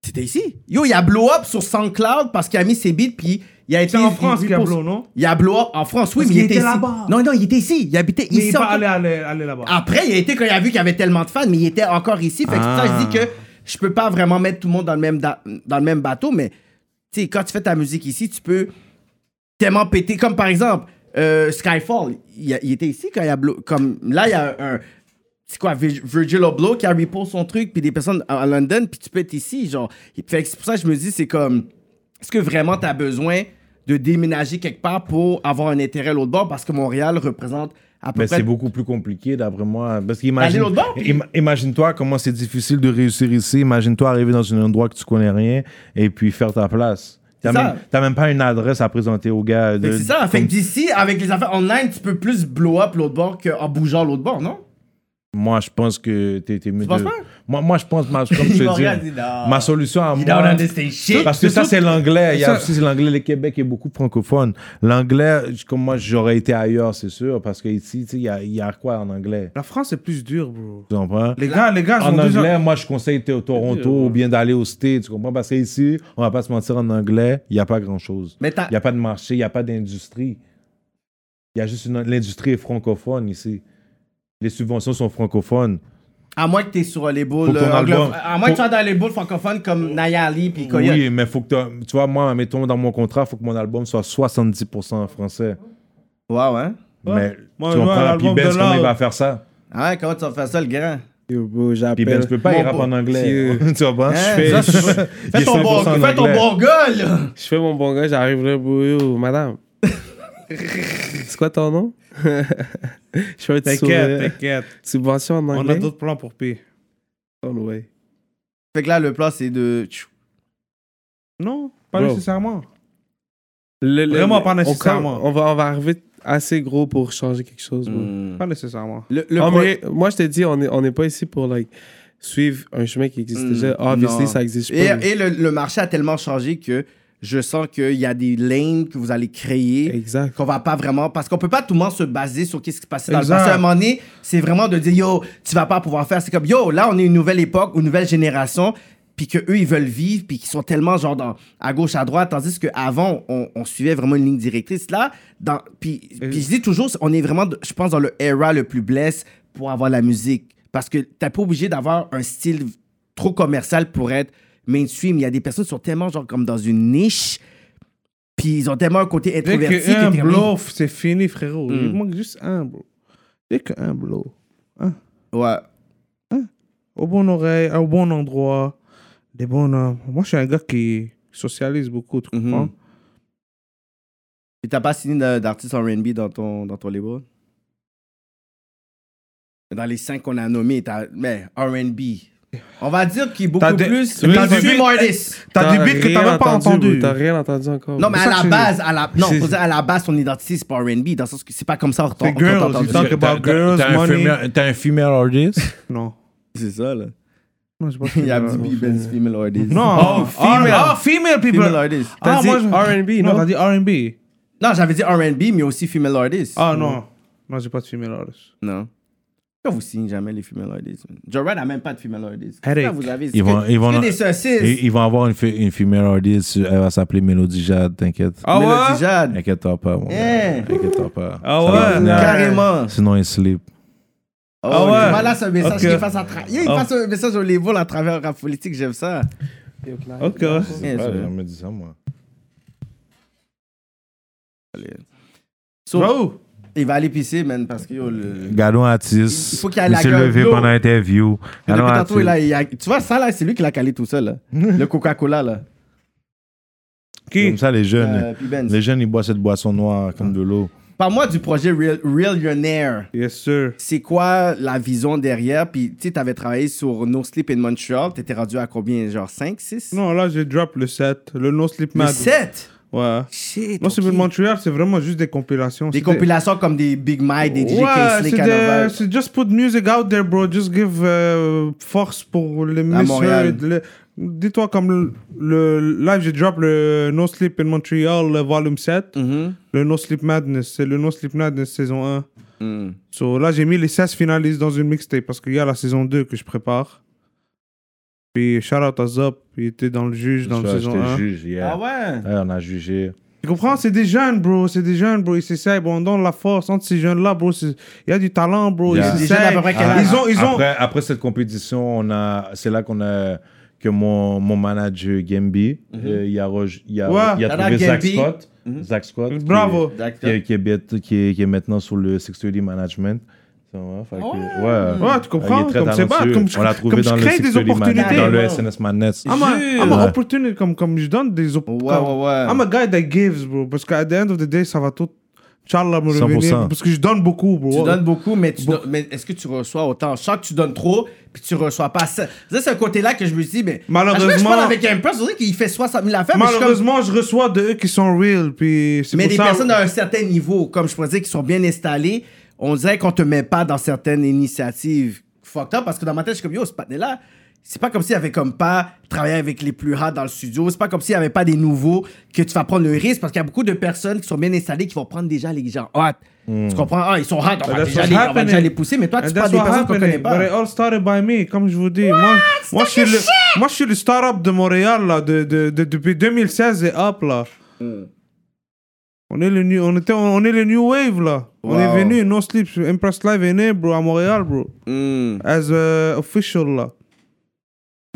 [SPEAKER 4] C'était ici. Yo, il a blow up sur SoundCloud parce qu'il a mis ses beats, puis il a été.
[SPEAKER 5] C'est en France qu'il y a
[SPEAKER 4] repose-
[SPEAKER 5] blow, non
[SPEAKER 4] Il a blow up en France, oui,
[SPEAKER 5] Parce
[SPEAKER 4] mais il
[SPEAKER 5] qu'il
[SPEAKER 4] était
[SPEAKER 5] était
[SPEAKER 4] ici.
[SPEAKER 5] là-bas.
[SPEAKER 4] Non, non, il était ici. Il habitait
[SPEAKER 5] Mais il
[SPEAKER 4] ici.
[SPEAKER 5] est pas
[SPEAKER 4] encore.
[SPEAKER 5] allé, allé- allé là-bas.
[SPEAKER 2] Ah.
[SPEAKER 4] Après, il a été quand il a vu qu'il y avait tellement de fans, mais il était encore ici. Fait que c'est pour ça, que je
[SPEAKER 2] Ah.
[SPEAKER 4] dis que je peux pas vraiment mettre tout le monde dans le même, da- dans le même bateau, mais tu sais, quand tu fais ta musique ici, tu peux tellement péter. Comme par exemple, euh, Skyfall, il, a- il était ici quand il y a. blo- Comme là, il y a un. C'est quoi, Vir- Virgil Abloh qui a repose son truc, puis des personnes à à London, puis tu peux être ici, genre. Fait que c'est pour ça que je me dis, c'est comme. Est-ce que vraiment tu as besoin de déménager quelque part pour avoir un intérêt à l'autre bord? Parce que Montréal représente à peu
[SPEAKER 2] Mais
[SPEAKER 4] près
[SPEAKER 2] c'est beaucoup plus compliqué, d'après moi. Parce qu'imagine.
[SPEAKER 4] l'autre bord, puis-
[SPEAKER 2] im- Imagine-toi comment c'est difficile de réussir ici. Imagine-toi arriver dans un endroit que tu connais rien et puis faire ta place. T'as
[SPEAKER 4] ça.
[SPEAKER 2] même, t'as même pas une adresse à présenter au gars.
[SPEAKER 4] Fait
[SPEAKER 2] de-
[SPEAKER 4] que c'est ça. Fait que d'ici, avec les affaires online, tu peux plus blow up l'autre bord qu'en bougeant l'autre bord, non?
[SPEAKER 2] Moi, je pense que t'es t'es mieux
[SPEAKER 4] penses
[SPEAKER 2] de-
[SPEAKER 4] pas?
[SPEAKER 2] Moi, moi, je pense, ma- comme
[SPEAKER 4] Ils
[SPEAKER 2] je
[SPEAKER 4] vont
[SPEAKER 2] te
[SPEAKER 4] regarder,
[SPEAKER 2] dis,
[SPEAKER 4] non.
[SPEAKER 2] ma solution à
[SPEAKER 4] You don't
[SPEAKER 2] moi...
[SPEAKER 4] understand shit.
[SPEAKER 2] Parce que ça, c'est l'anglais. Il y a
[SPEAKER 5] Ça-
[SPEAKER 2] aussi c'est l'anglais. Le Québec est beaucoup francophone. L'anglais, je- comme moi, j'aurais été ailleurs, c'est sûr. Parce qu'ici, il y a, il y a quoi en anglais?
[SPEAKER 5] La France est plus dure, bro.
[SPEAKER 2] Tu comprends?
[SPEAKER 5] Les gars, les
[SPEAKER 4] Ah,
[SPEAKER 5] gars, je
[SPEAKER 2] En
[SPEAKER 5] m'en
[SPEAKER 2] anglais,
[SPEAKER 5] déjà...
[SPEAKER 2] moi, je conseille t-
[SPEAKER 4] Euh,
[SPEAKER 2] Toronto ou bien d'aller au States, tu comprends? Parce qu'ici, on va pas se mentir, en anglais, il n'y a pas grand-chose. Il
[SPEAKER 4] Mais t'as-
[SPEAKER 2] n'y a pas de marché, il n'y a pas d'industrie. Il y a juste une... L'industrie est francophone ici. Les subventions sont francophones.
[SPEAKER 4] À moins que t'es sur les boules.
[SPEAKER 2] Faut ton
[SPEAKER 4] euh, anglo-
[SPEAKER 2] album.
[SPEAKER 4] À moins que tu sois dans les boules francophones comme Nayali puis Coyote.
[SPEAKER 2] Oui, mais faut que t'as- tu vois, moi, mettons dans mon contrat, faut que mon album soit 70% en français.
[SPEAKER 4] Ouais, ouais.
[SPEAKER 2] Mais
[SPEAKER 5] Moi,
[SPEAKER 2] tu
[SPEAKER 5] je
[SPEAKER 2] comprends,
[SPEAKER 5] vois
[SPEAKER 2] puis
[SPEAKER 5] l'album
[SPEAKER 2] Ben,
[SPEAKER 5] de
[SPEAKER 2] comment il
[SPEAKER 5] Loud.
[SPEAKER 2] va faire ça?
[SPEAKER 4] Ah ouais, comment tu vas faire ça, le grand?
[SPEAKER 6] Yo, bro,
[SPEAKER 2] Puis
[SPEAKER 6] j'appelle.
[SPEAKER 4] euh,
[SPEAKER 2] Ben, tu peux pas, il
[SPEAKER 6] Mon
[SPEAKER 2] rappe
[SPEAKER 6] bon-
[SPEAKER 2] en anglais.
[SPEAKER 6] Yo,
[SPEAKER 2] tu comprends?
[SPEAKER 4] Hein?
[SPEAKER 2] Je fais,
[SPEAKER 4] Ça, c'est-
[SPEAKER 2] il
[SPEAKER 4] Fais
[SPEAKER 2] est
[SPEAKER 4] ton, bon,
[SPEAKER 2] 100% en
[SPEAKER 4] fais ton
[SPEAKER 2] anglais.
[SPEAKER 4] bon gars, là!
[SPEAKER 6] Je fais mon bon gars, j'arrive là, bro, yo, madame. C'est quoi ton nom? je fais un
[SPEAKER 5] T'inquiète,
[SPEAKER 6] petit sourire.
[SPEAKER 5] t'inquiète.
[SPEAKER 6] Subvention en
[SPEAKER 5] On a
[SPEAKER 6] anglais?
[SPEAKER 5] d'autres plans pour payer.
[SPEAKER 6] Oh, ouais.
[SPEAKER 4] Fait que là, le plan, c'est de.
[SPEAKER 5] Non, pas
[SPEAKER 6] Bro.
[SPEAKER 5] nécessairement.
[SPEAKER 6] Le- le-
[SPEAKER 5] Vraiment
[SPEAKER 6] le-
[SPEAKER 5] pas
[SPEAKER 6] on-
[SPEAKER 5] nécessairement.
[SPEAKER 6] On, va, on va arriver assez gros pour changer quelque
[SPEAKER 2] Mm.
[SPEAKER 6] chose, bro.
[SPEAKER 4] Le,
[SPEAKER 5] Pas nécessairement.
[SPEAKER 4] Hmm. le
[SPEAKER 6] Ah,
[SPEAKER 4] pro-
[SPEAKER 6] mais moi, je te dis, on n'est on est pas ici pour like, suivre un chemin qui existe
[SPEAKER 4] Mm,
[SPEAKER 6] déjà.
[SPEAKER 5] Hmm.
[SPEAKER 6] Obviously,
[SPEAKER 4] non.
[SPEAKER 6] ça existe
[SPEAKER 4] Et,
[SPEAKER 6] pas. mais-
[SPEAKER 4] et le, le marché a tellement changé que je sens qu'il y a des lanes que vous allez créer.
[SPEAKER 6] Exact.
[SPEAKER 4] qu'on va pas vraiment parce qu'on peut pas tout le monde se baser sur qu'est-ce qui se passait dans
[SPEAKER 5] Exact.
[SPEAKER 4] le passé à un moment donné c'est vraiment de dire yo tu vas pas pouvoir faire c'est comme yo là on est une nouvelle époque une nouvelle génération puis que eux ils veulent vivre, puis qu'ils sont tellement genre dans- à gauche, à droite, tandis qu'avant, on, on suivait vraiment une ligne directrice. Là, dans, puis, puis je dis toujours, on est vraiment, je pense, dans le era le plus blesse pour avoir la musique. Parce que t'es pas obligé d'avoir un style trop commercial pour être mainstream. Il y a des personnes qui sont tellement genre comme dans une niche, puis ils ont tellement un côté
[SPEAKER 5] Dès
[SPEAKER 4] introverti.
[SPEAKER 5] que un
[SPEAKER 4] que t'es comme,
[SPEAKER 5] blow, c'est fini, frérot. Il
[SPEAKER 4] Mm.
[SPEAKER 5] manque juste un, bro. Dès que un blow.
[SPEAKER 4] Ouais.
[SPEAKER 5] Au bon oreille, au bon endroit, des bons hommes. Moi, je suis un gars qui socialise beaucoup, tu
[SPEAKER 4] Mhm.
[SPEAKER 5] comprends?
[SPEAKER 4] Puis t'as pas signé de- d'artiste en R&B dans ton, dans ton label? Dans les cinq qu'on a nommés, t'as... Mais R&B... On va dire qu'il est beaucoup
[SPEAKER 5] T'as des-
[SPEAKER 4] plus...
[SPEAKER 5] tu veux
[SPEAKER 4] T'as
[SPEAKER 5] dire-
[SPEAKER 4] des artistes.
[SPEAKER 5] T'as des beats que t'as
[SPEAKER 6] rien
[SPEAKER 5] même pas entendu.
[SPEAKER 6] bro, T'as rien entendu encore.
[SPEAKER 4] Non,
[SPEAKER 6] bro.
[SPEAKER 4] mais à
[SPEAKER 5] Eh, ça
[SPEAKER 4] la
[SPEAKER 5] que je-
[SPEAKER 4] base, à la... Non,
[SPEAKER 5] C'est-
[SPEAKER 4] faut dire, à la base, son identité, c'est pas R&B, dans le sens que c'est pas comme ça qu'on
[SPEAKER 5] C'est
[SPEAKER 4] qu'on
[SPEAKER 5] girls,
[SPEAKER 4] t'entend
[SPEAKER 5] you
[SPEAKER 4] dire.
[SPEAKER 5] talk about girls,
[SPEAKER 2] T'as un,
[SPEAKER 5] money.
[SPEAKER 2] female- t'as un female artist?
[SPEAKER 5] Non.
[SPEAKER 4] C'est ça, là.
[SPEAKER 5] Non, c'est pas
[SPEAKER 4] Il y a
[SPEAKER 5] female.
[SPEAKER 4] du Benz Female Artist.
[SPEAKER 5] Non.
[SPEAKER 6] Oh, female.
[SPEAKER 5] Ah, female people.
[SPEAKER 4] Female Artist.
[SPEAKER 5] Ah,
[SPEAKER 6] T'as dit
[SPEAKER 5] moi, je-
[SPEAKER 6] R&B,
[SPEAKER 5] Non,
[SPEAKER 6] non?
[SPEAKER 5] t'as dit R&B.
[SPEAKER 4] Non, j'avais dit R&B, mais aussi Female Artist.
[SPEAKER 5] Ah, non. Non, j'ai pas de female artist.
[SPEAKER 4] Non. Pourquoi vous signez jamais les Female Artists? Jordan n'a même pas de Female Artist.
[SPEAKER 5] Headache.
[SPEAKER 4] Pourquoi vous avez...
[SPEAKER 2] Ils vont-
[SPEAKER 4] c'est que-
[SPEAKER 2] ils vont-
[SPEAKER 4] c'est que des saucisses.
[SPEAKER 2] Et ils vont avoir une, fi- une female artist, elle va s'appeler Mélodie Jade, t'inquiète.
[SPEAKER 5] Ah
[SPEAKER 4] Mélodie Jade.
[SPEAKER 2] Inquiète-toi pas, mon
[SPEAKER 4] Hein?
[SPEAKER 2] gars. Inquiète-toi pas.
[SPEAKER 5] Ah
[SPEAKER 2] Ça va
[SPEAKER 5] ouais?
[SPEAKER 2] venir.
[SPEAKER 4] Carrément.
[SPEAKER 2] Sinon, il sleep.
[SPEAKER 4] Oh,
[SPEAKER 5] Ah ouais.
[SPEAKER 4] Voilà, c'est un message
[SPEAKER 5] Ok. Ah.
[SPEAKER 4] qu'il fasse à travers. Il fasse un message au niveau à travers le rap politique, j'aime ça.
[SPEAKER 5] Ok.
[SPEAKER 4] Yes,
[SPEAKER 2] Ouais,
[SPEAKER 4] ouais.
[SPEAKER 2] on me dit ça, moi.
[SPEAKER 4] Allez. So, il va aller pisser, man, parce que yo, le...
[SPEAKER 7] Gallon
[SPEAKER 4] Il- il
[SPEAKER 7] Atis.
[SPEAKER 4] faut qu'il y ait la
[SPEAKER 7] s'est
[SPEAKER 4] gueule
[SPEAKER 7] levé
[SPEAKER 4] d'eau.
[SPEAKER 7] pendant l'interview.
[SPEAKER 4] depuis
[SPEAKER 7] Gallon
[SPEAKER 4] tantôt,
[SPEAKER 7] Atis.
[SPEAKER 4] il a- il a- tu vois, ça là, c'est lui qui l'a calé tout seul. là. le Coca-Cola, là.
[SPEAKER 5] Qui?
[SPEAKER 7] Comme ça, les jeunes.
[SPEAKER 4] Euh, Ah. puis Benz.
[SPEAKER 7] Les jeunes, ils boivent cette boisson noire comme de l'eau.
[SPEAKER 4] Parle-moi du projet Real, Realionaire.
[SPEAKER 5] Yes, sir.
[SPEAKER 4] C'est quoi la vision derrière? Puis, tu sais, t'avais travaillé sur No Sleep in Montreal. T'étais rendu à combien? Genre 5, 6?
[SPEAKER 5] Non, là, j'ai drop le 7. Le No Sleep
[SPEAKER 4] Le
[SPEAKER 5] Mad.
[SPEAKER 4] 7?
[SPEAKER 5] Ouais.
[SPEAKER 4] Shit.
[SPEAKER 5] Non, c'est
[SPEAKER 4] ok.
[SPEAKER 5] de Montreal, c'est vraiment juste des compilations.
[SPEAKER 4] Des
[SPEAKER 5] C'est
[SPEAKER 4] compilations comme des Big Mike, des DJ
[SPEAKER 5] Ouais,
[SPEAKER 4] Casey,
[SPEAKER 5] c'est des-
[SPEAKER 4] Canova.
[SPEAKER 5] c'est just put music out there, bro. Just give euh, force pour les
[SPEAKER 4] Montréal.
[SPEAKER 5] misheard. le- Dis-toi, comme le, le live, j'ai drop le No Sleep in Montreal, le volume 7.
[SPEAKER 4] Mhm.
[SPEAKER 5] Le No Sleep Madness, c'est le No Sleep Madness saison 1.
[SPEAKER 4] Mm.
[SPEAKER 5] So, là, j'ai mis les 16 finalistes dans une mixtape parce qu'il y a la saison 2 que je prépare. Puis, shout out à Zop, il était dans le juge dans la
[SPEAKER 2] Ça,
[SPEAKER 5] saison
[SPEAKER 2] Je
[SPEAKER 5] 1.
[SPEAKER 2] te juge, yeah.
[SPEAKER 4] Ah ouais?
[SPEAKER 2] Ouais, on a jugé.
[SPEAKER 5] Tu comprends? C'est des jeunes, bro. C'est des jeunes, bro. Ils s'essayent, bro. On donne la force entre ces jeunes-là, bro. c'est- Il y a du talent, bro.
[SPEAKER 2] Yeah. Ah.
[SPEAKER 5] Ils
[SPEAKER 4] Des jeunes à
[SPEAKER 5] s'essayent.
[SPEAKER 4] peu près quel
[SPEAKER 5] Ah, Ils ont. Ils ont...
[SPEAKER 2] Après, après cette compétition, on a, c'est là qu'on a que mon, mon manager Gambi,
[SPEAKER 5] Mhm.
[SPEAKER 2] euh, il a, rej- il a,
[SPEAKER 5] Ouais.
[SPEAKER 2] il a
[SPEAKER 4] Shout
[SPEAKER 2] trouvé
[SPEAKER 4] out
[SPEAKER 2] Zach
[SPEAKER 4] Gambi.
[SPEAKER 2] Scott. Zach Scott. qui-
[SPEAKER 5] Mhm. Bravo.
[SPEAKER 2] Qui, est- qui est, bête- qui, est, qui est maintenant sur le 630 Management. Ça va, fait que- ouais. Ah,
[SPEAKER 5] Ouais, tu comprends?
[SPEAKER 2] Il est très
[SPEAKER 5] Comme c'est bad,
[SPEAKER 2] talentueux.
[SPEAKER 5] comme je-
[SPEAKER 2] on l'a trouvé
[SPEAKER 5] comme je
[SPEAKER 2] dans, le
[SPEAKER 5] crée des
[SPEAKER 2] 630 Management,
[SPEAKER 5] opportunités. Ah,
[SPEAKER 2] dans le SNS Madness.
[SPEAKER 5] I'm a,
[SPEAKER 4] Jure.
[SPEAKER 5] I'm a
[SPEAKER 2] Ouais.
[SPEAKER 5] opportunity, comme, comme je donne des
[SPEAKER 4] Ouais,
[SPEAKER 5] opportunités.
[SPEAKER 4] ouais, ouais.
[SPEAKER 5] I'm a guy that gives, bro. Parce qu'à the end of the day, ça va tout. Inch'Allah me revenir.
[SPEAKER 2] 100%.
[SPEAKER 5] Parce que je donne beaucoup, bro.
[SPEAKER 4] Tu donnes beaucoup, mais, tu don- mais est-ce que tu reçois autant? Je sens que tu donnes trop, puis tu reçois pas ça. Ça, C'est un côté-là que je me dis, mais. À
[SPEAKER 5] Malheureusement-
[SPEAKER 4] chaque fois que je parle avec un peu, je dirais qu'il fait 60 000 affaires, mais je suis comme-
[SPEAKER 5] Malheureusement, je reçois de eux qui sont real. Puis c'est
[SPEAKER 4] Mais
[SPEAKER 5] pour
[SPEAKER 4] des
[SPEAKER 5] ça-
[SPEAKER 4] personnes à un certain niveau, comme je pourrais dire, qui sont bien installées, on dirait qu'on te met pas dans certaines initiatives fucked up, parce que dans ma tête, je suis comme, yo, ce patin-là, c'est pas comme s'il avait comme pas travaillé avec les plus hard dans le studio, c'est pas comme s'il y avait pas des nouveaux que tu vas prendre le risque, parce qu'il y a beaucoup de personnes qui sont bien installées qui vont prendre déjà les gens hot. Tu comprends? Ah, ils sont hot, on va,
[SPEAKER 5] that's
[SPEAKER 4] déjà
[SPEAKER 5] what's
[SPEAKER 4] les, on va déjà
[SPEAKER 5] happening.
[SPEAKER 4] les pousser, mais toi,
[SPEAKER 5] And
[SPEAKER 4] Ah, tu prends
[SPEAKER 5] that's
[SPEAKER 4] des
[SPEAKER 5] what
[SPEAKER 4] personnes qu'on connaît
[SPEAKER 5] happened. But it
[SPEAKER 4] pas.
[SPEAKER 5] all started by me, comme je vous dis. Moi, moi, je suis le, moi, je suis le start-up de Montréal, là, de, de, de- depuis 2016 et up, là.
[SPEAKER 4] Hmm.
[SPEAKER 5] On, est le new, on, était, on est le New Wave, là. On
[SPEAKER 4] Wow.
[SPEAKER 5] est venu, No Sleep, Impress Live est né, bro, à Montréal, bro.
[SPEAKER 4] Hmm.
[SPEAKER 5] As a official, là.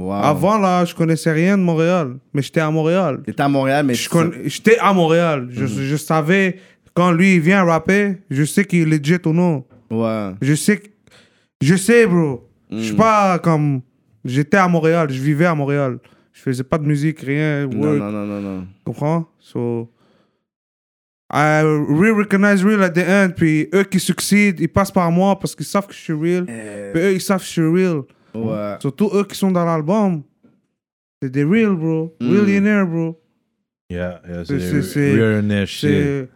[SPEAKER 4] Wow.
[SPEAKER 5] Avant, là, je connaissais rien de Montréal, mais j'étais à Montréal.
[SPEAKER 4] T'étais à Montréal, mais Hmm.
[SPEAKER 5] Je
[SPEAKER 4] tu-
[SPEAKER 5] conna- J'étais à Montréal. Je, je savais, quand lui, il vient rapper, je sais qu'il est legit ou non.
[SPEAKER 4] Ouais.
[SPEAKER 5] Je sais, que- je sais, bro. Je
[SPEAKER 4] Hmm.
[SPEAKER 5] suis pas comme. J'étais à Montréal, je vivais à Montréal. Je faisais pas de musique, rien.
[SPEAKER 4] Non,
[SPEAKER 5] Work,
[SPEAKER 4] non, non, non, non.
[SPEAKER 5] tu comprends? So. I re-recognize real at the end. Puis eux qui succèdent, ils passent par moi parce qu'ils savent que je suis real.
[SPEAKER 4] Eh.
[SPEAKER 5] Puis eux, ils savent que je suis real.
[SPEAKER 4] Ouais.
[SPEAKER 5] Surtout eux qui sont dans l'album. C'est des real, bro.
[SPEAKER 4] Hmm.
[SPEAKER 5] Millionaire, bro.
[SPEAKER 2] Yeah, yeah,
[SPEAKER 5] C'est- c'est-
[SPEAKER 2] c'est real nest shit.
[SPEAKER 5] C'est.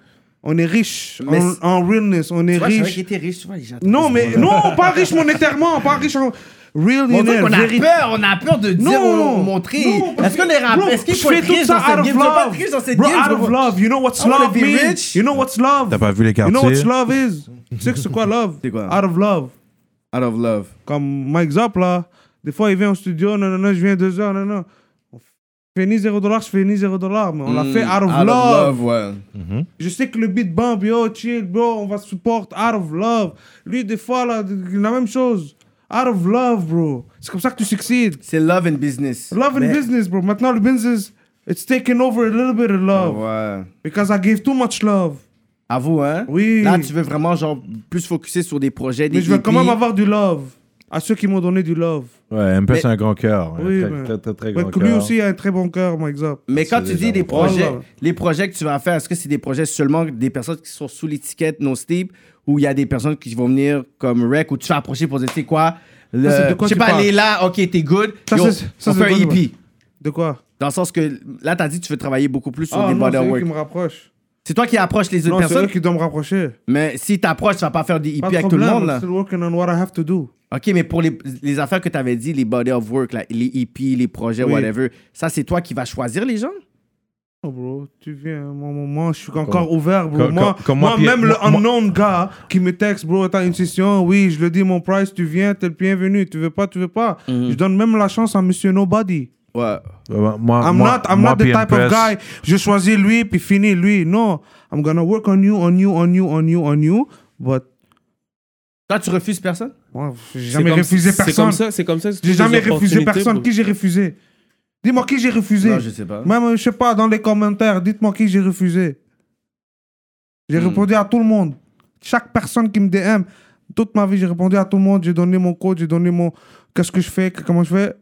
[SPEAKER 5] On est riche.
[SPEAKER 4] Mais
[SPEAKER 5] En,
[SPEAKER 4] c'est-
[SPEAKER 5] en realness, on est
[SPEAKER 4] Tu vois, je savais
[SPEAKER 5] riche.
[SPEAKER 4] qu'il était riche, tu vois, les gens.
[SPEAKER 5] Non, mais. Non, pas riche monétairement, pas riche en. Real,
[SPEAKER 4] On, dirait
[SPEAKER 5] millionaire,
[SPEAKER 4] qu'on a
[SPEAKER 5] véritable.
[SPEAKER 4] peur, on a peur de dire,
[SPEAKER 5] Non,
[SPEAKER 4] on,
[SPEAKER 5] non.
[SPEAKER 4] montrer.
[SPEAKER 5] Non, parce
[SPEAKER 4] Est-ce qu'on
[SPEAKER 5] que-
[SPEAKER 4] est rap?
[SPEAKER 5] bro,
[SPEAKER 4] Est-ce qu'il
[SPEAKER 5] je
[SPEAKER 4] faut
[SPEAKER 5] fais
[SPEAKER 4] être
[SPEAKER 5] tout
[SPEAKER 4] riche
[SPEAKER 5] ça
[SPEAKER 4] dans
[SPEAKER 5] out
[SPEAKER 4] cette
[SPEAKER 5] of
[SPEAKER 4] game? Tu veux pas
[SPEAKER 5] love.
[SPEAKER 4] être riche dans cette
[SPEAKER 5] Bro,
[SPEAKER 4] game?
[SPEAKER 5] out
[SPEAKER 4] tu
[SPEAKER 5] of
[SPEAKER 4] vois.
[SPEAKER 5] love. You know what's
[SPEAKER 4] I wanna
[SPEAKER 5] love
[SPEAKER 4] be
[SPEAKER 5] means?
[SPEAKER 4] rich.
[SPEAKER 5] You know what's love?
[SPEAKER 7] T'as pas vu les
[SPEAKER 5] You know
[SPEAKER 7] quartiers?
[SPEAKER 5] what's love is? tu sais que c'est quoi love?
[SPEAKER 4] C'est quoi?
[SPEAKER 5] Out of love.
[SPEAKER 4] Out of love.
[SPEAKER 5] Comme, par exemple, là, Des fois, il vient en studio, non, non, non, je viens deux heures, non, non. On fait ni zéro dollar, je fais ni zéro dollar, mais on l'a fait out of
[SPEAKER 4] Out
[SPEAKER 5] love.
[SPEAKER 4] of love, ouais.
[SPEAKER 5] Je sais que le beat bump, yo, chill, bro, on va support, out of love. Lui, des fois, là, la même chose. Out of love, bro. C'est comme ça que tu succides.
[SPEAKER 4] C'est love and business.
[SPEAKER 5] Love and
[SPEAKER 4] Mais-
[SPEAKER 5] business, bro. Maintenant, le business, it's taking over a little bit of love.
[SPEAKER 4] Ouais.
[SPEAKER 5] Because I gave too much love.
[SPEAKER 4] Avoue, hein?
[SPEAKER 5] Oui.
[SPEAKER 4] Là, tu veux vraiment, genre, plus focuser sur des projets, des
[SPEAKER 5] Mais je veux quand
[SPEAKER 4] EP.
[SPEAKER 5] même avoir du love. À ceux qui m'ont donné du love.
[SPEAKER 7] Ouais, MP,
[SPEAKER 4] Mais-
[SPEAKER 7] c'est un grand cœur. un
[SPEAKER 5] Oui,
[SPEAKER 7] très,
[SPEAKER 5] mais-
[SPEAKER 7] très, très, très
[SPEAKER 5] Ouais,
[SPEAKER 7] grand
[SPEAKER 5] que lui
[SPEAKER 7] cœur.
[SPEAKER 5] aussi a un très bon cœur, par exemple.
[SPEAKER 4] Mais quand tu
[SPEAKER 5] Oh,
[SPEAKER 4] dis des projets,
[SPEAKER 5] Voilà.
[SPEAKER 4] les projets que tu vas faire, est-ce que c'est des projets seulement des personnes qui sont sous l'étiquette non steep ou il y a des personnes qui vont venir comme rec ou tu vas approcher pour dire, tu sais quoi, le,
[SPEAKER 5] Ça, c'est de
[SPEAKER 4] je
[SPEAKER 5] quoi
[SPEAKER 4] sais
[SPEAKER 5] tu
[SPEAKER 4] pas,
[SPEAKER 5] parles?
[SPEAKER 4] les là, ok, t'es good,
[SPEAKER 5] Ça,
[SPEAKER 4] yo,
[SPEAKER 5] c'est- ça,
[SPEAKER 4] on
[SPEAKER 5] c'est
[SPEAKER 4] fait un
[SPEAKER 5] de quoi tu
[SPEAKER 4] EP.
[SPEAKER 5] De quoi
[SPEAKER 4] Dans le sens que là, t'as dit que tu veux travailler beaucoup plus sur
[SPEAKER 5] Ah
[SPEAKER 4] des
[SPEAKER 5] non, c'est
[SPEAKER 4] modern
[SPEAKER 5] eux
[SPEAKER 4] work.
[SPEAKER 5] qui me rapprochent.
[SPEAKER 4] C'est toi qui approches les autres
[SPEAKER 5] Non, c'est eux
[SPEAKER 4] personnes,
[SPEAKER 5] qui doivent me rapprocher.
[SPEAKER 4] mais si t'approches, tu vas pas faire des EP
[SPEAKER 5] Pas de
[SPEAKER 4] avec tout le
[SPEAKER 5] problème,
[SPEAKER 4] monde,
[SPEAKER 5] I'm
[SPEAKER 4] là.
[SPEAKER 5] still working on what I have to do.
[SPEAKER 4] OK, mais pour les, les affaires que t'avais dit, les body of work, là, les EP, les projets,
[SPEAKER 5] Oui.
[SPEAKER 4] whatever, ça, c'est toi qui vas choisir les gens?
[SPEAKER 5] Oh, bro, tu viens, moi, moi, moi, je suis encore ouvert, bro.
[SPEAKER 7] comme-
[SPEAKER 5] moi,
[SPEAKER 7] comme moi,
[SPEAKER 5] moi,
[SPEAKER 7] puis-
[SPEAKER 5] même le
[SPEAKER 7] moi- moi-
[SPEAKER 5] unknown gars qui me texte, bro, t'as une session, oui, je le dis, mon price, tu viens, t'es le bienvenu, tu veux pas, tu veux pas.
[SPEAKER 7] Mm-hmm.
[SPEAKER 5] Je donne même la chance à Monsieur Nobody.
[SPEAKER 4] Ouais.
[SPEAKER 7] Ouais, ouais, moi,
[SPEAKER 5] I'm
[SPEAKER 7] moi-
[SPEAKER 5] not, I'm
[SPEAKER 7] moi,
[SPEAKER 5] not the
[SPEAKER 7] puis
[SPEAKER 5] type of
[SPEAKER 7] Empress,
[SPEAKER 5] guy. Je choisis lui puis fini lui. Non, I'm gonna work on you, on you, on you, on you, on you. But
[SPEAKER 4] Toi, tu refuses personne?
[SPEAKER 5] moi, j'ai
[SPEAKER 6] C'est
[SPEAKER 5] jamais
[SPEAKER 6] comme-
[SPEAKER 5] refusé
[SPEAKER 6] C'est comme
[SPEAKER 5] personne.
[SPEAKER 6] ça, c'est comme ça. c'est
[SPEAKER 5] J'ai
[SPEAKER 6] toutes
[SPEAKER 5] jamais
[SPEAKER 6] les
[SPEAKER 5] refusé
[SPEAKER 6] opportunités
[SPEAKER 5] personne.
[SPEAKER 6] pour-
[SPEAKER 5] Qui j'ai refusé Dis-moi qui j'ai refusé.
[SPEAKER 4] Non, je sais pas.
[SPEAKER 5] Même je sais pas dans les commentaires. Dites-moi qui j'ai refusé. J'ai répondu à tout le monde. Chaque personne qui me DM. Toute ma vie, j'ai répondu à tout le monde. J'ai donné mon code. J'ai donné mon. Qu'est-ce que je fais que- Comment je fais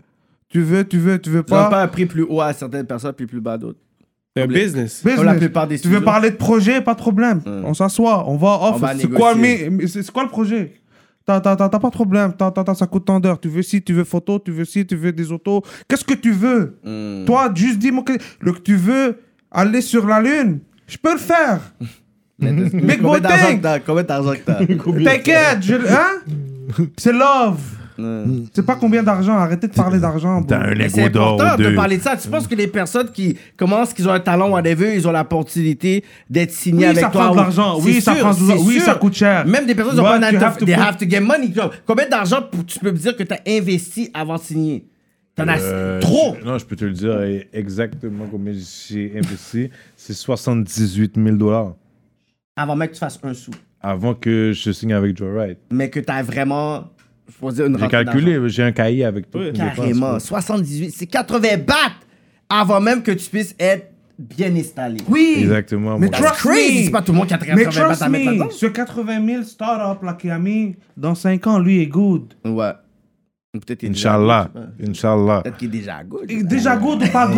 [SPEAKER 5] Tu veux, tu veux, tu veux
[SPEAKER 4] Tu n'as
[SPEAKER 5] pas.
[SPEAKER 4] pas appris plus haut à certaines personnes, puis plus bas à d'autres.
[SPEAKER 6] C'est un business.
[SPEAKER 5] Business.
[SPEAKER 4] Comme la plupart des
[SPEAKER 5] Tu veux
[SPEAKER 4] studios.
[SPEAKER 5] parler de projet, pas de problème. On s'assoit, on va
[SPEAKER 4] Hmm. On va
[SPEAKER 5] off. C'est quoi, le
[SPEAKER 4] négocier.
[SPEAKER 5] mi- c'est c'est quoi le projet T'as t'as- t'as- t'as pas de problème, T'as- t'as- t'as- ça coûte tant d'heures. Tu veux ci, tu veux photo, tu veux ci, tu veux des autos. Qu'est-ce que tu veux
[SPEAKER 4] Hmm.
[SPEAKER 5] Toi, juste dis-moi que le que tu veux aller sur la lune. Je peux le faire. Big
[SPEAKER 4] Combien
[SPEAKER 5] boy
[SPEAKER 4] d'argent que
[SPEAKER 5] thing.
[SPEAKER 4] t'as? Combien d'argent que t'as?
[SPEAKER 5] T'inquiète, je- hein C'est love.
[SPEAKER 4] Hmm.
[SPEAKER 5] C'est pas combien d'argent. Arrêtez de parler d'argent. bro.
[SPEAKER 7] T'as un
[SPEAKER 4] Mais C'est
[SPEAKER 7] ego d'or
[SPEAKER 4] important
[SPEAKER 7] ou
[SPEAKER 4] de
[SPEAKER 7] deux.
[SPEAKER 4] parler de ça. Tu penses que les personnes qui commencent, qu'ils ont un talent, whatever, ils ont l'opportunité d'être signés
[SPEAKER 5] Oui,
[SPEAKER 4] avec
[SPEAKER 5] ça
[SPEAKER 4] toi.
[SPEAKER 5] prend de
[SPEAKER 4] ou-
[SPEAKER 5] l'argent.
[SPEAKER 4] C'est
[SPEAKER 5] Oui, ça
[SPEAKER 4] sûr,
[SPEAKER 5] prend de
[SPEAKER 4] c'est
[SPEAKER 5] l'argent. Oui,
[SPEAKER 4] sûr.
[SPEAKER 5] ça coûte cher.
[SPEAKER 4] Même des personnes qui ont
[SPEAKER 5] But
[SPEAKER 4] pas un
[SPEAKER 5] you
[SPEAKER 4] to,
[SPEAKER 5] have to
[SPEAKER 4] they
[SPEAKER 5] put-
[SPEAKER 4] have to get money. Genre, Combien d'argent pour- tu peux me dire que t'as investi avant de signer? T'en
[SPEAKER 2] Euh,
[SPEAKER 4] as trop.
[SPEAKER 2] je- non, je peux te le dire euh, exactement combien j'ai investi. C'est 78 000 dollars
[SPEAKER 4] Avant même que tu fasses un sou.
[SPEAKER 2] avant que je signe avec Joe Wright.
[SPEAKER 4] Mais que t'as vraiment, je pourrais dire, une
[SPEAKER 2] J'ai
[SPEAKER 4] rentrée d'argent.
[SPEAKER 2] calculé, j'ai un cahier avec tout.
[SPEAKER 4] Carrément. 78, c'est 80 bahts avant même que tu puisses être bien installé.
[SPEAKER 5] Oui.
[SPEAKER 2] Exactement,
[SPEAKER 5] Mais
[SPEAKER 2] moi.
[SPEAKER 4] That's
[SPEAKER 5] trust
[SPEAKER 4] crazy.
[SPEAKER 5] me.
[SPEAKER 4] C'est pas tout le monde qui a 80
[SPEAKER 5] Mais
[SPEAKER 4] bahts
[SPEAKER 5] trust
[SPEAKER 4] à mettre là-dedans.
[SPEAKER 5] me, ce 80 000 start-up là qui a mis dans 5 ans, lui est good.
[SPEAKER 4] Ouais. Ou Peut-être qu'il est déjà-
[SPEAKER 7] Inch'Allah. Inch'Allah.
[SPEAKER 4] Peut-être qu'il est déjà à gauche.
[SPEAKER 5] Et Déjà good ou pas good,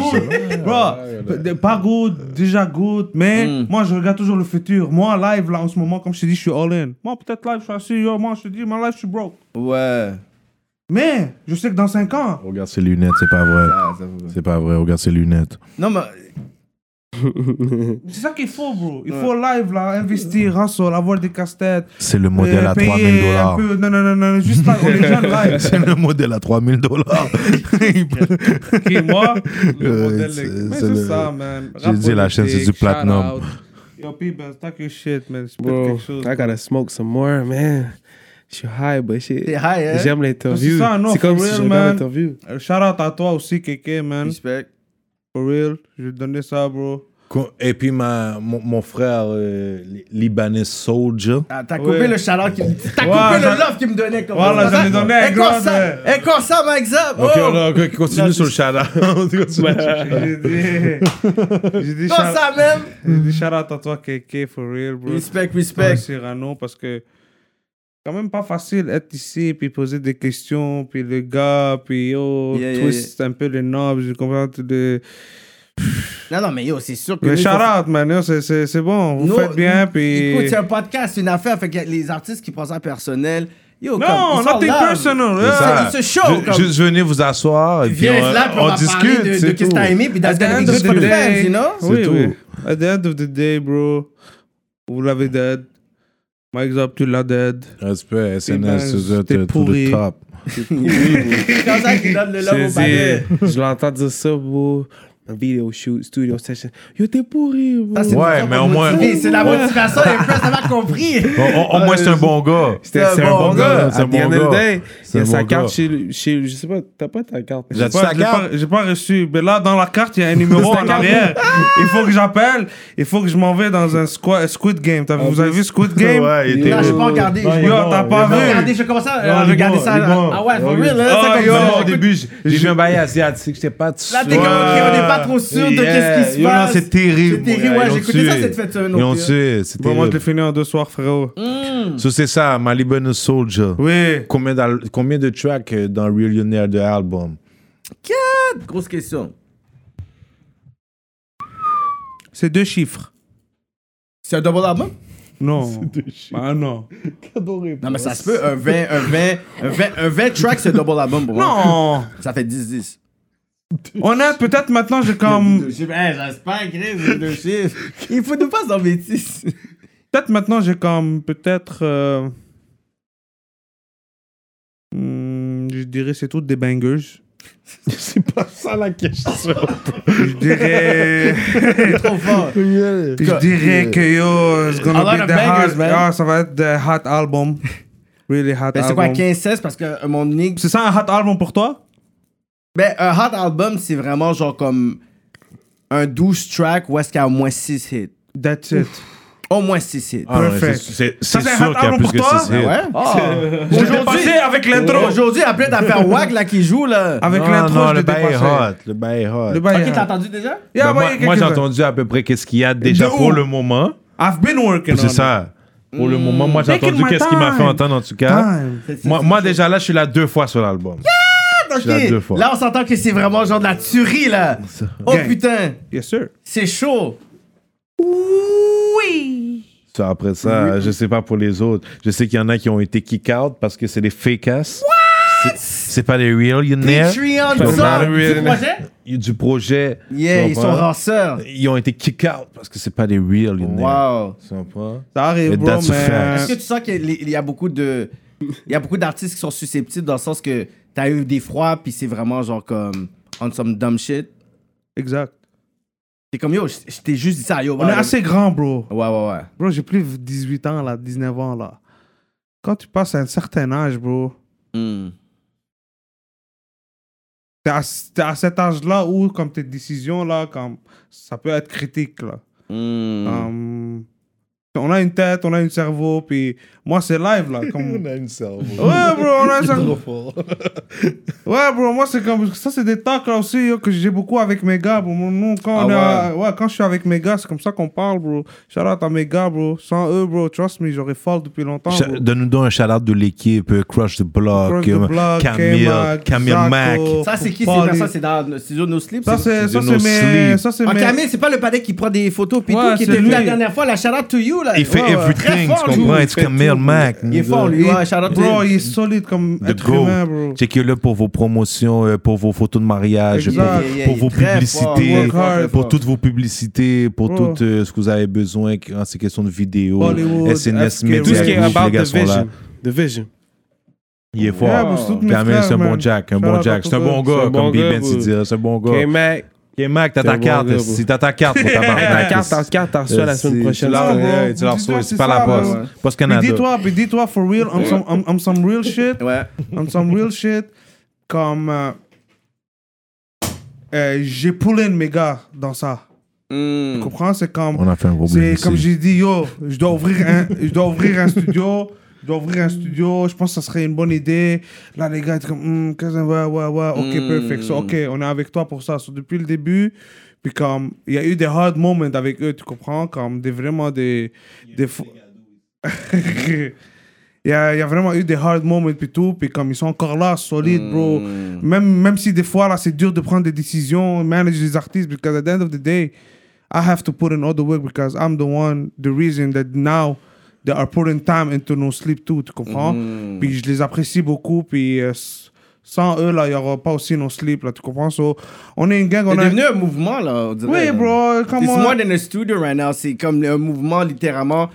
[SPEAKER 5] bro. Pas good, déjà good. Mais moi, je regarde toujours le futur. Moi, live là en ce moment, comme je te dis, je suis all-in. Moi, peut-être live, je suis assis. yo, moi, je te dis, ma live, je suis broke.
[SPEAKER 4] Ouais.
[SPEAKER 5] Mais je sais que dans 5 ans,
[SPEAKER 7] Regarde ses lunettes, c'est pas vrai.
[SPEAKER 4] Ah, ça va.
[SPEAKER 7] C'est pas vrai, regarde ses lunettes.
[SPEAKER 4] Non, mais
[SPEAKER 5] c'est ça qu'il faut, bro. Il faut live là, investir, hustle, avoir des casse-têtes.
[SPEAKER 7] C'est le modèle
[SPEAKER 5] euh,
[SPEAKER 7] à
[SPEAKER 5] payer
[SPEAKER 7] 3000
[SPEAKER 5] un
[SPEAKER 7] dollars.
[SPEAKER 5] peu. Non, non, non, non, juste là, on est jeune live.
[SPEAKER 7] C'est le modèle à 3000 dollars.
[SPEAKER 5] Ok, moi, le
[SPEAKER 7] Euh,
[SPEAKER 5] modèle
[SPEAKER 7] c'est-
[SPEAKER 5] est- Mais
[SPEAKER 7] c'est
[SPEAKER 5] c'est
[SPEAKER 7] le-
[SPEAKER 5] ça, man.
[SPEAKER 7] J'ai dit, la chaîne, c'est du platinum.
[SPEAKER 5] Yo, P-Benz, talk your shit, man. Spit
[SPEAKER 6] Bro,
[SPEAKER 5] quelque chose.
[SPEAKER 6] I gotta smoke some more, man. Je suis high, but shit.
[SPEAKER 4] t'es high, hein?
[SPEAKER 6] J'aime l'interview.
[SPEAKER 5] C'est ça, non,
[SPEAKER 6] C'est comme
[SPEAKER 5] for
[SPEAKER 6] si je
[SPEAKER 5] real,
[SPEAKER 6] regarde
[SPEAKER 5] man.
[SPEAKER 6] l'interview.
[SPEAKER 5] Euh, Shout out à toi aussi, Keke, man.
[SPEAKER 4] Respect.
[SPEAKER 5] For real. Je vais te donner ça, bro.
[SPEAKER 7] Con- Et puis ma, mon, mon frère euh, li- libanais soldier.
[SPEAKER 4] Ah, t'as coupé
[SPEAKER 5] Ouais.
[SPEAKER 4] le chaleur qui me... T'as
[SPEAKER 5] Ouais,
[SPEAKER 4] coupé
[SPEAKER 5] j'en-
[SPEAKER 4] le love qui me donnait. Comme
[SPEAKER 5] Voilà,
[SPEAKER 4] ça.
[SPEAKER 5] j'en ai donné un
[SPEAKER 4] Et comme
[SPEAKER 5] grand,
[SPEAKER 4] ça,
[SPEAKER 5] euh.
[SPEAKER 4] et comme ça, par exemple.
[SPEAKER 7] Ok,
[SPEAKER 4] oh,
[SPEAKER 7] on a- continue sur le shout-out. On continue.
[SPEAKER 5] J'ai dit. J'ai dit,
[SPEAKER 4] comme
[SPEAKER 5] shout-
[SPEAKER 4] ça même.
[SPEAKER 5] j'ai dit shout out à toi, Keke, for real, bro.
[SPEAKER 4] Respect,
[SPEAKER 5] Ouais,
[SPEAKER 4] respect.
[SPEAKER 5] Cyrano, parce que quand même pas facile être ici, puis poser des questions, puis le gars, puis yo,
[SPEAKER 4] Yeah, yeah,
[SPEAKER 5] twist un peu les knobs, je comprends tout de...
[SPEAKER 4] Non, non, mais yo, c'est sûr que...
[SPEAKER 5] Mais
[SPEAKER 4] nous,
[SPEAKER 5] shout
[SPEAKER 4] faut-
[SPEAKER 5] out, man, yo, c'est- c'est c'est bon, vous
[SPEAKER 4] Nous,
[SPEAKER 5] faites bien, puis...
[SPEAKER 4] Écoute, c'est un podcast, c'est une affaire. Fait que les artistes qui prennent ça personnel, yo, comme,
[SPEAKER 5] Non,
[SPEAKER 4] ils sont
[SPEAKER 5] nothing
[SPEAKER 4] là.
[SPEAKER 5] personal. Ah,
[SPEAKER 7] C'est ça.
[SPEAKER 4] Ils se chauffent,
[SPEAKER 7] Ju-
[SPEAKER 4] comme-
[SPEAKER 7] Juste venez vous asseoir et
[SPEAKER 4] Ils
[SPEAKER 7] puis
[SPEAKER 4] viennent
[SPEAKER 7] on,
[SPEAKER 4] là, puis on,
[SPEAKER 7] on
[SPEAKER 4] va parler
[SPEAKER 7] discute.
[SPEAKER 4] de, de
[SPEAKER 7] c'est
[SPEAKER 4] qu'est-ce que
[SPEAKER 7] tout.
[SPEAKER 4] t'as aimé, puis that's gonna be good for the fans, you know?
[SPEAKER 5] Oui,
[SPEAKER 7] C'est
[SPEAKER 5] oui.
[SPEAKER 7] tout.
[SPEAKER 5] At the end of the day, bro, vous l'avez dead. Mike Zop, tu l'as dead.
[SPEAKER 7] Respect,
[SPEAKER 5] ben,
[SPEAKER 7] SNS, tout
[SPEAKER 5] c'était pourri.
[SPEAKER 7] le top.
[SPEAKER 4] C'est comme ça qu'ils donnent le love au
[SPEAKER 6] Je
[SPEAKER 4] balai.
[SPEAKER 6] dis, je l'entends dire ça, bro. video shoot, studio session. Yo, t'es pourri, bro.
[SPEAKER 4] Ça, c'est
[SPEAKER 2] Ouais,
[SPEAKER 4] pour
[SPEAKER 2] mais
[SPEAKER 4] ça
[SPEAKER 2] au
[SPEAKER 4] qu'on
[SPEAKER 2] moins-
[SPEAKER 4] motive. C'est la motivation, les press, ça m'a compris.
[SPEAKER 2] Au- au- Au moins, c'est un bon gars.
[SPEAKER 6] C'était c'est un bon gars.
[SPEAKER 2] C'est un
[SPEAKER 6] At the end
[SPEAKER 2] bon
[SPEAKER 6] of the
[SPEAKER 2] gars.
[SPEAKER 6] day,
[SPEAKER 2] C'est
[SPEAKER 6] il y
[SPEAKER 2] un
[SPEAKER 6] a sa
[SPEAKER 2] bon
[SPEAKER 6] carte
[SPEAKER 2] gars.
[SPEAKER 6] chez, le- chez. Je sais pas, t'as pas ta carte.
[SPEAKER 2] J'ai
[SPEAKER 5] Pas-
[SPEAKER 2] pas
[SPEAKER 5] J'ai pas,
[SPEAKER 2] carte.
[SPEAKER 5] j'ai pas reçu. Mais là, dans la carte, il y a un numéro en arrière. Il faut que j'appelle. Il faut que je m'en vais dans un squa- Squid Game. T'as- vous avez vu Squid Game?
[SPEAKER 2] Ah, Ouais, il
[SPEAKER 6] Yo.
[SPEAKER 2] était.
[SPEAKER 4] Non, j'ai pas regardé.
[SPEAKER 9] Non,
[SPEAKER 4] j'ai-
[SPEAKER 9] il est
[SPEAKER 5] Yo,
[SPEAKER 9] bon,
[SPEAKER 5] t'as
[SPEAKER 9] il est
[SPEAKER 5] pas
[SPEAKER 4] Je vais
[SPEAKER 5] vu?
[SPEAKER 4] regarder, je vais commencer
[SPEAKER 9] Non,
[SPEAKER 4] à euh,
[SPEAKER 9] il est
[SPEAKER 4] regarder
[SPEAKER 9] bon,
[SPEAKER 4] ça.
[SPEAKER 9] il est
[SPEAKER 4] là.
[SPEAKER 9] bon.
[SPEAKER 4] Ah ouais, for
[SPEAKER 9] Oh,
[SPEAKER 4] real,
[SPEAKER 5] oh,
[SPEAKER 4] là. c'est
[SPEAKER 5] yo.
[SPEAKER 4] comme ça.
[SPEAKER 2] Vraiment, au début, j- j'ai vu un bail asiatique, j'étais pas dessus.
[SPEAKER 4] Là, t'es comme, ok, on n'est pas trop sûr de qu'est-ce qui se
[SPEAKER 2] Yo, non,
[SPEAKER 4] passe.
[SPEAKER 2] c'est terrible.
[SPEAKER 4] C'est terrible,
[SPEAKER 2] mon gars,
[SPEAKER 4] ouais,
[SPEAKER 2] ils
[SPEAKER 4] j'ai
[SPEAKER 2] l'ont
[SPEAKER 4] écouté ça
[SPEAKER 2] tué.
[SPEAKER 4] cette fête semaine,
[SPEAKER 2] Ils
[SPEAKER 4] non
[SPEAKER 2] ont
[SPEAKER 4] plus.
[SPEAKER 2] tué, c'est
[SPEAKER 5] Bon, moi, je l'ai
[SPEAKER 2] terrible.
[SPEAKER 5] fini en deux soirs, frérot.
[SPEAKER 2] So, c'est ça, Malibu Soldier.
[SPEAKER 5] Oui.
[SPEAKER 2] Combien, d'al- combien de tracks euh, dans Millionaire de album
[SPEAKER 4] Grosse question.
[SPEAKER 5] C'est deux chiffres.
[SPEAKER 4] C'est un double album?
[SPEAKER 5] Non. Ah non.
[SPEAKER 4] Non, mais ça se peut. Un 20, un 20, un 20, un 20 track, c'est un double album pour moi.
[SPEAKER 5] Non.
[SPEAKER 4] Ça fait 10-10.
[SPEAKER 5] On a peut-être maintenant, j'ai comme.
[SPEAKER 2] Um,
[SPEAKER 4] Deux chiffres. Hey, J'espère, Chris, c'est deux chiffres. Il faut nous pas en bêtise.
[SPEAKER 5] Peut-être maintenant, j'ai comme. Peut-être. euh, hmm, je dirais, c'est toutes des bangers.
[SPEAKER 6] C'est pas ça la question.
[SPEAKER 5] Je dirais.
[SPEAKER 4] Trop fort.
[SPEAKER 5] Je dirais que yo, it's gonna
[SPEAKER 4] A lot
[SPEAKER 5] be
[SPEAKER 4] of
[SPEAKER 5] the
[SPEAKER 4] bangers,
[SPEAKER 5] hot,
[SPEAKER 4] man.
[SPEAKER 5] ah, ça va être the hot album. Really hot
[SPEAKER 4] Ben, c'est quoi,
[SPEAKER 5] album.
[SPEAKER 4] 15-16? Parce qu'à un moment donné,
[SPEAKER 5] C'est ça un hot album pour toi?
[SPEAKER 4] Ben, un hot album, c'est vraiment genre comme un 12 track où est-ce qu'il y a au moins 6 hits.
[SPEAKER 5] That's it.
[SPEAKER 4] Au moins 6 hits.
[SPEAKER 2] Ah ouais,
[SPEAKER 5] Perfect.
[SPEAKER 2] c'est-
[SPEAKER 5] Ça,
[SPEAKER 2] C'est c'est
[SPEAKER 5] c'est un
[SPEAKER 2] sûr qu'il
[SPEAKER 5] hot
[SPEAKER 2] y a
[SPEAKER 5] album
[SPEAKER 2] plus
[SPEAKER 5] pour
[SPEAKER 2] que
[SPEAKER 5] toi?
[SPEAKER 2] ça.
[SPEAKER 4] ouais?
[SPEAKER 5] J'ai passé avec l'intro.
[SPEAKER 4] Ah. Aujourd'hui, après d'affaires wack là qui joue là.
[SPEAKER 5] Avec
[SPEAKER 2] Non,
[SPEAKER 5] l'intro,
[SPEAKER 2] non,
[SPEAKER 5] je l'ai
[SPEAKER 2] le bail est
[SPEAKER 5] dépassé.
[SPEAKER 2] hot. Le bail est hot.
[SPEAKER 5] Le bail
[SPEAKER 4] ok,
[SPEAKER 5] est
[SPEAKER 4] t'as
[SPEAKER 5] hot.
[SPEAKER 4] entendu déjà?
[SPEAKER 5] Yeah,
[SPEAKER 2] Ben,
[SPEAKER 5] ouais, il
[SPEAKER 2] moi,
[SPEAKER 5] y a
[SPEAKER 2] moi, j'ai
[SPEAKER 5] quelques-
[SPEAKER 2] entendu à peu près qu'est-ce qu'il y a déjà pour
[SPEAKER 5] où?
[SPEAKER 2] le moment.
[SPEAKER 5] I've been working on
[SPEAKER 2] C'est
[SPEAKER 5] it.
[SPEAKER 2] ça. Pour le moment, moi, j'ai
[SPEAKER 5] Taking
[SPEAKER 2] entendu
[SPEAKER 5] my
[SPEAKER 2] qu'est-ce qu'il m'a fait
[SPEAKER 5] time.
[SPEAKER 2] entendre, en tout cas.
[SPEAKER 5] Time.
[SPEAKER 2] Moi, moi, déjà, là, je suis là deux fois sur l'album.
[SPEAKER 4] Ok,
[SPEAKER 2] suis là deux fois.
[SPEAKER 4] Là, on s'entend que c'est vraiment genre de la tuerie là. Oh
[SPEAKER 5] Gang.
[SPEAKER 4] putain,
[SPEAKER 5] Yes, sir.
[SPEAKER 4] c'est chaud.
[SPEAKER 2] Ça, Après ça, je sais pas pour les autres. Je sais qu'il y en a qui ont été kick-out parce que c'est des fake-ass. C'est- C'est pas des real
[SPEAKER 4] Patreon,
[SPEAKER 2] Pas
[SPEAKER 4] ça,
[SPEAKER 2] mal, oui.
[SPEAKER 4] du projet?
[SPEAKER 2] du projet.
[SPEAKER 4] Yeah,
[SPEAKER 2] Tu
[SPEAKER 4] ils sont
[SPEAKER 2] comprends?
[SPEAKER 4] ranceurs.
[SPEAKER 2] Ils ont été kick-out parce que c'est pas des real
[SPEAKER 4] Wow.
[SPEAKER 2] Tu comprends?
[SPEAKER 5] Ça arrive,
[SPEAKER 2] But
[SPEAKER 5] bro,
[SPEAKER 2] that's a
[SPEAKER 5] mais...
[SPEAKER 4] Est-ce que tu sens qu'il y a beaucoup de. Il y a beaucoup d'artistes qui sont susceptibles dans le sens que t'as eu des froids, puis c'est vraiment genre comme. On some dumb shit.
[SPEAKER 5] Exact.
[SPEAKER 4] C'est comme yo, je je t'ai juste dit ça, yo.
[SPEAKER 5] On est assez grand, bro.
[SPEAKER 4] Ouais, ouais, ouais.
[SPEAKER 5] Bro, j'ai plus de 18 ans, là, 19 ans, là. Quand tu passes à un certain âge, bro,
[SPEAKER 4] Hmm.
[SPEAKER 5] t'es à, t'es à cet âge-là où, comme tes décisions, là, comme, ça peut être critique, là.
[SPEAKER 4] Hmm.
[SPEAKER 5] Um, on a une tête, on a un cerveau, puis moi, c'est live, là. Comme...
[SPEAKER 2] a une cerveau.
[SPEAKER 5] Ouais, bro, on a un cerveau. Ouais, bro, moi, c'est comme... Ça, c'est des talks, là, aussi, yo, que j'ai beaucoup avec mes gars, bro. Nous, quand, on est
[SPEAKER 4] Ah
[SPEAKER 5] à- ouais, quand je suis avec mes gars, c'est comme ça qu'on parle, bro. Shout-out à mes gars, bro. Sans eux, bro, trust me, j'aurais fall depuis longtemps, bro.
[SPEAKER 2] Donne-nous donc un shout-out de l'équipe, euh, Crush the Block,
[SPEAKER 5] Cross the
[SPEAKER 2] euh,
[SPEAKER 5] block,
[SPEAKER 2] Camille,
[SPEAKER 5] K-Mac,
[SPEAKER 2] Camille
[SPEAKER 5] Zacco,
[SPEAKER 2] Mac.
[SPEAKER 4] Ça, c'est qui ces
[SPEAKER 5] Paulie.
[SPEAKER 4] personnes C'est dans le studio No Sleep
[SPEAKER 5] Ça,
[SPEAKER 2] de
[SPEAKER 5] c'est ça, c'est
[SPEAKER 2] nos
[SPEAKER 5] mes...
[SPEAKER 2] sleeves.
[SPEAKER 5] Ça, c'est
[SPEAKER 4] Ah,
[SPEAKER 5] mes...
[SPEAKER 4] Camille, c'est pas le padet qui prend des photos, puis
[SPEAKER 5] Ouais,
[SPEAKER 4] tout, qui
[SPEAKER 5] c'est
[SPEAKER 4] était venu
[SPEAKER 5] lui.
[SPEAKER 4] la dernière fois, la shout out to you, là.
[SPEAKER 2] Il fait
[SPEAKER 4] Ouais, ouais. Très
[SPEAKER 2] everything,
[SPEAKER 4] fort,
[SPEAKER 2] tu
[SPEAKER 4] lui.
[SPEAKER 2] comprends? It's Camille Mac.
[SPEAKER 4] Il est fort, lui.
[SPEAKER 5] Il-
[SPEAKER 4] Ouais, shout out to
[SPEAKER 5] Bro,
[SPEAKER 4] you.
[SPEAKER 5] il est solide comme
[SPEAKER 2] The
[SPEAKER 5] être
[SPEAKER 2] GOAT.
[SPEAKER 5] humain, bro.
[SPEAKER 2] Checkez-le pour vos promotions, euh, pour vos photos de mariage,
[SPEAKER 5] Exact.
[SPEAKER 2] pour,
[SPEAKER 5] Yeah,
[SPEAKER 4] yeah, yeah,
[SPEAKER 2] pour
[SPEAKER 4] il est
[SPEAKER 2] vos
[SPEAKER 4] très fort, il est
[SPEAKER 2] publicités,
[SPEAKER 5] work hard.
[SPEAKER 2] pour toutes vos publicités, pour
[SPEAKER 5] Bro.
[SPEAKER 2] tout euh, ce que vous avez besoin en ces questions de vidéo,
[SPEAKER 5] Hollywood,
[SPEAKER 2] SNS,
[SPEAKER 5] FK,
[SPEAKER 2] médias,
[SPEAKER 6] Tout ce qui est
[SPEAKER 2] Group,
[SPEAKER 6] about
[SPEAKER 2] les gars
[SPEAKER 6] the
[SPEAKER 2] sont là.
[SPEAKER 6] vision. The vision.
[SPEAKER 2] Il est
[SPEAKER 5] Yeah,
[SPEAKER 2] fort.
[SPEAKER 5] bro, c'est tous mes
[SPEAKER 2] Camille, c'est un
[SPEAKER 5] frères,
[SPEAKER 2] bon
[SPEAKER 5] man.
[SPEAKER 2] Jack, un
[SPEAKER 5] Shout
[SPEAKER 2] bon
[SPEAKER 5] out à
[SPEAKER 2] Jack.
[SPEAKER 5] tous
[SPEAKER 2] C'est un
[SPEAKER 5] eux.
[SPEAKER 2] bon
[SPEAKER 6] C'est
[SPEAKER 2] gars,
[SPEAKER 6] un
[SPEAKER 2] comme
[SPEAKER 6] bon
[SPEAKER 2] Big
[SPEAKER 6] gars,
[SPEAKER 2] Ben
[SPEAKER 6] bro.
[SPEAKER 2] s'y dit. C'est un bon gars.
[SPEAKER 6] K-Mac.
[SPEAKER 2] K-Mac, t'as
[SPEAKER 6] C'est
[SPEAKER 2] ta
[SPEAKER 6] un bon
[SPEAKER 2] carte.
[SPEAKER 6] gars, bro.
[SPEAKER 2] Si t'as ta carte, mon
[SPEAKER 6] Ta
[SPEAKER 2] tabarnak.
[SPEAKER 6] carte, ta carte, t'as reçu
[SPEAKER 2] Euh,
[SPEAKER 6] la semaine
[SPEAKER 2] c'est-
[SPEAKER 6] prochaine.
[SPEAKER 2] Tu la
[SPEAKER 5] Non,
[SPEAKER 2] reçois,
[SPEAKER 5] bro.
[SPEAKER 2] tu la reçois,
[SPEAKER 5] Dis-toi,
[SPEAKER 2] c'est
[SPEAKER 5] c'est
[SPEAKER 2] pas la
[SPEAKER 5] ça,
[SPEAKER 2] poste.
[SPEAKER 5] bro.
[SPEAKER 2] Poste
[SPEAKER 5] Puis
[SPEAKER 2] Canada.
[SPEAKER 5] dis-toi, puis dis-toi for real, on some, on, on some real shit,
[SPEAKER 4] Ouais.
[SPEAKER 5] on some real shit, comme euh, euh, j'ai pull in mes gars dans ça. Tu comprends? C'est comme,
[SPEAKER 2] On a fait un gros
[SPEAKER 5] c'est
[SPEAKER 2] blé.
[SPEAKER 5] comme j'ai dit, yo, je dois ouvrir un, je dois ouvrir un studio. Je dois ouvrir un studio, je pense que ça serait une bonne idée. Là, les gars, ils sont comme, Hmm, qu'est-ce que- ouais, ouais, ouais, ok, perfect. So, ok, on est avec toi pour ça. So, depuis le début, puis comme, il y a eu des hard moments avec eux, tu comprends? Comme, des, vraiment des. des fo- il, y a, il y a vraiment eu des hard moments et tout, puis comme ils sont encore là, solides, bro. Même, même si des fois, là, c'est dur de prendre des décisions, manager des artistes, because at the end of the day, I have to put in all the work because I'm the one, the reason that now they are putting time into no sleep too, tu comprends? Puis je les apprécie beaucoup, puis euh, s- sans eux, là, il n'y aura pas aussi no sleep, là, tu comprends? So, on est une gang,
[SPEAKER 4] C'est
[SPEAKER 5] on a...
[SPEAKER 4] devenu un mouvement, là, on dirait.
[SPEAKER 5] Oui, bro, come
[SPEAKER 4] It's
[SPEAKER 5] on.
[SPEAKER 4] more than a studio right now. C'est comme un mouvement, littéralement,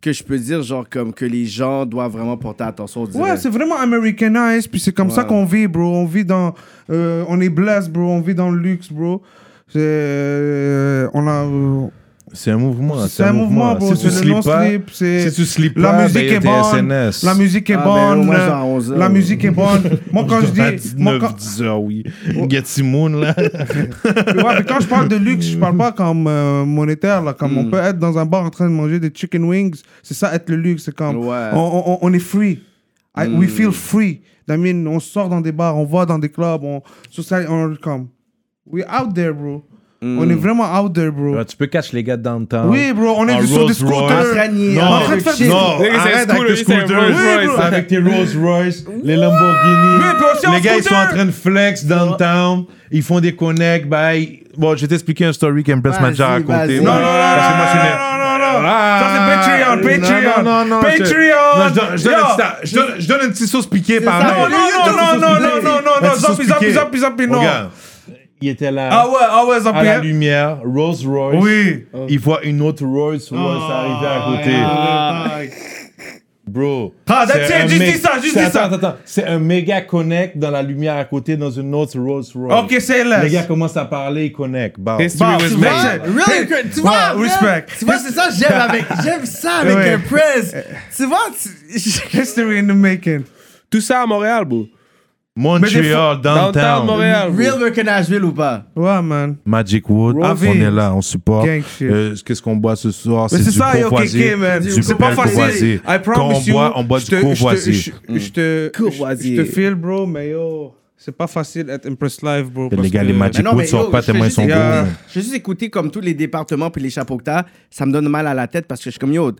[SPEAKER 4] que je peux dire, genre, comme que les gens doivent vraiment porter attention. on dirait.
[SPEAKER 5] Ouais, c'est vraiment Americanized, puis c'est comme ça qu'on vit, bro. On vit dans. euh, on est blessed, bro. On vit dans le luxe, bro. C'est, euh, on a, euh,
[SPEAKER 2] C'est un mouvement.
[SPEAKER 5] c'est un mouvement, bro.
[SPEAKER 2] Si tu
[SPEAKER 5] C'est le
[SPEAKER 2] sleep pas,
[SPEAKER 5] non-slip. c'est-
[SPEAKER 2] si tu sleep
[SPEAKER 5] La
[SPEAKER 2] pas,
[SPEAKER 5] musique
[SPEAKER 2] ben, t'es
[SPEAKER 5] est bonne.
[SPEAKER 2] SNS.
[SPEAKER 5] La musique est
[SPEAKER 4] Ah, ben, au
[SPEAKER 5] bonne.
[SPEAKER 4] moins, c'est à 11 heures.
[SPEAKER 5] la musique est bonne. Moi, quand je dis. Oh. moi,
[SPEAKER 2] 9,
[SPEAKER 5] quand-
[SPEAKER 2] 10 heures, oui. Getty Moon, là.
[SPEAKER 5] Ouais, mais quand je parle de luxe, je parle pas comme euh, monétaire. Là, comme on peut être dans un bar en train de manger des chicken wings. C'est ça, être le luxe. C'est comme.
[SPEAKER 4] Ouais.
[SPEAKER 5] On, on- on- on est free. I- We feel free. I mean, on sort dans des bars, on va dans des clubs, on. social- on comme. We out there, bro. On est vraiment out there, bro.
[SPEAKER 2] tu peux catch les gars de downtown.
[SPEAKER 5] Oui, bro, on est
[SPEAKER 2] Un
[SPEAKER 5] juste sur des
[SPEAKER 2] Rolls Royce.
[SPEAKER 5] scooters.
[SPEAKER 4] Entraîné,
[SPEAKER 5] On est en train de
[SPEAKER 4] avec
[SPEAKER 5] faire
[SPEAKER 4] shit.
[SPEAKER 5] des-
[SPEAKER 2] Non,
[SPEAKER 6] Nigga, c'est
[SPEAKER 2] arrête
[SPEAKER 6] un
[SPEAKER 2] avec le
[SPEAKER 6] scooter, c'est un
[SPEAKER 2] scooter.
[SPEAKER 6] Rolls Royce.
[SPEAKER 2] Avec tes Rolls Royce, les Lamborghini.
[SPEAKER 5] Oui, puis aussi en
[SPEAKER 2] les gars, ils sont
[SPEAKER 5] scooter.
[SPEAKER 2] en train de flex downtown. Ils font des connects. Bye. Bon, je vais t'expliquer une story qu'Empress m'a déjà
[SPEAKER 4] Vas-y,
[SPEAKER 2] racontée.
[SPEAKER 4] vas-y.
[SPEAKER 2] Ouais.
[SPEAKER 5] Non, non, non,
[SPEAKER 2] Parce que moi, je suis né-
[SPEAKER 5] non, non, non, non, non.
[SPEAKER 2] Ah,
[SPEAKER 5] Ça, c'est Patreon, Patreon.
[SPEAKER 2] Non, non, non, je-
[SPEAKER 5] Patreon.
[SPEAKER 2] Non, je donne- je donne
[SPEAKER 5] Yo.
[SPEAKER 2] un petit- je donne- Je donne un petit sauce piquée par
[SPEAKER 5] Non, non,
[SPEAKER 2] mail.
[SPEAKER 5] non, non, non, non, non, non, non, Zapi, Zapi, Zapi, Zapi, non.
[SPEAKER 2] Regarde. Il était là.
[SPEAKER 5] Ah ouais, ah ouais,
[SPEAKER 2] à
[SPEAKER 5] Zapi.
[SPEAKER 2] la
[SPEAKER 5] hein.
[SPEAKER 2] lumière, Rolls Royce.
[SPEAKER 5] Oui. Ah,
[SPEAKER 2] Il voit une autre Rolls Royce arriver à côté. Bro.
[SPEAKER 5] Ah, that's
[SPEAKER 2] c'est
[SPEAKER 5] it,
[SPEAKER 2] un
[SPEAKER 5] juste
[SPEAKER 2] mé-
[SPEAKER 5] dis ça, juste
[SPEAKER 2] c'est-
[SPEAKER 5] dis ça.
[SPEAKER 2] Attends, attends. C'est un méga connect dans la lumière à côté dans une autre Rolls Royce.
[SPEAKER 5] Ok, c'est
[SPEAKER 2] Les gars
[SPEAKER 5] less.
[SPEAKER 2] commencent à parler, ils connectent. Bah.
[SPEAKER 5] Bah,
[SPEAKER 6] History was
[SPEAKER 5] tu
[SPEAKER 6] made.
[SPEAKER 5] vois,
[SPEAKER 4] Really good. Tu vois, man?
[SPEAKER 5] respect.
[SPEAKER 4] Tu vois, c'est ça, j'aime avec, j'aime ça avec
[SPEAKER 5] Ouais.
[SPEAKER 4] un press. Tu vois, Ah, tu-
[SPEAKER 5] History in the making.
[SPEAKER 6] Tout ça à Montréal, bro.
[SPEAKER 5] Mais des fois-
[SPEAKER 2] Montreal,
[SPEAKER 6] Downtown
[SPEAKER 2] downtown.
[SPEAKER 6] Montréal. bro.
[SPEAKER 4] real work in Nashville ou pas?
[SPEAKER 5] Ouais, man.
[SPEAKER 2] Magic Wood. Ah,
[SPEAKER 5] Rovis.
[SPEAKER 2] on est là, on supporte.
[SPEAKER 5] Gang shit.
[SPEAKER 2] Euh, Qu'est-ce qu'on boit ce soir?
[SPEAKER 5] Mais
[SPEAKER 2] C'est
[SPEAKER 5] c'est
[SPEAKER 2] du
[SPEAKER 5] ça, yo,
[SPEAKER 2] courvoisier.
[SPEAKER 5] KK, man.
[SPEAKER 2] Du
[SPEAKER 5] C'est pas
[SPEAKER 2] bel courvoisier.
[SPEAKER 5] facile. I
[SPEAKER 2] Quand on
[SPEAKER 5] promise you.
[SPEAKER 2] boit, on boit
[SPEAKER 5] je
[SPEAKER 2] du
[SPEAKER 5] te- je te-
[SPEAKER 2] courvoisier.
[SPEAKER 5] je- Je te.
[SPEAKER 4] Mm. Courvoisier.
[SPEAKER 5] Je te feel, bro, mais yo. C'est pas facile d'être Impress Live, bro.
[SPEAKER 2] Les
[SPEAKER 5] parce
[SPEAKER 2] gars,
[SPEAKER 5] que-
[SPEAKER 2] les Magic Wood
[SPEAKER 4] yo,
[SPEAKER 2] sont pas
[SPEAKER 4] je fais
[SPEAKER 2] tellement ils
[SPEAKER 4] juste
[SPEAKER 2] sont
[SPEAKER 4] écouter-
[SPEAKER 5] gros,
[SPEAKER 2] bons.
[SPEAKER 5] man.
[SPEAKER 4] Je fais juste écouter comme tous les départements puis les chapeaux que t'as. Ça me donne mal à la tête parce que je suis comme yo.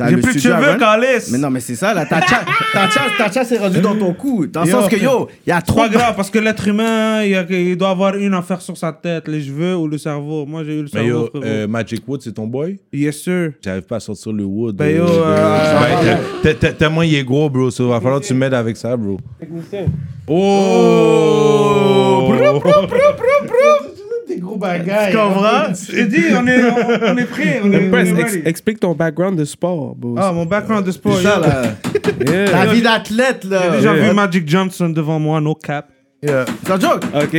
[SPEAKER 4] t'as
[SPEAKER 5] J'ai
[SPEAKER 4] Ah, le
[SPEAKER 5] plus de
[SPEAKER 4] studio à
[SPEAKER 5] cheveux,
[SPEAKER 4] Run.
[SPEAKER 5] Calis.
[SPEAKER 4] Mais non, mais c'est ça, là. Ta chasse, ta chasse, ta chasse est rendue dans ton cou. Dans le
[SPEAKER 5] Yo.
[SPEAKER 4] sens que yo, il y a
[SPEAKER 5] C'est
[SPEAKER 4] trop
[SPEAKER 5] pas
[SPEAKER 4] de
[SPEAKER 5] grave, parce que l'être humain, il, y a- il doit avoir une affaire sur sa tête, les cheveux ou le cerveau. Moi, j'ai eu le
[SPEAKER 2] Mais
[SPEAKER 5] cerveau,
[SPEAKER 2] yo,
[SPEAKER 5] frérot.
[SPEAKER 2] euh, Magic Wood, c'est ton boy?
[SPEAKER 5] yes, sir.
[SPEAKER 2] J'arrive pas à sortir le wood.
[SPEAKER 5] Ben yo,
[SPEAKER 2] euh,
[SPEAKER 5] euh,
[SPEAKER 2] de- Ouais, t'es- t'es- t'es- Tellement il est gros, bro. Ça va falloir que tu m'aides avec ça, bro. Oh!
[SPEAKER 4] Tu comprends?
[SPEAKER 5] Je te dis, on est, on, on est prêt, on est, on
[SPEAKER 6] Press,
[SPEAKER 5] est
[SPEAKER 6] ex-
[SPEAKER 5] ready.
[SPEAKER 6] explique ton background de sport, bro.
[SPEAKER 5] Ah, mon background de sport.
[SPEAKER 4] C'est ça,
[SPEAKER 5] yo.
[SPEAKER 4] là. La vie d'athlète,
[SPEAKER 5] J'ai
[SPEAKER 4] là.
[SPEAKER 5] déjà vu Magic Johnson devant moi, no cap.
[SPEAKER 4] C'est un joke.
[SPEAKER 6] Ok,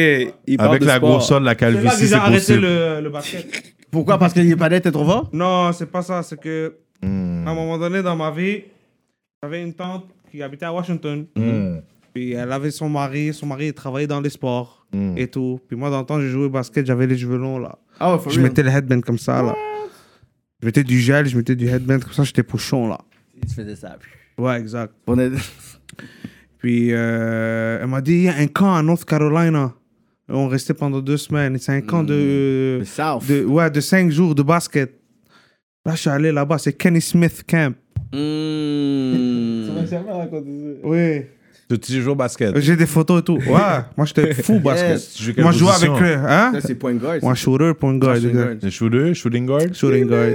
[SPEAKER 6] il parle
[SPEAKER 2] Avec
[SPEAKER 6] de
[SPEAKER 2] la
[SPEAKER 6] sport.
[SPEAKER 2] grosseur de la
[SPEAKER 5] C'est là que
[SPEAKER 2] calvitie,
[SPEAKER 5] j'ai
[SPEAKER 2] c'est
[SPEAKER 5] arrêté
[SPEAKER 2] possible.
[SPEAKER 5] le, le basket.
[SPEAKER 4] Pourquoi? Parce que les palettes étaient trop forts?
[SPEAKER 5] Non, c'est pas ça, c'est que à un moment donné dans ma vie, j'avais une tante qui habitait à Washington. Puis elle avait son mari, son mari il travaillait dans les sports et tout. Puis moi, dans le temps, j'ai joué au basket, j'avais les cheveux longs là.
[SPEAKER 4] Ah ouais, for
[SPEAKER 5] Je
[SPEAKER 4] real.
[SPEAKER 5] mettais le headband comme ça là. Je mettais du gel, je mettais du headband comme ça, j'étais pochon là.
[SPEAKER 4] Tu faisais ça.
[SPEAKER 5] Ouais, exact.
[SPEAKER 4] On est-
[SPEAKER 5] Puis euh, elle m'a dit, il y a un camp à North Carolina. On restait pendant deux semaines. C'est un camp de,
[SPEAKER 4] Le South.
[SPEAKER 5] de, ouais, de cinq jours de basket. Là, je suis allé là-bas, c'est Kenny Smith Camp.
[SPEAKER 4] Mm.
[SPEAKER 5] Oui.
[SPEAKER 2] Tu- Tu joues au basket.
[SPEAKER 5] J'ai des photos et tout. Ouais, moi j'étais fou basket.
[SPEAKER 4] Yes.
[SPEAKER 2] Tu joues quelle
[SPEAKER 5] Moi je jouais avec
[SPEAKER 2] position?
[SPEAKER 5] eux. Hein?
[SPEAKER 4] Ça, c'est point guard.
[SPEAKER 5] Moi shooter, point guard. exact.
[SPEAKER 2] Le shooter, shooting guard.
[SPEAKER 5] Shooting guard.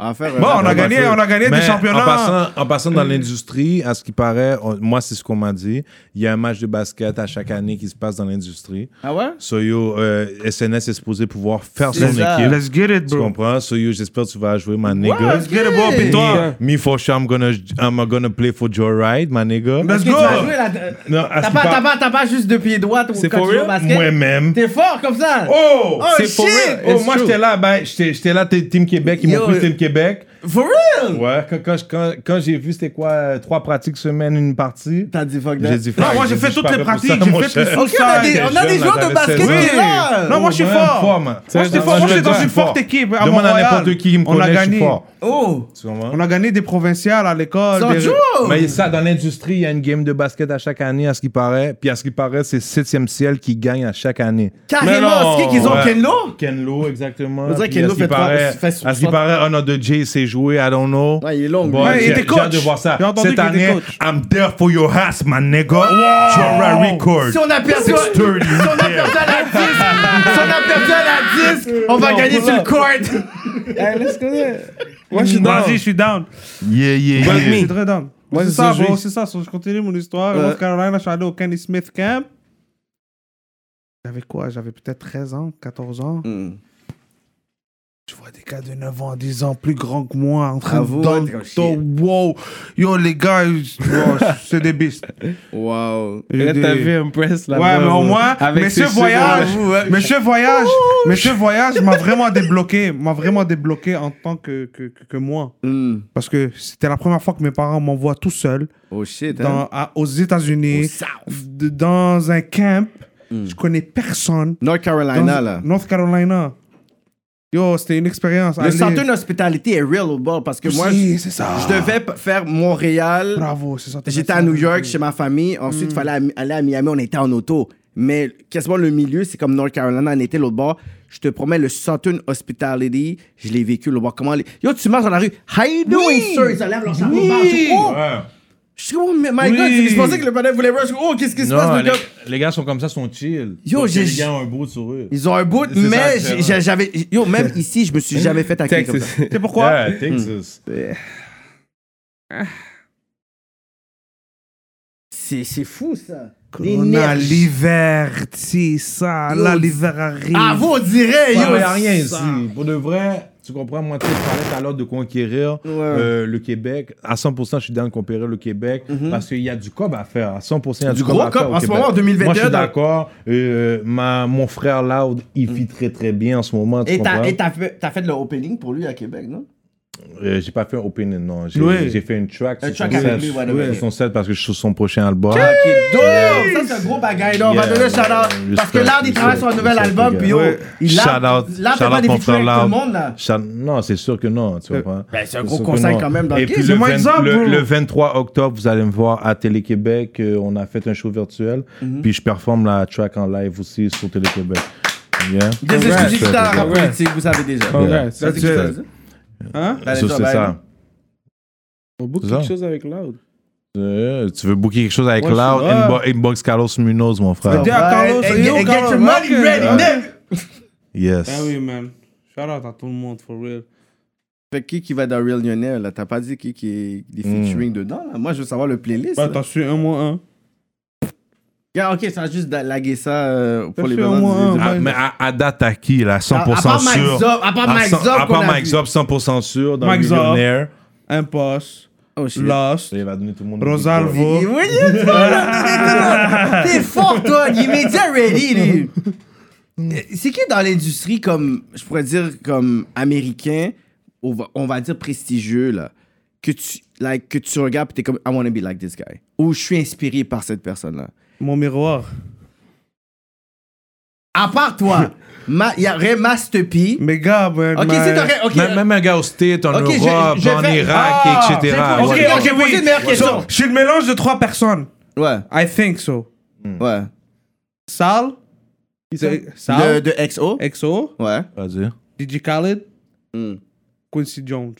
[SPEAKER 4] Enfin,
[SPEAKER 5] Bon, on
[SPEAKER 4] euh,
[SPEAKER 5] a gagné, on a gagné
[SPEAKER 2] Mais
[SPEAKER 5] des championnats.
[SPEAKER 2] En passant, en passant dans l'industrie, à ce qui paraît, on- moi, c'est ce qu'on m'a dit. Il y a un match de basket à chaque année qui se passe dans l'industrie.
[SPEAKER 4] Ah ouais?
[SPEAKER 2] Soyo, euh, SNS est supposé pouvoir faire
[SPEAKER 4] C'est
[SPEAKER 2] son
[SPEAKER 4] ça.
[SPEAKER 2] équipe.
[SPEAKER 5] Let's get it,
[SPEAKER 2] Tu
[SPEAKER 5] bro.
[SPEAKER 2] comprends? Soyo, j'espère que tu vas jouer, ma nigga.
[SPEAKER 5] Let's get it, bro. Puis toi,
[SPEAKER 2] Me for sure, I'm gonna, I'm gonna play for Joyride, ma nigga.
[SPEAKER 5] let's
[SPEAKER 4] Tu
[SPEAKER 5] go.
[SPEAKER 4] vas jouer là. euh,
[SPEAKER 2] Non, à
[SPEAKER 4] T'as
[SPEAKER 2] ce qui
[SPEAKER 4] pas,
[SPEAKER 2] par-
[SPEAKER 4] t'as pas, t'as pas juste de pieds droits ou quand tu joues au basket?
[SPEAKER 2] Moi-même.
[SPEAKER 4] T'es fort comme ça?
[SPEAKER 2] Oh!
[SPEAKER 4] Oh,
[SPEAKER 2] for
[SPEAKER 4] shit!
[SPEAKER 2] real. Oh,
[SPEAKER 4] It's
[SPEAKER 2] moi,
[SPEAKER 4] true.
[SPEAKER 2] j'étais là, ben, j'étais j'étais là, t'es- Team Québec, ils
[SPEAKER 4] Yo,
[SPEAKER 2] m'ont pris
[SPEAKER 4] euh,
[SPEAKER 2] Team Québec.
[SPEAKER 4] For real?
[SPEAKER 2] Ouais, quand, quand, je- quand, quand j'ai vu c'était quoi, euh, trois pratiques semaine, une partie,
[SPEAKER 4] T'as dit fuck that.
[SPEAKER 2] j'ai dit
[SPEAKER 5] Non,
[SPEAKER 2] fuck,
[SPEAKER 5] moi, j'ai
[SPEAKER 2] dit,
[SPEAKER 5] fait
[SPEAKER 2] je suis
[SPEAKER 5] toutes
[SPEAKER 2] pas
[SPEAKER 5] les
[SPEAKER 2] prêt pour ça,
[SPEAKER 5] pratiques, j'ai
[SPEAKER 2] mon
[SPEAKER 5] fait
[SPEAKER 2] cher.
[SPEAKER 5] le
[SPEAKER 4] Ok, on a des,
[SPEAKER 2] J'étais
[SPEAKER 4] on a des
[SPEAKER 2] jeune,
[SPEAKER 4] joueurs de
[SPEAKER 2] j'avais
[SPEAKER 4] basket
[SPEAKER 2] 16 ans.
[SPEAKER 4] qui est là.
[SPEAKER 5] Non, moi je suis
[SPEAKER 2] Ouais,
[SPEAKER 5] fort.
[SPEAKER 2] man.
[SPEAKER 5] Moi je suis
[SPEAKER 6] je
[SPEAKER 5] fort. Moi
[SPEAKER 2] suis
[SPEAKER 5] j'étais dans
[SPEAKER 2] fort.
[SPEAKER 5] une forte équipe. à
[SPEAKER 2] Demande à
[SPEAKER 5] Montréal.
[SPEAKER 2] n'importe qui qui me
[SPEAKER 5] On a
[SPEAKER 2] connaît, je suis
[SPEAKER 5] gagné.
[SPEAKER 2] fort.
[SPEAKER 4] Oh!
[SPEAKER 2] Tu comprends?
[SPEAKER 5] On a gagné des provinciales à l'école.
[SPEAKER 4] Sans
[SPEAKER 5] des-
[SPEAKER 4] joke!
[SPEAKER 2] Mais ça, dans l'industrie, il y a une game de basket à chaque année, à ce qui paraît. Puis à ce qui paraît, c'est 7e ciel qui gagne à chaque année.
[SPEAKER 4] Carrément, ce qu'ils ont
[SPEAKER 2] Ouais.
[SPEAKER 4] Kenlo?
[SPEAKER 2] Kenlo, exactement.
[SPEAKER 4] On dirait
[SPEAKER 2] Puis
[SPEAKER 4] Kenlo
[SPEAKER 2] à ce qui
[SPEAKER 4] fait trois-
[SPEAKER 2] paraît-
[SPEAKER 4] fait sur-
[SPEAKER 2] À ce qui paraît, Honor de Jay s'est joué, I don't know.
[SPEAKER 4] Ouais, il est long, lui.
[SPEAKER 2] Bon,
[SPEAKER 5] Ouais, il
[SPEAKER 2] j'ai-
[SPEAKER 5] était
[SPEAKER 2] J'ai
[SPEAKER 5] coach.
[SPEAKER 2] hâte de voir ça.
[SPEAKER 5] J'ai entendu
[SPEAKER 2] Cette
[SPEAKER 5] qu'il était
[SPEAKER 2] année,
[SPEAKER 5] coach.
[SPEAKER 2] I'm there for your ass, my nigga. Jorah Record.
[SPEAKER 4] Si on a perdu, si on a
[SPEAKER 2] 630, you there.
[SPEAKER 4] perdu à la disque, si on a perdu à la disque, on va gagner sur le court.
[SPEAKER 6] Moi, je suis dans.
[SPEAKER 5] Vas-y, je suis down.
[SPEAKER 2] Yeah, yeah,
[SPEAKER 5] Je
[SPEAKER 2] yeah.
[SPEAKER 5] suis très down.
[SPEAKER 6] Moi,
[SPEAKER 5] c'est
[SPEAKER 6] c'est
[SPEAKER 5] ça,
[SPEAKER 6] ça,
[SPEAKER 5] bro.
[SPEAKER 6] j'ai-
[SPEAKER 5] C'est ça. So, Je Euh. continue mon histoire. North Carolina, je suis allé au Kenny Smith Camp.
[SPEAKER 2] Mm.
[SPEAKER 5] J'avais quoi J'avais peut-être 13 ans, 14 ans. Tu vois des gars de 9 ans, 10 ans, plus grands que moi, en train
[SPEAKER 4] Bravo,
[SPEAKER 5] de dans le
[SPEAKER 4] Trochir.
[SPEAKER 5] dos. Wow! Yo, les gars, ils- wow, c'est des bistes.
[SPEAKER 4] Wow.
[SPEAKER 5] J'ai
[SPEAKER 6] Là,
[SPEAKER 5] des-
[SPEAKER 6] t'as vu un press là.
[SPEAKER 5] Ouais, mais au moins,
[SPEAKER 6] Avec
[SPEAKER 5] mais
[SPEAKER 6] ses
[SPEAKER 5] ce
[SPEAKER 6] cheveux,
[SPEAKER 5] voyage,
[SPEAKER 4] j'avoue, ouais.
[SPEAKER 5] mais ce voyage, mais ce voyage m'a vraiment débloqué, m'a vraiment débloqué en tant que, que, que, que moi.
[SPEAKER 4] Hmm.
[SPEAKER 5] Parce que c'était la première fois que mes parents m'envoient tout seul
[SPEAKER 4] Oh shit. hein.
[SPEAKER 5] dans, à- aux
[SPEAKER 4] Au
[SPEAKER 5] États-Unis,
[SPEAKER 4] South.
[SPEAKER 5] d- dans un camp. Je connais personne.
[SPEAKER 4] North
[SPEAKER 5] Dans-
[SPEAKER 4] Carolina, là.
[SPEAKER 5] North Carolina. Yo, c'était une expérience.
[SPEAKER 4] Le centre d'hospitalité est real au bord parce que moi, je,
[SPEAKER 5] c'est ça.
[SPEAKER 4] je devais p- faire Montréal.
[SPEAKER 5] Bravo, Hmm. c'est ça.
[SPEAKER 4] J'étais à New York chez ma famille. Ensuite, il fallait am- aller à Miami. On était en auto. Mais quasiment le milieu, c'est comme North Carolina, on était l'autre bord. Je te promets, le Southern Hospitality, je l'ai vécu l'autre bord. Comment les... Yo, tu marches dans la rue. How you doing, sir? Ils enlèvent leur chapeau.
[SPEAKER 5] Oui.
[SPEAKER 4] barre. Je suis comme, oh!
[SPEAKER 2] Ouais.
[SPEAKER 4] Je suis comme, oh, my God, je pensais que le panel voulait rush. Oh, qu'est-ce qui se
[SPEAKER 2] Non,
[SPEAKER 4] passe, le
[SPEAKER 2] les,
[SPEAKER 4] gars?
[SPEAKER 2] les gars sont comme ça, sont chill.
[SPEAKER 4] Yo,
[SPEAKER 2] Parce que
[SPEAKER 4] j'ai-
[SPEAKER 2] Les gars ont un bout sur eux.
[SPEAKER 4] Ils ont un bout,
[SPEAKER 2] C'est ça,
[SPEAKER 4] mais
[SPEAKER 2] c'est
[SPEAKER 4] j'ai-
[SPEAKER 2] vrai.
[SPEAKER 4] j'avais. Yo, même ici, je me suis jamais fait accueillir comme ça.
[SPEAKER 6] Texas.
[SPEAKER 5] C'est pourquoi
[SPEAKER 2] Yeah, Texas.
[SPEAKER 4] C'est c'est fou, ça.
[SPEAKER 5] On a l'hiver, c'est ça. Là, l'hiver arrive.
[SPEAKER 4] Ah, vous, on dirait,
[SPEAKER 2] Il
[SPEAKER 4] yo.
[SPEAKER 2] n'y a rien ici.
[SPEAKER 5] ça.
[SPEAKER 2] Pour de vrai, tu comprends, moi, tu sais, je parlais tout à l'heure de conquérir euh, le Québec. À 100%, je suis dans de conquérir le Québec parce qu'il y a du cob à faire. À 100%, il y a du, cob
[SPEAKER 4] Mm-hmm. gros
[SPEAKER 2] à
[SPEAKER 4] cob.
[SPEAKER 2] faire. au
[SPEAKER 4] En ce
[SPEAKER 2] Québec.
[SPEAKER 4] moment, en 2021,
[SPEAKER 2] Moi, je suis
[SPEAKER 4] dans-
[SPEAKER 2] d'accord. Euh, ma- mon frère Loud, il vit très, très bien en ce moment. Tu
[SPEAKER 4] Mm. Et t'as
[SPEAKER 2] comprends?
[SPEAKER 4] et t'as fait, t'as fait le opening pour lui à Québec, non?
[SPEAKER 2] Euh, j'ai pas fait un opening, non. J'ai
[SPEAKER 5] Oui.
[SPEAKER 2] j'ai fait une track.
[SPEAKER 4] Un
[SPEAKER 2] sur
[SPEAKER 4] track
[SPEAKER 2] son
[SPEAKER 4] avec
[SPEAKER 2] set.
[SPEAKER 4] lui, voilà,
[SPEAKER 2] Oui,
[SPEAKER 4] ok.
[SPEAKER 2] sur son set parce que je suis sur son prochain album.
[SPEAKER 4] Ok, dope! Ça, c'est un gros bagaille, là. On va
[SPEAKER 2] Yeah.
[SPEAKER 4] donner un shout-out. Parce que
[SPEAKER 2] Respect,
[SPEAKER 4] là, il travaille sur un
[SPEAKER 2] respect,
[SPEAKER 4] nouvel
[SPEAKER 2] respect,
[SPEAKER 4] album,
[SPEAKER 2] gars.
[SPEAKER 4] puis yo,
[SPEAKER 2] Ouais.
[SPEAKER 4] il a.
[SPEAKER 2] Shout out,
[SPEAKER 4] Là,
[SPEAKER 2] shout
[SPEAKER 4] t'as pas
[SPEAKER 2] out
[SPEAKER 4] des featuring
[SPEAKER 2] mon
[SPEAKER 4] avec
[SPEAKER 2] frère
[SPEAKER 4] tout le
[SPEAKER 2] Loud.
[SPEAKER 4] monde, là.
[SPEAKER 2] Chan- Non, c'est sûr que non, tu comprends.
[SPEAKER 4] Ben, c'est un gros
[SPEAKER 2] sûr que
[SPEAKER 4] conseil
[SPEAKER 2] non.
[SPEAKER 4] quand même dans le
[SPEAKER 2] Et
[SPEAKER 4] game.
[SPEAKER 2] puis le,
[SPEAKER 5] Euh, Donne-moi
[SPEAKER 2] 20
[SPEAKER 5] exemple,
[SPEAKER 2] le-
[SPEAKER 5] bro.
[SPEAKER 2] le 23 octobre, vous allez me voir à Télé-Québec. euh, on a fait un show virtuel.
[SPEAKER 4] Mhm.
[SPEAKER 2] Puis je performe la track en live aussi sur Télé-Québec. Yeah.
[SPEAKER 4] Des exclusivités
[SPEAKER 2] Respect,
[SPEAKER 4] en rap
[SPEAKER 2] gars.
[SPEAKER 4] politique, vous savez déjà.
[SPEAKER 2] Yeah.
[SPEAKER 4] Ça, c'est quelque chose.
[SPEAKER 5] Hein
[SPEAKER 4] T'as
[SPEAKER 2] Ça,
[SPEAKER 4] déjà,
[SPEAKER 2] c'est
[SPEAKER 4] ben,
[SPEAKER 2] ça.
[SPEAKER 6] On book
[SPEAKER 2] C'est ça.
[SPEAKER 6] quelque chose avec Loud.
[SPEAKER 2] Euh, tu veux booker quelque chose avec
[SPEAKER 6] Moi, je
[SPEAKER 2] Loud?
[SPEAKER 6] suis-
[SPEAKER 2] Inbo- Inbox Carlos Munoz, mon frère.
[SPEAKER 5] Dis à Carlos,
[SPEAKER 4] Hey,
[SPEAKER 5] yo,
[SPEAKER 4] hey, get
[SPEAKER 5] Carlos,
[SPEAKER 4] your money
[SPEAKER 5] ok.
[SPEAKER 4] ready,
[SPEAKER 5] Ouais.
[SPEAKER 4] nigga.
[SPEAKER 2] Yes.
[SPEAKER 5] Ah oui, man. Shout out à tout le monde, for real.
[SPEAKER 4] Fait qui qui va dans Real Lionel, là? T'as pas dit qui qui est des
[SPEAKER 2] Mm.
[SPEAKER 4] featuring dedans, là? Moi, je veux savoir le playlist.
[SPEAKER 5] Bah,
[SPEAKER 4] là.
[SPEAKER 5] t'as su un mois un.
[SPEAKER 4] Regarde, ok, ça a juste da- laguer ça euh, pour
[SPEAKER 5] Ça
[SPEAKER 4] les
[SPEAKER 5] fait au
[SPEAKER 4] besoins
[SPEAKER 5] moins
[SPEAKER 4] du- du-
[SPEAKER 5] un.
[SPEAKER 2] Ah, mais à, à date, à qui, là? 100%
[SPEAKER 4] À part Mike
[SPEAKER 2] sûr.
[SPEAKER 4] Zop, à part
[SPEAKER 2] À
[SPEAKER 4] Mike
[SPEAKER 2] cent-
[SPEAKER 4] Zop
[SPEAKER 2] à
[SPEAKER 4] qu'on
[SPEAKER 2] part
[SPEAKER 4] a
[SPEAKER 2] Mike
[SPEAKER 4] vu.
[SPEAKER 2] Zop, 100% sûr. Dans
[SPEAKER 5] Mike Zop.
[SPEAKER 2] Millionaire.
[SPEAKER 5] Impost,
[SPEAKER 4] Oh, shit.
[SPEAKER 5] Lost,
[SPEAKER 2] Il va donner tout le monde.
[SPEAKER 4] Il-
[SPEAKER 5] Rosalvo.
[SPEAKER 4] il- oui, il est fort, là, T'es fort, toi. Il est média ready, lui. C'est qui dans l'industrie, comme, je pourrais dire, comme américain, on va, on va dire prestigieux, là, que tu, like, que tu regardes et t'es comme, I wanna be like this guy. Ou je suis inspiré par cette personne-là.
[SPEAKER 5] Mon miroir.
[SPEAKER 4] À part toi, ma- il y aurait Master P.
[SPEAKER 5] Mes gars, ben, man.
[SPEAKER 4] Ok,
[SPEAKER 5] man.
[SPEAKER 4] c'est correct. Ok,
[SPEAKER 2] Même, même un gars au State, en
[SPEAKER 4] Ok, je-
[SPEAKER 2] Europe,
[SPEAKER 4] je
[SPEAKER 2] en
[SPEAKER 4] vais-
[SPEAKER 2] Irak,
[SPEAKER 5] Ah,
[SPEAKER 2] etc.
[SPEAKER 5] c'est
[SPEAKER 2] Ouais.
[SPEAKER 5] pour- ok,
[SPEAKER 4] J'ai
[SPEAKER 5] ok,
[SPEAKER 4] posé
[SPEAKER 5] oui.
[SPEAKER 4] une meilleure question.
[SPEAKER 5] So, je suis le mélange de trois personnes.
[SPEAKER 4] Ouais,
[SPEAKER 5] I think so.
[SPEAKER 4] ouais.
[SPEAKER 5] Sal. De-
[SPEAKER 4] De,
[SPEAKER 5] Sal.
[SPEAKER 4] de XO.
[SPEAKER 5] EXO.
[SPEAKER 4] Ouais.
[SPEAKER 2] Vas-y.
[SPEAKER 5] DJ Khaled.
[SPEAKER 4] Mm.
[SPEAKER 5] Quincy Jones.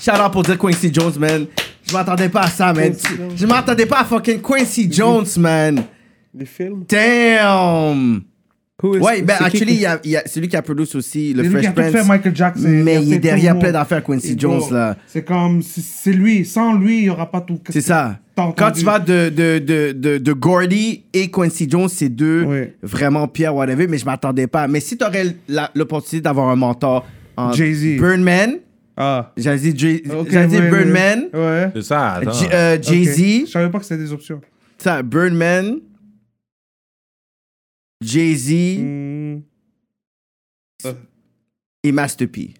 [SPEAKER 4] Shout out pour dire Quincy Jones, man. Je m'attendais pas à ça, man. Tu- Je m'attendais pas à fucking Quincy Jones, man.
[SPEAKER 6] Les films.
[SPEAKER 4] Damn!
[SPEAKER 6] Who is-
[SPEAKER 4] Ouais, ben,
[SPEAKER 6] c'est qui
[SPEAKER 4] actually,
[SPEAKER 6] qui-
[SPEAKER 4] il y a, il y a celui qui a produit aussi le
[SPEAKER 5] C'est lui qui
[SPEAKER 4] Fresh
[SPEAKER 5] a tout fait
[SPEAKER 4] Prince.
[SPEAKER 5] Michael Jackson.
[SPEAKER 4] Mais
[SPEAKER 5] a
[SPEAKER 4] il est
[SPEAKER 5] fait
[SPEAKER 4] derrière
[SPEAKER 5] tout le
[SPEAKER 4] plein
[SPEAKER 5] monde.
[SPEAKER 4] d'affaires, Quincy
[SPEAKER 5] Et
[SPEAKER 4] Jones,
[SPEAKER 5] bro,
[SPEAKER 4] là.
[SPEAKER 5] C'est comme, c'est c'est lui. Sans lui, il n'y aura pas tout.
[SPEAKER 4] C'est ça.
[SPEAKER 5] T'as entendu.
[SPEAKER 4] Quand tu vas de, de, de, de, de Gordy et Quincy Jones, c'est deux
[SPEAKER 5] Oui.
[SPEAKER 4] vraiment pierre whatever, mais je m'attendais pas. Mais si t'aurais la- l'opportunité d'avoir un mentor en
[SPEAKER 5] Jay-Z.
[SPEAKER 4] Birdman,
[SPEAKER 5] Ah.
[SPEAKER 4] j'allais dire, Jay-
[SPEAKER 5] Ok,
[SPEAKER 4] j'allais dire
[SPEAKER 5] ouais,
[SPEAKER 4] Birdman,
[SPEAKER 5] Ouais. ouais.
[SPEAKER 2] C'est ça, attends.
[SPEAKER 4] J- euh, Jay-Z,
[SPEAKER 5] Ok. Je savais pas que c'était des options.
[SPEAKER 4] ça, Birdman, Jay-Z
[SPEAKER 5] Mm.
[SPEAKER 4] et Master P.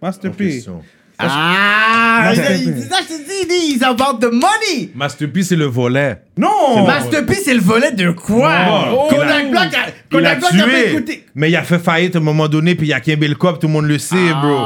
[SPEAKER 5] Master
[SPEAKER 2] Bonne
[SPEAKER 5] P.
[SPEAKER 2] question.
[SPEAKER 4] Ah!
[SPEAKER 5] Master
[SPEAKER 4] il-
[SPEAKER 5] P.
[SPEAKER 4] il- ça, je te dis, ils about the money!
[SPEAKER 2] Master P, c'est le volet.
[SPEAKER 5] Non!
[SPEAKER 4] Master P, c'est le volet de quoi? Oh,
[SPEAKER 2] Non.
[SPEAKER 4] Kodak Black a,
[SPEAKER 2] Oh, Il a
[SPEAKER 4] Kodak Black a pas
[SPEAKER 2] tué,
[SPEAKER 4] écouté.
[SPEAKER 2] mais il a fait faillite à un moment donné, puis il a Kimber le cop, tout le monde le sait,
[SPEAKER 4] Ah.
[SPEAKER 2] bro.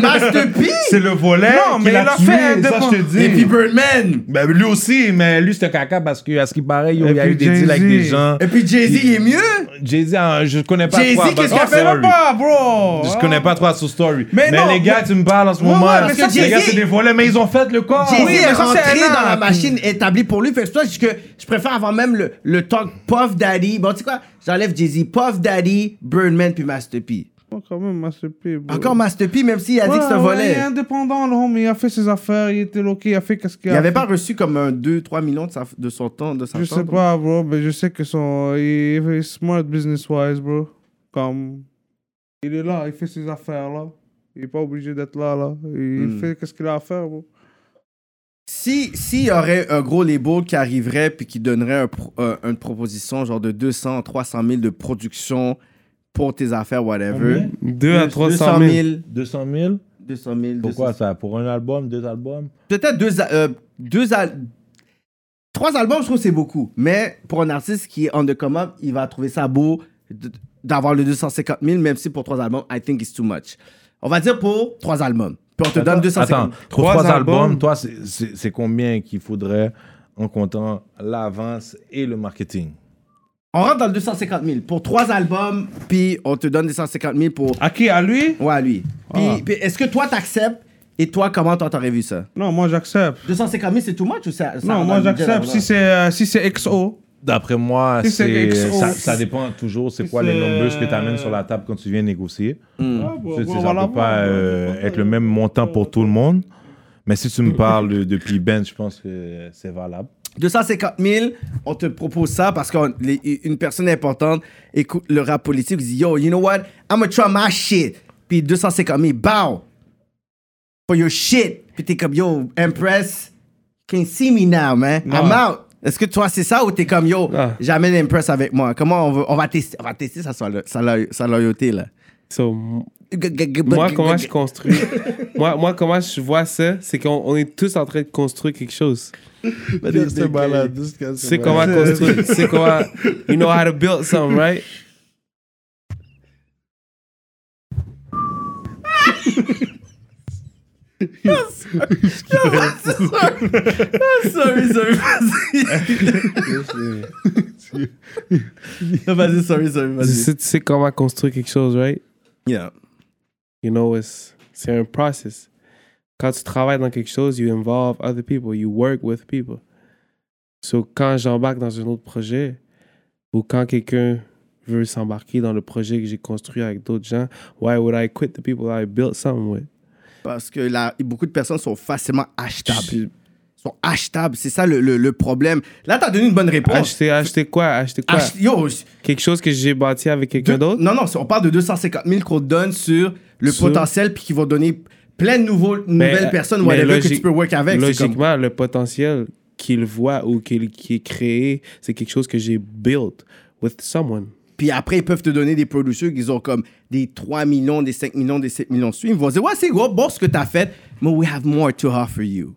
[SPEAKER 4] Master P?
[SPEAKER 2] C'est le volet.
[SPEAKER 5] Non,
[SPEAKER 2] qu'il
[SPEAKER 5] mais il a
[SPEAKER 2] tué,
[SPEAKER 5] fait
[SPEAKER 2] ça,
[SPEAKER 5] indépend-
[SPEAKER 2] je te dis.
[SPEAKER 4] Et puis Birdman.
[SPEAKER 2] Ben, lui aussi, mais lui, c'est un caca parce que, à ce qui paraît, il y
[SPEAKER 5] Et
[SPEAKER 2] a eu
[SPEAKER 5] puis
[SPEAKER 2] des deals avec
[SPEAKER 5] Jay-Z.
[SPEAKER 2] des gens.
[SPEAKER 4] Et puis Jay-Z, il est mieux?
[SPEAKER 2] Jay-Z, hein, je connais pas
[SPEAKER 4] Jay-Z,
[SPEAKER 2] trop. Oh,
[SPEAKER 4] qu'est-ce qu'il a
[SPEAKER 2] about
[SPEAKER 5] Ah,
[SPEAKER 2] the
[SPEAKER 5] c'est
[SPEAKER 4] fait?
[SPEAKER 5] même
[SPEAKER 2] story.
[SPEAKER 5] pas, bro!
[SPEAKER 2] Je connais pas trop à son story.
[SPEAKER 5] Ah. Mais
[SPEAKER 2] Mais,
[SPEAKER 5] non,
[SPEAKER 2] les gars,
[SPEAKER 5] mais-
[SPEAKER 2] tu me parles en ce
[SPEAKER 5] Ouais,
[SPEAKER 2] moment.
[SPEAKER 5] ouais, mais ça,
[SPEAKER 2] les
[SPEAKER 4] Jay-Z-
[SPEAKER 2] gars, c'est des volets, mais ils ont fait le corps.
[SPEAKER 4] Jay-Z
[SPEAKER 5] oui,
[SPEAKER 4] est
[SPEAKER 5] mais ça, c'est
[SPEAKER 4] rentré
[SPEAKER 5] un
[SPEAKER 4] dans la
[SPEAKER 5] acte.
[SPEAKER 4] machine établie pour lui. Fait que c'est pour ça que je préfère avoir même le, le talk Puff Daddy. Bon, tu sais quoi? J'enlève Jay-Z, Puff Daddy, Birdman, puis Master P.
[SPEAKER 5] Oh, quand même, Master P. bro.
[SPEAKER 4] Encore Master P, même s'il a dit
[SPEAKER 5] Ouais,
[SPEAKER 4] que c'est un
[SPEAKER 5] ouais,
[SPEAKER 4] volet.
[SPEAKER 5] Il est indépendant, le homme. Il a fait ses affaires. Il était loqué. Il a fait qu'est-ce qu'il
[SPEAKER 4] Il
[SPEAKER 5] a
[SPEAKER 4] n'avait
[SPEAKER 5] fait.
[SPEAKER 4] pas reçu comme un 2-3 millions de, sa- de son temps, de sa
[SPEAKER 5] Je
[SPEAKER 4] tante,
[SPEAKER 5] sais pas, bro. Mais je sais que son. Il il est smart business-wise, bro. Comme. Il est là, il fait ses affaires là. Il est pas obligé d'être là là. Il fait qu'est-ce qu'il a à faire, bro.
[SPEAKER 4] Si s'il y aurait un gros label qui arriverait puis qui donnerait un pro- euh, une proposition genre de 200 300 000 de production pour tes affaires whatever.
[SPEAKER 2] Combien?
[SPEAKER 6] 2 à 300 000.
[SPEAKER 2] 200 000
[SPEAKER 4] 200 000.
[SPEAKER 2] Pourquoi
[SPEAKER 4] 200
[SPEAKER 2] ça Pour un album, deux albums
[SPEAKER 4] Peut-être deux a- euh, deux al- trois albums, je trouve que c'est beaucoup. Mais pour un artiste qui est on the come up, il va trouver ça beau d- d'avoir le 250 000 même si pour trois albums, I think it's too much. On va dire pour trois albums. Puis on te donne 250 000.
[SPEAKER 2] Attends, trois,
[SPEAKER 6] Trois
[SPEAKER 2] albums,
[SPEAKER 6] albums.
[SPEAKER 2] toi, c'est- c'est c'est combien qu'il faudrait en comptant l'avance et le marketing
[SPEAKER 4] On rentre dans le 250 000 pour trois albums, puis on te donne 250 000 pour.
[SPEAKER 5] À qui À lui
[SPEAKER 4] Ouais, lui. Puis,
[SPEAKER 5] Ah.
[SPEAKER 4] puis est-ce que toi, t'acceptes et toi, comment toi, t'aurais vu ça
[SPEAKER 5] Non, moi j'accepte.
[SPEAKER 4] 250 000, c'est too much ou ça, ça
[SPEAKER 5] Non,
[SPEAKER 4] rentre
[SPEAKER 5] moi
[SPEAKER 4] dans le budget,
[SPEAKER 5] j'accepte.
[SPEAKER 4] là,
[SPEAKER 5] Si c'est euh, si c'est XO,
[SPEAKER 2] D'après moi,
[SPEAKER 5] Si c'est
[SPEAKER 2] c'est-
[SPEAKER 5] XO.
[SPEAKER 2] ça, ça dépend toujours c'est quoi les
[SPEAKER 5] c'est-
[SPEAKER 2] numbers que tu amènes sur la table quand tu viens négocier.
[SPEAKER 5] ah, bon,
[SPEAKER 2] Tu sais,
[SPEAKER 5] bon,
[SPEAKER 2] ça
[SPEAKER 5] voilà,
[SPEAKER 2] peut pas
[SPEAKER 5] bon,
[SPEAKER 2] euh,
[SPEAKER 5] bon,
[SPEAKER 2] être le même montant pour tout le monde. Mais si tu me parles de- depuis Ben, je pense que c'est valable.
[SPEAKER 4] 250 000, on te propose ça parce qu'une personne importante écoute le rap politique, dit Yo, you know what? I'm gonna try my shit. Puis 250 000, bow! For your shit. Puis t'es comme Yo, Empress, can see me now, man. I'm out. Est-ce que toi, c'est ça ou t'es comme Yo, j'amène Empress avec moi? Comment on, veut- on va tester, on va tester sa, solo- sa lo- sa loyauté, là?
[SPEAKER 6] So, m- moi, comment je construis moi, moi, comment je vois ça C'est qu'on on est tous en train de construire quelque chose.
[SPEAKER 7] C'est malade.
[SPEAKER 6] C'est comment construire. C'est comment. You know how to build something, right
[SPEAKER 4] Sorry, sorry, vas-y. vas-y, sorry, sorry,
[SPEAKER 6] Tu
[SPEAKER 4] vas-y.
[SPEAKER 6] sais, tu sais comment construire quelque chose, right
[SPEAKER 4] Yeah.
[SPEAKER 6] You know, it's- c'est un process. Quand tu travailles dans quelque chose, you involve other people, you work with people. So, quand j'embarque dans un autre projet, ou quand quelqu'un veut s'embarquer dans le projet que j'ai construit avec d'autres gens, why would I quit the people I built something with?
[SPEAKER 4] Parce que là, beaucoup de personnes sont facilement achetables. sont achetables, c'est ça le, le, le problème. Là, t'as donné une bonne réponse.
[SPEAKER 6] Acheter, acheter quoi? Acheter quoi?
[SPEAKER 4] Ach- Yo, je-
[SPEAKER 6] Quelque chose que j'ai bâti avec quelqu'un
[SPEAKER 4] de-
[SPEAKER 6] d'autre?
[SPEAKER 4] Non, non, on parle de 250 000 qu'on donne sur le
[SPEAKER 6] Sur-
[SPEAKER 4] potentiel, puis qui vont donner plein de nouveaux,
[SPEAKER 6] Mais,
[SPEAKER 4] nouvelles
[SPEAKER 6] euh,
[SPEAKER 4] personnes
[SPEAKER 6] mais
[SPEAKER 4] whatever, que
[SPEAKER 6] logique-
[SPEAKER 4] tu peux work avec. C'est comme-
[SPEAKER 6] Logiquement, le potentiel qu'il voit ou qu'il qui est créé, c'est quelque chose que j'ai built with someone.
[SPEAKER 4] Puis après, ils peuvent te donner des producers qui ont comme des 3 millions, des 5 millions, des 7 millions de streams. Ils vont dire, ouais, c'est gros, bon ce que t'as fait, mais we have more to offer you.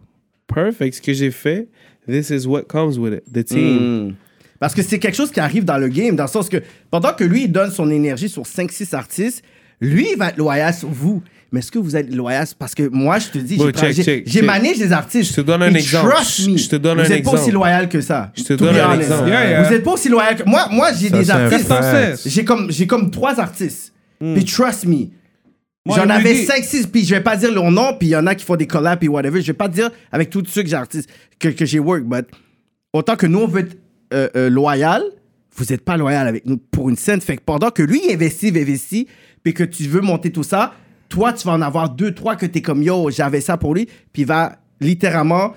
[SPEAKER 6] perfect ce que j'ai fait. This is what comes with it. The team.
[SPEAKER 4] Mm. Parce que c'est quelque chose qui arrive dans le game, dans le sens que pendant que lui, il donne son énergie sur 5-6 artistes, lui, il va être loyal sur vous. Mais est-ce que vous êtes loyal? Parce que moi, je te dis,
[SPEAKER 6] Bon,
[SPEAKER 4] j'ai
[SPEAKER 6] check,
[SPEAKER 4] tra- j'ai
[SPEAKER 6] check,
[SPEAKER 4] j'ai
[SPEAKER 6] check.
[SPEAKER 4] manège des artistes.
[SPEAKER 6] Je te donne un
[SPEAKER 4] Et
[SPEAKER 6] exemple.
[SPEAKER 4] Trust me,
[SPEAKER 6] Je te donne
[SPEAKER 4] vous
[SPEAKER 6] un
[SPEAKER 4] êtes
[SPEAKER 6] exemple.
[SPEAKER 4] pas aussi loyal que ça.
[SPEAKER 6] Je te
[SPEAKER 4] To
[SPEAKER 6] donne
[SPEAKER 4] be
[SPEAKER 6] un
[SPEAKER 4] honest.
[SPEAKER 6] exemple.
[SPEAKER 5] Yeah, yeah.
[SPEAKER 4] Vous êtes pas aussi loyal que moi. Moi, j'ai des
[SPEAKER 2] c'est un
[SPEAKER 4] artistes.
[SPEAKER 2] fact.
[SPEAKER 4] J'ai comme, j'ai comme trois artistes.
[SPEAKER 6] Hmm.
[SPEAKER 4] Puis trust me.
[SPEAKER 5] Moi,
[SPEAKER 4] J'en
[SPEAKER 5] je me
[SPEAKER 4] avais
[SPEAKER 5] dis-
[SPEAKER 4] 5-6, puis je vais pas dire leur nom, puis il y en a qui font des collabs, puis whatever. Je vais pas dire avec tous ceux que j'ai artistes- que, que j'ai work, but autant que nous, on veut être euh, euh, loyal, vous n'êtes pas loyal avec nous pour une scène. Fait que pendant que lui, il investit, il investit, puis que tu veux monter tout ça, toi, tu vas en avoir deux, trois que t'es comme, yo, j'avais ça pour lui, puis il va littéralement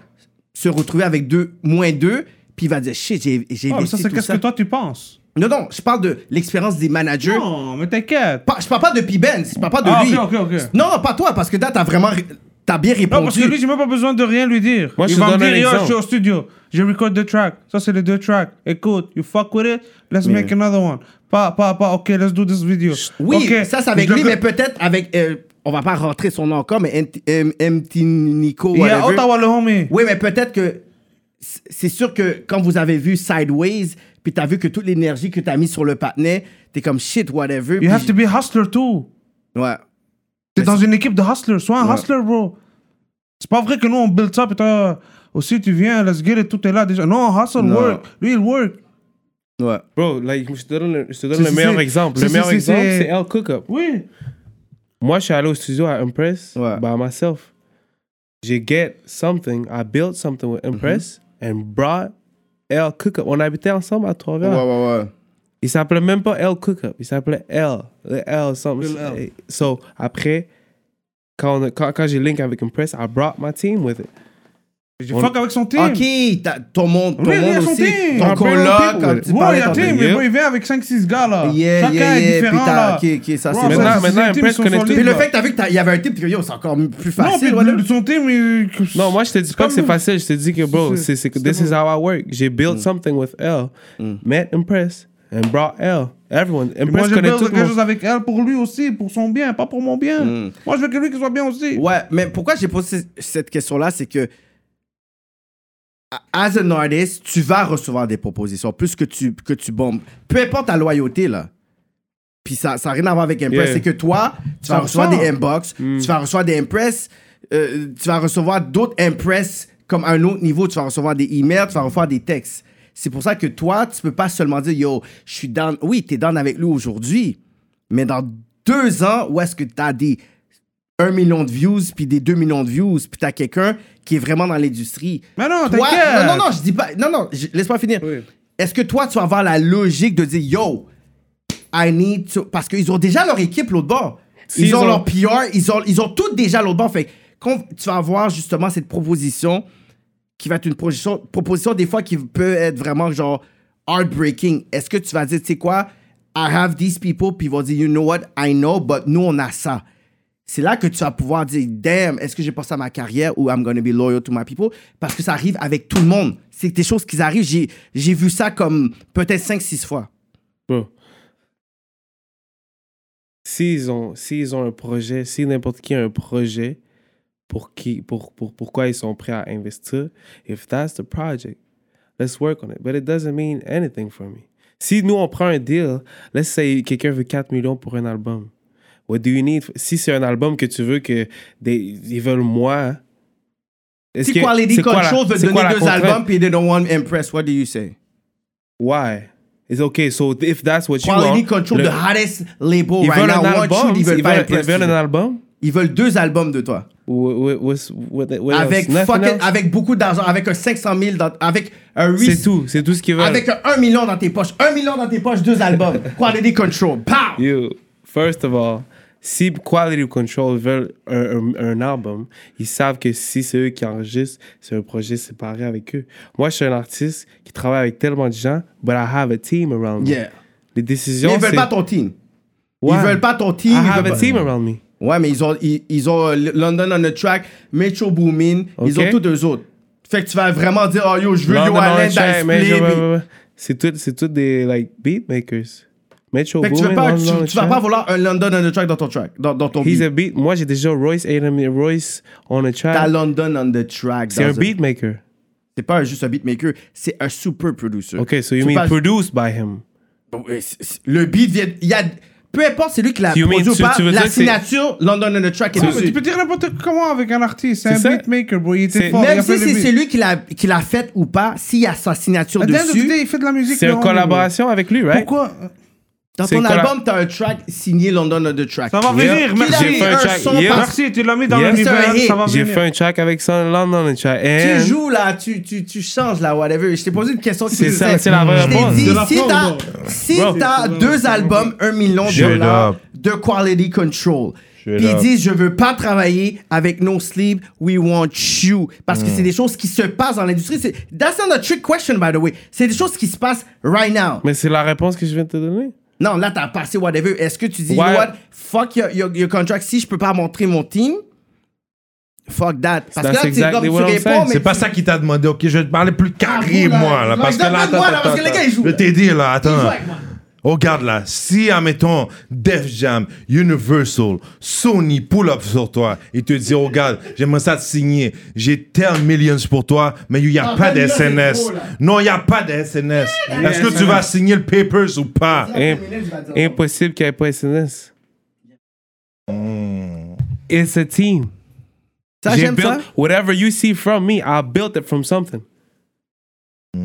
[SPEAKER 4] se retrouver avec deux, moins deux, puis il va dire, shit, j'ai j'ai
[SPEAKER 5] Oh, mais
[SPEAKER 4] investi
[SPEAKER 5] ça c'est
[SPEAKER 4] tout
[SPEAKER 5] qu'est-ce
[SPEAKER 4] ça.
[SPEAKER 5] que toi tu penses
[SPEAKER 4] Non, non, je parle de l'expérience des managers.
[SPEAKER 5] Non, mais t'inquiète.
[SPEAKER 4] Pas- je parle pas de P-Benz, je parle pas de
[SPEAKER 5] Ah,
[SPEAKER 4] lui.
[SPEAKER 5] ok, ok, ok.
[SPEAKER 4] Non, non, pas toi, parce que là, t'as vraiment. ré- T'as bien répondu.
[SPEAKER 5] Non, parce que lui, j'ai même pas besoin de rien lui dire.
[SPEAKER 6] Moi, je
[SPEAKER 5] il
[SPEAKER 6] te
[SPEAKER 5] va me
[SPEAKER 6] donne un
[SPEAKER 5] dire, yo, je
[SPEAKER 6] exemple.
[SPEAKER 5] suis au studio, je record deux tracks. Ça, c'est les deux tracks. Écoute, you fuck with it, let's make another one. Pas, pas, pas, ok, let's do this video.
[SPEAKER 4] oui,
[SPEAKER 5] Ok,
[SPEAKER 4] ça, c'est avec
[SPEAKER 5] je
[SPEAKER 4] lui,
[SPEAKER 5] le-
[SPEAKER 4] mais peut-être avec. euh, on va pas rentrer son nom encore, mais MT M- MT Nico.
[SPEAKER 5] Il y a
[SPEAKER 4] whatever.
[SPEAKER 5] Ottawa, le homie.
[SPEAKER 4] Oui, mais peut-être que. c- C'est sûr que quand vous avez vu Sideways, puis t'as vu que toute l'énergie que t'as mis sur le patinet, t'es comme shit, whatever. puis
[SPEAKER 5] You have to be hustler too.
[SPEAKER 4] Ouais.
[SPEAKER 5] T'es dans une équipe de hustlers, sois un hustler, bro. C'est pas vrai que nous, on build ça, puis toi, aussi, tu viens, let's get it, tout est là déjà. Non, hustle,
[SPEAKER 4] Non.
[SPEAKER 5] work. Lui, il work.
[SPEAKER 4] Ouais.
[SPEAKER 6] Bro, like, je te donne le, je te donne
[SPEAKER 5] Si,
[SPEAKER 6] le
[SPEAKER 5] si,
[SPEAKER 6] meilleur
[SPEAKER 5] si.
[SPEAKER 6] exemple.
[SPEAKER 5] Si,
[SPEAKER 6] le
[SPEAKER 5] si,
[SPEAKER 6] meilleur
[SPEAKER 5] si,
[SPEAKER 6] exemple,
[SPEAKER 5] c'est-
[SPEAKER 6] c'est El Cookup.
[SPEAKER 5] Oui.
[SPEAKER 6] Moi, je suis allé au studio à Impress
[SPEAKER 4] Ouais.
[SPEAKER 6] by myself. J'ai get something, I built something with Impress
[SPEAKER 5] Mm-hmm.
[SPEAKER 6] and brought El Cookup. On habitait ensemble à
[SPEAKER 5] Ah.
[SPEAKER 4] Ouais,
[SPEAKER 6] Trois-Rivières.
[SPEAKER 4] ouais, ouais.
[SPEAKER 6] Il s'appelait même pas L Cookup, il s'appelait L. Le L something.
[SPEAKER 5] Le L.
[SPEAKER 6] So, après, quand, on a- quand, quand j'ai link avec Impress, I brought my team with it.
[SPEAKER 5] J'ai fuck avec son team.
[SPEAKER 4] Ok, t'as- ton monde, ton
[SPEAKER 5] Oui, il y
[SPEAKER 4] monde
[SPEAKER 5] a son
[SPEAKER 4] aussi.
[SPEAKER 5] team.
[SPEAKER 4] Ton
[SPEAKER 5] Ah, ben,
[SPEAKER 4] coloc,
[SPEAKER 5] on team,
[SPEAKER 4] quand
[SPEAKER 5] ouais.
[SPEAKER 4] tu
[SPEAKER 5] Ouais,
[SPEAKER 4] parlais
[SPEAKER 5] il y a
[SPEAKER 4] tantôt.
[SPEAKER 5] team, mais bon, il vient avec 5-6 gars là.
[SPEAKER 4] Yeah,
[SPEAKER 5] Chacun
[SPEAKER 4] yeah,
[SPEAKER 5] est
[SPEAKER 4] yeah,
[SPEAKER 5] différent
[SPEAKER 4] putain,
[SPEAKER 5] là.
[SPEAKER 4] ok, ok, ça,
[SPEAKER 5] Ouais,
[SPEAKER 4] c'est
[SPEAKER 5] ouais,
[SPEAKER 4] bon.
[SPEAKER 5] ses
[SPEAKER 6] Maintenant, maintenant,
[SPEAKER 5] teams
[SPEAKER 6] Prince
[SPEAKER 5] sont solides,
[SPEAKER 6] connecte tout.
[SPEAKER 4] Puis le
[SPEAKER 5] là.
[SPEAKER 4] fait que t'as vu qu'il y avait un type, yo, c'est encore plus
[SPEAKER 5] Non,
[SPEAKER 4] facile.
[SPEAKER 5] puis
[SPEAKER 4] voilà.
[SPEAKER 5] le- son team, il-
[SPEAKER 6] Non, moi, je te dis pas que c'est
[SPEAKER 5] Comme-
[SPEAKER 6] facile. Je te dis que, bro,
[SPEAKER 5] C'est-
[SPEAKER 6] c'est, c'est, this is how I work. J'ai
[SPEAKER 5] Mm.
[SPEAKER 6] built something with L. Met Impress and brought L. Everyone.
[SPEAKER 5] Moi,
[SPEAKER 6] Impress
[SPEAKER 5] je
[SPEAKER 6] connaît
[SPEAKER 5] veux
[SPEAKER 6] tout le
[SPEAKER 5] quelque chose
[SPEAKER 6] monde.
[SPEAKER 5] avec elle pour lui aussi, pour son bien, pas pour mon bien. Moi, je veux que lui qu'il soit bien aussi.
[SPEAKER 4] Hmm. Ouais, mais pourquoi j'ai posé cette question-là, c'est que as an artist, tu vas recevoir des propositions, plus que tu, que tu bombes. Peu importe ta loyauté, là. Puis ça n'a rien à voir avec Impress.
[SPEAKER 6] Yeah.
[SPEAKER 4] C'est que toi, tu vas recevoir
[SPEAKER 5] ressort.
[SPEAKER 4] des inbox, tu vas recevoir des Impress, euh, tu vas recevoir d'autres Impress comme à un autre niveau, tu vas recevoir des emails, tu vas recevoir des textes. C'est pour ça que toi, tu peux pas seulement dire, yo, je suis down. Oui, tu es down avec lui aujourd'hui, mais dans deux ans, où est-ce que tu as des 1 million de views, puis des 2 millions de views, puis t'as quelqu'un qui est vraiment dans l'industrie.
[SPEAKER 5] Mais non,
[SPEAKER 4] Toi- Non,
[SPEAKER 5] t'inquiète.
[SPEAKER 4] non, non, je dis pas. Non, non, je- laisse-moi finir. Est-ce que toi, tu vas avoir la logique de dire yo, I need to. Parce qu'ils ont déjà leur équipe l'autre bord. Ils,
[SPEAKER 6] S'ils
[SPEAKER 4] ont,
[SPEAKER 6] ont-
[SPEAKER 4] leur PR, ils ont, ils ont tout déjà l'autre bord. Fait que quand tu vas avoir justement cette proposition qui va être une proposition, proposition des fois qui peut être vraiment genre heartbreaking. Est-ce que tu vas dire, tu sais quoi, I have these people, puis ils vont dire, you know what, I know, but nous, on a ça. C'est là que tu vas pouvoir dire, damn, est-ce que j'ai pensé à ma carrière ou I'm gonna be loyal to my people? Parce que ça arrive avec tout le monde. C'est des choses qui arrivent. J'ai, j'ai vu ça comme peut-être 5-6 fois.
[SPEAKER 6] Bro. S'ils ont, s'ils ont un projet, si n'importe qui a un projet pour, qui, pour, pour pourquoi ils sont prêts à investir, if that's the project, let's work on it. But it doesn't mean anything for me. Si nous, on prend un deal, let's say quelqu'un veut 4 millions pour un album. What do you need? Si c'est un album que tu veux que des, ils veulent moi, est-ce
[SPEAKER 4] Si
[SPEAKER 6] que-
[SPEAKER 4] quoi, Lady
[SPEAKER 6] c'est quoi la-
[SPEAKER 4] Control veut
[SPEAKER 6] c'est
[SPEAKER 4] donner
[SPEAKER 6] quoi la
[SPEAKER 4] deux
[SPEAKER 6] contrainte?
[SPEAKER 4] albums, puis they don't want to impress, what do you say?
[SPEAKER 6] Why? It's okay. So if that's what you want,
[SPEAKER 4] Quality Control,
[SPEAKER 6] le-
[SPEAKER 4] the hottest label
[SPEAKER 6] ils
[SPEAKER 4] right
[SPEAKER 6] veulent
[SPEAKER 4] now,
[SPEAKER 6] un
[SPEAKER 4] want you,
[SPEAKER 6] album.
[SPEAKER 4] ils
[SPEAKER 6] Ils
[SPEAKER 4] veulent
[SPEAKER 6] veulent
[SPEAKER 4] pas
[SPEAKER 6] ils
[SPEAKER 4] impress
[SPEAKER 6] veulent
[SPEAKER 4] you.
[SPEAKER 6] un album.
[SPEAKER 4] Ils veulent deux albums de toi.
[SPEAKER 6] Wha- wha- what's- what- what else?
[SPEAKER 4] Avec,
[SPEAKER 6] Nothing
[SPEAKER 4] fucking-
[SPEAKER 6] else?
[SPEAKER 4] avec beaucoup d'argent, avec un 500 000, dans- avec un 8
[SPEAKER 6] C'est tout. C'est tout ce qu'ils veulent.
[SPEAKER 4] Avec un 1 million dans tes poches. 1 million dans tes poches, deux albums. Quality Control. Pow!
[SPEAKER 6] You, first of all, si Quality Control veulent un, un- un album, ils savent que si c'est eux qui enregistrent, c'est un projet séparé avec eux. Moi, je suis un artiste qui travaille avec tellement de gens, but I have a team around me.
[SPEAKER 4] Yeah.
[SPEAKER 6] Les décisions,
[SPEAKER 4] Mais ils veulent
[SPEAKER 6] c'est-
[SPEAKER 4] pas ton team.
[SPEAKER 6] Ouais.
[SPEAKER 4] Ils veulent pas ton
[SPEAKER 6] I
[SPEAKER 4] team. ils
[SPEAKER 6] have
[SPEAKER 4] veulent
[SPEAKER 6] a
[SPEAKER 4] pas-
[SPEAKER 6] team around me.
[SPEAKER 4] Ouais, mais ils ont, ils, ils ont euh, London on the track, Metro Boomin. Ils
[SPEAKER 6] Ok.
[SPEAKER 4] ont tous deux autres. Fait que tu vas vraiment dire, oh yo, je veux
[SPEAKER 6] London
[SPEAKER 4] Yo Allen
[SPEAKER 6] Online
[SPEAKER 4] dans
[SPEAKER 6] Chain, mais je-
[SPEAKER 4] Split.
[SPEAKER 6] ouais, ouais, ouais. C'est tout, c'est tout des like beatmakers. Metro
[SPEAKER 4] Fait que tu, veux
[SPEAKER 6] Boomin,
[SPEAKER 4] pas,
[SPEAKER 6] London
[SPEAKER 4] tu, tu vas
[SPEAKER 6] Chain.
[SPEAKER 4] pas vouloir un London on the track dans ton track, dans, dans ton
[SPEAKER 6] He's
[SPEAKER 4] beat.
[SPEAKER 6] a beat. Moi, j'ai déjà Royce Adam Royce on a track.
[SPEAKER 4] T'as London on the track.
[SPEAKER 6] C'est
[SPEAKER 4] dans
[SPEAKER 6] un beatmaker.
[SPEAKER 4] C'est pas un- juste un beatmaker, c'est un super producer.
[SPEAKER 6] Okay, so you
[SPEAKER 4] C'est
[SPEAKER 6] mean
[SPEAKER 4] pas- Oh,
[SPEAKER 6] produced by him?
[SPEAKER 4] Ouais, c'est- c'est- Le beat vient. Il y a. Peu importe, c'est lui qui l'a
[SPEAKER 6] You mean,
[SPEAKER 4] produit ou
[SPEAKER 6] tu-
[SPEAKER 4] pas.
[SPEAKER 6] tu veux
[SPEAKER 4] La
[SPEAKER 6] dire que c'est-
[SPEAKER 4] signature, London on the track est
[SPEAKER 5] Ouais, mais
[SPEAKER 4] dessus.
[SPEAKER 5] tu peux dire n'importe comment avec un artiste. C'est
[SPEAKER 6] C'est
[SPEAKER 5] un
[SPEAKER 6] ça.
[SPEAKER 5] beatmaker, bro. Il était
[SPEAKER 6] C'est-
[SPEAKER 5] fort. il
[SPEAKER 4] Même
[SPEAKER 5] a fait
[SPEAKER 4] si
[SPEAKER 5] le
[SPEAKER 4] c'est
[SPEAKER 5] beat.
[SPEAKER 4] celui qui l'a, qui l'a fait ou pas, s'il y a sa signature
[SPEAKER 5] At the end of the day,
[SPEAKER 4] dessus,
[SPEAKER 5] il fait de la musique.
[SPEAKER 6] C'est
[SPEAKER 5] le
[SPEAKER 6] une
[SPEAKER 5] homie, bro.
[SPEAKER 6] collaboration avec lui, right?
[SPEAKER 5] Pourquoi
[SPEAKER 4] dans
[SPEAKER 6] c'est
[SPEAKER 4] ton
[SPEAKER 6] quoi la-
[SPEAKER 4] album, t'as un track signé London on the track.
[SPEAKER 5] Ça va
[SPEAKER 6] Yeah.
[SPEAKER 5] venir,
[SPEAKER 6] Qu'il
[SPEAKER 5] merci.
[SPEAKER 6] J'ai fait un track.
[SPEAKER 4] son
[SPEAKER 6] Yeah.
[SPEAKER 4] par-
[SPEAKER 5] Merci, tu l'as mis dans
[SPEAKER 6] Yeah.
[SPEAKER 5] le
[SPEAKER 4] C'est un hit.
[SPEAKER 5] univers. Ça va
[SPEAKER 6] J'ai
[SPEAKER 5] venir.
[SPEAKER 6] fait un track avec Son London and track.
[SPEAKER 4] Tu
[SPEAKER 6] And
[SPEAKER 4] joues là, tu, tu, tu changes là, whatever. Je t'ai posé une question qui
[SPEAKER 6] C'est
[SPEAKER 4] me
[SPEAKER 6] ça,
[SPEAKER 4] fait-
[SPEAKER 6] c'est la vraie
[SPEAKER 4] Je t'ai
[SPEAKER 6] réponse.
[SPEAKER 4] dit,
[SPEAKER 5] C'est la
[SPEAKER 4] si
[SPEAKER 5] fraude,
[SPEAKER 4] t'as,
[SPEAKER 5] bro.
[SPEAKER 4] si t'as deux albums, un million de
[SPEAKER 7] Shut
[SPEAKER 4] dollars
[SPEAKER 7] up.
[SPEAKER 4] de quality control,
[SPEAKER 7] Shut
[SPEAKER 4] puis ils
[SPEAKER 7] up.
[SPEAKER 4] disent, je veux pas travailler avec No Sleep, we want you. Parce que
[SPEAKER 6] Mm.
[SPEAKER 4] c'est des choses qui se passent dans l'industrie. C'est, that's not a trick question, by the way. C'est des choses qui se passent right now.
[SPEAKER 6] Mais c'est la réponse que je viens de te donner.
[SPEAKER 4] Non, là, t'as passé whatever. Est-ce que tu dis, you
[SPEAKER 6] Ouais.
[SPEAKER 4] know what, fuck your, your, your contract, si je peux pas montrer mon team, fuck that. Parce que là,
[SPEAKER 6] That's
[SPEAKER 4] c'est
[SPEAKER 6] exactly
[SPEAKER 4] comme tu
[SPEAKER 6] what I'm
[SPEAKER 4] réponds,
[SPEAKER 6] saying.
[SPEAKER 4] mais
[SPEAKER 7] C'est pas ça qui t'a demandé, ok? Je vais te parler plus carré,
[SPEAKER 4] Ah, vous, là.
[SPEAKER 7] moi, là.
[SPEAKER 4] Non,
[SPEAKER 7] Parce que là,
[SPEAKER 4] exactement,
[SPEAKER 7] attends,
[SPEAKER 4] moi, là,
[SPEAKER 7] attends,
[SPEAKER 4] parce que les
[SPEAKER 7] attends.
[SPEAKER 4] gars, ils jouent,
[SPEAKER 7] Je vais
[SPEAKER 4] là.
[SPEAKER 7] t'aider, là,
[SPEAKER 4] tu joues
[SPEAKER 7] attends.
[SPEAKER 4] avec moi.
[SPEAKER 7] Regarde là, si, admettons, Def Jam, Universal, Sony pull up sur toi et te dit, regarde, j'aimerais ça te signer, j'ai tel millions pour toi, mais il n'y a
[SPEAKER 4] Ah,
[SPEAKER 7] pas
[SPEAKER 4] ben,
[SPEAKER 7] de
[SPEAKER 4] là, c'est
[SPEAKER 7] SNS.
[SPEAKER 4] trop, là.
[SPEAKER 7] Non, il n'y a pas de SNS. Est-ce que tu vas signer le Papers ou pas?
[SPEAKER 4] Ah,
[SPEAKER 6] Im- impossible qu'il n'y ait pas SNS. It's a team.
[SPEAKER 4] Hmm. Ça,
[SPEAKER 6] J'ai
[SPEAKER 4] j'aime ça.
[SPEAKER 6] built whatever you see from me, I built it from something.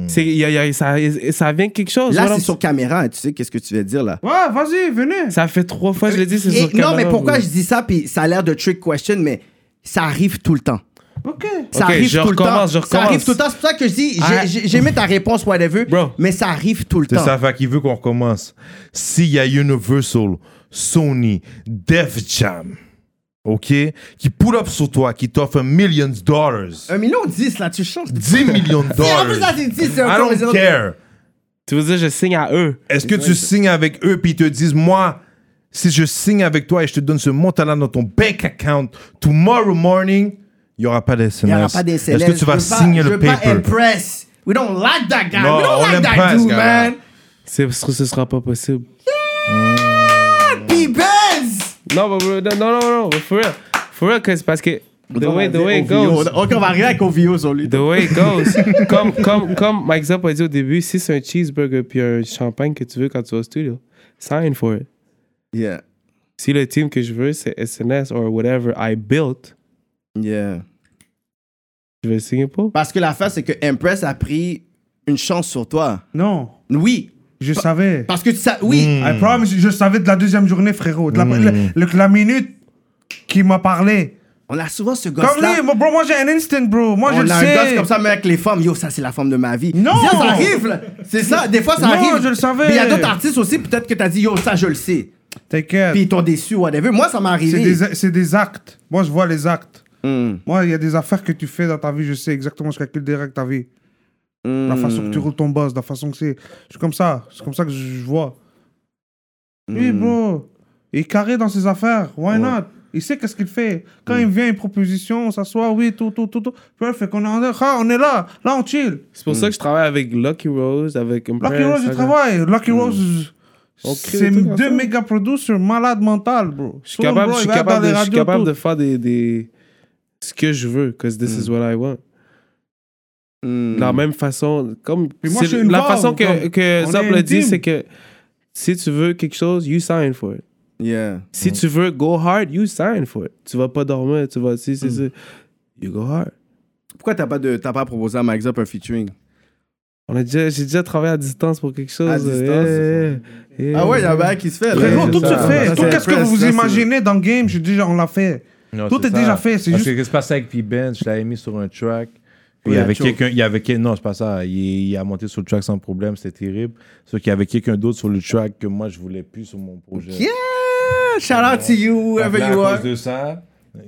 [SPEAKER 6] C'est, y a- y a- ça, ça vient de quelque chose.
[SPEAKER 4] Hmm. Là,
[SPEAKER 6] What
[SPEAKER 4] c'est
[SPEAKER 6] I'm-
[SPEAKER 4] sur caméra, hein, tu sais, qu'est-ce que tu veux dire là?
[SPEAKER 5] Ouais, vas-y, venez.
[SPEAKER 6] Ça fait trois fois que je l'ai dit, c'est
[SPEAKER 4] Et-
[SPEAKER 6] sur
[SPEAKER 4] non, mais
[SPEAKER 6] caméra,
[SPEAKER 4] pourquoi
[SPEAKER 6] bro.
[SPEAKER 4] je dis ça, puis ça a l'air de trick question, mais ça arrive tout le temps.
[SPEAKER 5] Ok.
[SPEAKER 4] Ça
[SPEAKER 6] Ok,
[SPEAKER 4] arrive
[SPEAKER 6] je
[SPEAKER 4] tout le temps.
[SPEAKER 6] recommence,
[SPEAKER 4] Ça
[SPEAKER 6] je
[SPEAKER 4] arrive
[SPEAKER 6] recommence.
[SPEAKER 4] tout le temps. C'est pour ça que je dis,
[SPEAKER 6] Ah.
[SPEAKER 4] j'ai- j'ai- j'aimais ta réponse, whatever,
[SPEAKER 6] Bro.
[SPEAKER 4] mais ça arrive tout le
[SPEAKER 7] C'est
[SPEAKER 4] temps.
[SPEAKER 7] ça, fait qu'il veut qu'on recommence. S'il y a Universal, Sony, Def Jam, OK, qui pull up sur toi, qui t'offre millions de dollars,
[SPEAKER 4] Un million dix, là, tu changes.
[SPEAKER 7] 10 millions de
[SPEAKER 4] Si, en
[SPEAKER 7] dollars.
[SPEAKER 4] plus, là, Euh, c'est dix, c'est
[SPEAKER 7] I
[SPEAKER 4] encore
[SPEAKER 7] don't
[SPEAKER 4] zéro.
[SPEAKER 7] care.
[SPEAKER 6] Tu veux dire, je signe à eux.
[SPEAKER 7] Est-ce que tu signes avec eux puis ils te disent, moi, si je signe avec toi et je te donne ce montant-là dans ton bank account, tomorrow morning, il n'y aura pas d'SMS.
[SPEAKER 4] Il n'y aura pas d'SLS.
[SPEAKER 7] Est-ce que tu
[SPEAKER 4] Je
[SPEAKER 7] vas
[SPEAKER 4] veux pas-
[SPEAKER 7] signer le
[SPEAKER 4] Je veux pas
[SPEAKER 7] paper?
[SPEAKER 4] impress. We don't like that guy.
[SPEAKER 7] Non,
[SPEAKER 4] We
[SPEAKER 7] on
[SPEAKER 4] don't like that
[SPEAKER 7] impress,
[SPEAKER 4] dude,
[SPEAKER 7] gars.
[SPEAKER 4] man.
[SPEAKER 6] C'est parce que ce sera pas possible.
[SPEAKER 4] Happy Benz.
[SPEAKER 6] Non, mais bro, non, non, non, non, for real. For real, que c'est parce que the way, the way it
[SPEAKER 4] Ovio.
[SPEAKER 6] goes.
[SPEAKER 4] Ok, on va arriver avec Ovio sur lui.
[SPEAKER 6] The way it goes. comme, comme, comme Mike Zop a dit au début, si c'est un cheeseburger puis un champagne que tu veux quand tu vas au studio, sign for it.
[SPEAKER 4] Yeah.
[SPEAKER 6] Si le team que je veux, c'est SNS or whatever I built,
[SPEAKER 4] Yeah.
[SPEAKER 6] je vais signer pour.
[SPEAKER 4] Parce que l'affaire, c'est que Impress a pris une chance sur toi.
[SPEAKER 5] Non,
[SPEAKER 4] Oui.
[SPEAKER 5] je savais.
[SPEAKER 4] Parce que ça. Oui.
[SPEAKER 6] Hmm.
[SPEAKER 5] I promise, je savais de la deuxième journée, frérot. De la, le- le- la minute qui m'a parlé.
[SPEAKER 4] On a souvent ce
[SPEAKER 5] Comme
[SPEAKER 4] gosse-là.
[SPEAKER 5] lui, moi, bro, moi j'ai un instant, bro. Moi, je
[SPEAKER 4] On
[SPEAKER 5] le
[SPEAKER 4] a un gosse
[SPEAKER 5] sais.
[SPEAKER 4] comme ça, mais avec les femmes, yo, ça c'est la femme de ma vie.
[SPEAKER 5] Non!
[SPEAKER 4] Ça, ça arrive, là. C'est ça, des fois ça
[SPEAKER 5] Non,
[SPEAKER 4] arrive.
[SPEAKER 5] je le savais.
[SPEAKER 4] Mais il y a d'autres artistes aussi, peut-être que t'as dit, yo, ça je le sais.
[SPEAKER 5] T'inquiète.
[SPEAKER 4] Puis ils t'ont déçu, whatever. Moi, ça m'est
[SPEAKER 5] C'est
[SPEAKER 4] arrivé. Hmm.
[SPEAKER 5] des, c'est des actes. Moi, je vois les actes. Moi, il y a des affaires que tu fais dans ta vie, je sais exactement, je calcule direct ta vie. La façon
[SPEAKER 6] Hmm.
[SPEAKER 5] que tu roules ton boss, la façon que c'est. Je suis comme ça, c'est comme ça que je, je vois.
[SPEAKER 6] Hmm.
[SPEAKER 5] Oui, bro, il est carré dans ses affaires, why not? Il sait qu'est-ce qu'il fait. Quand
[SPEAKER 6] Hmm.
[SPEAKER 5] il vient une proposition, on s'assoit, oui, tout, tout, tout, tout. Perfect, on est, en... ah, on est là, là, on chill.
[SPEAKER 6] C'est pour ça que je travaille avec Lucky Rose, avec Impress.
[SPEAKER 5] Hmm. Lucky Rose, je
[SPEAKER 6] avec-
[SPEAKER 5] travaille. Lucky
[SPEAKER 6] Hmm.
[SPEAKER 5] Rose,
[SPEAKER 6] On crée
[SPEAKER 5] c'est
[SPEAKER 6] des trucs
[SPEAKER 5] deux
[SPEAKER 6] ensemble.
[SPEAKER 5] méga producers malades mentales, bro.
[SPEAKER 6] Je suis capable, je suis capable, de, je suis capable de faire des, des- ce que je veux, cause this
[SPEAKER 5] Hmm.
[SPEAKER 6] is what I want.
[SPEAKER 4] Hmm.
[SPEAKER 6] De la même façon, comme
[SPEAKER 5] Mais moi,
[SPEAKER 6] c'est
[SPEAKER 5] je suis une
[SPEAKER 6] la
[SPEAKER 5] barbe,
[SPEAKER 6] façon que,
[SPEAKER 5] comme-
[SPEAKER 6] que
[SPEAKER 5] on
[SPEAKER 6] Zop
[SPEAKER 5] est
[SPEAKER 6] l'a
[SPEAKER 5] une
[SPEAKER 6] dit,
[SPEAKER 5] team.
[SPEAKER 6] c'est que si tu veux quelque chose, you sign for it.
[SPEAKER 4] Yeah.
[SPEAKER 5] Hmm.
[SPEAKER 6] Si tu veux go hard, you sign for it. Tu vas pas dormir, tu vas si
[SPEAKER 5] Hmm.
[SPEAKER 6] si si, you go hard.
[SPEAKER 4] Pourquoi t'as pas, de, t'as pas proposé à Max Up un featuring
[SPEAKER 6] On a déjà, j'ai déjà travaillé à distance pour quelque chose.
[SPEAKER 4] À distance,
[SPEAKER 6] yeah,
[SPEAKER 4] c'est
[SPEAKER 2] Eh
[SPEAKER 6] yeah, yeah.
[SPEAKER 4] Ah ouais, il y a un bail qui se fait. là.
[SPEAKER 5] Frérot,
[SPEAKER 6] Ouais,
[SPEAKER 5] tout
[SPEAKER 6] c'est
[SPEAKER 5] se
[SPEAKER 6] ça.
[SPEAKER 5] fait.
[SPEAKER 4] Ça,
[SPEAKER 5] Tout
[SPEAKER 4] c'est
[SPEAKER 5] ce que
[SPEAKER 4] Impress,
[SPEAKER 5] vous
[SPEAKER 4] ça, c'est-
[SPEAKER 5] imaginez dans le game, je déjà, on l'a fait.
[SPEAKER 2] Non,
[SPEAKER 5] Tout
[SPEAKER 2] c'est
[SPEAKER 5] est
[SPEAKER 2] ça.
[SPEAKER 5] déjà fait, c'est
[SPEAKER 2] Parce
[SPEAKER 5] juste-
[SPEAKER 2] que c'est passé avec P-Ben, je l'avais mis sur un track. Puis
[SPEAKER 4] Ouais,
[SPEAKER 2] il y avait
[SPEAKER 4] Joe.
[SPEAKER 2] quelqu'un, il y avait quel- non, c'est pas ça. Il, il a monté sur le track sans problème, c'était terrible. Sauf qu'il y avait quelqu'un d'autre sur le track que moi je voulais plus sur mon projet.
[SPEAKER 4] Yeah! Shout out to you,
[SPEAKER 2] Après,
[SPEAKER 4] whoever
[SPEAKER 2] à
[SPEAKER 4] you are.
[SPEAKER 2] cause de ça,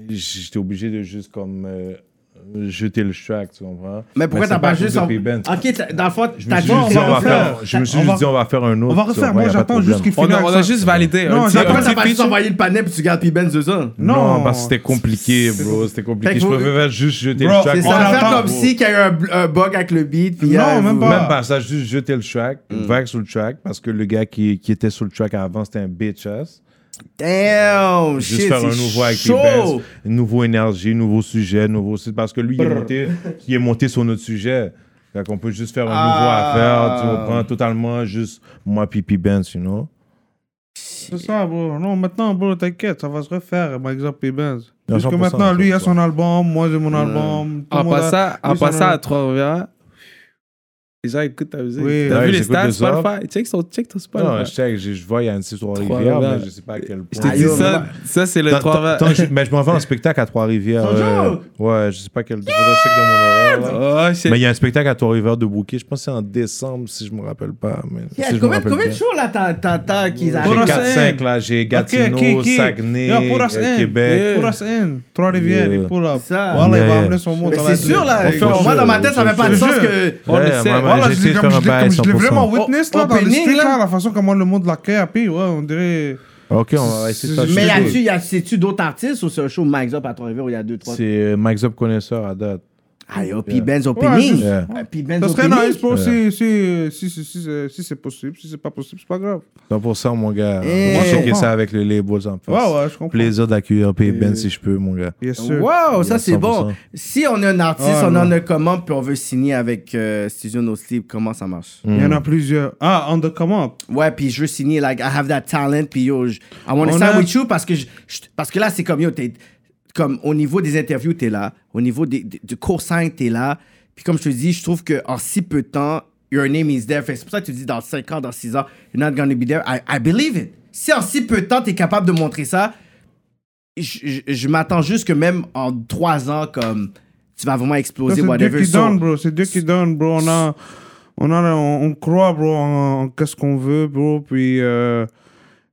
[SPEAKER 2] j'étais obligé de juste comme euh, jeter le track, tu comprends
[SPEAKER 4] Mais pourquoi
[SPEAKER 2] c'est
[SPEAKER 4] t'as pas
[SPEAKER 2] à cause
[SPEAKER 4] juste.
[SPEAKER 2] de
[SPEAKER 4] en-
[SPEAKER 2] P-Ben.
[SPEAKER 4] Ok, t'as- dans le fond,
[SPEAKER 2] Je me
[SPEAKER 4] t'as
[SPEAKER 2] suis
[SPEAKER 4] dit,
[SPEAKER 2] juste dit,
[SPEAKER 4] on va
[SPEAKER 2] faire-
[SPEAKER 4] faire.
[SPEAKER 2] je me suis
[SPEAKER 5] on
[SPEAKER 2] juste
[SPEAKER 5] va-
[SPEAKER 2] dit, on va faire un autre.
[SPEAKER 5] On va
[SPEAKER 2] tu
[SPEAKER 5] refaire.
[SPEAKER 2] comprends,
[SPEAKER 5] Moi,
[SPEAKER 2] y a pas de
[SPEAKER 5] j'attends
[SPEAKER 2] problème.
[SPEAKER 5] juste qu'il
[SPEAKER 6] On
[SPEAKER 5] finisse.
[SPEAKER 6] a, on a juste validé.
[SPEAKER 5] Non,
[SPEAKER 6] un
[SPEAKER 5] j'ai
[SPEAKER 6] petit-
[SPEAKER 5] pas
[SPEAKER 6] un
[SPEAKER 4] Pourquoi
[SPEAKER 6] petit
[SPEAKER 4] t'as pas juste
[SPEAKER 6] feature.
[SPEAKER 4] envoyé le panel puis tu gardes P-Ben deux ans
[SPEAKER 2] Non,
[SPEAKER 5] Non,
[SPEAKER 2] parce que c'était compliqué, bro. C'était compliqué.
[SPEAKER 4] Fait que
[SPEAKER 2] je
[SPEAKER 4] vous-
[SPEAKER 2] préférais juste jeter
[SPEAKER 5] Bro,
[SPEAKER 2] le track.
[SPEAKER 4] C'est
[SPEAKER 5] On
[SPEAKER 4] ça, faire
[SPEAKER 5] attend.
[SPEAKER 4] comme si qu'il y a eu un, bl- un bug avec le beat. Puis
[SPEAKER 5] Non,
[SPEAKER 4] euh,
[SPEAKER 5] même
[SPEAKER 4] vous-
[SPEAKER 5] pas.
[SPEAKER 2] Même pas ça, juste jeter le track,
[SPEAKER 4] Mm.
[SPEAKER 2] vague sur le track, parce que le gars qui, qui était sur le track avant, c'était un bitch ass.
[SPEAKER 4] Damn, Oh,
[SPEAKER 2] Juste
[SPEAKER 4] shit,
[SPEAKER 2] faire un
[SPEAKER 4] c'est
[SPEAKER 2] nouveau avec
[SPEAKER 4] chaud.
[SPEAKER 2] T-Benz, nouveau énergie, nouveau sujet, nouveau site, parce que lui, il est, monté, il est monté sur notre sujet. Fait qu'on peut juste faire un
[SPEAKER 4] Ah.
[SPEAKER 2] nouveau affaire, tu comprends, totalement juste moi puis P-Benz, you know.
[SPEAKER 5] C'est ça, bro. Non, maintenant, bro, t'inquiète, ça va se refaire. Par exemple, P-Benz.
[SPEAKER 2] Non,
[SPEAKER 5] Parce que
[SPEAKER 2] 100%,
[SPEAKER 5] maintenant, lui, il a
[SPEAKER 2] 100%.
[SPEAKER 5] son album, moi, j'ai mon album. tout le
[SPEAKER 6] En
[SPEAKER 5] monde a-
[SPEAKER 6] passant, en
[SPEAKER 5] lui, son
[SPEAKER 6] passant à
[SPEAKER 5] album.
[SPEAKER 6] Trois-Rivières, les gens écoutent ta musique.
[SPEAKER 5] Oui.
[SPEAKER 6] T'as
[SPEAKER 2] Ouais,
[SPEAKER 6] vu les
[SPEAKER 2] j'écoute
[SPEAKER 6] stats
[SPEAKER 2] des offres.
[SPEAKER 6] Spotify? Check, son, check ton
[SPEAKER 2] Non, je
[SPEAKER 6] Spotify.
[SPEAKER 2] check, je, je vois, il y a une histoire rivière,
[SPEAKER 6] Trois-Rivières.
[SPEAKER 2] mais je sais pas à quel
[SPEAKER 6] Je
[SPEAKER 2] point. Ah,
[SPEAKER 6] t'ai dit
[SPEAKER 4] yo,
[SPEAKER 6] ça, ça c'est le
[SPEAKER 2] Tant- tant- tant que
[SPEAKER 6] Trois-Rivières.
[SPEAKER 2] je- mais je m'en vais en spectacle à Trois-Rivières.
[SPEAKER 4] Sans
[SPEAKER 2] euh,
[SPEAKER 4] joke.
[SPEAKER 2] ouais, je sais pas quel. faudrait que je check dans mon horaire, là.
[SPEAKER 6] Oh shit.
[SPEAKER 2] Mais il y a un spectacle à Trois-Rivières de Bouquet, je pense que c'est en décembre, si je me rappelle pas. Mais
[SPEAKER 4] Yeah,
[SPEAKER 2] si je me
[SPEAKER 4] combien,
[SPEAKER 2] rappelle
[SPEAKER 4] combien de
[SPEAKER 2] bien.
[SPEAKER 4] shows là t'as- t'as t'as qu'ils
[SPEAKER 2] J'ai
[SPEAKER 5] Pour
[SPEAKER 4] arrivent?
[SPEAKER 5] us
[SPEAKER 2] 4-5
[SPEAKER 5] in.
[SPEAKER 2] là, j'ai Gatineau,
[SPEAKER 5] Ok, ok, ok.
[SPEAKER 2] Saguenay,
[SPEAKER 5] Yo, pour us
[SPEAKER 2] euh,
[SPEAKER 5] in.
[SPEAKER 2] Québec.
[SPEAKER 5] Pour us in. Trois-Rivières,
[SPEAKER 2] Yeah.
[SPEAKER 5] il pull up.
[SPEAKER 4] C'est ça.
[SPEAKER 5] Voilà, il va
[SPEAKER 2] Yeah.
[SPEAKER 5] amener son monde.
[SPEAKER 4] Mais
[SPEAKER 5] ça va
[SPEAKER 4] c'est
[SPEAKER 5] être-
[SPEAKER 4] sûr là,
[SPEAKER 2] On fait un
[SPEAKER 4] moi dans
[SPEAKER 2] show,
[SPEAKER 4] ma tête ça
[SPEAKER 2] on
[SPEAKER 4] avait
[SPEAKER 2] fait
[SPEAKER 4] pas
[SPEAKER 2] un
[SPEAKER 4] de
[SPEAKER 5] show.
[SPEAKER 4] sens que.
[SPEAKER 6] On le sait.
[SPEAKER 2] moi,
[SPEAKER 5] Voilà,
[SPEAKER 2] j'ai
[SPEAKER 5] Oh, je l'ai
[SPEAKER 2] essayé de faire
[SPEAKER 5] comme je
[SPEAKER 2] un
[SPEAKER 5] l'ai- comme
[SPEAKER 2] bail
[SPEAKER 5] je l'ai
[SPEAKER 2] 100%.
[SPEAKER 5] vraiment witness, là, dans le
[SPEAKER 4] opening,
[SPEAKER 5] street,
[SPEAKER 4] là.
[SPEAKER 5] là, la façon comment le monde l'accueille, à pied, ouais, on dirait...
[SPEAKER 2] Ok, on va essayer de faire
[SPEAKER 4] Mais y
[SPEAKER 2] un
[SPEAKER 4] a-tu,
[SPEAKER 2] show.
[SPEAKER 4] y a, c'est-tu d'autres artistes ou c'est un show Mike's Up à Trois-Rivières où il y a deux, trois?
[SPEAKER 2] C'est euh, Mike Zop connaisseur à date.
[SPEAKER 4] Ah, yo, P-Benz opening.
[SPEAKER 5] juste-
[SPEAKER 2] Yeah.
[SPEAKER 4] Ah, P-Benz
[SPEAKER 5] Ça serait nice,
[SPEAKER 4] opening.
[SPEAKER 5] bro, si, si, si, si, si, si, si c'est possible. Si c'est pas possible, c'est pas grave.
[SPEAKER 2] 100% mon gars.
[SPEAKER 4] Eh.
[SPEAKER 2] On va checker
[SPEAKER 5] Ouais.
[SPEAKER 2] ça avec le label en plus.
[SPEAKER 5] Ouais, ouais, je comprends. Eh.
[SPEAKER 2] Plaisir d'accueillir P. Ben si je peux, mon gars.
[SPEAKER 5] Yes, sir.
[SPEAKER 4] Wow, ça
[SPEAKER 2] Yeah,
[SPEAKER 4] c'est bon.
[SPEAKER 2] 100%.
[SPEAKER 4] Si on est un artiste,
[SPEAKER 5] Ah,
[SPEAKER 4] on
[SPEAKER 5] non.
[SPEAKER 4] en a comment, puis on veut signer avec euh, Studio No Sleep, comment ça marche?
[SPEAKER 5] Il y en a plusieurs. Ah, on the command.
[SPEAKER 4] Ouais, puis je veux signer, like, I have that talent, puis yo, je- I want to
[SPEAKER 5] On
[SPEAKER 4] sign
[SPEAKER 5] a-
[SPEAKER 4] with you parce que, je- je- parce que là, c'est comme, yo, t'es, comme au niveau des interviews, t'es là, au niveau des, des- du cosign, t'es là, puis comme je te dis, je trouve que en si peu de temps, your name is there. Fait que c'est pour ça que tu dis dans 5 ans, dans 6 ans, you're not gonna be there. I, I believe it. Si en si peu de temps, t'es capable de montrer ça, je, je- je m'attends juste que même en 3 ans, comme, tu vas vraiment
[SPEAKER 5] Ça,
[SPEAKER 4] exploser,
[SPEAKER 5] C'est Dieu
[SPEAKER 4] whatever.
[SPEAKER 5] qui
[SPEAKER 4] So-
[SPEAKER 5] donne, bro. C'est Dieu qui donne, bro. On a, on a, on, on croit, bro, en, en qu'est-ce qu'on veut, bro. Puis, euh,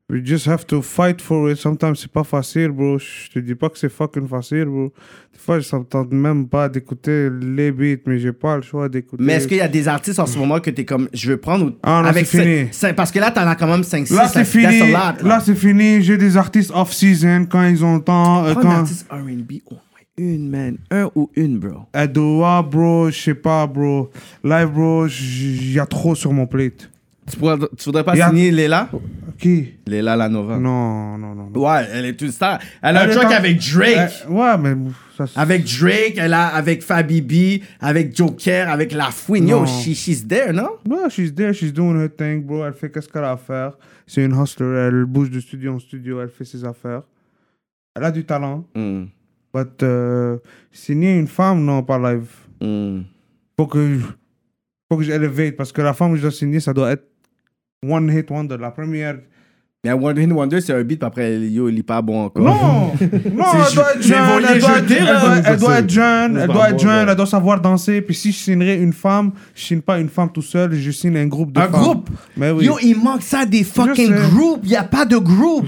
[SPEAKER 5] We just have to fight for it. Sometimes c'est pas facile, bro. Je te dis pas que c'est fucking facile, bro. Des fois, je s'entends même pas d'écouter les beats, mais j'ai pas le choix d'écouter.
[SPEAKER 4] Mais est-ce qu'il y a des artistes en ce moment que t'es comme, je veux prendre ou.
[SPEAKER 5] Ah non, c'est
[SPEAKER 4] cinq-
[SPEAKER 5] fini.
[SPEAKER 4] cinq- parce que là, t'en as quand même 5-6.
[SPEAKER 5] Là, c'est fini. Là, c'est fini. J'ai des artistes off-season quand ils ont le temps. euh,
[SPEAKER 4] Prends un
[SPEAKER 5] quand...
[SPEAKER 4] artiste RB, au moins une, man. Un ou une, bro.
[SPEAKER 5] Adoa, ah, bro, je sais pas, bro. Live, bro, il y a trop sur mon plate.
[SPEAKER 4] Tu, pourrais- tu voudrais pas
[SPEAKER 5] Y'a-
[SPEAKER 4] signer Léla
[SPEAKER 5] Qui
[SPEAKER 4] Léla Lanova.
[SPEAKER 5] Non, non, non. non.
[SPEAKER 4] Ouais, elle est une star. Elle a
[SPEAKER 5] Elle
[SPEAKER 4] un
[SPEAKER 5] est
[SPEAKER 4] track
[SPEAKER 5] en-
[SPEAKER 4] avec Drake.
[SPEAKER 5] Euh, ouais, mais ça, c'est-
[SPEAKER 4] Avec Drake, elle a avec Fabi B, avec Joker, avec La Fouine. Yo,
[SPEAKER 5] Non.
[SPEAKER 4] she- she's there, non?
[SPEAKER 5] Non, she's there, she's doing her thing, bro. Elle fait qu'est-ce qu'elle a à faire. C'est une hustler, elle bouge de studio en studio, elle fait ses affaires. Elle a du talent.
[SPEAKER 4] Mm,
[SPEAKER 5] But, euh, signer une femme, non, pas live.
[SPEAKER 4] mm.
[SPEAKER 5] Faut que, faut que j'élevate parce que la femme que je dois signer, ça doit être one hit wonder. La première.
[SPEAKER 4] Mais Wonder in Wonder, c'est un beat, puis après, yo, il est pas bon encore.
[SPEAKER 5] Non! non, elle doit
[SPEAKER 4] c'est
[SPEAKER 5] être jeune,
[SPEAKER 4] voler
[SPEAKER 5] elle doit être
[SPEAKER 4] jeter,
[SPEAKER 5] elle
[SPEAKER 4] là,
[SPEAKER 5] doit-
[SPEAKER 2] vous
[SPEAKER 5] elle doit
[SPEAKER 2] pensez.
[SPEAKER 5] être jeune, elle
[SPEAKER 2] pas
[SPEAKER 5] doit être
[SPEAKER 2] bon,
[SPEAKER 5] jeune,
[SPEAKER 2] là.
[SPEAKER 5] elle doit savoir danser. Puis si je signerais une femme, je signe pas une femme tout seul, je signe un groupe de
[SPEAKER 4] Un
[SPEAKER 5] femmes.
[SPEAKER 4] groupe?
[SPEAKER 5] Mais oui.
[SPEAKER 4] Yo, il manque ça des fucking
[SPEAKER 5] Je sais.
[SPEAKER 4] groupes. Il n'y a pas de groupe.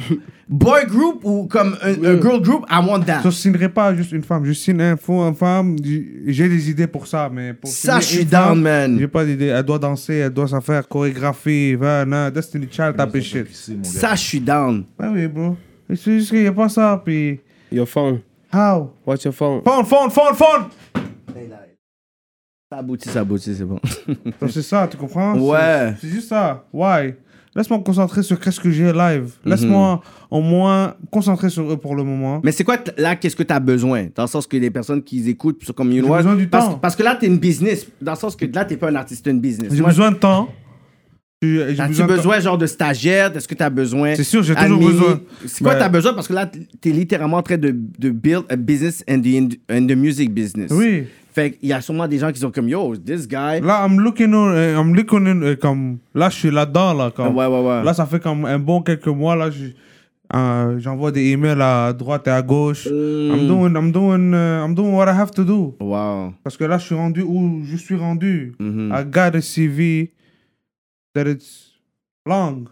[SPEAKER 4] Boy group ou comme un, un girl group, I want that.
[SPEAKER 5] Je ne signerai pas juste une femme. Je signe un faux, une femme. J'ai j'ai des idées pour ça, mais pour
[SPEAKER 4] Ça,
[SPEAKER 5] signer
[SPEAKER 4] je suis
[SPEAKER 5] une
[SPEAKER 4] down,
[SPEAKER 5] femme,
[SPEAKER 4] man.
[SPEAKER 5] J'ai pas d'idée. Elle doit danser, elle doit s'en faire chorégraphie. va, na, Destiny Child, taper shit.
[SPEAKER 2] C'est mon gars.
[SPEAKER 4] Ça, je suis down.
[SPEAKER 5] Ben oui, bro. Et C'est juste qu'il n'y a pas ça, puis...
[SPEAKER 6] Your phone.
[SPEAKER 5] How?
[SPEAKER 6] Watch your phone.
[SPEAKER 5] Phone, phone, phone, phone!
[SPEAKER 4] Ça aboutit, ça aboutit, c'est bon.
[SPEAKER 5] Donc, c'est ça, tu comprends?
[SPEAKER 4] Ouais.
[SPEAKER 5] C'est c'est juste ça. Why? Laisse-moi me concentrer sur qu'est-ce que j'ai live.
[SPEAKER 4] Mhm.
[SPEAKER 5] Laisse-moi au moins me concentrer sur eux pour le moment.
[SPEAKER 4] Mais c'est quoi t- là, qu'est-ce que tu as besoin Dans le sens que les personnes qui écoutent, sur comme you know
[SPEAKER 5] J'ai
[SPEAKER 4] what,
[SPEAKER 5] besoin du
[SPEAKER 4] parce,
[SPEAKER 5] temps.
[SPEAKER 4] parce que là, tu es une business. Dans le sens que là, tu pas un artiste, t'es une business.
[SPEAKER 5] J'ai
[SPEAKER 4] Moi,
[SPEAKER 5] besoin de temps. J'ai j'ai
[SPEAKER 4] As-tu
[SPEAKER 5] besoin
[SPEAKER 4] besoin,
[SPEAKER 5] de temps.
[SPEAKER 4] genre de stagiaire Est-ce que tu as besoin
[SPEAKER 5] C'est sûr, j'ai toujours
[SPEAKER 4] Admin-
[SPEAKER 5] besoin.
[SPEAKER 4] C'est quoi
[SPEAKER 5] Mais-
[SPEAKER 4] tu as besoin Parce que là, tu es littéralement en train de, de build a business in the, ind- in the music business.
[SPEAKER 5] Oui.
[SPEAKER 4] Fait qu'il y a sûrement des gens qui sont comme Yo, this guy.
[SPEAKER 5] Là, I'm looking, on- euh, I'm looking in, euh, comme là, je suis là-dedans là. Comme,
[SPEAKER 4] Ouais, ouais, ouais.
[SPEAKER 5] Là, ça fait comme un bon quelques mois là. je- euh, J'envoie des emails à droite et à gauche.
[SPEAKER 4] Mm.
[SPEAKER 5] I'm doing, I'm doing, euh, I'm doing what I have to do.
[SPEAKER 4] Hmm. Wow. Mm-hmm.
[SPEAKER 5] Parce que là, je suis rendu où je suis rendu.
[SPEAKER 4] Mm.
[SPEAKER 5] I got a CV that it's long,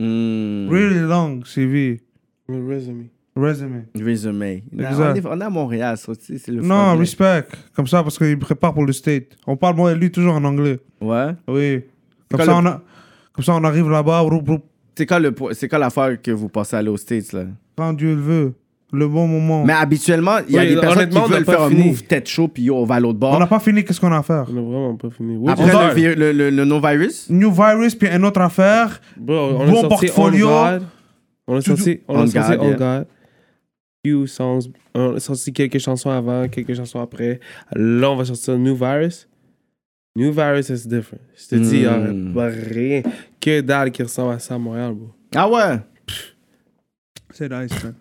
[SPEAKER 4] Mm.
[SPEAKER 5] really long CV
[SPEAKER 6] Your resume.
[SPEAKER 5] resume.
[SPEAKER 4] Resume. Non, on,
[SPEAKER 5] Exact.
[SPEAKER 4] est, on est à Montréal, ça, tu sais, c'est le
[SPEAKER 5] Non,
[SPEAKER 4] franglais.
[SPEAKER 5] respect. Comme ça, parce qu'il me prépare pour le state. On parle moi et lui toujours en anglais.
[SPEAKER 4] Ouais.
[SPEAKER 5] Oui. Comme
[SPEAKER 4] Quand
[SPEAKER 5] ça,
[SPEAKER 4] le-
[SPEAKER 5] on a, comme ça, on arrive là-bas. roup, roup,
[SPEAKER 4] C'est quoi le po- c'est quoi l'affaire que vous passez à aller aux States là
[SPEAKER 5] quand Dieu le veut, le bon moment.
[SPEAKER 4] Mais habituellement, il y a
[SPEAKER 6] Oui,
[SPEAKER 4] des personnes
[SPEAKER 6] honnêtement,
[SPEAKER 4] qui
[SPEAKER 6] on n'a
[SPEAKER 4] veulent
[SPEAKER 6] pas
[SPEAKER 4] faire un
[SPEAKER 6] fini.
[SPEAKER 4] move tête chaud puis yo, on va à l'autre
[SPEAKER 5] on
[SPEAKER 4] bord.
[SPEAKER 5] n'a pas fini, qu'est-ce qu'on a à faire
[SPEAKER 6] On a vraiment pas fini. What you
[SPEAKER 4] Après le,
[SPEAKER 6] start?
[SPEAKER 4] vi- le, le, le no
[SPEAKER 6] Mm.
[SPEAKER 4] virus,
[SPEAKER 5] New virus, puis une autre affaire.
[SPEAKER 6] Bro, on
[SPEAKER 5] Bon
[SPEAKER 6] est sorti
[SPEAKER 5] portfolio.
[SPEAKER 6] On Guard. On est
[SPEAKER 5] Tout-
[SPEAKER 6] sorti on
[SPEAKER 4] On
[SPEAKER 6] est sorti
[SPEAKER 4] Guard,
[SPEAKER 6] On
[SPEAKER 4] yeah.
[SPEAKER 6] Guard. Few songs. On a sorti quelques chansons avant, quelques chansons après. Là, on va sortir New Virus. New Virus is different. Je te dis, il y aurait
[SPEAKER 4] Mm.
[SPEAKER 6] pas rien. Que dalle qui ressemble à ça à Montréal, bro.
[SPEAKER 4] ah ouais.
[SPEAKER 5] C'est nice, man.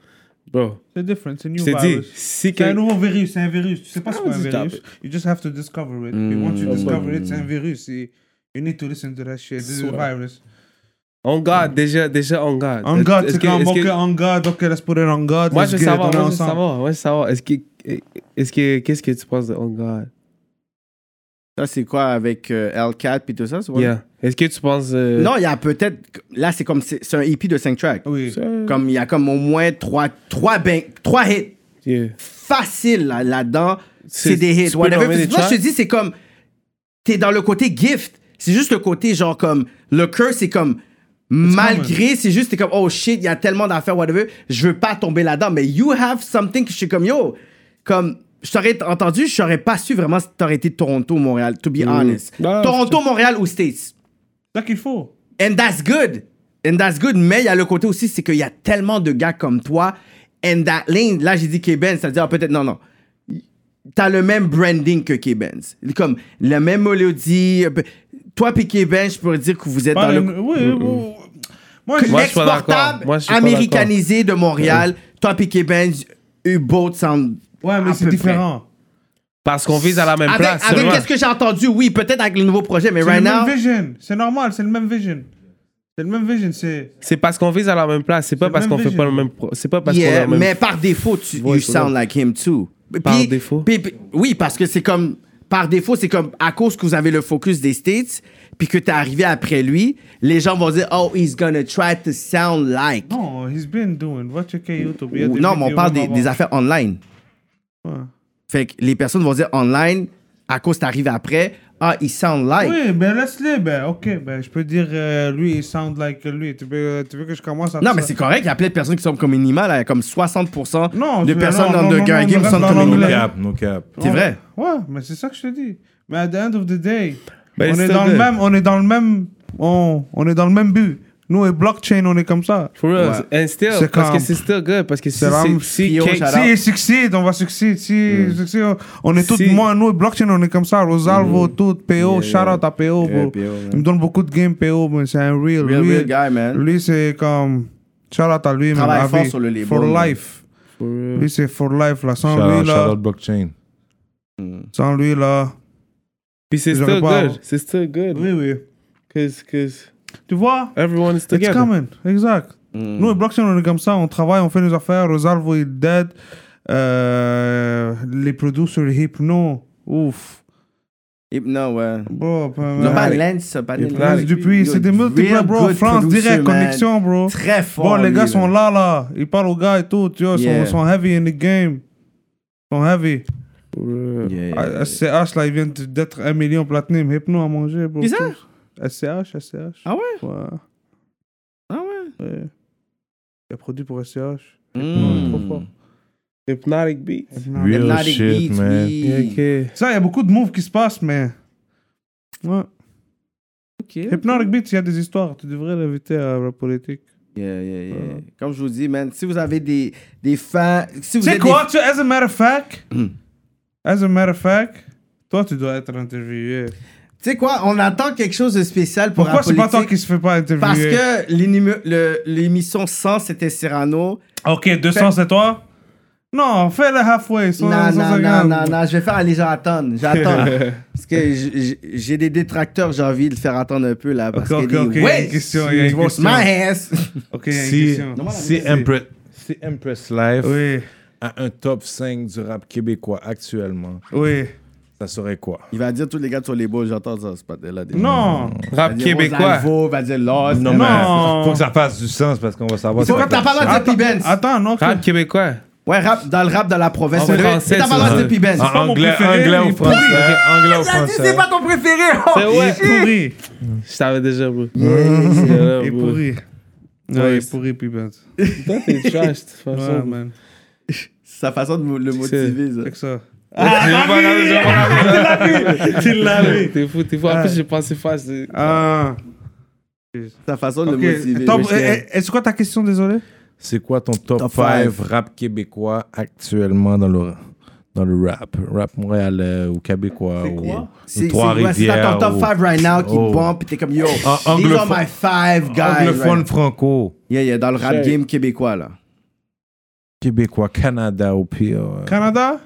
[SPEAKER 6] Bro,
[SPEAKER 5] C'est different, c'est new
[SPEAKER 6] je te dis,
[SPEAKER 5] virus.
[SPEAKER 6] si
[SPEAKER 5] C'est un
[SPEAKER 6] quelqu'un.
[SPEAKER 5] nouveau virus, c'est un virus. Tu sais pas ce
[SPEAKER 6] Ah,
[SPEAKER 5] qu'est un
[SPEAKER 6] dis-toi.
[SPEAKER 5] virus. You just have to discover it.
[SPEAKER 4] Mm.
[SPEAKER 5] Puis once you
[SPEAKER 6] Ah,
[SPEAKER 5] discover
[SPEAKER 4] bon.
[SPEAKER 5] it, c'est un virus. Et You need to listen to that shit. This is a
[SPEAKER 6] Soit.
[SPEAKER 5] virus.
[SPEAKER 6] On Guard, déjà, déjà On Guard.
[SPEAKER 5] On God,
[SPEAKER 6] Est-ce
[SPEAKER 5] c'est
[SPEAKER 6] que-
[SPEAKER 5] comme,
[SPEAKER 6] est-ce
[SPEAKER 5] ok,
[SPEAKER 6] que-
[SPEAKER 5] on God, ok, let's put it on God.
[SPEAKER 6] Moi,
[SPEAKER 5] let's
[SPEAKER 6] je
[SPEAKER 5] get
[SPEAKER 6] veux
[SPEAKER 5] it,
[SPEAKER 6] savoir,
[SPEAKER 5] on est
[SPEAKER 6] moi, je veux
[SPEAKER 5] ensemble.
[SPEAKER 6] savoir, moi, je veux savoir. Est-ce que, est-ce que, qu'est-ce que tu penses de On God?
[SPEAKER 4] Ça c'est quoi avec euh, L4 puis tout ça, c'est quoi?
[SPEAKER 6] Yeah. Est-ce que tu penses. euh,
[SPEAKER 4] Non, il y a peut-être là c'est comme c'est c'est un EP de 5 tracks.
[SPEAKER 5] Oui.
[SPEAKER 6] Mm.
[SPEAKER 4] Comme il y a comme au moins 3 3 trois hits
[SPEAKER 6] yeah.
[SPEAKER 4] facile là- là-dedans.
[SPEAKER 6] C'est-
[SPEAKER 4] c'est des
[SPEAKER 6] tu
[SPEAKER 4] hits.
[SPEAKER 6] peux
[SPEAKER 4] Whatever.
[SPEAKER 6] nommer
[SPEAKER 4] Puis
[SPEAKER 6] des
[SPEAKER 4] Moi, je
[SPEAKER 6] tracks?
[SPEAKER 4] te dis, c'est comme. T'es dans le côté gift. C'est juste le côté, genre, comme. Le cœur, c'est comme. Malgré, c'est juste, t'es comme, oh shit, il y a tellement d'affaires, whatever. Je veux pas tomber là-dedans. Mais you have something que je suis comme, yo. Comme. Je t'aurais entendu, je t'aurais pas su vraiment si t'aurais été de Toronto ou Montréal, to be honest.
[SPEAKER 6] Ah,
[SPEAKER 4] Toronto, Montréal ou States.
[SPEAKER 5] C'est ça qu'il faut.
[SPEAKER 4] And that's good. And that's good. Mais il y a le côté aussi, c'est qu'il y a tellement de gars comme toi. And that lane, là, j'ai dit K-Benz, ça veut dire ah, peut-être, non, non. T'as le même branding que K-Benz. Comme la même mélodie. euh, Toi puis K-Benz, je pourrais dire que vous êtes
[SPEAKER 5] Pas
[SPEAKER 4] dans le.
[SPEAKER 5] une- Oui, oui. Moi, je-
[SPEAKER 6] Moi, je suis pas d'accord.
[SPEAKER 4] exportable,
[SPEAKER 6] Moi, je suis pas
[SPEAKER 4] américanisé de Montréal. Toi puis K-Benz, U-Boat sound.
[SPEAKER 5] Ouais, mais
[SPEAKER 4] à
[SPEAKER 5] c'est
[SPEAKER 4] peu
[SPEAKER 5] différent.
[SPEAKER 6] Parce qu'on vise à la même
[SPEAKER 4] près. Avec,
[SPEAKER 6] place.
[SPEAKER 4] avec
[SPEAKER 6] seulement.
[SPEAKER 4] qu'est-ce que j'ai entendu, oui, peut-être avec le nouveau projet, mais
[SPEAKER 5] C'est
[SPEAKER 4] right
[SPEAKER 5] le
[SPEAKER 4] now.
[SPEAKER 5] même vision. C'est normal, c'est le même vision. C'est le même vision, c'est...
[SPEAKER 6] C'est parce qu'on vise à la même place. C'est pas
[SPEAKER 5] le
[SPEAKER 6] parce
[SPEAKER 5] même
[SPEAKER 6] qu'on fait
[SPEAKER 5] régime.
[SPEAKER 6] pas le même. pro- C'est pas parce qu'on a
[SPEAKER 4] Yeah,
[SPEAKER 6] le même.
[SPEAKER 4] mais par défaut, tu
[SPEAKER 6] voice,
[SPEAKER 4] you sound like him too.
[SPEAKER 6] Par
[SPEAKER 4] Puis-
[SPEAKER 6] défaut?
[SPEAKER 4] puis- puis- oui, parce que c'est comme par défaut, c'est comme à cause que vous avez le focus des States, puis que t'es arrivé après lui, les gens vont dire, oh, he's gonna try to sound like.
[SPEAKER 5] Non, oh, he's been doing. Va checker YouTube. Il y a
[SPEAKER 4] Ou-
[SPEAKER 5] des
[SPEAKER 4] non, mais on
[SPEAKER 5] vidéos
[SPEAKER 4] parle des,
[SPEAKER 5] avant.
[SPEAKER 4] des affaires online.
[SPEAKER 5] Ouais.
[SPEAKER 4] Fait que les personnes vont dire online, à cause que t'arrives après, ah, il sound like.
[SPEAKER 5] Oui, ben laisse-le, ben ok, ben je peux dire euh, lui, il sound like lui. Tu veux, tu veux que je commence à.
[SPEAKER 4] Non, mais c'est correct, il y a plein de personnes qui sont comme Minima, là, comme 60%
[SPEAKER 5] Non,
[SPEAKER 4] de
[SPEAKER 5] je-
[SPEAKER 4] personnes
[SPEAKER 5] non,
[SPEAKER 4] dans
[SPEAKER 5] non,
[SPEAKER 4] The
[SPEAKER 5] non,
[SPEAKER 4] Gang
[SPEAKER 5] non,
[SPEAKER 4] Game
[SPEAKER 5] non,
[SPEAKER 4] sont
[SPEAKER 5] non,
[SPEAKER 4] comme
[SPEAKER 5] non,
[SPEAKER 10] No
[SPEAKER 5] non,
[SPEAKER 4] Minima.
[SPEAKER 5] non.
[SPEAKER 10] cap, no cap.
[SPEAKER 4] C'est vrai.
[SPEAKER 5] Ouais, mais c'est ça que je te dis. Mais at the end of the day,
[SPEAKER 6] Ben,
[SPEAKER 5] on,
[SPEAKER 6] it's
[SPEAKER 5] est
[SPEAKER 6] still
[SPEAKER 5] dans le
[SPEAKER 6] there.
[SPEAKER 5] même, on est dans le même. On, on est dans le même but. Nous et blockchain, on est comme ça.
[SPEAKER 6] For real.
[SPEAKER 5] Ouais.
[SPEAKER 6] And still,
[SPEAKER 5] C'est
[SPEAKER 6] parce
[SPEAKER 5] comme-
[SPEAKER 6] que c'est still good. Parce que si,
[SPEAKER 5] C'est vraiment
[SPEAKER 6] c'est- si
[SPEAKER 4] Pio,
[SPEAKER 6] Kate-
[SPEAKER 4] shout
[SPEAKER 5] Si
[SPEAKER 4] Alors-
[SPEAKER 5] il succède, on va succéder. Si il
[SPEAKER 4] Hmm.
[SPEAKER 5] succède, on- on est tous,
[SPEAKER 6] Si-
[SPEAKER 5] moi, nous, et blockchain, on est comme ça. Rosalvo,
[SPEAKER 4] Hmm.
[SPEAKER 5] tout, PO, shout out à PO, bro.
[SPEAKER 4] PO, man.
[SPEAKER 5] Il me donne beaucoup de game, PO, mais c'est un real.
[SPEAKER 4] Real,
[SPEAKER 5] lui,
[SPEAKER 4] real guy, man.
[SPEAKER 5] Lui, c'est comme. Shout out à lui,
[SPEAKER 4] Travaille
[SPEAKER 5] man, à
[SPEAKER 4] fort
[SPEAKER 5] vie.
[SPEAKER 4] sur le label,
[SPEAKER 5] For
[SPEAKER 4] man. Hmm.
[SPEAKER 5] life. Lui, c'est for life, là. Sans
[SPEAKER 2] Shout-
[SPEAKER 5] lui,
[SPEAKER 2] shout
[SPEAKER 5] là.
[SPEAKER 2] out blockchain.
[SPEAKER 5] Sans lui, là.
[SPEAKER 6] Puis c'est
[SPEAKER 5] J'aurais
[SPEAKER 6] still
[SPEAKER 5] pas-
[SPEAKER 6] good. C'est still good.
[SPEAKER 5] Oui, oui.
[SPEAKER 6] Cause, cause
[SPEAKER 5] Tu vois?
[SPEAKER 6] everyone is
[SPEAKER 5] It's
[SPEAKER 6] together.
[SPEAKER 5] coming, exact.
[SPEAKER 4] Mm.
[SPEAKER 5] Nous, et blockchain, on est comme ça, on travaille, on fait nos affaires. Rosalvo est dead. Euh, les producers hypno, ouf.
[SPEAKER 4] Non, ouais.
[SPEAKER 5] Bro, pas
[SPEAKER 4] Non,
[SPEAKER 5] mal.
[SPEAKER 4] pas Lens, pas
[SPEAKER 5] Lance
[SPEAKER 4] Lens.
[SPEAKER 5] Dupuis, c'est des multiples, bro. France, direct, connexion, bro.
[SPEAKER 4] Très fort.
[SPEAKER 5] Bon, les
[SPEAKER 4] lui,
[SPEAKER 5] gars
[SPEAKER 4] man.
[SPEAKER 5] sont là, là. Ils parlent aux gars et tout, tu vois. ils sont-
[SPEAKER 4] Yeah.
[SPEAKER 5] Ils sont heavy in the game. Ils sont heavy.
[SPEAKER 4] Yeah, yeah, yeah.
[SPEAKER 5] Ah, SCH, là, ils viennent d'être 1 million platinum. Hypno à manger, bro.
[SPEAKER 4] Bizarre.
[SPEAKER 5] Tous. SCH, SCH.
[SPEAKER 4] Ah ouais?
[SPEAKER 5] Ouais.
[SPEAKER 4] Ah ouais?
[SPEAKER 5] ouais. Il a produit pour SCH.
[SPEAKER 4] Mm.
[SPEAKER 6] Trop fort. Hypnotic beats.
[SPEAKER 2] Real
[SPEAKER 4] Hypnotic
[SPEAKER 2] shit,
[SPEAKER 4] Beats,
[SPEAKER 2] man.
[SPEAKER 4] oui.
[SPEAKER 6] Ok.
[SPEAKER 5] Ça, il y a beaucoup de moves qui se passent, mais. Ouais. Hypnotic Beats, il y a des histoires. Tu devrais l'inviter à la politique.
[SPEAKER 4] Yeah, yeah, yeah. Comme je vous dis, man, si vous avez des, des fans. Si vous
[SPEAKER 5] Tu sais
[SPEAKER 4] êtes
[SPEAKER 5] quoi,
[SPEAKER 4] des-
[SPEAKER 5] tu, as a matter of fact,
[SPEAKER 4] Mm.
[SPEAKER 5] as a matter of fact, toi tu dois être interviewé.
[SPEAKER 4] Tu sais quoi, on attend quelque chose de spécial pour
[SPEAKER 5] Pourquoi
[SPEAKER 4] la
[SPEAKER 5] c'est pas toi
[SPEAKER 4] politique.
[SPEAKER 5] qui se fait pas interviewer
[SPEAKER 4] Parce que l'énime- le- l'émission 100, c'était Cyrano.
[SPEAKER 5] Ok, 200 c'est toi Non, fais le halfway. Sans,
[SPEAKER 4] Non,
[SPEAKER 5] sans
[SPEAKER 4] non, non,
[SPEAKER 5] regarde.
[SPEAKER 4] non, non, je vais faire aller, j'attends, j'attends. parce que j- j- j'ai des détracteurs, j'ai envie de le faire attendre un peu là. Parce que
[SPEAKER 5] Ok, ok,
[SPEAKER 4] des
[SPEAKER 5] ok, il y a
[SPEAKER 4] ouais,
[SPEAKER 5] une question, il y a une
[SPEAKER 4] it was
[SPEAKER 5] question.
[SPEAKER 4] my ass.
[SPEAKER 5] Ok, il y a une
[SPEAKER 2] Si,
[SPEAKER 5] question.
[SPEAKER 2] si, Empress, si Empress Life
[SPEAKER 5] Oui,
[SPEAKER 2] a un top 5 du rap québécois actuellement,
[SPEAKER 5] oui.
[SPEAKER 2] ça serait quoi?
[SPEAKER 4] Il va dire tous les gars sur les beaux, j'entends ça, c'est pas là. des-
[SPEAKER 5] Non,
[SPEAKER 4] Il va
[SPEAKER 6] Rap
[SPEAKER 4] dire
[SPEAKER 6] québécois.
[SPEAKER 4] Rosalvo, il va dire Lost.
[SPEAKER 2] Non,
[SPEAKER 5] Non.
[SPEAKER 2] mais faut que ça fasse du sens parce qu'on va savoir.
[SPEAKER 4] Pourquoi
[SPEAKER 2] c'est
[SPEAKER 4] t'as pas le droit de dire P-Benz?
[SPEAKER 5] attends, non,
[SPEAKER 6] Rap québécois.
[SPEAKER 4] Ouais, rap, dans le rap, dans la province.
[SPEAKER 6] En
[SPEAKER 4] c'est vrai.
[SPEAKER 6] français,
[SPEAKER 4] Mais T'as pas
[SPEAKER 6] c'est
[SPEAKER 4] le droit de E dire
[SPEAKER 6] vrai.
[SPEAKER 4] P-Benz.
[SPEAKER 2] En
[SPEAKER 5] mon
[SPEAKER 2] Ah, anglais,
[SPEAKER 5] préféré,
[SPEAKER 2] anglais
[SPEAKER 5] il
[SPEAKER 2] ou
[SPEAKER 5] est
[SPEAKER 2] français. Anglais ou
[SPEAKER 4] Ça dit,
[SPEAKER 2] français.
[SPEAKER 4] c'est pas ton préféré. oh.
[SPEAKER 6] C'est ouais.
[SPEAKER 5] il est pourri.
[SPEAKER 6] Je savais déjà, bro.
[SPEAKER 5] Il est pourri. Ouais, il est pourri, puis ben.
[SPEAKER 6] Toi, t'es trash, de toute
[SPEAKER 5] Ouais,
[SPEAKER 6] façon.
[SPEAKER 5] man.
[SPEAKER 4] Sa façon de mo- le motiver, ça.
[SPEAKER 5] Fait que ça.
[SPEAKER 6] Tu l'as vu. T'es fou, t'es fou. En plus, j'ai pensé face. de-
[SPEAKER 5] Ah,
[SPEAKER 4] Sa façon de
[SPEAKER 5] ok.
[SPEAKER 4] le motiver.
[SPEAKER 5] Tom,
[SPEAKER 4] Monsieur.
[SPEAKER 5] eh, eh, c'est quoi ta question, désolé
[SPEAKER 2] C'est quoi ton top
[SPEAKER 4] Top
[SPEAKER 2] 5
[SPEAKER 4] five.
[SPEAKER 2] rap québécois actuellement dans le, dans le rap? Rap montréalais ou québécois ou, ou
[SPEAKER 4] C'est quoi? C'est dans
[SPEAKER 2] Trois-Rivières
[SPEAKER 4] ton top
[SPEAKER 2] ou
[SPEAKER 4] 5 right now qui
[SPEAKER 2] Oh.
[SPEAKER 4] bump, t'es comme yo.
[SPEAKER 2] Ah,
[SPEAKER 4] These are
[SPEAKER 2] anglophone-
[SPEAKER 4] my five guys.
[SPEAKER 2] anglophone
[SPEAKER 4] right
[SPEAKER 2] franco,
[SPEAKER 4] now. Yeah, yeah, dans le rap
[SPEAKER 6] Check.
[SPEAKER 4] game québécois, là.
[SPEAKER 2] québécois, Canada au pire. euh.
[SPEAKER 5] Canada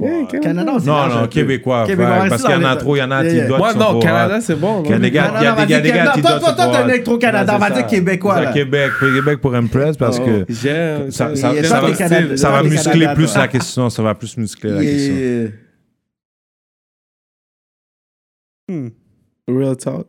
[SPEAKER 6] Ouais, Canada.
[SPEAKER 4] Canada, on s'est
[SPEAKER 2] Non,
[SPEAKER 4] large un
[SPEAKER 2] non,
[SPEAKER 4] peu.
[SPEAKER 2] québécois.
[SPEAKER 4] Québécois,
[SPEAKER 2] ouais,
[SPEAKER 4] on
[SPEAKER 2] parce
[SPEAKER 4] le
[SPEAKER 2] qu'il y en
[SPEAKER 4] sait,
[SPEAKER 2] a
[SPEAKER 4] on
[SPEAKER 2] trop, il y en a
[SPEAKER 4] le sait.
[SPEAKER 2] qui doivent
[SPEAKER 6] Moi,
[SPEAKER 2] sont
[SPEAKER 6] non,
[SPEAKER 2] pour
[SPEAKER 6] Canada,
[SPEAKER 2] rap.
[SPEAKER 6] c'est bon.
[SPEAKER 2] Il y a des
[SPEAKER 4] Non,
[SPEAKER 2] gars,
[SPEAKER 4] non,
[SPEAKER 2] il y a
[SPEAKER 4] non,
[SPEAKER 2] des
[SPEAKER 4] vas-y,
[SPEAKER 2] gars, des gars
[SPEAKER 4] Canada.
[SPEAKER 2] qui
[SPEAKER 4] Toi,
[SPEAKER 2] doivent
[SPEAKER 4] toi,
[SPEAKER 2] se
[SPEAKER 4] toi,
[SPEAKER 2] voir.
[SPEAKER 4] t'es un électro-Canada.
[SPEAKER 6] Ouais, c'est
[SPEAKER 4] Vas-y,
[SPEAKER 6] ça.
[SPEAKER 4] Québécois,
[SPEAKER 2] À
[SPEAKER 4] là.
[SPEAKER 2] Québec, fais Québec pour Impress parce
[SPEAKER 4] Oh.
[SPEAKER 2] que
[SPEAKER 6] J'aime.
[SPEAKER 2] euh, ça,
[SPEAKER 6] j'aime.
[SPEAKER 2] ça,
[SPEAKER 4] Euh, Il y a
[SPEAKER 2] ça
[SPEAKER 4] des Canadiens,
[SPEAKER 2] va, ça va
[SPEAKER 4] des
[SPEAKER 2] muscler
[SPEAKER 4] Canadiens,
[SPEAKER 2] plus
[SPEAKER 4] toi.
[SPEAKER 2] la question. Ça va plus muscler la question.
[SPEAKER 4] Yeah.
[SPEAKER 5] Hmm.
[SPEAKER 6] Real talk.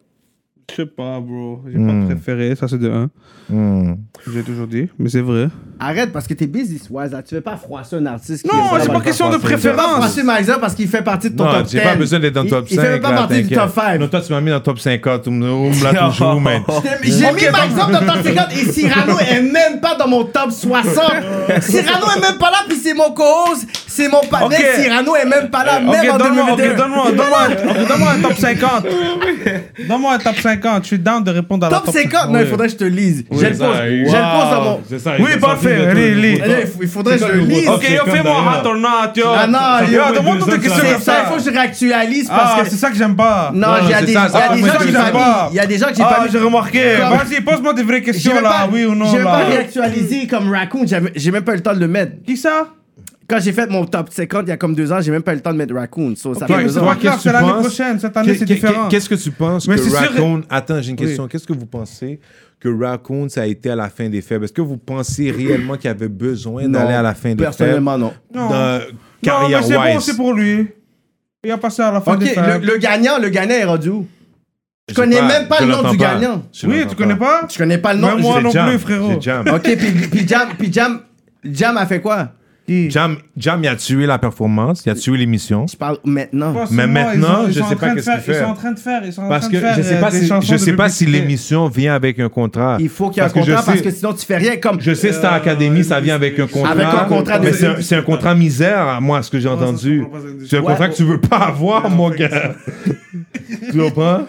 [SPEAKER 5] Je sais pas, bro. J'ai
[SPEAKER 2] Hmm.
[SPEAKER 5] pas préféré. Ça, c'est de 1.
[SPEAKER 2] Hmm.
[SPEAKER 5] J'ai toujours dit, mais c'est vrai.
[SPEAKER 4] Arrête parce que t'es business wise là, tu veux pas froisser un artiste. qui
[SPEAKER 5] Non,
[SPEAKER 4] est vraiment
[SPEAKER 5] c'est pas
[SPEAKER 4] dans le
[SPEAKER 5] question
[SPEAKER 4] top 5.
[SPEAKER 5] de
[SPEAKER 4] Tu veux pas
[SPEAKER 5] préférence.
[SPEAKER 4] froisser Maxa parce qu'il fait partie de ton
[SPEAKER 2] Non,
[SPEAKER 4] top 10.
[SPEAKER 2] j'ai pas besoin d'être dans le top 5.
[SPEAKER 4] Il, il fait même pas
[SPEAKER 2] là,
[SPEAKER 4] partie du
[SPEAKER 2] t'inquiète.
[SPEAKER 4] top 5.
[SPEAKER 2] Non, toi, tu m'as mis dans le top 50. Tu me l'as toujours, man.
[SPEAKER 4] J'ai j'ai mis par exemple dans le top 50 et Cyrano est même pas dans mon top 60. Cyrano est même pas là, puis c'est mon co-host, c'est mon panel.
[SPEAKER 5] Ok.
[SPEAKER 4] Cyrano est même pas là, même
[SPEAKER 5] ok,
[SPEAKER 4] en
[SPEAKER 5] donne-moi
[SPEAKER 4] 2021.
[SPEAKER 5] ok, donne-moi, donne-moi un- ok, donne-moi un top 50. donne-moi un top 50. Je suis down de répondre à la
[SPEAKER 4] Top 50, non, il faudrait que je te lise. je le pose, je le pose dans mon.
[SPEAKER 2] C'est ça,
[SPEAKER 5] Oui,
[SPEAKER 2] ils ont sorti de
[SPEAKER 5] parfait. Allez,
[SPEAKER 2] tout.
[SPEAKER 5] allez.
[SPEAKER 4] Eh, Il faudrait que je le lise.
[SPEAKER 5] Ok, yo,
[SPEAKER 2] 50
[SPEAKER 5] fais-moi
[SPEAKER 2] d'ailleurs.
[SPEAKER 5] hot or not, yo.
[SPEAKER 4] Ah non, yo,
[SPEAKER 5] yo, demande-moi des questions
[SPEAKER 4] C'est
[SPEAKER 5] comme
[SPEAKER 4] ça, il
[SPEAKER 5] ça.
[SPEAKER 4] faut que je réactualise
[SPEAKER 5] Ah,
[SPEAKER 4] parce que.
[SPEAKER 5] c'est ça que j'aime pas.
[SPEAKER 4] Non,
[SPEAKER 2] Non,
[SPEAKER 4] il y a
[SPEAKER 2] c'est
[SPEAKER 4] des il y
[SPEAKER 2] ça, ça,
[SPEAKER 4] a des
[SPEAKER 2] moi,
[SPEAKER 4] gens
[SPEAKER 2] c'est
[SPEAKER 4] que j'ai
[SPEAKER 2] ça.
[SPEAKER 4] pas mis. Il y a des gens que j'ai
[SPEAKER 5] Ah,
[SPEAKER 4] pas
[SPEAKER 5] j'ai remarqué.
[SPEAKER 4] Comme-
[SPEAKER 5] Vas-y, pose-moi des vraies
[SPEAKER 4] J'ai
[SPEAKER 5] questions
[SPEAKER 4] même
[SPEAKER 5] là,
[SPEAKER 4] pas,
[SPEAKER 5] oui ou non
[SPEAKER 4] j'ai même pas
[SPEAKER 5] là.
[SPEAKER 4] réactualisé comme Raccoon, j'avais- j'ai même pas eu le temps de le mettre.
[SPEAKER 5] Qui ça
[SPEAKER 4] Quand j'ai fait mon top 50 il y a comme deux ans, j'ai même pas eu le temps de mettre Raccoon. so ça fait
[SPEAKER 2] mais
[SPEAKER 4] deux
[SPEAKER 2] c'est
[SPEAKER 4] ans.
[SPEAKER 2] toi,
[SPEAKER 5] Remarque,
[SPEAKER 2] qu'est-ce que
[SPEAKER 5] c'est
[SPEAKER 2] tu
[SPEAKER 5] l'année
[SPEAKER 2] penses
[SPEAKER 5] prochaine. Cette année,
[SPEAKER 2] Qu'est-
[SPEAKER 5] c'est
[SPEAKER 2] qu'est-
[SPEAKER 5] différent.
[SPEAKER 2] Qu'est-ce que tu penses
[SPEAKER 5] Mais c'est
[SPEAKER 2] que
[SPEAKER 5] sûr-
[SPEAKER 2] Raccoon... Attends, j'ai une question. Qu'est-ce que vous pensez que Raccoon, ça a été à la fin des faibles? Est-ce que vous pensez réellement qu'il y avait besoin
[SPEAKER 4] Non,
[SPEAKER 2] d'aller à la fin des faibles?
[SPEAKER 4] Personnellement, non.
[SPEAKER 2] Dans-
[SPEAKER 5] Non. Non, mais c'est bon,
[SPEAKER 2] Carrière-wise.
[SPEAKER 5] c'est pour lui. Il a passé à la fin
[SPEAKER 4] Ok,
[SPEAKER 5] des
[SPEAKER 4] le,
[SPEAKER 5] fêtes.
[SPEAKER 4] le gagnant, le gagnant est rendu où? Je
[SPEAKER 2] Je
[SPEAKER 4] connais
[SPEAKER 2] sais
[SPEAKER 4] même pas
[SPEAKER 2] je
[SPEAKER 4] le nom
[SPEAKER 2] l'entends
[SPEAKER 4] du
[SPEAKER 2] pas.
[SPEAKER 4] gagnant.
[SPEAKER 2] Je
[SPEAKER 5] Oui,
[SPEAKER 2] l'entends
[SPEAKER 5] tu connais pas
[SPEAKER 4] Je connais pas le nom.
[SPEAKER 5] Même moi
[SPEAKER 2] J'ai
[SPEAKER 5] non
[SPEAKER 2] Jam,
[SPEAKER 5] plus, frérot.
[SPEAKER 2] j'ai Jam.
[SPEAKER 4] Ok, puis, puis Jam, puis Jam, Jam a fait quoi?
[SPEAKER 5] Qui
[SPEAKER 2] Jam, Jam, il a tué la performance, il a tué l'émission.
[SPEAKER 4] Je parle maintenant.
[SPEAKER 5] Pas
[SPEAKER 2] Mais
[SPEAKER 5] seulement,
[SPEAKER 2] maintenant, je sais
[SPEAKER 5] sont en
[SPEAKER 2] pas
[SPEAKER 5] train de
[SPEAKER 2] qu'est-ce qu'il
[SPEAKER 5] faire- Ils
[SPEAKER 2] fait.
[SPEAKER 5] sont en train de faire. Ils sont en
[SPEAKER 2] Parce
[SPEAKER 5] train de
[SPEAKER 2] que
[SPEAKER 5] faire.
[SPEAKER 2] je sais
[SPEAKER 5] euh,
[SPEAKER 2] pas
[SPEAKER 5] des
[SPEAKER 2] si
[SPEAKER 5] chansons
[SPEAKER 2] je sais
[SPEAKER 5] de
[SPEAKER 2] pas si
[SPEAKER 5] publicité.
[SPEAKER 2] l'émission vient avec un contrat.
[SPEAKER 4] Il faut qu'il y ait un
[SPEAKER 2] Parce que je
[SPEAKER 4] contrat parce
[SPEAKER 2] sais-
[SPEAKER 4] que sinon tu fais rien comme.
[SPEAKER 2] Je sais,
[SPEAKER 5] Euh,
[SPEAKER 2] Star Academy, ça vient avec un contrat.
[SPEAKER 4] Avec un contrat de-
[SPEAKER 2] Mais c'est un, c'est un contrat misère, à moi, ce que j'ai entendu. C'est un
[SPEAKER 4] Ouais.
[SPEAKER 2] contrat que tu veux pas avoir, mon gars. tu comprends?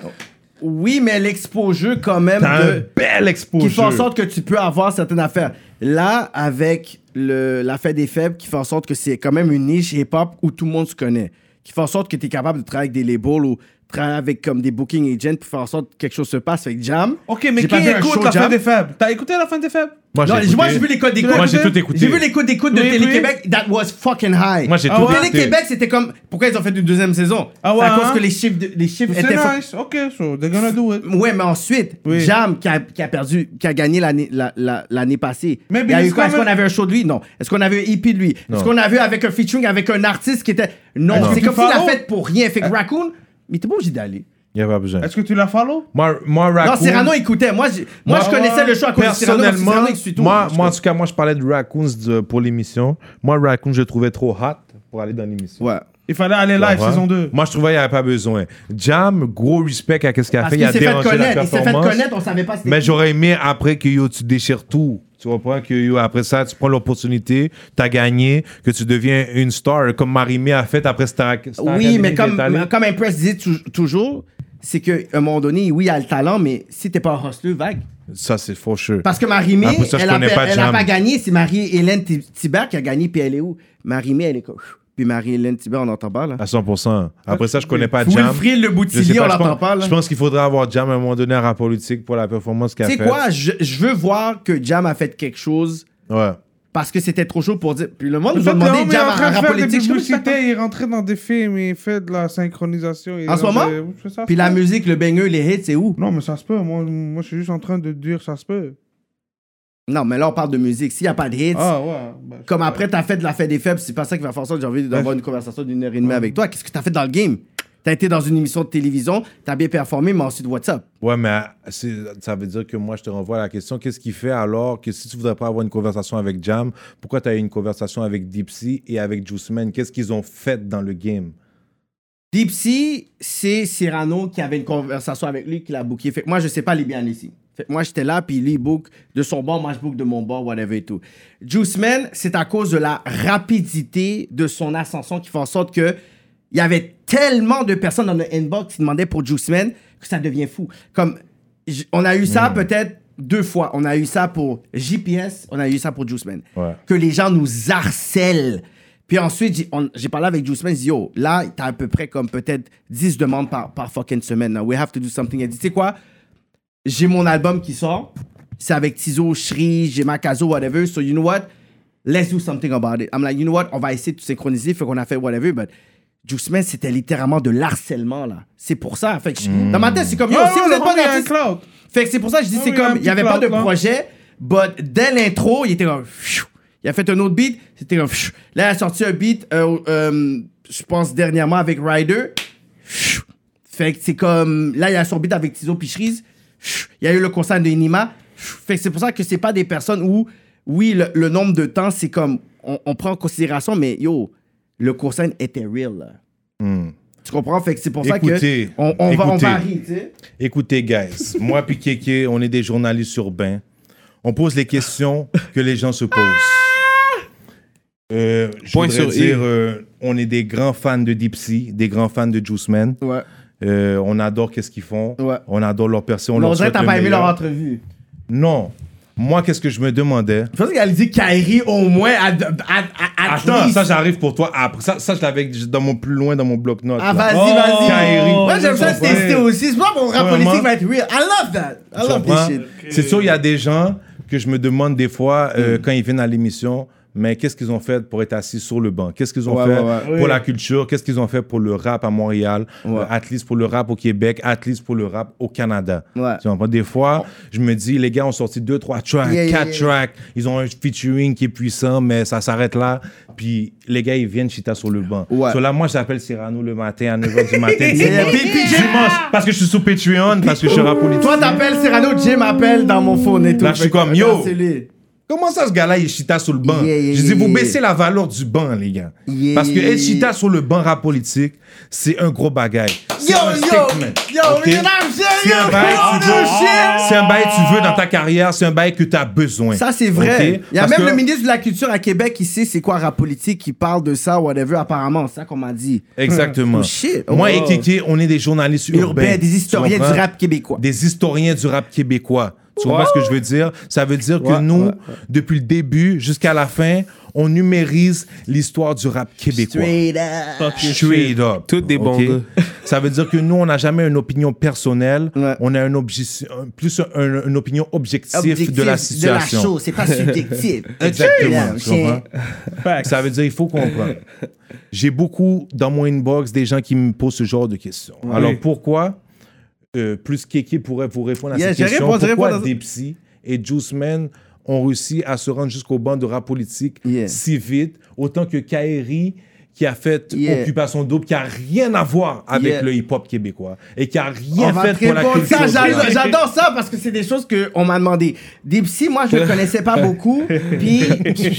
[SPEAKER 4] Oui, mais l'expo-jeu quand même
[SPEAKER 2] T'as un
[SPEAKER 4] de.
[SPEAKER 2] bel exposure.
[SPEAKER 4] qui fait en sorte que tu peux avoir certaines affaires. Là, avec le, la fête des faibles, qui fait en sorte que c'est quand même une niche hip-hop où tout le monde se connaît. Qui fait en sorte que tu es capable de travailler avec des labels ou travailler avec comme des booking agents pour faire en sorte que quelque chose se passe avec Jam.
[SPEAKER 5] Ok, mais
[SPEAKER 4] J'ai
[SPEAKER 5] qui
[SPEAKER 4] pas vu un
[SPEAKER 5] écoute
[SPEAKER 4] show
[SPEAKER 5] la fin
[SPEAKER 4] Jam.
[SPEAKER 5] des faibles T'as écouté la fin des faibles
[SPEAKER 2] Moi,
[SPEAKER 4] Non,
[SPEAKER 2] écouté.
[SPEAKER 4] moi, j'ai vu les codes d'écoute.
[SPEAKER 2] Moi, j'ai tout écouté.
[SPEAKER 4] J'ai vu les codes d'écoute de
[SPEAKER 5] Oui, oui.
[SPEAKER 4] Télé-Québec. That was fucking high.
[SPEAKER 2] Moi, j'ai
[SPEAKER 5] Ah
[SPEAKER 2] tout
[SPEAKER 5] ouais?
[SPEAKER 2] écouté.
[SPEAKER 4] Télé-Québec, c'était comme. Pourquoi ils ont fait une deuxième saison
[SPEAKER 5] Ah ouais,
[SPEAKER 4] C'est à cause
[SPEAKER 5] hein?
[SPEAKER 4] que les chiffres, de- les chiffres étaient.
[SPEAKER 5] C'est
[SPEAKER 4] fa-
[SPEAKER 5] nice. Ok, so they're gonna do it.
[SPEAKER 4] Ouais, mais ensuite,
[SPEAKER 5] Oui.
[SPEAKER 4] Jam qui a, qui a perdu, qui a gagné l'année la- la- l'année passée.
[SPEAKER 5] Mais
[SPEAKER 4] Il y a eu
[SPEAKER 5] Billy
[SPEAKER 4] quoi? Est-ce
[SPEAKER 5] Scomer-
[SPEAKER 4] qu'on avait un show de lui Non. Est-ce qu'on avait un EP de lui Est-ce
[SPEAKER 2] Non.
[SPEAKER 4] qu'on avait avec un featuring avec un artiste qui était Non,
[SPEAKER 5] Est-ce
[SPEAKER 4] c'est
[SPEAKER 5] que
[SPEAKER 4] comme
[SPEAKER 5] tu
[SPEAKER 4] s'il a
[SPEAKER 5] follow?
[SPEAKER 4] fait pour rien. Fait que Raccoon, mais t'es pas obligé d'aller.
[SPEAKER 2] Il n'y a pas besoin.
[SPEAKER 5] Est-ce que tu la follow
[SPEAKER 2] Moi, moi,
[SPEAKER 4] Non,
[SPEAKER 2] Raccoon,
[SPEAKER 4] Cyrano écoutait. Moi, j'ai- moi, je connaissais le show à cause de Cyrano. parce que
[SPEAKER 2] personnellement,
[SPEAKER 4] Cyrano, il suit tout.
[SPEAKER 2] moi,
[SPEAKER 4] Je-
[SPEAKER 2] moi, en tout cas, moi, je parlais de Raccoons de- pour l'émission. Moi, Raccoon, je le trouvais trop hot pour aller dans l'émission.
[SPEAKER 4] Ouais.
[SPEAKER 5] Il fallait aller live
[SPEAKER 2] Ouais.
[SPEAKER 5] saison 2.
[SPEAKER 2] Moi, je trouvais qu'il n'y avait pas besoin. Jam, gros respect à ce qu'il a
[SPEAKER 4] Parce
[SPEAKER 2] fait. Il
[SPEAKER 4] qu'il
[SPEAKER 2] a
[SPEAKER 4] s'est fait
[SPEAKER 2] dérangé la
[SPEAKER 4] connaître. Il s'est fait
[SPEAKER 2] performance.
[SPEAKER 4] connaître, on savait pas c'était
[SPEAKER 2] Mais
[SPEAKER 4] qui.
[SPEAKER 2] j'aurais aimé après que yo, tu déchires tout. Tu comprends que yo, après ça, tu prends l'opportunité, tu as gagné, que tu deviens une star, comme Marimé a fait après Star, Star
[SPEAKER 4] Oui,
[SPEAKER 2] Academy
[SPEAKER 4] mais
[SPEAKER 2] qui
[SPEAKER 4] comme,
[SPEAKER 2] est allée.
[SPEAKER 4] comme Impress disait tou- toujours, c'est qu'à un moment donné, oui, il a le talent, mais si t'es pas un hustler, vague.
[SPEAKER 2] Ça, c'est faux, sure.
[SPEAKER 4] Parce que Marie-Mé,
[SPEAKER 2] Ah, pour ça, je
[SPEAKER 4] elle n'a
[SPEAKER 2] connais
[SPEAKER 4] pas,
[SPEAKER 2] pas
[SPEAKER 4] elle a
[SPEAKER 2] Jam.
[SPEAKER 4] pas gagné. C'est Marie-Hélène Ti- Tiber qui a gagné, puis elle est où? Marie-Mé, elle est comme... Puis Marie-Hélène Tiber, on n'entend pas, là.
[SPEAKER 2] À 100%. Après ça, je connais Ah, pas Jam.
[SPEAKER 4] Wilfrid Le
[SPEAKER 2] Je sais
[SPEAKER 4] Boutillier, on
[SPEAKER 2] pas, je
[SPEAKER 4] l'entend
[SPEAKER 2] pense,
[SPEAKER 4] pas, là.
[SPEAKER 2] je pense qu'il faudrait avoir Jam à un moment donné à rap politique pour la performance qu'il a
[SPEAKER 4] Tu
[SPEAKER 2] faite.
[SPEAKER 4] sais quoi? Je, je veux voir que Jam a fait quelque chose
[SPEAKER 2] Ouais.
[SPEAKER 4] parce que c'était trop chaud pour dire... Puis le monde
[SPEAKER 5] Le
[SPEAKER 4] nous a
[SPEAKER 5] fait, le
[SPEAKER 4] demandé
[SPEAKER 5] homme est
[SPEAKER 4] Jam
[SPEAKER 5] en train
[SPEAKER 4] en
[SPEAKER 5] de
[SPEAKER 4] rap
[SPEAKER 5] faire des
[SPEAKER 4] politique. Je suis comme,
[SPEAKER 5] publicités, il est rentré dans des films, il fait de la synchronisation. il est
[SPEAKER 4] En ce
[SPEAKER 5] dans
[SPEAKER 4] moment?
[SPEAKER 5] des- Oui, ça se
[SPEAKER 4] Puis
[SPEAKER 5] peut.
[SPEAKER 4] la musique, le beigneux, les hits, c'est où?
[SPEAKER 5] Non, mais ça se peut. Moi, moi, je suis juste en train de dire ça se peut.
[SPEAKER 4] Non, mais là, on parle de musique. S'il n'y a pas de hits...
[SPEAKER 5] Ah ouais. bah, je-
[SPEAKER 4] Comme après, t'as fait de la fête des faibles, c'est pas ça qui va faire ça. J'ai envie d'avoir une conversation d'une heure et demie avec toi. Qu'est-ce que t'as fait dans le game? T'as été dans une émission de télévision, t'as bien performé, mais ensuite, what's up?
[SPEAKER 2] Ouais, mais ah, c'est- ça veut dire que moi, je te renvoie à la question qu'est-ce qui fait alors que si tu voudrais pas avoir une conversation avec Jam, pourquoi tu as eu une conversation avec Dipsy et avec Juiceman Qu'est-ce qu'ils ont fait dans le game
[SPEAKER 4] Dipsy, c'est Cyrano qui avait une conversation avec lui, qui l'a booké. Fait que moi, je sais pas les biens ici. Fait que moi, j'étais là, puis lui, il book de son bord, moi, je book de mon bord, whatever et tout. Juiceman, c'est à cause de la rapidité de son ascension qui fait en sorte que il y avait tellement de personnes dans le inbox qui demandaient pour Juiceman que ça devient fou. Comme, j- on a eu ça peut-être deux fois. On a eu ça pour JPS, on a eu ça pour Juiceman.
[SPEAKER 2] Ouais.
[SPEAKER 4] Que les gens nous harcèlent. Puis ensuite, j'ai- on- j'ai parlé avec Juiceman, j'ai dit, yo, là, t'as à peu près comme peut-être 10 demandes par, par fucking semaine. Now we have to do something. Il a dit, tu sais quoi? J'ai mon album qui sort. C'est avec Tizo, Shri, j'ai Makazo, whatever. So, you know what? Let's do something about it. I'm like, you know what? On va essayer de tout synchroniser. Fait qu'on a fait whatever, but... Juiceman, c'était littéralement de l'harcèlement, là. C'est pour ça. Fait que je- dans ma tête, c'est comme, Hmm. yo,
[SPEAKER 5] Ouais,
[SPEAKER 4] si
[SPEAKER 5] ouais,
[SPEAKER 4] vous
[SPEAKER 5] le
[SPEAKER 4] êtes pas
[SPEAKER 5] homme est un
[SPEAKER 4] d'artiste-
[SPEAKER 5] cloud.
[SPEAKER 4] fait que c'est pour ça que je dis,
[SPEAKER 5] Ah
[SPEAKER 4] c'est
[SPEAKER 5] oui, un
[SPEAKER 4] comme, il
[SPEAKER 5] petit
[SPEAKER 4] n'y avait pas de
[SPEAKER 5] cloud, là.
[SPEAKER 4] projet, but dès l'intro, il était comme, pfiou. il a fait un autre beat, c'était comme, pfiou. là, il a sorti un beat, euh, euh, je pense, dernièrement avec Ryder. Pfiou. Fait que c'est comme, là, il a son beat avec Tizo Picheries, il y a eu le concert de Inima. Pfiou. Fait que c'est pour ça que c'est pas des personnes où, oui, le, le nombre de temps, c'est comme, on, on prend en considération, mais yo, le concert était real, là. Tu comprends? Fait que c'est pour
[SPEAKER 2] Hmm. Écoutez,
[SPEAKER 4] ça que on, on va, on
[SPEAKER 2] écoutez.
[SPEAKER 4] varie, tu sais.
[SPEAKER 2] Écoutez, guys, moi puis Kéké, on est des journalistes urbains. On pose les questions que les gens se posent. Euh, je
[SPEAKER 6] Point
[SPEAKER 2] voudrais
[SPEAKER 6] sur
[SPEAKER 2] dire, euh, on est des grands fans de Dipsy, des grands fans de Juiceman.
[SPEAKER 4] Ouais.
[SPEAKER 2] Euh, on adore qu'est-ce qu'ils font.
[SPEAKER 4] Ouais.
[SPEAKER 2] On adore leur personne. On,
[SPEAKER 4] On
[SPEAKER 2] leur
[SPEAKER 4] dirait
[SPEAKER 2] souhaite
[SPEAKER 4] que t'as
[SPEAKER 2] le
[SPEAKER 4] pas aimé
[SPEAKER 2] meilleur.
[SPEAKER 4] leur entrevue.
[SPEAKER 2] Non. Moi, qu'est-ce que je me demandais
[SPEAKER 4] Je pense qu'elle dit Kairi au moins à, à, à, à
[SPEAKER 2] Attends,
[SPEAKER 4] least.
[SPEAKER 2] Ah, ça j'arrive pour toi après. Ça, ça je l'avais dans mon plus loin dans mon bloc-notes.
[SPEAKER 4] Ah,
[SPEAKER 2] là.
[SPEAKER 4] vas-y,
[SPEAKER 5] Oh,
[SPEAKER 4] vas-y.
[SPEAKER 2] Kairi.
[SPEAKER 4] Moi, j'aime ça
[SPEAKER 2] Ouais.
[SPEAKER 4] tester aussi. C'est pas mon rap
[SPEAKER 2] Vraiment.
[SPEAKER 4] politique va être real. I love that. I
[SPEAKER 2] Tu
[SPEAKER 4] love
[SPEAKER 2] comprends?
[SPEAKER 4] this shit. Hmm.
[SPEAKER 2] C'est sûr, il y a des gens que je me demande des fois euh, quand ils viennent à l'émission mais qu'est-ce qu'ils ont fait pour être assis sur le banc? Qu'est-ce qu'ils ont
[SPEAKER 4] Ouais,
[SPEAKER 2] fait
[SPEAKER 4] ouais, ouais.
[SPEAKER 2] pour la culture? Qu'est-ce qu'ils ont fait pour le rap à Montréal? Euh, at least pour le rap au Québec, at least pour le rap au Canada.
[SPEAKER 4] Ouais. Oh.
[SPEAKER 2] Tu comprends? Des fois, je me dis, les gars ont sorti deux, trois tracks,
[SPEAKER 4] Yeah, yeah,
[SPEAKER 2] quatre
[SPEAKER 4] yeah.
[SPEAKER 2] tracks. Ils ont un featuring qui est puissant, mais ça s'arrête là. Puis les gars, ils viennent chita sur le banc.
[SPEAKER 4] Ouais.
[SPEAKER 2] So là, moi, j'appelle Cyrano le matin à 9h du matin.
[SPEAKER 4] Yeah,
[SPEAKER 2] dimanche,
[SPEAKER 4] big PJ.
[SPEAKER 2] dimanche, parce que je suis sous Patreon, parce que je suis rap politique.
[SPEAKER 4] Toi, t'appelles Cyrano, Jay m'appelle dans mon phone et tout.
[SPEAKER 2] Là, je suis
[SPEAKER 4] Fait que,
[SPEAKER 2] comme, yo.
[SPEAKER 4] regarde, c'est lui.
[SPEAKER 2] Comment ça, ce gars-là, il chita sur le banc?
[SPEAKER 4] Yeah, yeah,
[SPEAKER 2] je dis,
[SPEAKER 4] yeah,
[SPEAKER 2] vous
[SPEAKER 4] yeah.
[SPEAKER 2] baissez la valeur du banc, les gars.
[SPEAKER 4] Yeah,
[SPEAKER 2] Parce que
[SPEAKER 4] yeah,
[SPEAKER 2] être chita
[SPEAKER 4] yeah.
[SPEAKER 2] sur le banc rap politique, c'est un gros bagaille. C'est
[SPEAKER 4] Yo,
[SPEAKER 2] un
[SPEAKER 4] yo,
[SPEAKER 2] statement,
[SPEAKER 4] yo,
[SPEAKER 2] ok?
[SPEAKER 4] mesdames,
[SPEAKER 2] C'est un
[SPEAKER 4] sérieux,
[SPEAKER 2] bail que
[SPEAKER 4] bande
[SPEAKER 2] tu
[SPEAKER 4] de
[SPEAKER 2] veux.
[SPEAKER 4] shit.
[SPEAKER 2] C'est un bail que tu veux dans ta carrière, c'est un bail que tu as besoin.
[SPEAKER 4] Ça, c'est vrai.
[SPEAKER 2] Ok?
[SPEAKER 4] Il y a
[SPEAKER 2] Parce
[SPEAKER 4] même
[SPEAKER 2] que-
[SPEAKER 4] le ministre de la Culture à Québec ici, c'est quoi, rap politique, qui parle de ça, whatever, apparemment, c'est ça qu'on m'a dit.
[SPEAKER 2] Exactement.
[SPEAKER 4] Oh, shit.
[SPEAKER 2] Moi
[SPEAKER 4] Oh.
[SPEAKER 2] et Kéké, on est des journalistes urbains.
[SPEAKER 4] Urbains, des historiens
[SPEAKER 2] Tu
[SPEAKER 4] du
[SPEAKER 2] comprends?
[SPEAKER 4] rap québécois.
[SPEAKER 2] Des historiens du rap québécois. Tu comprends ce que je veux dire? Ça veut dire que nous, depuis le début jusqu'à la fin, on numérise l'histoire du rap québécois.
[SPEAKER 4] Straight up.
[SPEAKER 2] Straight up.
[SPEAKER 6] Toutes des bons
[SPEAKER 2] Ok?
[SPEAKER 6] gars.
[SPEAKER 2] Ça veut dire que nous, on n'a jamais une opinion personnelle.
[SPEAKER 4] Ouais.
[SPEAKER 2] On a un obje- un- plus un- une opinion objective,
[SPEAKER 4] Objectif
[SPEAKER 2] de la
[SPEAKER 4] De la
[SPEAKER 2] situation.
[SPEAKER 4] chose, c'est pas subjectif.
[SPEAKER 2] Exactement. tu
[SPEAKER 4] Straight
[SPEAKER 2] comprends?
[SPEAKER 4] up,
[SPEAKER 2] Ça veut dire il faut comprendre. J'ai beaucoup dans mon inbox des gens qui me posent ce genre de questions. Alors pourquoi euh, plus Kéké pourrait vous répondre à
[SPEAKER 4] Yeah,
[SPEAKER 2] cette
[SPEAKER 4] j'ai
[SPEAKER 2] question
[SPEAKER 4] répondu, j'ai
[SPEAKER 2] Pourquoi
[SPEAKER 4] répondu.
[SPEAKER 2] Dipsy et Juice Man ont réussi à se rendre jusqu'au banc de rap politique
[SPEAKER 4] Yeah.
[SPEAKER 2] si vite, autant que Kairi qui a fait
[SPEAKER 4] Yeah.
[SPEAKER 2] Occupation Double, qui a rien à voir avec
[SPEAKER 4] Yeah.
[SPEAKER 2] le hip-hop québécois et qui a
[SPEAKER 4] On
[SPEAKER 2] rien
[SPEAKER 4] va
[SPEAKER 2] fait
[SPEAKER 4] te
[SPEAKER 2] pour la
[SPEAKER 4] répondre
[SPEAKER 2] culture.
[SPEAKER 4] ça, j'adore-
[SPEAKER 2] québécoise.
[SPEAKER 4] j'adore ça parce que c'est des choses qu'on m'a demandé. Dipsy, moi je le connaissais pas beaucoup, puis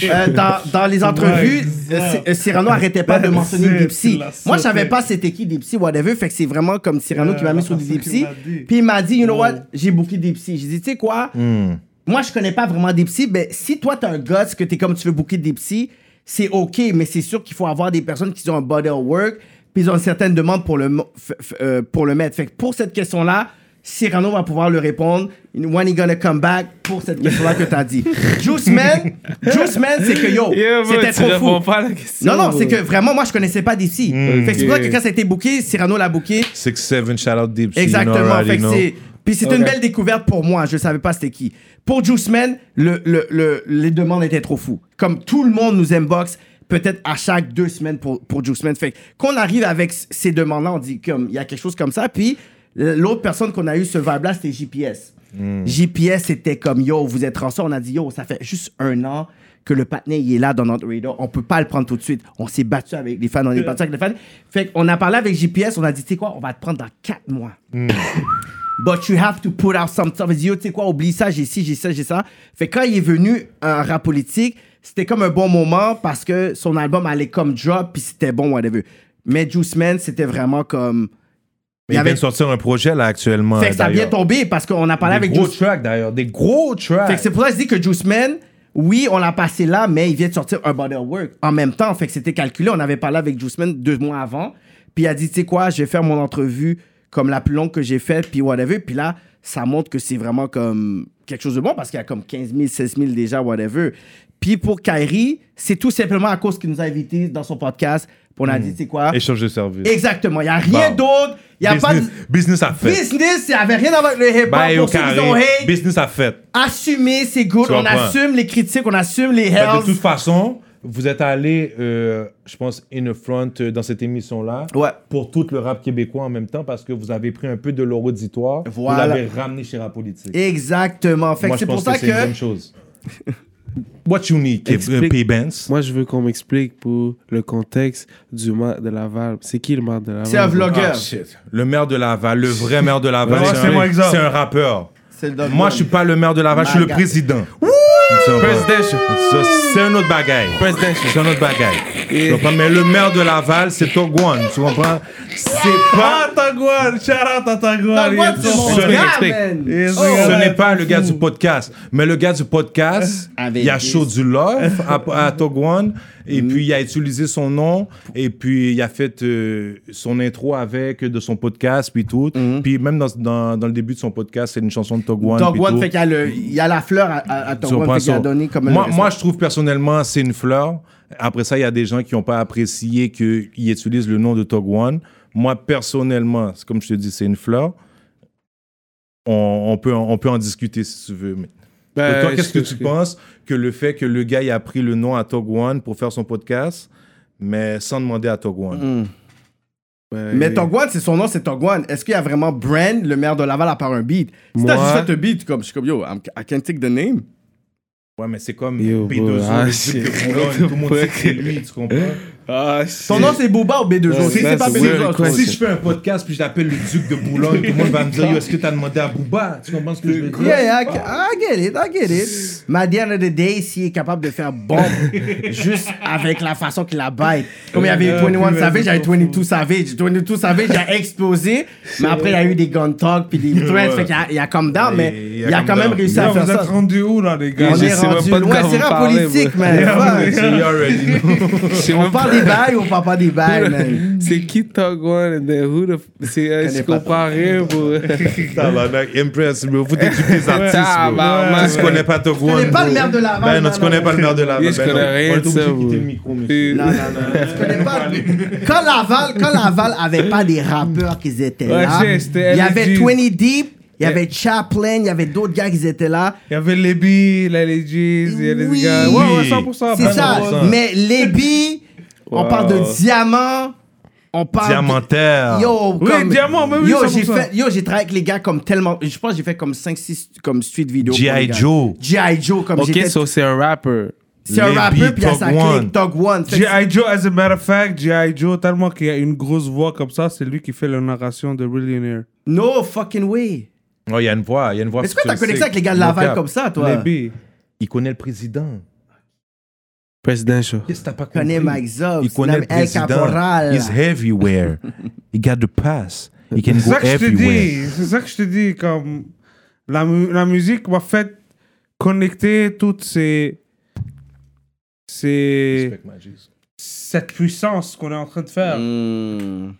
[SPEAKER 4] euh, dans, dans les entrevues, euh, C- euh, Cyrano arrêtait pas de mentionner
[SPEAKER 8] it,
[SPEAKER 4] Dipsy.
[SPEAKER 8] la
[SPEAKER 4] Moi je
[SPEAKER 8] sauté.
[SPEAKER 4] savais pas c'était qui Dipsy, whatever, fait que c'est vraiment comme Cyrano
[SPEAKER 8] Yeah,
[SPEAKER 4] qui m'a mis
[SPEAKER 8] la
[SPEAKER 4] sur du
[SPEAKER 8] personne qui
[SPEAKER 4] Dipsy,
[SPEAKER 8] m'a dit.
[SPEAKER 4] puis il m'a dit, you know what, j'ai booké Dipsy. J'ai dit, tu sais quoi,
[SPEAKER 2] Hmm.
[SPEAKER 4] moi je connais pas vraiment Dipsy, mais si toi t'es un gosse que t'es comme tu veux booker Dipsy, c'est ok, mais c'est sûr qu'il faut avoir des personnes qui ont un body of work, puis ils ont certaines demandes pour le, mo- f- f- euh, pour le mettre. Fait que pour cette question-là, Cyrano va pouvoir le répondre when he gonna come back pour cette question-là que t'as dit. Juice Man, Juice Man, c'est que yo,
[SPEAKER 6] Yeah, bro,
[SPEAKER 4] oh. c'était
[SPEAKER 6] tu
[SPEAKER 4] trop
[SPEAKER 6] réponds
[SPEAKER 4] fou.
[SPEAKER 6] pas à la question.
[SPEAKER 4] Non, non, c'est que vraiment, moi, je connaissais pas Dipsy. Fait que c'est pour ça que quand ça a été booké, Cyrano l'a booké.
[SPEAKER 2] 6-7, shout out Dipsy. you know,
[SPEAKER 4] Exactement.
[SPEAKER 2] already
[SPEAKER 4] Fait que
[SPEAKER 2] know.
[SPEAKER 4] c'est. Puis c'est une belle découverte pour moi. Je savais pas c'était qui. Pour Juice Man, le, le, le- les demandes étaient trop fous. Comme tout le monde nous inbox, peut-être à chaque deux semaines pour, pour Juice Man. Fait que qu'on arrive avec c- ces demandes-là, on dit comme il y a quelque chose comme ça. Puis l'autre personne qu'on a eu ce vibe-là, c'était JPS.
[SPEAKER 2] Hmm.
[SPEAKER 4] JPS était comme yo, vous êtes en ça. On a dit yo, ça fait juste un an que le patinet il est là dans notre radar. On peut pas le prendre tout de suite. On s'est battu avec les fans, on est battu avec les fans. Fait qu'on a parlé avec JPS, on a dit tu sais quoi, on va te prendre dans quatre mois. But you have to put out some stuff. Il dit, yo, tu sais quoi, oublie ça, j'ai ci, j'ai ça, j'ai ça. Fait que quand il est venu un rap politique, c'était comme un bon moment parce que son album allait comme drop, puis c'était bon, whatever. Mais Juice Man, c'était vraiment comme.
[SPEAKER 2] Mais
[SPEAKER 4] Il y
[SPEAKER 2] il vient
[SPEAKER 4] avait...
[SPEAKER 2] de sortir un projet là actuellement.
[SPEAKER 4] Fait que ça a bien
[SPEAKER 2] d'ailleurs.
[SPEAKER 4] tombé parce qu'on a parlé
[SPEAKER 2] des
[SPEAKER 4] avec
[SPEAKER 2] gros
[SPEAKER 4] Juice
[SPEAKER 2] tracks d'ailleurs, des gros tracks.
[SPEAKER 4] Fait que c'est pour ça que je dis que Juice Man, oui, on l'a passé là, mais il vient de sortir un body of work en même temps. Fait que c'était calculé. On avait parlé avec Juice Man deux mois avant. Puis il a dit, tu sais quoi, je vais faire mon entrevue comme la plus longue que j'ai faite, puis whatever. Puis là, ça montre que c'est vraiment comme quelque chose de bon parce qu'il y a comme 15 000, 16 000 déjà, whatever. Puis pour Kyrie, c'est tout simplement à cause qu'il nous a invités dans son podcast. Puis on a
[SPEAKER 2] Mm.
[SPEAKER 4] dit, tu sais quoi,
[SPEAKER 2] Échange de services.
[SPEAKER 4] exactement. Il n'y a rien
[SPEAKER 2] Wow.
[SPEAKER 4] d'autre. Il n'y a
[SPEAKER 2] business,
[SPEAKER 4] pas de.
[SPEAKER 2] business à fait.
[SPEAKER 4] Business, il n'y avait rien à voir avec le
[SPEAKER 2] Bye
[SPEAKER 4] hip-hop.
[SPEAKER 2] au
[SPEAKER 4] Pour ceux qui ont
[SPEAKER 2] carré.
[SPEAKER 4] hate,
[SPEAKER 2] Business à fait.
[SPEAKER 4] assumer c'est good.
[SPEAKER 2] Tu
[SPEAKER 4] On
[SPEAKER 2] comprends.
[SPEAKER 4] assume les critiques, on assume les
[SPEAKER 2] Fait que
[SPEAKER 4] hells.
[SPEAKER 2] de toute façon, vous êtes allé, euh, je pense, in the front euh, dans cette émission-là.
[SPEAKER 4] Ouais.
[SPEAKER 2] Pour tout le rap québécois en même temps parce que vous avez pris un peu de leur auditoire.
[SPEAKER 4] Voilà.
[SPEAKER 2] Vous l'avez ramené chez Rap Politique.
[SPEAKER 4] Exactement. Fait
[SPEAKER 2] Moi,
[SPEAKER 4] que
[SPEAKER 2] je
[SPEAKER 4] c'est pour
[SPEAKER 2] pense
[SPEAKER 4] ça
[SPEAKER 2] que
[SPEAKER 4] que.
[SPEAKER 2] c'est une bonne chose. What you need, Kev- euh,
[SPEAKER 6] Explique.
[SPEAKER 2] P-Benz.
[SPEAKER 6] Moi, je veux qu'on m'explique pour le contexte du maire de Laval. C'est qui le maire de Laval?
[SPEAKER 4] C'est un vlogueur.
[SPEAKER 2] Ah, shit. Le maire de Laval, le vrai maire de Laval,
[SPEAKER 6] Ouais,
[SPEAKER 2] c'est
[SPEAKER 6] c'est moi,
[SPEAKER 2] un,
[SPEAKER 8] exemple.
[SPEAKER 2] c'est un rappeur.
[SPEAKER 4] C'est le dog
[SPEAKER 2] Moi,
[SPEAKER 4] one.
[SPEAKER 2] je suis pas le maire de Laval, je suis le
[SPEAKER 4] Bagage.
[SPEAKER 2] président.
[SPEAKER 6] Presidential.
[SPEAKER 2] Ça, C'est un autre bagaille. C'est un autre bagaille. Tu comprends? Mais le maire de Laval, c'est Togwan. Tu comprends? C'est pas.
[SPEAKER 8] Tagwan, Ah, shout out à Tagwan.
[SPEAKER 4] Dog one, c'est mon
[SPEAKER 2] Explique,
[SPEAKER 4] gars,
[SPEAKER 2] explique.
[SPEAKER 4] man.
[SPEAKER 8] Yes,
[SPEAKER 4] Oh.
[SPEAKER 8] regarde.
[SPEAKER 2] Ce n'est pas le gars du podcast. Mais le gars du podcast,
[SPEAKER 4] Ah, Avec
[SPEAKER 2] il a
[SPEAKER 4] des-
[SPEAKER 2] chaud du love à, à Togwan. Et puis, il a utilisé son nom. Et puis, il a fait euh, son intro avec de son podcast, puis tout.
[SPEAKER 4] Mm-hmm.
[SPEAKER 2] Puis, même dans, dans, dans le début de son podcast, c'est une chanson de Togwan.
[SPEAKER 4] Dog
[SPEAKER 2] puis
[SPEAKER 4] one,
[SPEAKER 2] tout.
[SPEAKER 4] fait qu'il y a le- il y a la fleur à, à, à
[SPEAKER 2] Tu
[SPEAKER 4] Dog one,
[SPEAKER 2] comprends
[SPEAKER 4] fait qu'il a
[SPEAKER 2] ça?
[SPEAKER 4] donné comme
[SPEAKER 2] moi,
[SPEAKER 4] le-
[SPEAKER 2] moi, je trouve personnellement, c'est une fleur. Après ça, il y a des gens qui n'ont pas apprécié qu'ils utilisent le nom de Togwan. Moi, personnellement, c'est comme je te dis, c'est une fleur. On, on peut, en- on peut en discuter si tu veux. Mais
[SPEAKER 6] Ben,
[SPEAKER 2] toi, qu'est-ce que
[SPEAKER 6] excuse-
[SPEAKER 2] tu penses que le fait que le gars il a pris le nom à Togwan pour faire son podcast, mais sans demander à
[SPEAKER 4] Mm.
[SPEAKER 2] Togwan
[SPEAKER 6] Ben,
[SPEAKER 4] Hmm. Mais Togwan, c'est son nom, c'est Togwan. Est-ce qu'il y a vraiment Brand, le maire de Laval, à part un beat Si t'as
[SPEAKER 6] Moi-
[SPEAKER 4] juste fait un beat, comme, je suis comme, yo, I'm- I can't take the name.
[SPEAKER 2] Ouais, mais c'est comme
[SPEAKER 6] Yo,
[SPEAKER 2] P2O,
[SPEAKER 6] bro,
[SPEAKER 2] les
[SPEAKER 6] ah,
[SPEAKER 2] trucs
[SPEAKER 6] shit.
[SPEAKER 2] qui sont là, tout le monde sait que c'est lui, tu comprends
[SPEAKER 6] Ah,
[SPEAKER 4] Son nom, c'est Booba ou B2O
[SPEAKER 6] Ouais,
[SPEAKER 4] Si c'est
[SPEAKER 6] that's
[SPEAKER 4] pas
[SPEAKER 6] weird
[SPEAKER 4] B2O,
[SPEAKER 6] question.
[SPEAKER 2] Si je fais un podcast puis je l'appelle le duc de Boulogne, tout le monde va me dire Yo, est-ce que t'as demandé à Booba Tu comprends ce que je veux dire
[SPEAKER 4] Yeah, yeah, I, I get it, I get it. Mais at the end of the day, s'il est capable de faire bombe juste avec la façon qu'il la bite. Comme il y avait eu 21 Savage, j'avais 22 Savage. 22 Savage, il a explosé. Mais après, il y a eu des gun talk puis des threats. Fait qu'il a- il a come down, mais il a, quand
[SPEAKER 2] come
[SPEAKER 4] même
[SPEAKER 2] down.
[SPEAKER 4] réussi à
[SPEAKER 11] Là,
[SPEAKER 4] faire
[SPEAKER 11] vous
[SPEAKER 4] ça.
[SPEAKER 11] êtes rendu où, là, les gars
[SPEAKER 4] On
[SPEAKER 6] Je
[SPEAKER 4] est
[SPEAKER 6] sais même
[SPEAKER 4] rendu
[SPEAKER 6] pas de
[SPEAKER 4] loin,
[SPEAKER 6] quoi
[SPEAKER 4] c'est
[SPEAKER 6] vous
[SPEAKER 4] rap
[SPEAKER 6] parlez,
[SPEAKER 4] politique, man. Fuck.
[SPEAKER 2] So you already know.
[SPEAKER 4] On parle des bails ou on parle pas des bails, man?
[SPEAKER 6] C'est qui Togwan and then who the f- C'est euh,
[SPEAKER 4] connais
[SPEAKER 6] je
[SPEAKER 4] pas
[SPEAKER 6] comprends rien, bro.
[SPEAKER 2] Tabarnak, impress, bro. Vous détruisez les artistes,
[SPEAKER 6] Ah,
[SPEAKER 2] bro.
[SPEAKER 6] Tabarnak.
[SPEAKER 2] Tu ne connais pas Togwan.
[SPEAKER 4] connais pas le
[SPEAKER 2] bro.
[SPEAKER 4] maire de Laval,
[SPEAKER 2] Ben non,
[SPEAKER 4] non,
[SPEAKER 2] tu connais
[SPEAKER 4] non.
[SPEAKER 2] pas le maire de Laval.
[SPEAKER 6] Yo, je
[SPEAKER 2] ben non.
[SPEAKER 6] connais rien de
[SPEAKER 2] On est
[SPEAKER 6] ça,
[SPEAKER 2] obligé
[SPEAKER 6] bro.
[SPEAKER 2] quitter le micro, monsieur.
[SPEAKER 6] Et-
[SPEAKER 4] Non, non, non. Je connais pas. Quand Laval, quand Laval avait pas des rappeurs qui étaient
[SPEAKER 5] Ouais,
[SPEAKER 4] là,
[SPEAKER 5] c'est- c'était
[SPEAKER 4] il y avait
[SPEAKER 5] LG.
[SPEAKER 4] 20 Deep, il y avait Chaplin, il y avait d'autres gars qui étaient là.
[SPEAKER 5] Il y avait les billes, là, les jeans, il y a les
[SPEAKER 4] Oui.
[SPEAKER 5] gars. Ouais, ouais,
[SPEAKER 2] Oui.
[SPEAKER 5] 100%.
[SPEAKER 4] C'est ça.
[SPEAKER 2] ça.
[SPEAKER 4] Mais les billes, on parle de diamants, on parle. de-
[SPEAKER 2] Diamantaire.
[SPEAKER 4] Yo,
[SPEAKER 5] Oui,
[SPEAKER 4] comme-
[SPEAKER 5] diamant, mais oui,
[SPEAKER 4] yo,
[SPEAKER 5] 100%.
[SPEAKER 4] j'ai fait, yo, j'ai travaillé avec les gars comme tellement, je pense que j'ai fait comme 5-6 comme street vidéo. pour les
[SPEAKER 2] G.I.
[SPEAKER 4] gars.
[SPEAKER 2] Joe.
[SPEAKER 4] G.I. Joe, comme
[SPEAKER 6] Ok,
[SPEAKER 4] j'étais.
[SPEAKER 6] so c'est un rapper.
[SPEAKER 4] c'est un
[SPEAKER 2] les
[SPEAKER 4] rappeur,
[SPEAKER 2] billes,
[SPEAKER 4] puis il y a sa
[SPEAKER 2] Tog One.
[SPEAKER 4] clique, Tog One. Fait que
[SPEAKER 5] G.I. Joe, as a matter of fact, G.I. Joe, tellement qu'il a une grosse voix comme ça, c'est lui qui fait la narration de Millionaire.
[SPEAKER 4] c'est- No fucking way.
[SPEAKER 2] Oh, il y a une voix, il y a une voix.
[SPEAKER 4] Est-ce que t'as
[SPEAKER 2] sur-
[SPEAKER 4] connecté avec les gars de
[SPEAKER 2] No
[SPEAKER 4] Laval
[SPEAKER 2] cap.
[SPEAKER 4] comme ça, toi?
[SPEAKER 5] Les billes.
[SPEAKER 2] Il connaît le président.
[SPEAKER 6] Presidential.
[SPEAKER 2] Qu'est-ce que t'as pas
[SPEAKER 4] Il connaît
[SPEAKER 2] compris?
[SPEAKER 4] Mike Zobs.
[SPEAKER 2] Il connaît le
[SPEAKER 4] nomme El
[SPEAKER 2] président.
[SPEAKER 4] Caporal.
[SPEAKER 2] He's everywhere. He got the pass. He can
[SPEAKER 5] C'est
[SPEAKER 2] go
[SPEAKER 5] ça que je te
[SPEAKER 2] everywhere.
[SPEAKER 5] dis. C'est ça que je te dis. Comme la, mu- la musique m'a fait connecter toutes ces. ces cette puissance qu'on est en train de faire.
[SPEAKER 4] Mm.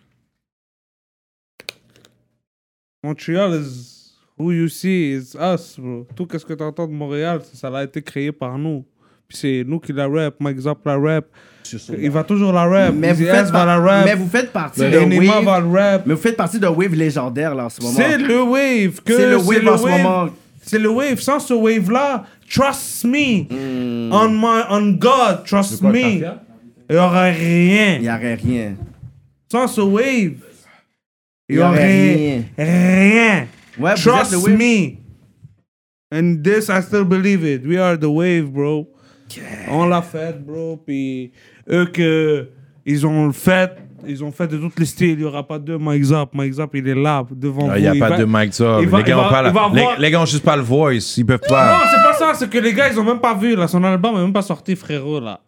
[SPEAKER 5] Montreal is who you see, is us, bro. Tout ce que tu entends de Montréal, ça, ça a été créé par nous. Puis c'est nous qui la rap, Mike Zop la rap. Il va toujours la rap.
[SPEAKER 4] Mais vous,
[SPEAKER 5] Easy
[SPEAKER 4] faites
[SPEAKER 5] S va
[SPEAKER 4] par-
[SPEAKER 5] la rap.
[SPEAKER 4] mais vous faites partie de
[SPEAKER 5] Enema va
[SPEAKER 4] wave.
[SPEAKER 5] le rap.
[SPEAKER 4] Mais vous faites partie d'un wave légendaire là en ce moment.
[SPEAKER 5] C'est le wave. que-
[SPEAKER 4] C'est le wave en ce moment.
[SPEAKER 5] C'est le wave. Sans ce wave-là, trust me.
[SPEAKER 4] Hmm.
[SPEAKER 5] On, my, on God, trust me. Il n'y aurait rien.
[SPEAKER 4] Il n'y aurait rien.
[SPEAKER 5] Sans ce wave, il
[SPEAKER 4] Il y
[SPEAKER 5] n'y
[SPEAKER 4] aurait
[SPEAKER 5] aurait rien.
[SPEAKER 4] Ouais, vous êtes
[SPEAKER 5] Trust
[SPEAKER 4] le wave.
[SPEAKER 5] me. And this, I still believe it. We are the wave, bro. On l'a fait, bro. Puis eux que ils ont le fait, ils ont fait de tous les styles. Il n'y aura pas deux Mike Zap. Mike Zap, il est là devant vous.
[SPEAKER 2] Ah, Il n'y a pas
[SPEAKER 5] va-
[SPEAKER 2] de mic
[SPEAKER 5] il va-
[SPEAKER 2] Les
[SPEAKER 5] il
[SPEAKER 2] gars,
[SPEAKER 5] va-
[SPEAKER 2] on parle.
[SPEAKER 5] il va
[SPEAKER 2] les-
[SPEAKER 5] avoir-
[SPEAKER 2] Les gars, on juste pas le voice. Ils peuvent
[SPEAKER 5] Non,
[SPEAKER 2] pas.
[SPEAKER 5] c'est pas ça. C'est que les gars, ils ont même pas vu. Là, son album est même pas sorti, frérot. Là.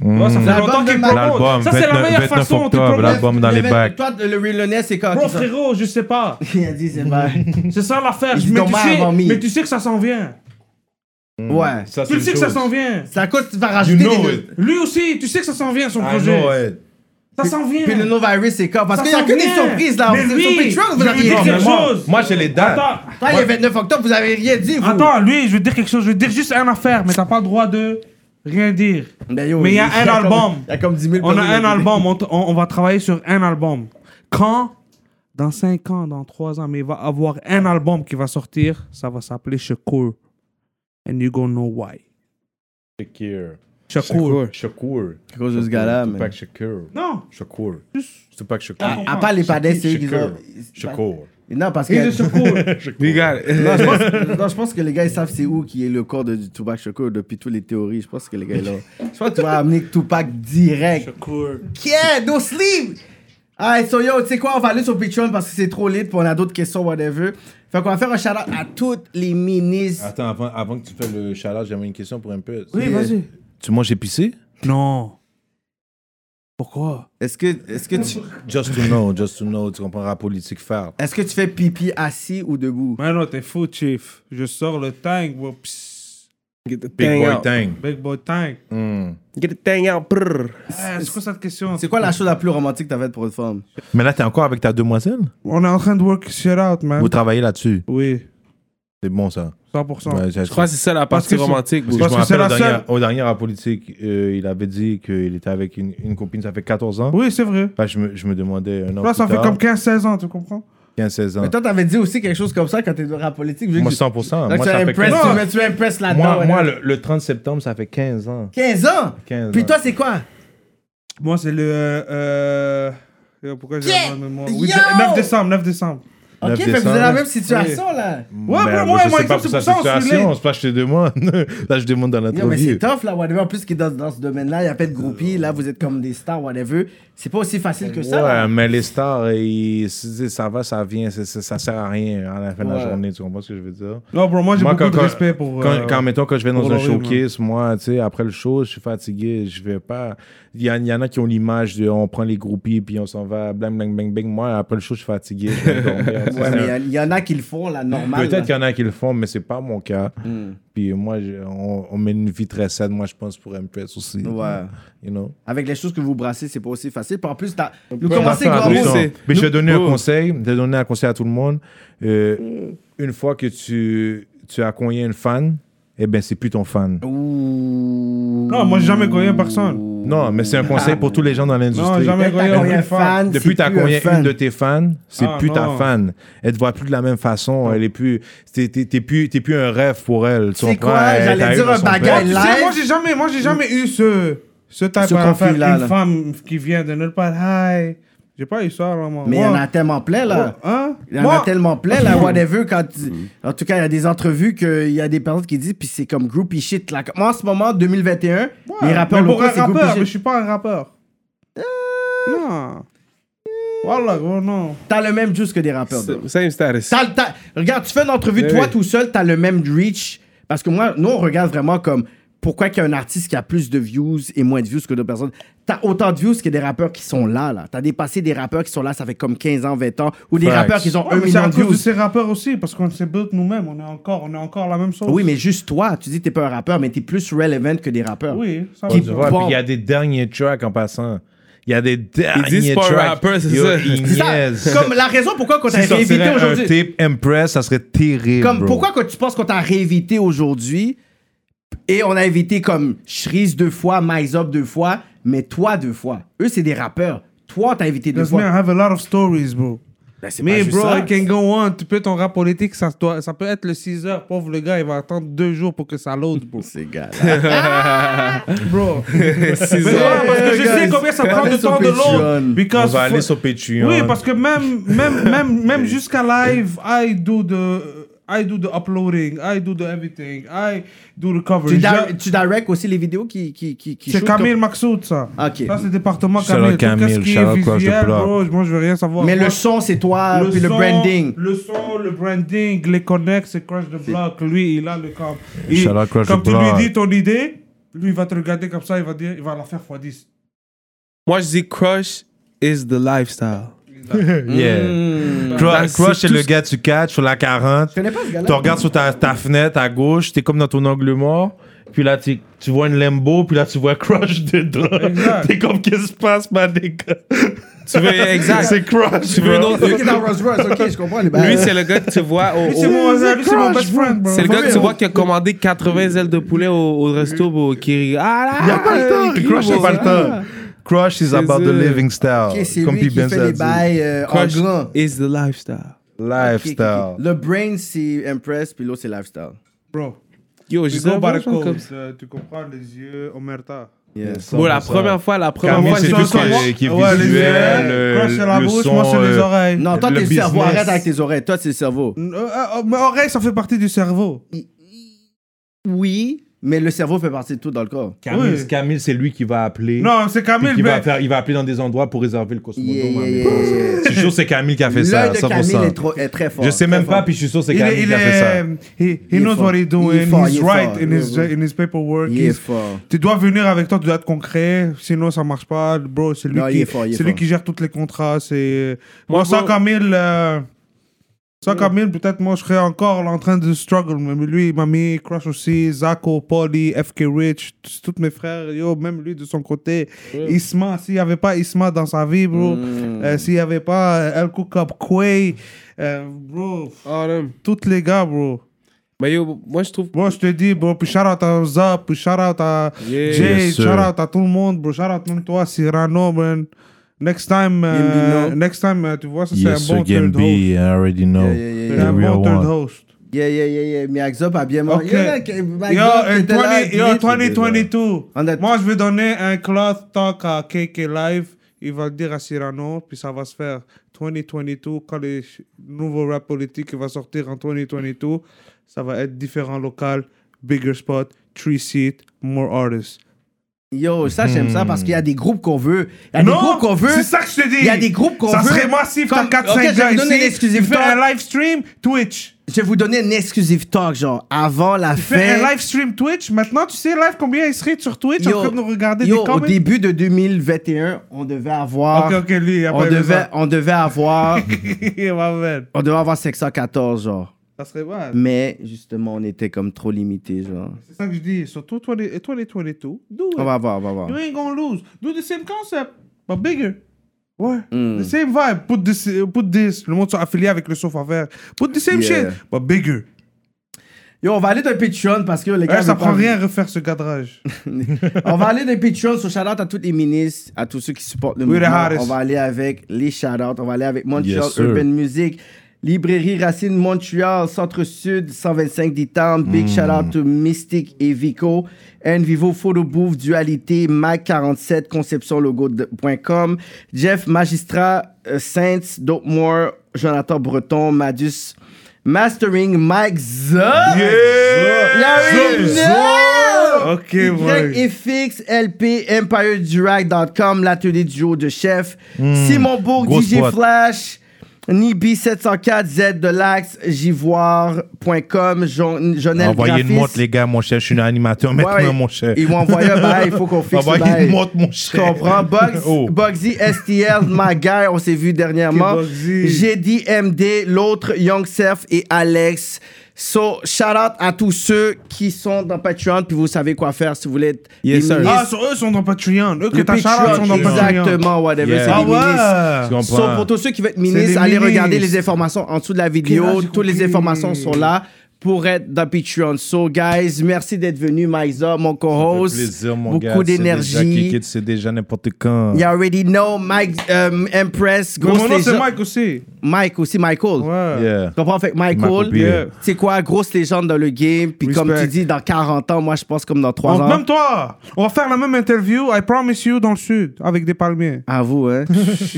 [SPEAKER 5] Tu vois, ça fait
[SPEAKER 4] L'album
[SPEAKER 5] longtemps
[SPEAKER 4] de
[SPEAKER 5] qu'il
[SPEAKER 4] Mike-
[SPEAKER 5] promote.
[SPEAKER 2] Hmm. L'album,
[SPEAKER 5] Ça, c'est la
[SPEAKER 2] 29
[SPEAKER 5] meilleure
[SPEAKER 2] 29
[SPEAKER 5] façon. Tu
[SPEAKER 2] octobre,
[SPEAKER 5] promotes.
[SPEAKER 2] l'album dans les
[SPEAKER 4] Le-
[SPEAKER 2] bacs.
[SPEAKER 4] Toi, le real honnête, c'est quand
[SPEAKER 5] Bro, frérot, je sais pas.
[SPEAKER 4] Il a dit, c'est vrai.
[SPEAKER 5] C'est ça l'affaire.
[SPEAKER 4] Ils
[SPEAKER 5] Mais
[SPEAKER 4] ont
[SPEAKER 5] tu,
[SPEAKER 4] mal
[SPEAKER 5] sais,
[SPEAKER 4] avant mi.
[SPEAKER 5] mais tu sais que ça s'en vient. Hmm.
[SPEAKER 4] Ouais.
[SPEAKER 5] Tu le sais que ça s'en vient.
[SPEAKER 4] C'est à cause que tu vas rajouter.
[SPEAKER 2] You know
[SPEAKER 4] des-
[SPEAKER 2] it.
[SPEAKER 5] Lui aussi, tu sais que ça s'en vient, son
[SPEAKER 2] I
[SPEAKER 5] projet.
[SPEAKER 2] know it.
[SPEAKER 5] Ça s'en vient.
[SPEAKER 4] Puis le no virus, c'est quand? Parce
[SPEAKER 5] Ça
[SPEAKER 4] qu'il n'y a
[SPEAKER 5] s'en
[SPEAKER 4] que des
[SPEAKER 5] vient.
[SPEAKER 4] surprises là.
[SPEAKER 5] Mais
[SPEAKER 4] Sur
[SPEAKER 5] oui.
[SPEAKER 4] Patreon, vous
[SPEAKER 5] Je
[SPEAKER 4] aviez
[SPEAKER 5] vais vous
[SPEAKER 4] rien
[SPEAKER 5] dire
[SPEAKER 4] dit.
[SPEAKER 5] quelque chose.
[SPEAKER 2] Moi, j'ai les dates.
[SPEAKER 5] Attends,
[SPEAKER 4] Toi, le 29 octobre, vous avez rien dit, vous.
[SPEAKER 5] attends, lui, je vais dire quelque chose. Je vais dire juste une affaire, mais t'as pas le droit de rien dire.
[SPEAKER 4] Ben, yo,
[SPEAKER 5] Mais il y a un
[SPEAKER 4] comme-
[SPEAKER 5] album.
[SPEAKER 4] Il y a comme 10 000
[SPEAKER 5] On a
[SPEAKER 4] personnes
[SPEAKER 5] un
[SPEAKER 4] qui-
[SPEAKER 5] album, on, t- on- on va travailler sur un album. Quand Dans 5 ans, dans 3 ans, mais il va avoir un album qui va sortir, ça va s'appeler Shakur. And you gonna know why.
[SPEAKER 2] Shakir.
[SPEAKER 5] Shakur.
[SPEAKER 2] Shakur.
[SPEAKER 4] À cause de ce gars-là, man.
[SPEAKER 2] Tupac Shakur.
[SPEAKER 5] Non,
[SPEAKER 2] Shakur. Tupac Shakur.
[SPEAKER 5] Ah,
[SPEAKER 4] À part les padets, c'est eux qui
[SPEAKER 2] Shakur.
[SPEAKER 4] ont.
[SPEAKER 2] Shakur.
[SPEAKER 4] Non, parce que.
[SPEAKER 5] c'est Shakur.
[SPEAKER 6] We got it.
[SPEAKER 4] Non, je pense, non, je pense que les gars, ils savent c'est où qui est le corps de du Tupac Shakur depuis toutes les théories. Je pense que les gars, ils l'ont. Je pense que tu vas amener Tupac direct.
[SPEAKER 5] Shakur.
[SPEAKER 4] Yeah, no sleep! Alright, so yo, tu sais quoi, on va aller sur Patreon parce que c'est trop lit, puis on a d'autres questions, whatever. Fait qu'on va faire un shout-out à toutes les ministres.
[SPEAKER 2] Attends, avant, avant que tu fasses le chalage, j'avais une question pour un peu.
[SPEAKER 5] Oui, vas-y.
[SPEAKER 2] Tu manges épicé?
[SPEAKER 5] Non. Pourquoi
[SPEAKER 4] Est-ce que, est-ce que tu.
[SPEAKER 2] Just to know, just to know. Tu comprends la politique faire.
[SPEAKER 4] Est-ce que tu fais pipi assis ou debout?
[SPEAKER 5] Mais non, t'es fou, chief. Je sors le tank, bro. Psst.
[SPEAKER 6] Get the
[SPEAKER 2] Big
[SPEAKER 6] thing
[SPEAKER 2] boy
[SPEAKER 6] out.
[SPEAKER 2] thing.
[SPEAKER 5] Big boy tank.
[SPEAKER 2] Mm.
[SPEAKER 6] Get the thing out. brrr.
[SPEAKER 5] Ah, c'est quoi cette question
[SPEAKER 4] C'est quoi la chose la plus romantique que t'as faite pour une femme?
[SPEAKER 2] Mais là, t'es encore avec ta demoiselle?
[SPEAKER 5] On est en train de work shit out, man.
[SPEAKER 2] Vous travaillez là-dessus.
[SPEAKER 5] Oui,
[SPEAKER 2] C'est bon, ça.
[SPEAKER 5] 100%.
[SPEAKER 2] Ouais,
[SPEAKER 6] Je crois que c'est ça la
[SPEAKER 5] Parce
[SPEAKER 6] partie
[SPEAKER 5] que c'est-
[SPEAKER 6] romantique. bro.
[SPEAKER 5] parce
[SPEAKER 2] je me
[SPEAKER 5] que c'est
[SPEAKER 2] rappelle au
[SPEAKER 5] la
[SPEAKER 2] dernier,
[SPEAKER 5] seule-
[SPEAKER 2] au dernier à politique, euh, il avait dit qu'il était avec une, une copine, ça fait 14 ans.
[SPEAKER 5] Oui, c'est vrai.
[SPEAKER 2] Enfin, je, me, je me demandais un an
[SPEAKER 5] Là,
[SPEAKER 2] plus
[SPEAKER 5] ça fait
[SPEAKER 2] tard.
[SPEAKER 5] comme 15-16 ans, tu comprends
[SPEAKER 2] 15-16 ans.
[SPEAKER 4] Mais toi, t'avais dit aussi quelque chose comme ça quand t'es dans le rap politique. vu que
[SPEAKER 2] Moi,
[SPEAKER 4] tu-
[SPEAKER 2] 100%.
[SPEAKER 4] Donc,
[SPEAKER 2] Moi,
[SPEAKER 4] tu
[SPEAKER 2] ça fait
[SPEAKER 4] impresses,
[SPEAKER 2] 15
[SPEAKER 4] tu,
[SPEAKER 2] ans.
[SPEAKER 4] me- tu impresses là-dedans.
[SPEAKER 2] Moi,
[SPEAKER 4] ouais,
[SPEAKER 2] moi
[SPEAKER 4] là.
[SPEAKER 2] le, le 30 septembre, ça fait 15 ans.
[SPEAKER 4] 15 ans
[SPEAKER 2] 15 ans.
[SPEAKER 4] Puis toi, c'est quoi
[SPEAKER 5] Moi, c'est le. euh, euh, pourquoi j'ai
[SPEAKER 4] Yeah.
[SPEAKER 5] la bonne mémoire Oui,
[SPEAKER 4] Yo.
[SPEAKER 5] de- 9 décembre, 9 décembre.
[SPEAKER 4] Ok,
[SPEAKER 2] 9
[SPEAKER 4] fait que vous
[SPEAKER 2] décembre.
[SPEAKER 4] êtes dans la même situation là.
[SPEAKER 5] Ouais,
[SPEAKER 2] Ben,
[SPEAKER 5] pour
[SPEAKER 2] moi,
[SPEAKER 5] moi,
[SPEAKER 2] je
[SPEAKER 5] moi,
[SPEAKER 2] sais pas pour
[SPEAKER 5] c'est
[SPEAKER 2] sa
[SPEAKER 5] pour ça, on se
[SPEAKER 2] situation.
[SPEAKER 5] relève.
[SPEAKER 2] C'est pas que je te demande. Là, je demande dans
[SPEAKER 4] Non, mais
[SPEAKER 2] l'interview.
[SPEAKER 4] c'est tough là, whatever. En plus, qui est dans, dans ce domaine-là, il n'y a pas de groupies. Là, vous êtes comme des stars, whatever. C'est pas aussi facile que ça. là.
[SPEAKER 2] Ouais, mais les stars, ils se disent ça va, ça vient, c'est- c'est- ça sert à rien à la fin de la
[SPEAKER 4] Ouais.
[SPEAKER 2] journée. Tu comprends ce que je veux dire?
[SPEAKER 5] Non, pour moi, j'ai
[SPEAKER 2] Moi,
[SPEAKER 5] beaucoup
[SPEAKER 2] quand,
[SPEAKER 5] de
[SPEAKER 2] quand-
[SPEAKER 5] respect pour.
[SPEAKER 2] quand,
[SPEAKER 5] euh,
[SPEAKER 2] quand, mettons, quand je vais dans
[SPEAKER 5] pour
[SPEAKER 2] un
[SPEAKER 5] le rythme.
[SPEAKER 2] showcase, moi, tu sais, après le show, je suis fatigué, je vais pas. Il y, en- il y en a qui ont l'image de on prend les groupies puis on s'en va, blam, blam, bang, bang. Moi, après le show, je suis fatigué. je vais dormir. C'est
[SPEAKER 4] Ouais,
[SPEAKER 2] un-
[SPEAKER 4] mais il y, en a qui le font là, normal.
[SPEAKER 2] Peut-être qu'il
[SPEAKER 4] là. Hmm.
[SPEAKER 2] y en a qui le font, mais c'est pas mon cas. Puis moi, je- on, on mène une vie très saine, moi, je pense, pour Impress aussi.
[SPEAKER 4] Ouais.
[SPEAKER 2] You know?
[SPEAKER 4] Avec les choses que vous brassez, c'est pas aussi facile. Puis en plus, t'as- nous
[SPEAKER 2] Faut
[SPEAKER 4] commençons
[SPEAKER 2] faire
[SPEAKER 4] à
[SPEAKER 2] attention.
[SPEAKER 4] commencer.
[SPEAKER 2] Mais je vais donner
[SPEAKER 5] Oh.
[SPEAKER 2] un conseil, je vais donner un conseil à tout le monde.
[SPEAKER 4] Hmm.
[SPEAKER 2] Euh, une fois que tu, tu as cogné une fan, eh ben c'est plus ton fan.
[SPEAKER 5] Non, moi, j'ai jamais connu personne.
[SPEAKER 2] Non, mais c'est un conseil pour tous les gens dans
[SPEAKER 5] Non,
[SPEAKER 2] l'industrie.
[SPEAKER 5] jamais
[SPEAKER 4] T'as
[SPEAKER 5] connu
[SPEAKER 4] combien de
[SPEAKER 5] aucune femme.
[SPEAKER 4] fans
[SPEAKER 2] Depuis que tu as
[SPEAKER 4] combien
[SPEAKER 2] cogné une de tes fans, c'est
[SPEAKER 5] Ah,
[SPEAKER 2] plus ta
[SPEAKER 5] non.
[SPEAKER 2] fan. Elle te voit plus de la même façon. Elle est plus. T'es t'es- t'es plus, t'es plus un rêve pour elle. Tu
[SPEAKER 4] C'est
[SPEAKER 2] comprends?
[SPEAKER 4] quoi?
[SPEAKER 2] Elle-
[SPEAKER 4] J'allais
[SPEAKER 2] t'as eu
[SPEAKER 4] dire
[SPEAKER 2] dans
[SPEAKER 4] un
[SPEAKER 2] son
[SPEAKER 4] bagage.
[SPEAKER 2] père.
[SPEAKER 5] Tu sais, moi, j'ai jamais, moi, j'ai jamais eu ce. Ce type
[SPEAKER 4] Ce
[SPEAKER 5] à affaire,
[SPEAKER 4] conflit-là, là.
[SPEAKER 5] une femme qui vient de nulle part. Hi. J'ai pas eu ça, vraiment.
[SPEAKER 4] Mais il y
[SPEAKER 5] Moi-
[SPEAKER 4] en a tellement plein là.
[SPEAKER 5] Hein?
[SPEAKER 4] Il y en
[SPEAKER 5] Moi-
[SPEAKER 4] a tellement plein, là, whatever, quand... tu- En tout cas, il y a des entrevues qu'il y a des personnes qui disent, puis c'est comme groupie shit, là. Moi, en ce moment, 2021,
[SPEAKER 5] Ouais,
[SPEAKER 4] les rappeurs
[SPEAKER 5] mais pour
[SPEAKER 4] locaux,
[SPEAKER 5] un
[SPEAKER 4] c'est Euh. groupie
[SPEAKER 5] rappeur, mais je
[SPEAKER 4] shit.
[SPEAKER 5] suis pas un rappeur. Non. Voilà, gros, non.
[SPEAKER 4] T'as le même juice que des rappeurs. bro.
[SPEAKER 6] Same- Same status.
[SPEAKER 4] T'as- t'as- Regarde, tu fais une entrevue,
[SPEAKER 6] Mais
[SPEAKER 4] toi,
[SPEAKER 6] oui.
[SPEAKER 4] tout seul, t'as le même reach. Parce que moi, nous, on regarde vraiment comme... Pourquoi qu'il y a un artiste qui a plus de views et moins de views que d'autres personnes? T'as autant de views que des rappeurs qui sont là, là. T'as dépassé des rappeurs qui sont là, ça fait comme 15 ans, 20 ans, ou des
[SPEAKER 2] Facts.
[SPEAKER 4] rappeurs qui ont
[SPEAKER 5] Ouais,
[SPEAKER 4] un
[SPEAKER 5] mais c'est
[SPEAKER 4] million
[SPEAKER 5] à
[SPEAKER 4] de
[SPEAKER 5] cause
[SPEAKER 4] views.
[SPEAKER 5] de ces rappeurs aussi, parce qu'on s'est built nous-mêmes. On est encore, on est encore la même chose.
[SPEAKER 4] Oui, mais juste toi, tu dis que t'es pas un rappeur, mais t'es plus relevant que des
[SPEAKER 2] Ah.
[SPEAKER 4] rappeurs.
[SPEAKER 5] Oui, ça
[SPEAKER 2] Ouais,
[SPEAKER 5] va.
[SPEAKER 2] tu vois,
[SPEAKER 4] Bon.
[SPEAKER 2] puis il y a des derniers tracks en passant. Il y a des derniers
[SPEAKER 6] disent pas un
[SPEAKER 2] tracks.
[SPEAKER 6] rappeur, c'est
[SPEAKER 2] Yo,
[SPEAKER 6] ça.
[SPEAKER 2] Ils
[SPEAKER 4] C'est ça,
[SPEAKER 2] niaisent.
[SPEAKER 4] comme la raison pourquoi qu'on t'a
[SPEAKER 2] S'ils
[SPEAKER 4] réinvité
[SPEAKER 2] sortiraient un
[SPEAKER 4] aujourd'hui.
[SPEAKER 2] tape Impress, ça serait terrible.
[SPEAKER 4] Comme
[SPEAKER 2] bro.
[SPEAKER 4] pourquoi que tu penses qu'on t'a réinvité aujourd'hui et on a invité comme Shreeze deux fois, Mize Up deux fois, mais toi deux fois. Eux c'est des rappeurs. Toi on t'a invité deux
[SPEAKER 5] Because me, I
[SPEAKER 4] fois.
[SPEAKER 5] have a lot of stories, bro.
[SPEAKER 2] Ah,
[SPEAKER 4] Ben, c'est pas
[SPEAKER 5] Mais
[SPEAKER 4] juste
[SPEAKER 5] bro,
[SPEAKER 4] ça.
[SPEAKER 5] I can go on. Tu peux ton rap politique, ça, doit- ça peut être le 6 heures. Pauvre le gars, il va attendre deux jours pour que ça load, bro.
[SPEAKER 4] C'est gars.
[SPEAKER 5] bro.
[SPEAKER 6] Six
[SPEAKER 5] Mais
[SPEAKER 6] ans.
[SPEAKER 5] ouais, parce que je sais combien ça prend de temps de load.
[SPEAKER 2] On
[SPEAKER 5] Because
[SPEAKER 2] va aller
[SPEAKER 5] faut-
[SPEAKER 2] sur Patreon.
[SPEAKER 5] Oui, parce que même, même, même, même jusqu'à live, I do the, I do the uploading, I do the everything, I do the coverage.
[SPEAKER 4] tu, da-
[SPEAKER 5] Je-
[SPEAKER 4] tu direct aussi les vidéos qui qui qui, qui
[SPEAKER 5] C'est
[SPEAKER 4] shootent
[SPEAKER 5] Camille
[SPEAKER 4] ton-
[SPEAKER 5] Maxoud, ça.
[SPEAKER 4] Ok.
[SPEAKER 5] Ça, c'est département
[SPEAKER 2] Ah, Shout out
[SPEAKER 5] Camille. Tout
[SPEAKER 2] Camille,
[SPEAKER 5] ce qui
[SPEAKER 2] shout
[SPEAKER 5] est
[SPEAKER 2] out Crush the
[SPEAKER 5] visuel,
[SPEAKER 2] Block.
[SPEAKER 5] bro, moi, je veux rien savoir.
[SPEAKER 4] Mais
[SPEAKER 5] Moi,
[SPEAKER 4] le son c'est toi Ah, puis le
[SPEAKER 5] son,
[SPEAKER 4] branding.
[SPEAKER 5] Le son, le branding, les connects, c'est Crush the Block. Lui, il a le camp.
[SPEAKER 2] Shout out Crush the
[SPEAKER 5] comme tu
[SPEAKER 2] Block.
[SPEAKER 5] lui dis ton idée, lui, il va te regarder comme ça, il va, dire, il va la faire x10.
[SPEAKER 6] Moi, je dis crush is the lifestyle.
[SPEAKER 2] Yeah.
[SPEAKER 6] Bah,
[SPEAKER 2] Crush,
[SPEAKER 6] c'est
[SPEAKER 2] Crush, c'est
[SPEAKER 6] tout
[SPEAKER 2] le
[SPEAKER 6] ce-
[SPEAKER 2] gars que tu catches sur la 40.
[SPEAKER 4] Je connais pas ce gars-là.
[SPEAKER 2] Tu regardes sur ta, ta fenêtre à gauche, t'es comme dans ton angle mort. Puis là, tu, tu vois une Lambo, puis là, tu vois Crush dedans.
[SPEAKER 5] Exact.
[SPEAKER 2] T'es comme, qu'est-ce qui se passe, ma nigga?
[SPEAKER 6] Tu veux, exact.
[SPEAKER 2] C'est Crush.
[SPEAKER 6] Tu veux une
[SPEAKER 2] bro.
[SPEAKER 6] autre-
[SPEAKER 4] Ok, dans Rolls Royce, ok, je comprends.
[SPEAKER 6] Lui, c'est le gars que tu vois au.
[SPEAKER 5] Lui, c'est
[SPEAKER 6] au-
[SPEAKER 5] mon, lui, c'est mon best friend, bro. hein.
[SPEAKER 6] C'est le gars que tu vois qui a commandé 80 ailes de poulet au, au resto, bro, qui... Ah là,
[SPEAKER 2] Il a pas le temps.
[SPEAKER 6] il crie,
[SPEAKER 2] Crush, il a
[SPEAKER 6] bro.
[SPEAKER 2] pas le temps. Crush is about the
[SPEAKER 6] euh,
[SPEAKER 2] living style.
[SPEAKER 4] Ok, c'est
[SPEAKER 2] comme
[SPEAKER 4] lui qui
[SPEAKER 2] P. Benz
[SPEAKER 4] fait
[SPEAKER 2] a
[SPEAKER 4] des
[SPEAKER 2] dit.
[SPEAKER 4] bails euh, en
[SPEAKER 6] Crush
[SPEAKER 4] gland.
[SPEAKER 6] is the lifestyle.
[SPEAKER 2] Lifestyle.
[SPEAKER 4] Le brain, c'est Impress, puis l'autre, c'est Lifestyle.
[SPEAKER 5] Bro,
[SPEAKER 6] Yo, je
[SPEAKER 5] tu
[SPEAKER 6] disais
[SPEAKER 5] go by
[SPEAKER 6] pas
[SPEAKER 5] the
[SPEAKER 6] comme
[SPEAKER 5] codes,
[SPEAKER 6] ça.
[SPEAKER 5] euh, Tu comprends les yeux, Omerta.
[SPEAKER 4] Yes.
[SPEAKER 6] Bon, la première fois, la première
[SPEAKER 2] Camille,
[SPEAKER 6] fois,
[SPEAKER 2] c'est
[SPEAKER 6] j'ai
[SPEAKER 2] tout
[SPEAKER 6] vu
[SPEAKER 2] ce
[SPEAKER 6] Crush.
[SPEAKER 2] qui est, qui est
[SPEAKER 5] Ouais, les yeux,
[SPEAKER 2] visuel, le,
[SPEAKER 5] Crush, c'est la
[SPEAKER 2] le
[SPEAKER 5] bouche,
[SPEAKER 2] son,
[SPEAKER 5] moi, c'est les
[SPEAKER 2] euh,
[SPEAKER 5] oreilles.
[SPEAKER 4] Non, toi,
[SPEAKER 2] Le
[SPEAKER 4] t'es le cerveau.
[SPEAKER 2] business.
[SPEAKER 4] Arrête avec tes oreilles. Toi, c'est le cerveau.
[SPEAKER 5] Euh, euh, mais oreille, ça fait partie du cerveau.
[SPEAKER 4] Oui, mais le cerveau fait partie de tout dans le corps.
[SPEAKER 2] Camille,
[SPEAKER 5] Oui.
[SPEAKER 2] Camille, c'est lui qui va appeler.
[SPEAKER 5] Non, c'est Camille,
[SPEAKER 2] il, va
[SPEAKER 5] mais
[SPEAKER 2] faire, il va appeler dans des endroits pour réserver le Cosmodo.
[SPEAKER 4] Yeah,
[SPEAKER 2] man.
[SPEAKER 4] yeah, yeah,
[SPEAKER 2] Je suis sûr que c'est Camille qui a fait ça,
[SPEAKER 4] L'œil
[SPEAKER 2] à
[SPEAKER 4] de
[SPEAKER 2] 100%.
[SPEAKER 4] Camille est, trop- est très fort.
[SPEAKER 2] je sais
[SPEAKER 4] très
[SPEAKER 2] même pas,
[SPEAKER 4] fort.
[SPEAKER 2] puis je suis sûr que c'est
[SPEAKER 5] il
[SPEAKER 2] Camille
[SPEAKER 5] est, il
[SPEAKER 2] qui a fait ça.
[SPEAKER 5] est, he, he
[SPEAKER 4] Il est
[SPEAKER 5] knows
[SPEAKER 4] fort.
[SPEAKER 5] what he's doing,
[SPEAKER 4] Il est fort,
[SPEAKER 5] he's
[SPEAKER 4] il est
[SPEAKER 5] right
[SPEAKER 4] fort.
[SPEAKER 5] in his,
[SPEAKER 4] Oui, oui.
[SPEAKER 5] in his paperwork.
[SPEAKER 4] Il est
[SPEAKER 5] he's-
[SPEAKER 4] fort.
[SPEAKER 5] Tu dois venir avec toi, tu dois être concret, sinon ça marche pas, bro. C'est lui,
[SPEAKER 4] Non, il
[SPEAKER 5] qui,
[SPEAKER 4] est fort, il est
[SPEAKER 5] c'est lui
[SPEAKER 4] fort.
[SPEAKER 5] qui gère tous les contrats. C'est
[SPEAKER 6] Moi,
[SPEAKER 5] moi sans
[SPEAKER 6] bro-
[SPEAKER 5] Camille, euh, sans Camille, peut-être moi je serais encore là en train de struggle. Mais lui, il m'a mis Crush aussi, Zako, Polly, FK Rich, t- tous mes frères, yo, même lui de son côté, Isma. S'il y avait pas Isma dans sa vie, bro,
[SPEAKER 4] Mm.
[SPEAKER 5] euh, s'il y avait pas euh, El Koukab, Quay, euh, bro,
[SPEAKER 6] Ah, non.
[SPEAKER 5] tous les gars, bro.
[SPEAKER 6] Mais yo, moi, je trouve...
[SPEAKER 5] Bro, je te dis, bro, puis shout out à Zap, puis shout out à
[SPEAKER 6] Yeah.
[SPEAKER 5] Jay,
[SPEAKER 2] Yes, sir.
[SPEAKER 5] shout out à tout le monde, bro, shout out même toi, Cyrano, man. Next time, euh, next time, euh, tu vois, ça, c'est
[SPEAKER 7] Yes,
[SPEAKER 5] un
[SPEAKER 7] sir,
[SPEAKER 5] bon third host.
[SPEAKER 7] Gambi, I already know.
[SPEAKER 4] Yeah, yeah, yeah,
[SPEAKER 5] C'est
[SPEAKER 7] The
[SPEAKER 5] un
[SPEAKER 7] real
[SPEAKER 5] bon third
[SPEAKER 7] one.
[SPEAKER 5] host.
[SPEAKER 4] Yeah, yeah, yeah, yeah. Mais Axop a bien mangé.
[SPEAKER 5] Ok.
[SPEAKER 4] Yeah, que- Max
[SPEAKER 5] Yo,
[SPEAKER 4] Up,
[SPEAKER 5] in
[SPEAKER 4] t'étais là,
[SPEAKER 5] 20 yo,
[SPEAKER 4] limite.
[SPEAKER 5] 2022,
[SPEAKER 4] On a-
[SPEAKER 5] moi je vais donner un cloth talk à KK Live. Il va le dire à Cyrano, puis ça va se faire 2022. Quand le ch- nouveau rap politique va sortir en 2022, ça va être différents locales, bigger spot, three seat, more artists.
[SPEAKER 4] Yo, ça, j'aime ça parce qu'il y a des groupes qu'on veut. Il y a des
[SPEAKER 5] Hmm. Non,
[SPEAKER 4] groupes qu'on veut.
[SPEAKER 5] c'est ça que je te dis.
[SPEAKER 4] Il y a des groupes qu'on
[SPEAKER 5] Ça
[SPEAKER 4] veut.
[SPEAKER 5] serait massif, t'as
[SPEAKER 4] Comme-
[SPEAKER 5] 4-5
[SPEAKER 4] Ok, je vais
[SPEAKER 5] gars
[SPEAKER 4] vous donner
[SPEAKER 5] ici.
[SPEAKER 4] l'exclusive
[SPEAKER 5] Tu fais
[SPEAKER 4] talk.
[SPEAKER 5] un live stream Twitch.
[SPEAKER 4] Je vais vous donner un exclusive talk, genre, avant la
[SPEAKER 5] Tu fais
[SPEAKER 4] fin.
[SPEAKER 5] un live stream Twitch. Maintenant, tu sais live combien il serait sur Twitch en train de nous regarder
[SPEAKER 4] yo,
[SPEAKER 5] des
[SPEAKER 4] au
[SPEAKER 5] comments.
[SPEAKER 4] début de 2021, on devait avoir.
[SPEAKER 5] Ok, ok, lui, il a
[SPEAKER 4] Ah, on,
[SPEAKER 5] pas eu
[SPEAKER 4] devait, on devait avoir.
[SPEAKER 5] besoin. Ma belle.
[SPEAKER 4] on devait avoir 514, genre.
[SPEAKER 5] Ça serait mal.
[SPEAKER 4] Mais, justement, on était comme trop limité, genre.
[SPEAKER 5] C'est ça que je dis. Surtout toi, les, toi, les, toi, les two. Do it.
[SPEAKER 4] On va voir, on va voir.
[SPEAKER 5] You ain't gonna lose. Do the same concept, but bigger. Ouais.
[SPEAKER 4] Mm.
[SPEAKER 5] The same vibe. Put this, put this. Le monde sont affiliés avec le sauf à faire. Put the same
[SPEAKER 4] Yeah.
[SPEAKER 5] shit, but bigger.
[SPEAKER 4] Yo, on va aller d'un Patreon parce que les gars.
[SPEAKER 5] Ouais, ça
[SPEAKER 4] je
[SPEAKER 5] prend
[SPEAKER 4] pense-
[SPEAKER 5] rien à refaire ce cadrage.
[SPEAKER 4] On va aller d'un Patreon sur shout-out à tous les ministres, à tous ceux qui supportent le
[SPEAKER 5] We're the
[SPEAKER 4] mouvement.
[SPEAKER 5] hottest.
[SPEAKER 4] On va aller avec les shout-outs. On va aller avec Montreal
[SPEAKER 2] Yes, sir.
[SPEAKER 4] Urban Music, Librairie Racine Montreal, Centre-Sud, 125 Dittam.
[SPEAKER 2] Mm.
[SPEAKER 4] Big shout-out to Mystic et Vico. Envivo Photo Booth, Dualité, Mac47, ConceptionLogo.com, Jeff Magistrat, euh, Saints, Dope Moore, Jonathan Breton, Madus Mastering, Mike Zuck. Eh! Larry Nell.
[SPEAKER 5] Ok, ouais.
[SPEAKER 4] YFX, LP, EmpireDurag.com, l'atelier du jour de chef, Simon Bourg,
[SPEAKER 7] Hmm. Grosse
[SPEAKER 4] DJ
[SPEAKER 7] boîte.
[SPEAKER 4] Flash, Nibi704, Z de l'Axe, Jivoire.com, Jon- Jonel
[SPEAKER 7] Envoyez une
[SPEAKER 4] Graphiste.
[SPEAKER 7] montre, les gars, mon cher. Je suis un animateur
[SPEAKER 4] Ouais,
[SPEAKER 7] maintenant,
[SPEAKER 4] ouais.
[SPEAKER 7] mon cher.
[SPEAKER 4] Ils m'ont envoyé un bail, il faut qu'on fixe le
[SPEAKER 7] Envoyez
[SPEAKER 4] bail.
[SPEAKER 7] une montre, mon
[SPEAKER 4] Je
[SPEAKER 7] cher.
[SPEAKER 4] comprends. Bugs,
[SPEAKER 7] Oh.
[SPEAKER 4] Bugsy, STL, My Guy, on s'est vu dernièrement.
[SPEAKER 5] Ok, Bugsy.
[SPEAKER 4] J'ai dit MD, l'autre, Young Surf et Alex. So, shout out à tous ceux qui sont dans Patreon, puis vous savez quoi faire si vous voulez être
[SPEAKER 6] Yes,
[SPEAKER 4] des
[SPEAKER 6] sir.
[SPEAKER 4] ministres.
[SPEAKER 5] Ah, sur eux, ils sont dans Patreon. Eux que
[SPEAKER 4] Le
[SPEAKER 5] t'as Charlotte sont
[SPEAKER 4] Patreon,
[SPEAKER 5] dans Patreon.
[SPEAKER 4] exactement, whatever,
[SPEAKER 7] Yeah.
[SPEAKER 4] c'est
[SPEAKER 5] Ah
[SPEAKER 4] des ministres.
[SPEAKER 5] ouais.
[SPEAKER 7] Tu comprends?
[SPEAKER 4] So, pour tous ceux qui veulent être
[SPEAKER 5] les
[SPEAKER 4] ministres, allez
[SPEAKER 5] ministres.
[SPEAKER 4] regarder les informations en dessous de la vidéo.
[SPEAKER 5] Ok, là, j'ai
[SPEAKER 4] Toutes les
[SPEAKER 5] compris.
[SPEAKER 4] informations sont là pour être dans Patreon. So, guys, merci d'être venu, Maïsa, mon co-host.
[SPEAKER 7] plaisir, mon gars.
[SPEAKER 4] Beaucoup
[SPEAKER 7] C'est déjà
[SPEAKER 4] d'énergie.
[SPEAKER 7] kick it, C'est déjà n'importe quand.
[SPEAKER 4] You already know, Mike, euh, Empress,
[SPEAKER 5] Mais
[SPEAKER 4] Grosse
[SPEAKER 5] Mon nom, c'est
[SPEAKER 4] Légende-
[SPEAKER 5] Mike aussi.
[SPEAKER 4] Mike aussi, Michael.
[SPEAKER 5] Ouais.
[SPEAKER 7] Yeah.
[SPEAKER 4] Tu comprends? Fait que
[SPEAKER 7] Michael
[SPEAKER 4] Michael,
[SPEAKER 7] P. Yeah.
[SPEAKER 4] c'est quoi, grosse légende dans le game. Puis comme tu
[SPEAKER 5] Respect.
[SPEAKER 4] dis, dans 40 ans, moi, je pense comme dans 3
[SPEAKER 5] Donc,
[SPEAKER 4] ans.
[SPEAKER 5] même toi, on va faire la même interview, I promise you, dans le sud, avec des palmiers.
[SPEAKER 4] À vous, hein?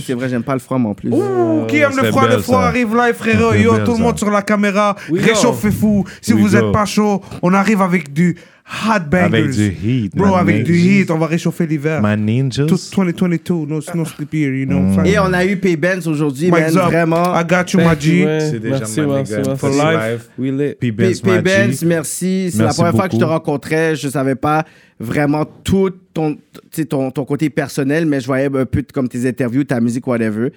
[SPEAKER 4] c'est vrai, j'aime pas le froid, mais en plus.
[SPEAKER 5] Ouh, qui aime le
[SPEAKER 7] c'est
[SPEAKER 5] froid, le
[SPEAKER 7] belle,
[SPEAKER 5] froid
[SPEAKER 7] Ah, ça.
[SPEAKER 5] arrive live, frérot.
[SPEAKER 7] C'est
[SPEAKER 5] Yo,
[SPEAKER 7] belle,
[SPEAKER 5] tout le
[SPEAKER 7] ça.
[SPEAKER 5] monde sur la caméra.
[SPEAKER 4] We go.
[SPEAKER 5] Réchauffez-vous. Si
[SPEAKER 7] We
[SPEAKER 5] vous
[SPEAKER 7] go.
[SPEAKER 5] n'êtes pas chaud, on arrive avec du hot bangers.
[SPEAKER 7] Avec du heat,
[SPEAKER 5] Bro,
[SPEAKER 7] man.
[SPEAKER 5] avec du
[SPEAKER 7] Ninjas.
[SPEAKER 5] heat, on va réchauffer l'hiver.
[SPEAKER 7] My ninjas.
[SPEAKER 5] Tout 2022, no, no sleep here, you know.
[SPEAKER 7] Mm.
[SPEAKER 5] Fuck.
[SPEAKER 4] Et on a eu P-Benz aujourd'hui,
[SPEAKER 5] Mike
[SPEAKER 4] man.
[SPEAKER 5] Zop,
[SPEAKER 4] Vraiment.
[SPEAKER 5] I got you, my
[SPEAKER 6] Thank you,
[SPEAKER 5] G.
[SPEAKER 6] man.
[SPEAKER 7] C'est déjà
[SPEAKER 6] Merci,
[SPEAKER 7] mal, les
[SPEAKER 6] merci,
[SPEAKER 7] gars.
[SPEAKER 6] merci.
[SPEAKER 7] For life.
[SPEAKER 6] We lit.
[SPEAKER 7] P.
[SPEAKER 4] P-
[SPEAKER 7] Benz, my
[SPEAKER 4] P-Benz,
[SPEAKER 7] G.
[SPEAKER 4] merci. C'est la
[SPEAKER 7] Merci
[SPEAKER 4] première fois que je te
[SPEAKER 7] beaucoup.
[SPEAKER 4] rencontrais. Je savais pas vraiment tout ton, tu sais, ton, ton côté personnel, mais je voyais un peu comme tes interviews, ta musique, whatever.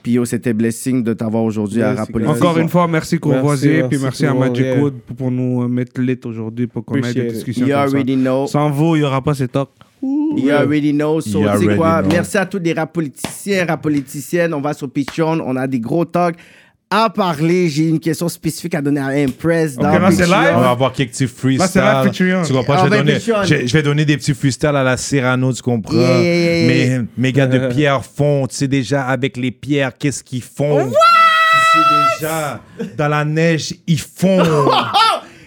[SPEAKER 4] Puis yo, c'était blessing de t'avoir aujourd'hui à
[SPEAKER 6] Yes,
[SPEAKER 4] Rapolitique.
[SPEAKER 5] Encore une fois, merci Courvoisier,
[SPEAKER 6] merci,
[SPEAKER 5] puis merci à
[SPEAKER 6] tout le monde,
[SPEAKER 5] Magic
[SPEAKER 6] yeah.
[SPEAKER 5] Wood pour, pour nous euh, mettre lit aujourd'hui, pour qu'on ait
[SPEAKER 6] Appreciate
[SPEAKER 5] des
[SPEAKER 6] it.
[SPEAKER 5] discussions
[SPEAKER 4] You
[SPEAKER 5] comme ça.
[SPEAKER 4] already know.
[SPEAKER 5] Sans vous, il n'y aura pas cet talk.
[SPEAKER 4] You already know. So,
[SPEAKER 7] You
[SPEAKER 4] tu sais
[SPEAKER 7] already
[SPEAKER 4] quoi?
[SPEAKER 7] know.
[SPEAKER 4] Merci à tous les rap politiciens, rap politiciennes. On va sur Patreon. On a des gros talks à parler. J'ai une question spécifique à donner à Impress. dans
[SPEAKER 5] là, c'est
[SPEAKER 4] Patreon.
[SPEAKER 5] live.
[SPEAKER 7] On va avoir quelques petits freestyles.
[SPEAKER 5] Là, c'est la featuring.
[SPEAKER 7] Tu comprends?
[SPEAKER 4] Ah,
[SPEAKER 7] Je vais,
[SPEAKER 4] ben,
[SPEAKER 7] donner,
[SPEAKER 4] featuring.
[SPEAKER 7] je, je vais donner des petits freestyles à la Cyrano, tu comprends?
[SPEAKER 4] Yeah, yeah, yeah, yeah.
[SPEAKER 7] Mais mes gars de pierre font, tu sais déjà, avec les pierres, qu'est-ce qu'ils font? Tu sais déjà, dans la neige, ils font.
[SPEAKER 4] Oh,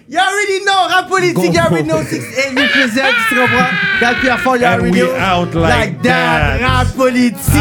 [SPEAKER 4] You already know. Rap politique, you already know. 6 8 present. Tu comprends? Dans Pierre Fort, you
[SPEAKER 7] And
[SPEAKER 4] already
[SPEAKER 7] we
[SPEAKER 4] know.
[SPEAKER 7] out like that.
[SPEAKER 4] Rap politique.